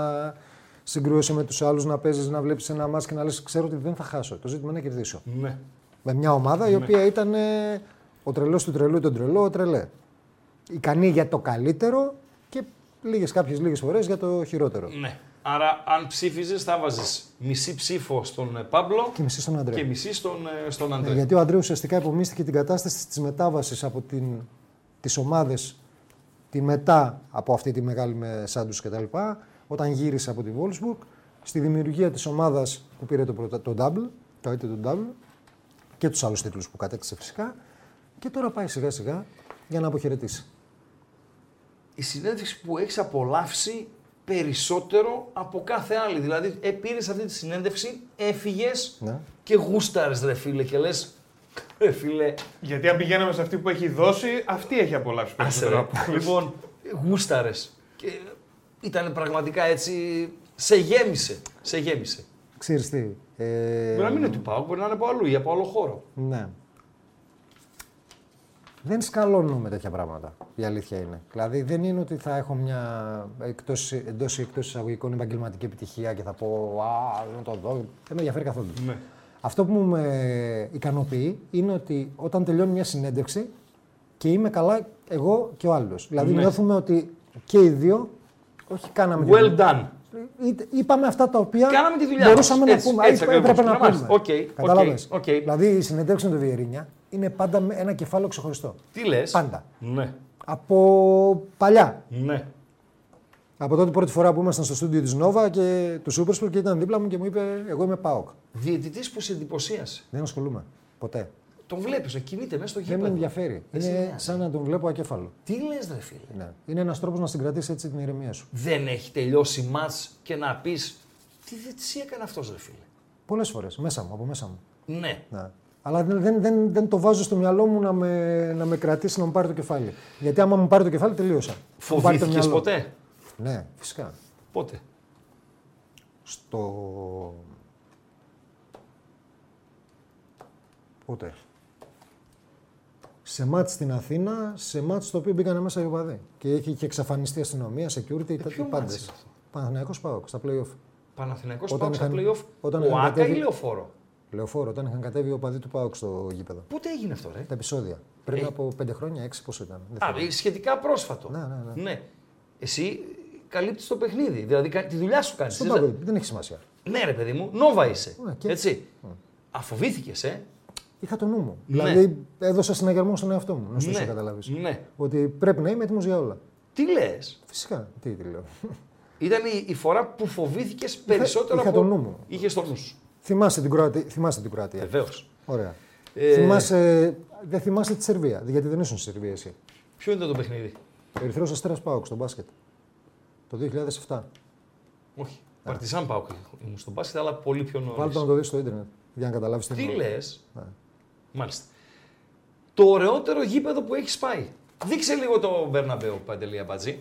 D: συγκρούεσαι με τους άλλους, να παίζεις, να βλέπεις ένα μάτς και να λες: Ξέρω ότι δεν θα χάσω. Το ζήτημα είναι να κερδίσω.
C: Ναι.
D: Με μια ομάδα η οποία ήταν ε, ο τρελός του τρελού, τον τρελό, ο τρελέ. Ικανή για το καλύτερο και λίγες κάποιες λίγες φορές για το χειρότερο.
C: ναι. Άρα, αν ψήφιζες, θα βάζε μισή ψήφο στον ε, Παύλο
D: Και μισή στον Αντρέα.
C: και μισή στον, ε, στον
D: Ναι,
C: Αντρέα.
D: γιατί ο Αντρέου ουσιαστικά υπομίστηκε την κατάσταση της μετάβασης από την, τις ομάδες τη μετά από αυτή τη μεγάλη με Σάντους και τα λοιπά, όταν γύρισε από τη Wolfsburg, στη δημιουργία της ομάδας που πήρε το, πρωτα, το double, το είτε το double, και τους άλλους τίτλους που κατέκτησε φυσικά, και τώρα πάει σιγά σιγά για να αποχαιρετήσει.
C: η συνέντευξη που έχεις απολαύσει περισσότερο από κάθε άλλη. Δηλαδή, ε, πήρε αυτή τη συνέντευξη, έφυγες
D: Ναι.
C: και γούσταρες, ρε φίλε, και λες. Ρε φίλε,
B: Γιατί αν πηγαίναμε σε αυτή που έχει δώσει, αυτή έχει απολαύσει
C: άσε
B: περισσότερο.
C: ρε.
B: από όλους.
C: λοιπόν, γούσταρες. Και ήταν πραγματικά έτσι. Σε γέμισε. Σε γέμισε.
D: Ξέρεις τι. ε,
C: Μπορεί να μην είναι του Πάου, μπορεί να είναι από αλλού ή από άλλο χώρο.
D: Ναι. Δεν σκαλώνω με τέτοια πράγματα. Η αλήθεια είναι. Δηλαδή δεν είναι ότι θα έχω μια εκτός, εντός ή εκτός εισαγωγικών επαγγελματική επιτυχία και θα πω «Α, δεν το δω». Δεν με ενδιαφέρει καθόλου. Αυτό που μου με ικανοποιεί είναι ότι όταν τελειώνει μια συνέντευξη και είμαι καλά εγώ και ο άλλος. Δηλαδή νιώθουμε ότι και οι δύο όχι κάναμε τη
C: Well
D: δουλειά.
C: done.
D: Ή- είπαμε αυτά τα οποία
C: Κάναμε τη δουλειά
D: μπορούσαμε
C: μας.
D: να
C: Έτσι,
D: πούμε.
C: έτσι
D: Έτσι, έπρεπε
C: ακριβώς.
D: να
C: Να
D: πούμε.
C: μάλιστα. Οκ, οκ,
D: Κατάλαβες.
C: οκ.
D: Δηλαδή η συνεντεύξη με τον Βιερίνια είναι πάντα με ένα κεφάλαιο ξεχωριστό.
C: Τι λες.
D: Πάντα.
C: Ναι.
D: Από παλιά.
C: Ναι.
D: Από τότε πρώτη φορά που ήμασταν στο στούντιο της Νόβα και του Σούπερσπορ και ήταν δίπλα μου και μου είπε: Εγώ είμαι ΠΑΟΚ.
C: Διαιτητής που σε εντυπωσίασε.
D: Δεν ασχολούμαι. Ποτέ.
C: Τον βλέπεις, κινείται μέσα στο
D: Δεν με
C: γήπεδο.
D: ενδιαφέρει.
C: Δεν σε
D: Είναι
C: νοιάζει.
D: σαν να τον βλέπω ακέφαλο.
C: Τι λες, ρε φίλε.
D: Ναι. Είναι ένας τρόπος να συγκρατήσει έτσι την ηρεμία σου.
C: Δεν έχει τελειώσει μάτς και να πεις τι δεν τι έκανε αυτός, ρε φίλε.
D: Πολλές φορές. Μέσα μου, από μέσα μου.
C: Ναι.
D: Ναι. Αλλά δεν, δεν, δεν, δεν το βάζω στο μυαλό μου να με, να με κρατήσει να μου πάρει το κεφάλι. Γιατί άμα μου πάρει το κεφάλι, τελείωσα. Μου πάρει το
C: Φοβήθηκες
D: μυαλό.
C: ποτέ.
D: Ναι, φυσικά.
C: Πότε.
D: Στο. Πότε. Σε μάτς στην Αθήνα, σε μάτς στο οποίο μπήκαν μέσα οι οπαδοί. Και είχε, είχε εξαφανιστεί αστυνομία, security, ε,
C: ποιο
D: τέτοιοι
C: μάτς
D: πάντες.
C: είναι αυτό?
D: Παναθηναϊκός ΠΑΟΚ, στα play-off.
C: Παναθηναϊκός
D: Όταν
C: πάω στα
D: είχαν-
C: play-off.
D: όταν
C: ο
D: είχαν
C: Άκα ή
D: κατέβει-
C: Λεωφόρο.
D: Λεωφόρο, όταν είχαν κατέβει οι οπαδοί του ΠΑΟΚ στο γήπεδο.
C: Πότε έγινε αυτό, ρε.
D: Τα επεισόδια. Πριν από πέντε χρόνια, έξι πόσο ήταν. δεν
C: Ε. Α,
D: θυμάμαι.
C: ε, σχετικά πρόσφατο.
D: Ναι, ναι, ναι.
C: Εσύ καλύπτεις το παιχνίδι. Δηλαδή κα- τη δουλειά σου κάνεις.
D: Στον πάγκο, δεν έχει σημασία.
C: Ναι, ρε παιδί μου, νόβα είσαι.
D: Ναι, και-
C: Έτσι. Αφοβήθηκες, ε.
D: Είχα το νου μου.
C: Ναι.
D: Δηλαδή έδωσα συναγερμό στον εαυτό μου, να σου
C: ναι.
D: ναι. καταλάβεις.
C: ναι.
D: Ότι πρέπει να είμαι έτοιμος για όλα.
C: Τι λες.
D: Φυσικά. Τι, τι λέω. [laughs]
C: Ήταν η, η φορά που φοβήθηκες περισσότερο
D: είχα
C: από.
D: το νου μου.
C: Είχες το νου σου.
D: θυμάσαι την Κροατία. Θυμάσαι την Κροατία.
C: Βεβαίως.
D: Ωραία.
C: Ε,
D: Θυμάσαι, δεν θυμάσαι τη Σερβία, γιατί δεν ήσουν στη Σερβία εσύ.
C: Ποιο ήταν το παιχνίδι.
D: Ερυθρός Αστέρας Πάοκ στο μπάσκετ. Το 2007.
C: Όχι. Παρτιζάν Πάουκ ήμουν στον μπάσκετ, αλλά πολύ πιο
D: Βάλτε το να
C: νωρί.
D: το δεις στο ίντερνετ για να καταλάβεις τι
C: Τι
D: εννοώ.
C: λε. Μάλιστα. Το ωραιότερο γήπεδο που έχεις πάει. Δείξε λίγο το Μπέρναμπεο, Παντελή Αμπατζή.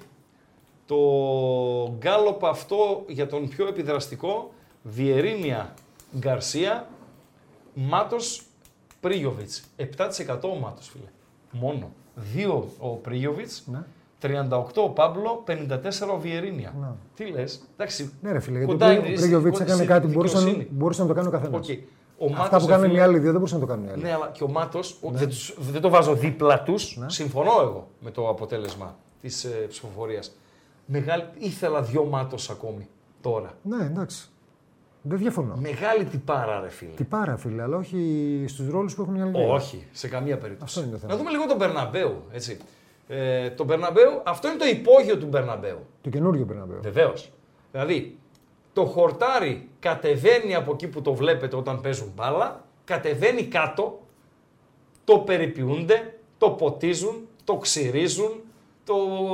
C: Το γκάλωπ αυτό για τον πιο επιδραστικό, Βιερίνια Γκαρσία, Μάτος Πρίγιοβιτς. 7% ο Μάτος, φίλε. Μόνο. 2 ο Πρίγιοβιτς, 38 ο Πάμπλο, 54 ο Βιερίνια.
D: Ναι.
C: Τι λες, εντάξει,
D: Ναι, ρε φίλε, γιατί ο
C: κοντά είναι,
D: Πρέγιο- ο Πρέγιοβιτ
C: στη
D: έκανε κάτι που
C: δικαιοσύνη.
D: μπορούσαν, μπορούσε να το κάνει ο καθένας.
C: Οκ. Ο
D: Αυτά
C: Μάτος,
D: που
C: ρε
D: κάνουν οι
C: φίλε,
D: άλλοι δύο δεν μπορούσαν να το κάνουν οι άλλοι.
C: ναι, αλλά και ο Μάτος, δεν, τους- δεν το βάζω δίπλα τους.
D: Ναι.
C: Συμφωνώ εγώ με το αποτέλεσμα της ε, ψηφοφορίας. Μεγάλη, ήθελα δυο Μάτος ακόμη τώρα.
D: Ναι, εντάξει. Δεν διαφωνώ.
C: Μεγάλη τυπάρα, ρε φίλε.
D: Τι πάρα, φίλε, αλλά όχι στους ρόλους που έχουν οι άλλοι. δύο.
C: Όχι, σε καμία περίπτωση.
D: Αυτό είναι το θέμα.
C: Να δούμε λίγο τον Περναμπέου. Έτσι. Ε, τον Περναμπέου, αυτό είναι το υπόγειο του Περναμπέου.
D: Το καινούριο πρέπει να πει.
C: Βεβαίως. Δηλαδή, το χορτάρι κατεβαίνει από εκεί που το βλέπετε όταν παίζουν μπάλα, κατεβαίνει κάτω, το περιποιούνται, το ποτίζουν, το ξυρίζουν, το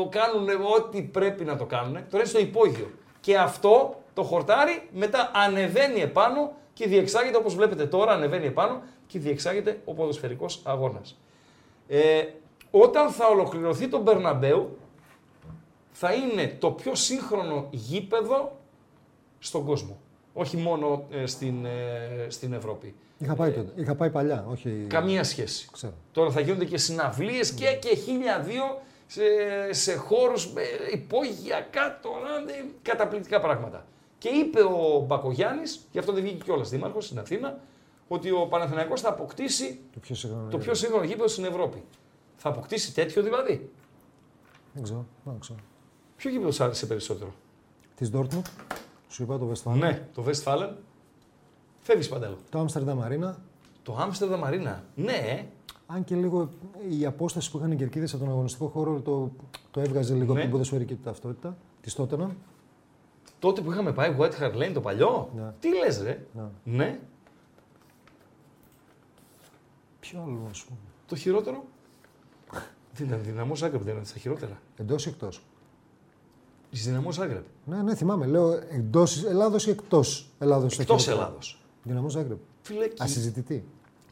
C: κάνουν ό,τι πρέπει να το κάνουν. Τώρα είναι στο υπόγειο. Και αυτό το χορτάρι μετά ανεβαίνει επάνω και διεξάγεται όπως βλέπετε τώρα, ανεβαίνει επάνω και διεξάγεται ο ποδοσφαιρικός αγώνας. Ε, όταν θα ολοκληρωθεί το Μπερναμπέου, θα είναι το πιο σύγχρονο γήπεδο στον κόσμο. Όχι μόνο ε, στην, ε, στην Ευρώπη.
D: Είχα πάει, τότε. Είχα πάει παλιά, όχι.
C: Ε, Καμία σχέση.
D: Ναι. Ξέρω.
C: Τώρα θα γίνονται και συναυλίες και, και χίλια δύο σε, σε χώρους ε, υπόγεια κάτω, να, ε, καταπληκτικά πράγματα. Και είπε ο Μπακογιάννης, γι' αυτό δεν βγήκε κιόλας δήμαρχος στην Αθήνα, ότι ο Παναθηναϊκός θα αποκτήσει
D: Το πιο σύγχρονο.
C: το πιο σύγχρονο γήπεδο στην Ευρώπη. Θα αποκτήσει τέτοιο δηλαδή.
D: Δεν ξέρω. Δεν ξέρω.
C: Ποιο γήπεδο σ' άρεσε περισσότερο.
D: Της Ντόρτμουντ, σου είπα το Βεσφάλ.
C: Ναι, το Westfalen. Φεύγεις παντέλο.
D: Το Άμστερνταμ Αρίνα.
C: Το Άμστερνταμ Μαρίνα. Ναι, ε.
D: Αν και λίγο η απόσταση που είχαν οι κερκίδες από τον αγωνιστικό χώρο το, το έβγαζε λίγο
C: Ναι.
D: από την ποδοσφαιρική του ταυτότητα. Της Τότενα.
C: τότε που είχαμε πάει White Hart Lane το παλιό.
D: Ναι.
C: Τι λες, ρε. Ναι.
D: Ποιο άλλο να σου πω.
C: Το χειρότερο. Δεν ήταν δυναμό Ζάγκρεπ, δεν ήταν στα χειρότερα.
D: Εντός ή εκτός.
C: Δυναμό Ζάγκρεπ.
D: Ναι, ναι, θυμάμαι. Λέω εντός Ελλάδος ή εκτός Ελλάδος.
C: Εκτό Ελλάδος.
D: Δυναμός Ζάγκρεπ.
C: Φίλε, και
D: Ασυζητητή.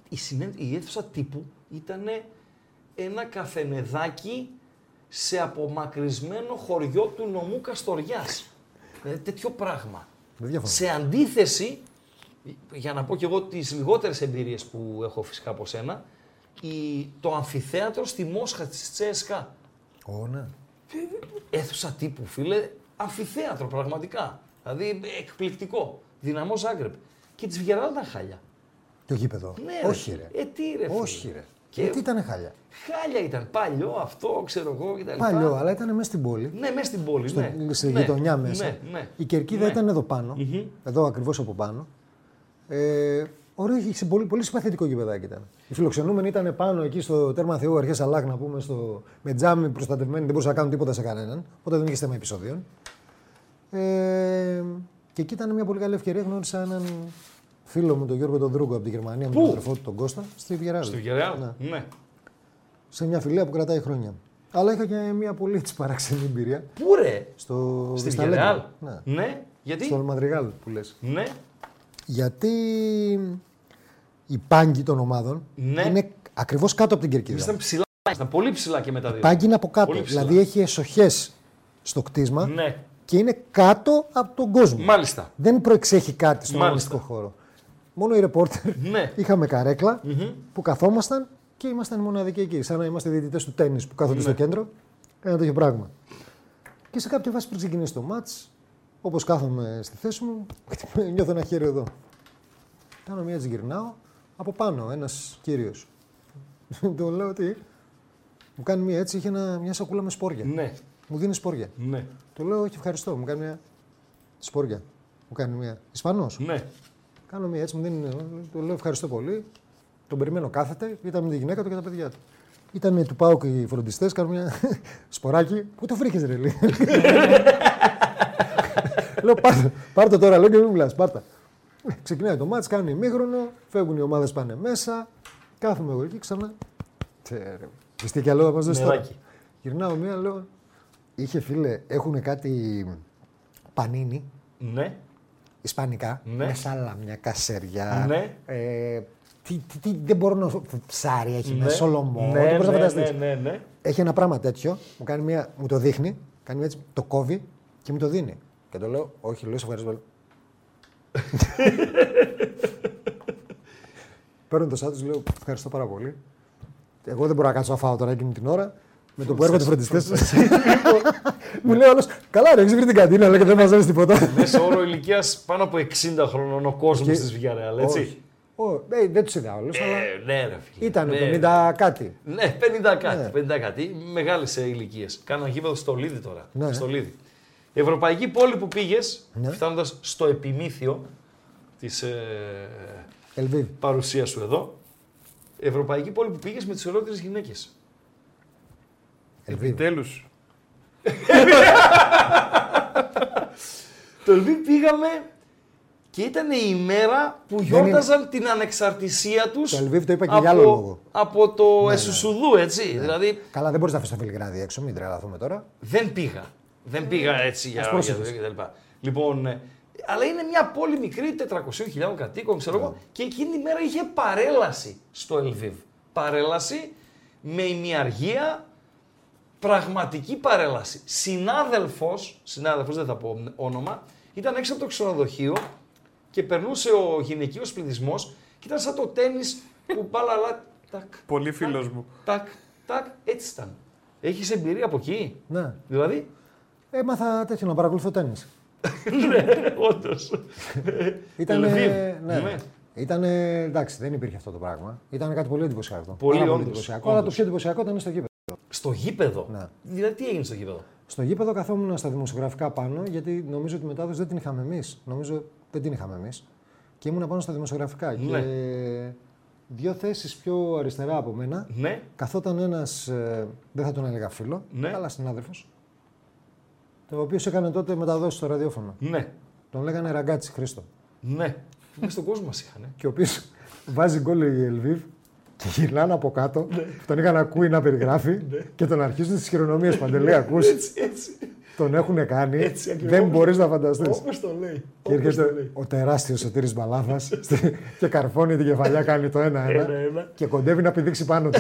C: η, συνέ... η αίθουσα τύπου ήταν ένα καφενεδάκι σε απομακρυσμένο χωριό του νομού Καστοριάς. δηλαδή τέτοιο πράγμα.
D: Δεν διαφωνώ.
C: Σε αντίθεση, για να πω και εγώ τις λιγότερες εμπειρίες που έχω φυσικά από σένα, η, το αμφιθέατρο στη Μόσχα της Τσέσκα.
D: Ω, ναι.
C: Έθουσα τύπου, φίλε, αμφιθέατρο πραγματικά. Δηλαδή εκπληκτικό. Δυναμό Ζάγκρεπ. Και της Βιεράλ ήταν χάλια.
D: Το γήπεδο.
C: Ναι,
D: Όχι, ρε.
C: Ε, τι ρε, φίλε.
D: Όχι, ρε.
C: Και
D: Γιατί ήταν χάλια.
C: χάλια ήταν. Παλιό αυτό, ξέρω εγώ κτλ.
D: Παλιό, αλλά ήταν μέσα στην πόλη.
C: Ναι, μέσα στην πόλη.
D: στο,
C: ναι.
D: σε
C: ναι.
D: γειτονιά μέσα.
C: Ναι, ναι.
D: Η κερκίδα
C: Ναι.
D: ήταν εδώ πάνω, εδώ ακριβώς από πάνω. Ε, ωραίο, είχε πολύ, πολύ συμπαθητικό γηπεδάκι ήταν. Οι φιλοξενούμενοι ήταν πάνω εκεί στο τέρμα Θεού, αρχές Αλάχ να πούμε, στο, με τζάμι προστατευμένοι, δεν μπορούσαν να κάνουν τίποτα σε κανέναν. Οπότε δεν είχε θέμα επεισοδίων. Ε, και εκεί ήταν μια πολύ καλή ευκαιρία, γνώρισα έναν φίλο μου τον Γιώργο τον Δρούγκο από τη Γερμανία, με τον αδερφό του τον Κώστα, στη Βιγεράλη.
C: Στη Βιγεράλ.
D: Ναι.
C: Ναι.
D: Σε μια φιλία που κρατάει χρόνια. Αλλά είχα και μια πολύ έτσι παράξενη εμπειρία.
C: Πού ρε,
D: Στο
C: στη
D: στα Λέγκα.
C: Βιγεράλ.
D: Ναι.
C: Ναι, γιατί.
D: Στον Μαδριγάλ που λες.
C: Ναι,
D: Γιατί οι πάγκοι των ομάδων
C: Ναι.
D: είναι ακριβώς κάτω από την κερκίδα.
C: ήταν ψηλά. Ήταν πολύ ψηλά και μετά.
D: Πάγκι είναι από κάτω.
C: Πολύ ψηλά.
D: Δηλαδή έχει εσοχές στο κτίσμα
C: Ναι,
D: και είναι κάτω από τον κόσμο.
C: μάλιστα.
D: Δεν προεξέχει κάτι στον
C: Μάλιστα.
D: αγωνιστικό χώρο. Μόνο οι ρεπόρτερ
C: Ναι.
D: [laughs] είχαμε καρέκλα που καθόμασταν και ήμασταν οι μοναδικοί εκεί. Σαν να είμαστε διαιτητές του τέννη που κάθονται
C: Ναι.
D: στο κέντρο. Ένα τέτοιο πράγμα. Και σε κάποια φάση πριν ξεκινήσει το μάτ, όπως κάθομαι στη θέση μου, [laughs] νιώθω ένα χέρι εδώ. Κάνω μια τσιγκυρνάω. Από πάνω ένας κύριος. [laughs] Τον λέω ότι. Μου κάνει μια έτσι, είχε ένα, μια σακούλα με σπόρια.
C: Ναι,
D: Μου δίνει σπόρια.
C: ναι,
D: Του λέω, όχι ευχαριστώ, μου κάνει μια σπόρια. Μου κάνει μια. Ισπανός.
C: ναι.
D: Κάνω μια έτσι, μου δίνει. Του λέω ευχαριστώ πολύ. Τον περιμένω κάθεται, ήταν με τη γυναίκα του και τα παιδιά του. Ήταν του Πάουκ οι φροντιστές, κάνουν μια [laughs] σποράκι. Πού το βρήκες, ρε λέει. λέω πάρ, πάρ' το τώρα, λέω και μην μιλάς, πάρτα. Ξεκινάει το μάτς, κάνει ημίχρονο, φεύγουν οι ομάδες πάνε μέσα. Κάθομαι εγώ εκεί ξανά. Βιστή κι άλλο να πας δώσεις τώρα.
C: Νεράκι.
D: Γυρνάω μία, λέω. Είχε φίλε, έχουν κάτι πανίνι
C: Ναι,
D: ισπανικά,
C: Ναι.
D: με σαλάμια, κασέρια.
C: Ναι.
D: Ε, τι, τι, τι, δεν μπορώ να. Ψάρι έχει
C: ναι.
D: με σολομό.
C: Ναι,
D: δεν μπορείς να
C: ναι,
D: φανταστείς.
C: Ναι, ναι, ναι.
D: Έχει ένα πράγμα τέτοιο, μου, κάνει μια, μου το δείχνει, κάνει μια έτσι, το κόβει και μου το δίνει. Και το λέω, Όχι, λέω, σε ευχαριστώ
C: [laughs]
D: πολύ. Παίρνω το σάτου, λέω, Ευχαριστώ πάρα πολύ. Εγώ δεν μπορώ να κάτσω να φάω τώρα εκείνη την ώρα. Με το που έρχονται φροντιστές. [laughs] μου λέει όλος, Καλά, ρε, έχεις βρει την καντίνα, λέει και δεν μαζεύεις τίποτα.
C: Μέσο όρο ηλικίας πάνω από 60 χρονών ο κόσμος
D: Και-
C: της Βιγιαρεάλ, έτσι.
D: Όχι. Ω, ε, δεν τους είδα όλους, αλλά
C: Ε, ναι, ρε φίλε.
D: ήταν
C: ναι.
D: 70 κάτι.
C: Ναι, 50 κάτι. 50 κάτι. Μεγάλες ηλικίε. Κάναν γήπεδο στο Λίδι τώρα.
D: Ναι.
C: Στο Λίδι. Η ευρωπαϊκή πόλη που πήγες,
D: Ναι.
C: φτάνοντας στο επιμήθειο της
D: Ελβίβ.
C: παρουσίας σου εδώ, η ευρωπαϊκή πόλη που πήγες με τις ωραιότερε γυναίκε.
D: Ελβίβ.
B: Τέλου.
C: Το Λιβύβ πήγαμε και ήταν η ημέρα που γιόρταζαν την ανεξαρτησία τους.
D: Το Λιβύβ το είπα και για άλλο λόγο. Ναι,
C: Από το Εσουσουδού, έτσι. Δηλαδή
D: Καλά, δεν μπορείς να αφήσεις το Βελιγράδι έξω, μην τρελαθούμε τώρα.
C: Δεν πήγα. Δεν πήγα έτσι για, για
D: πρόσεχες.
C: και τα λοιπά. Λοιπόν, ε, αλλά είναι μια πόλη μικρή, 400.000 κατοίκων, ξέρω εγώ, και εκείνη η μέρα είχε παρέλαση στο Ελβίβ. Παρέλαση με ημιαργία, πραγματική παρέλαση. Συνάδελφος, συνάδελφος δεν θα πω όνομα, ήταν έξω από το ξενοδοχείο και περνούσε ο γυναικείος πληθυσμός και ήταν σαν το τέννις που μπαλαλά, τακ,
B: Πολύ φίλος μου.
C: τακ, τακ, έτσι ήταν. Έχεις εμπειρία από εκεί.
D: Ναι.
C: Δηλαδή,
D: Έμαθα τέτοιο να παρακολουθώ τέννη.
C: όντω.
D: Ήταν.
C: Λιβύβ, ναι.
D: Ναι. Ήταν. Εντάξει, δεν υπήρχε αυτό το πράγμα. Ήταν κάτι πολύ εντυπωσιακό.
C: Πολύ,
D: Πάρα
C: όντως,
D: εντυπωσιακό. Αλλά το
C: όντως.
D: πιο εντυπωσιακό ήταν στο γήπεδο.
C: Στο γήπεδο.
D: Ναι.
C: Δηλαδή, τι έγινε στο γήπεδο.
D: Στο γήπεδο καθόμουν στα δημοσιογραφικά πάνω, γιατί νομίζω ότι η μετάδοση δεν την είχαμε εμείς. Νομίζω δεν την είχαμε εμείς. Και ήμουν πάνω στα δημοσιογραφικά.
C: Ναι.
D: Και δύο θέσεις πιο αριστερά από μένα
C: Ναι,
D: καθόταν ένας, δεν θα τον έλεγα φίλο,
C: Ναι.
D: αλλά συνάδελφος, το οποίος έκανε τότε μεταδόσεις στο ραδιόφωνο.
C: ναι,
D: Τον λέγανε Ραγκάτσι Χρήστο.
C: ναι. Μέσα στον κόσμο μας είχαν.
D: Και ο οποίος βάζει γκολ η Ελβίβ και γυρνάνε από κάτω, που τον είχαν ακούει να περιγράφει και τον αρχίζουν τις χειρονομίες. Παντελή, ακούς,
E: Έτσι, έτσι.
D: τον έχουν κάνει.
E: Έτσι ακριβώς.
D: δεν μπορείς να φανταστείς.
E: Όπως το λέει.
D: Και
E: όπως το
D: έρχεται
E: λέει.
D: ο τεράστιος Σωτήρης Μπαλάθα και καρφώνει την κεφαλιά, κάνει το ένα-ένα
E: Ένα-ένα.
D: και κοντεύει να πηδήξει πάνω του.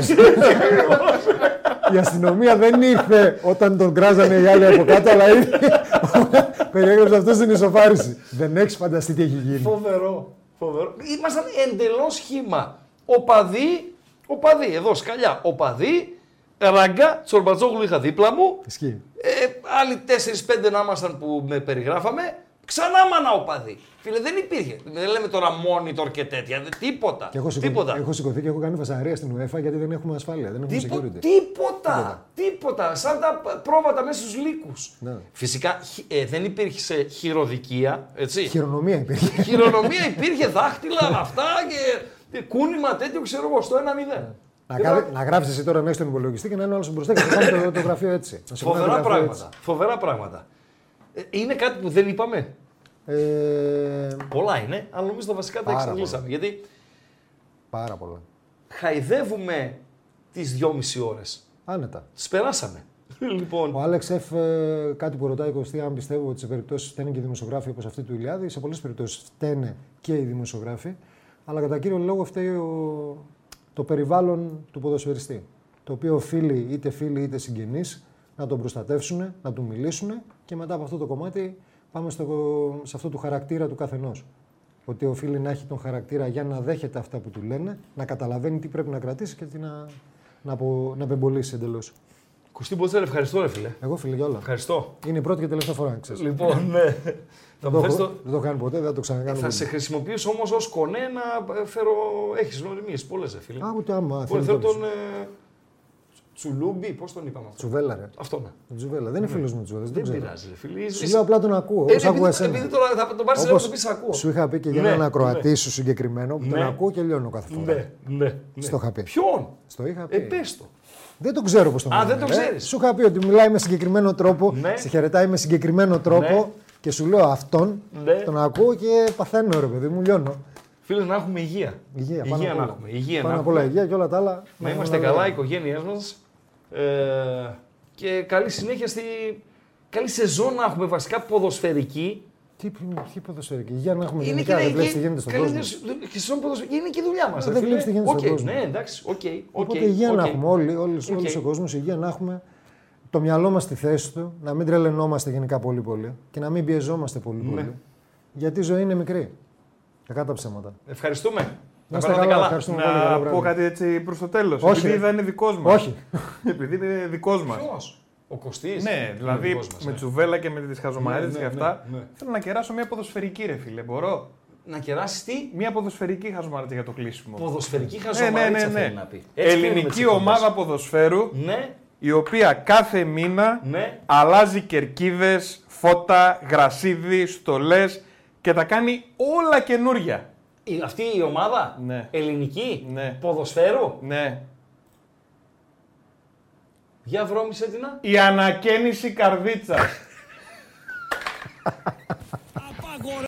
D: Η αστυνομία δεν ήρθε όταν τον κράζανε οι άλλοι από κάτω, αλλά ήρθε. Περιέγραψε αυτό στην ισοφάριση. Δεν έχεις φανταστεί τι έχει γίνει.
C: Φοβερό. Φοβερό. Ήμασταν εντελώς χήμα. Οπαδί, οπαδί, εδώ σκαλιά. Οπαδί, ράγκα, τσορμπατζόγλου είχα δίπλα μου.
D: Ισχύει.
C: Ε, άλλοι 4-5 να ήμασταν που με περιγράφαμε. Ξανά μάνα οπαδί. Φίλε, δεν υπήρχε. Δεν λέμε τώρα monitor και τέτοια. δε- Τίποτα.
D: Και έχω σηκωθεί,
C: τίποτα.
D: έχω σηκωθεί και έχω κάνει φασαρία στην UEFA γιατί δεν έχουμε ασφάλεια. Δεν έχουμε
C: Τίπο-
D: security.
C: τίποτα, τίποτα. Σαν τα π- πρόβατα μέσα στους λύκους.
D: Ναι.
C: Φυσικά χι- ε, δεν υπήρχε χειροδικία, έτσι.
D: Χειρονομία υπήρχε.
C: Χειρονομία υπήρχε, δάχτυλα, αυτά και- και κούνημα τέτοιο, ξέρω εγώ, στο 1-0.
D: να,
C: Δεν
D: κάνε-
C: πα-
D: να γράψεις εσύ τώρα μέσα στον υπολογιστή και να είναι άλλος μπροστά και να κάνεις το, το γραφείο έτσι. Να σηκώνει το
C: Φοβερά
D: γραφείο
C: πράγματα. Φοβερά πράγματα. Ε, Είναι κάτι που δεν είπαμε.
D: Ε,
C: Πολλά είναι, αλλά νομίζω τα βασικά τα
D: Πάρα
C: εξαντλήσαμε. Γιατί
D: πάρα πολλά.
C: χαϊδεύουμε τις δυόμιση ώρες.
D: Άνετα.
C: Τις περάσαμε.
D: Ο
C: λοιπόν,
D: Άλεξ Εφ, ε, κάτι που ρωτάει η Κωστή, αν πιστεύω ότι σε περιπτώσεις φταίνουν και οι δημοσιογράφοι όπως αυτή του Ηλιάδη, σε πολλές περιπτώσεις φταίνε και οι δημοσιογράφοι, αλλά κατά κύριο λόγο φταίει ο... το περιβάλλον του ποδοσφαιριστή. Το οποίο οφείλει είτε φίλοι είτε συγγενείς να τον προστατεύσουν, να του μιλήσουν και μετά από αυτό το κομμάτι πάμε στο... σε αυτό του χαρακτήρα του καθενός. Ότι οφείλει να έχει τον χαρακτήρα για να δέχεται αυτά που του λένε, να καταλαβαίνει τι πρέπει να κρατήσει και τι να, να, απο... να απεμπολίσει εντελώς.
C: Κουστί Μποτσέλ, ευχαριστώ, ρε φίλε.
D: Εγώ φίλε για όλα.
C: Ευχαριστώ.
D: Είναι η πρώτη και τελευταία φορά, ξέρεις.
C: Λοιπόν, ναι. θα,
D: Δεν
C: μου
D: το,
C: φέρεις
D: έχω,
C: το-
D: δεν το έχω κάνει ποτέ, δεν θα το ξανακάνω.
C: θα
D: ποτέ.
C: σε χρησιμοποιήσω όμως ως κονέ να ε, φέρω. Έχεις γνωριμίες πολλές, ρε φίλε.
D: Α, ούτε άμα.
C: Μπορεί
D: θέλει
C: θέλω
D: κάποιος.
C: τον. ε, Τσουλούμπι, πώς τον είπαμε αυτό.
D: Τσουβέλα, ρε.
C: Αυτό ναι.
D: Τον Τσουβέλα. Δεν είναι φίλος μου ο Τσουβέλας.
C: Δεν
D: Δεν ξέρω.
C: πειράζει, ρε φίλε. Είσαι-
D: Σου λέω απλά τον ακούω.
C: Ε,
D: Όπως ακούω
C: επειδή,
D: εσένα.
C: επειδή τώρα θα τον πάρεις
D: Όπως
C: να το πεις, ακούω.
D: σου είχα πει και για
C: Ναι,
D: έναν
C: ναι.
D: ακροατή σου συγκεκριμένο που τον
C: Ναι.
D: ακούω και λιώνω κάθε φορά.
C: Ναι, ναι. ναι.
D: Στο είχα πει.
C: Ποιον.
D: Στο είχα πει.
C: Ε, πες το.
D: Δεν το ξέρω πώς τον
C: Α,
D: λένε,
C: δεν το
D: ρε.
C: ξέρεις.
D: Σου είχα πει ότι μιλάει με συγκεκριμένο τρόπο,
C: Ναι.
D: σε χαιρετάει με συγκεκριμένο τρόπο
C: Ναι.
D: και σου λέω αυτόν.
C: Ναι.
D: Τον ακούω και παθαίνω, ρε παιδί μου, λιώνω.
C: Φίλε, να έχουμε υγεία.
D: Υγεία, πάνω
C: υγεία
D: απ'
C: να
D: όλα.
C: έχουμε. Υγεία να
D: Πάνω απ'
C: έχουμε.
D: όλα υγεία και όλα τα άλλα.
C: Να είμαστε καλά, οι οικογένειέ μας. Ε, και καλή συνέχεια στη. Καλή σεζόν να έχουμε βασικά ποδοσφαιρική.
D: Τι, τι ποδοσφαιρική, για να έχουμε γενικά, δεν βλέπεις τι γίνεται στον
C: καλή
D: κόσμο. Ε,
C: σεζόν- και σεζόν ποδοσφαιρική. Είναι και η δουλειά μας.
D: Δεν βλέπεις τι γίνεται στον κόσμο.
C: Ναι, εντάξει, οκ. Okay,
D: Οπότε υγεία να έχουμε όλοι, όλος,
C: Οκ.
D: όλος ο κόσμος, υγεία να έχουμε το μυαλό μας στη θέση του, να μην τρελαινόμαστε γενικά πολύ πολύ και να μην πιεζόμαστε πολύ
C: Ναι.
D: πολύ. Γιατί η ζωή είναι μικρή. Κακά τα ψέματα.
C: Ευχαριστούμε. Να
D: είστε
C: περνάτε
D: καλά,
C: καλά.
D: ευχαριστούμε πολύ.
B: Να
D: Καλό
B: πω
D: βράδυ.
B: κάτι έτσι προς το τέλος.
D: Όχι,
B: Επειδή
D: ρε.
B: είδα είναι δικός μας.
D: Όχι.
B: Επειδή είναι δικός μας.
C: Ποιος? Ο Κωστής.
B: Ναι, δηλαδή
C: Είναι δικός μας,
B: με
C: ναι.
B: τσουβέλα και με τις χαζομαρίδες
C: Ναι, ναι,
B: και αυτά.
C: ναι, ναι.
B: Θέλω να κεράσω μια ποδοσφαιρική, ρε φίλε. Μπορώ.
C: Να κεράσεις τι.
B: Μια ποδοσφαιρική χαζομαρίτσα για το κλείσιμο.
C: Ποδοσφαιρική
B: Ναι, ναι,
C: χαζομαρίτσα
B: ναι, ναι.
C: θέλει να πει. Έτσι κλείνουμε τις
B: Ελληνική
C: εκπομπές.
B: ομάδα ποδοσφαίρου
C: Ναι,
B: η οποία κάθε μήνα
C: ναι.
B: αλλάζει κερκίδες, φώτα, γρασίδι, στολές και τα κάνει όλα καινούρια.
C: Η- αυτή η ομάδα,
B: Ναι.
C: ελληνική,
B: Ναι.
C: ποδοσφαίρου,
B: Ναι.
C: για βρώμησε την να.
B: Η ανακαίνιση καρδίτσας.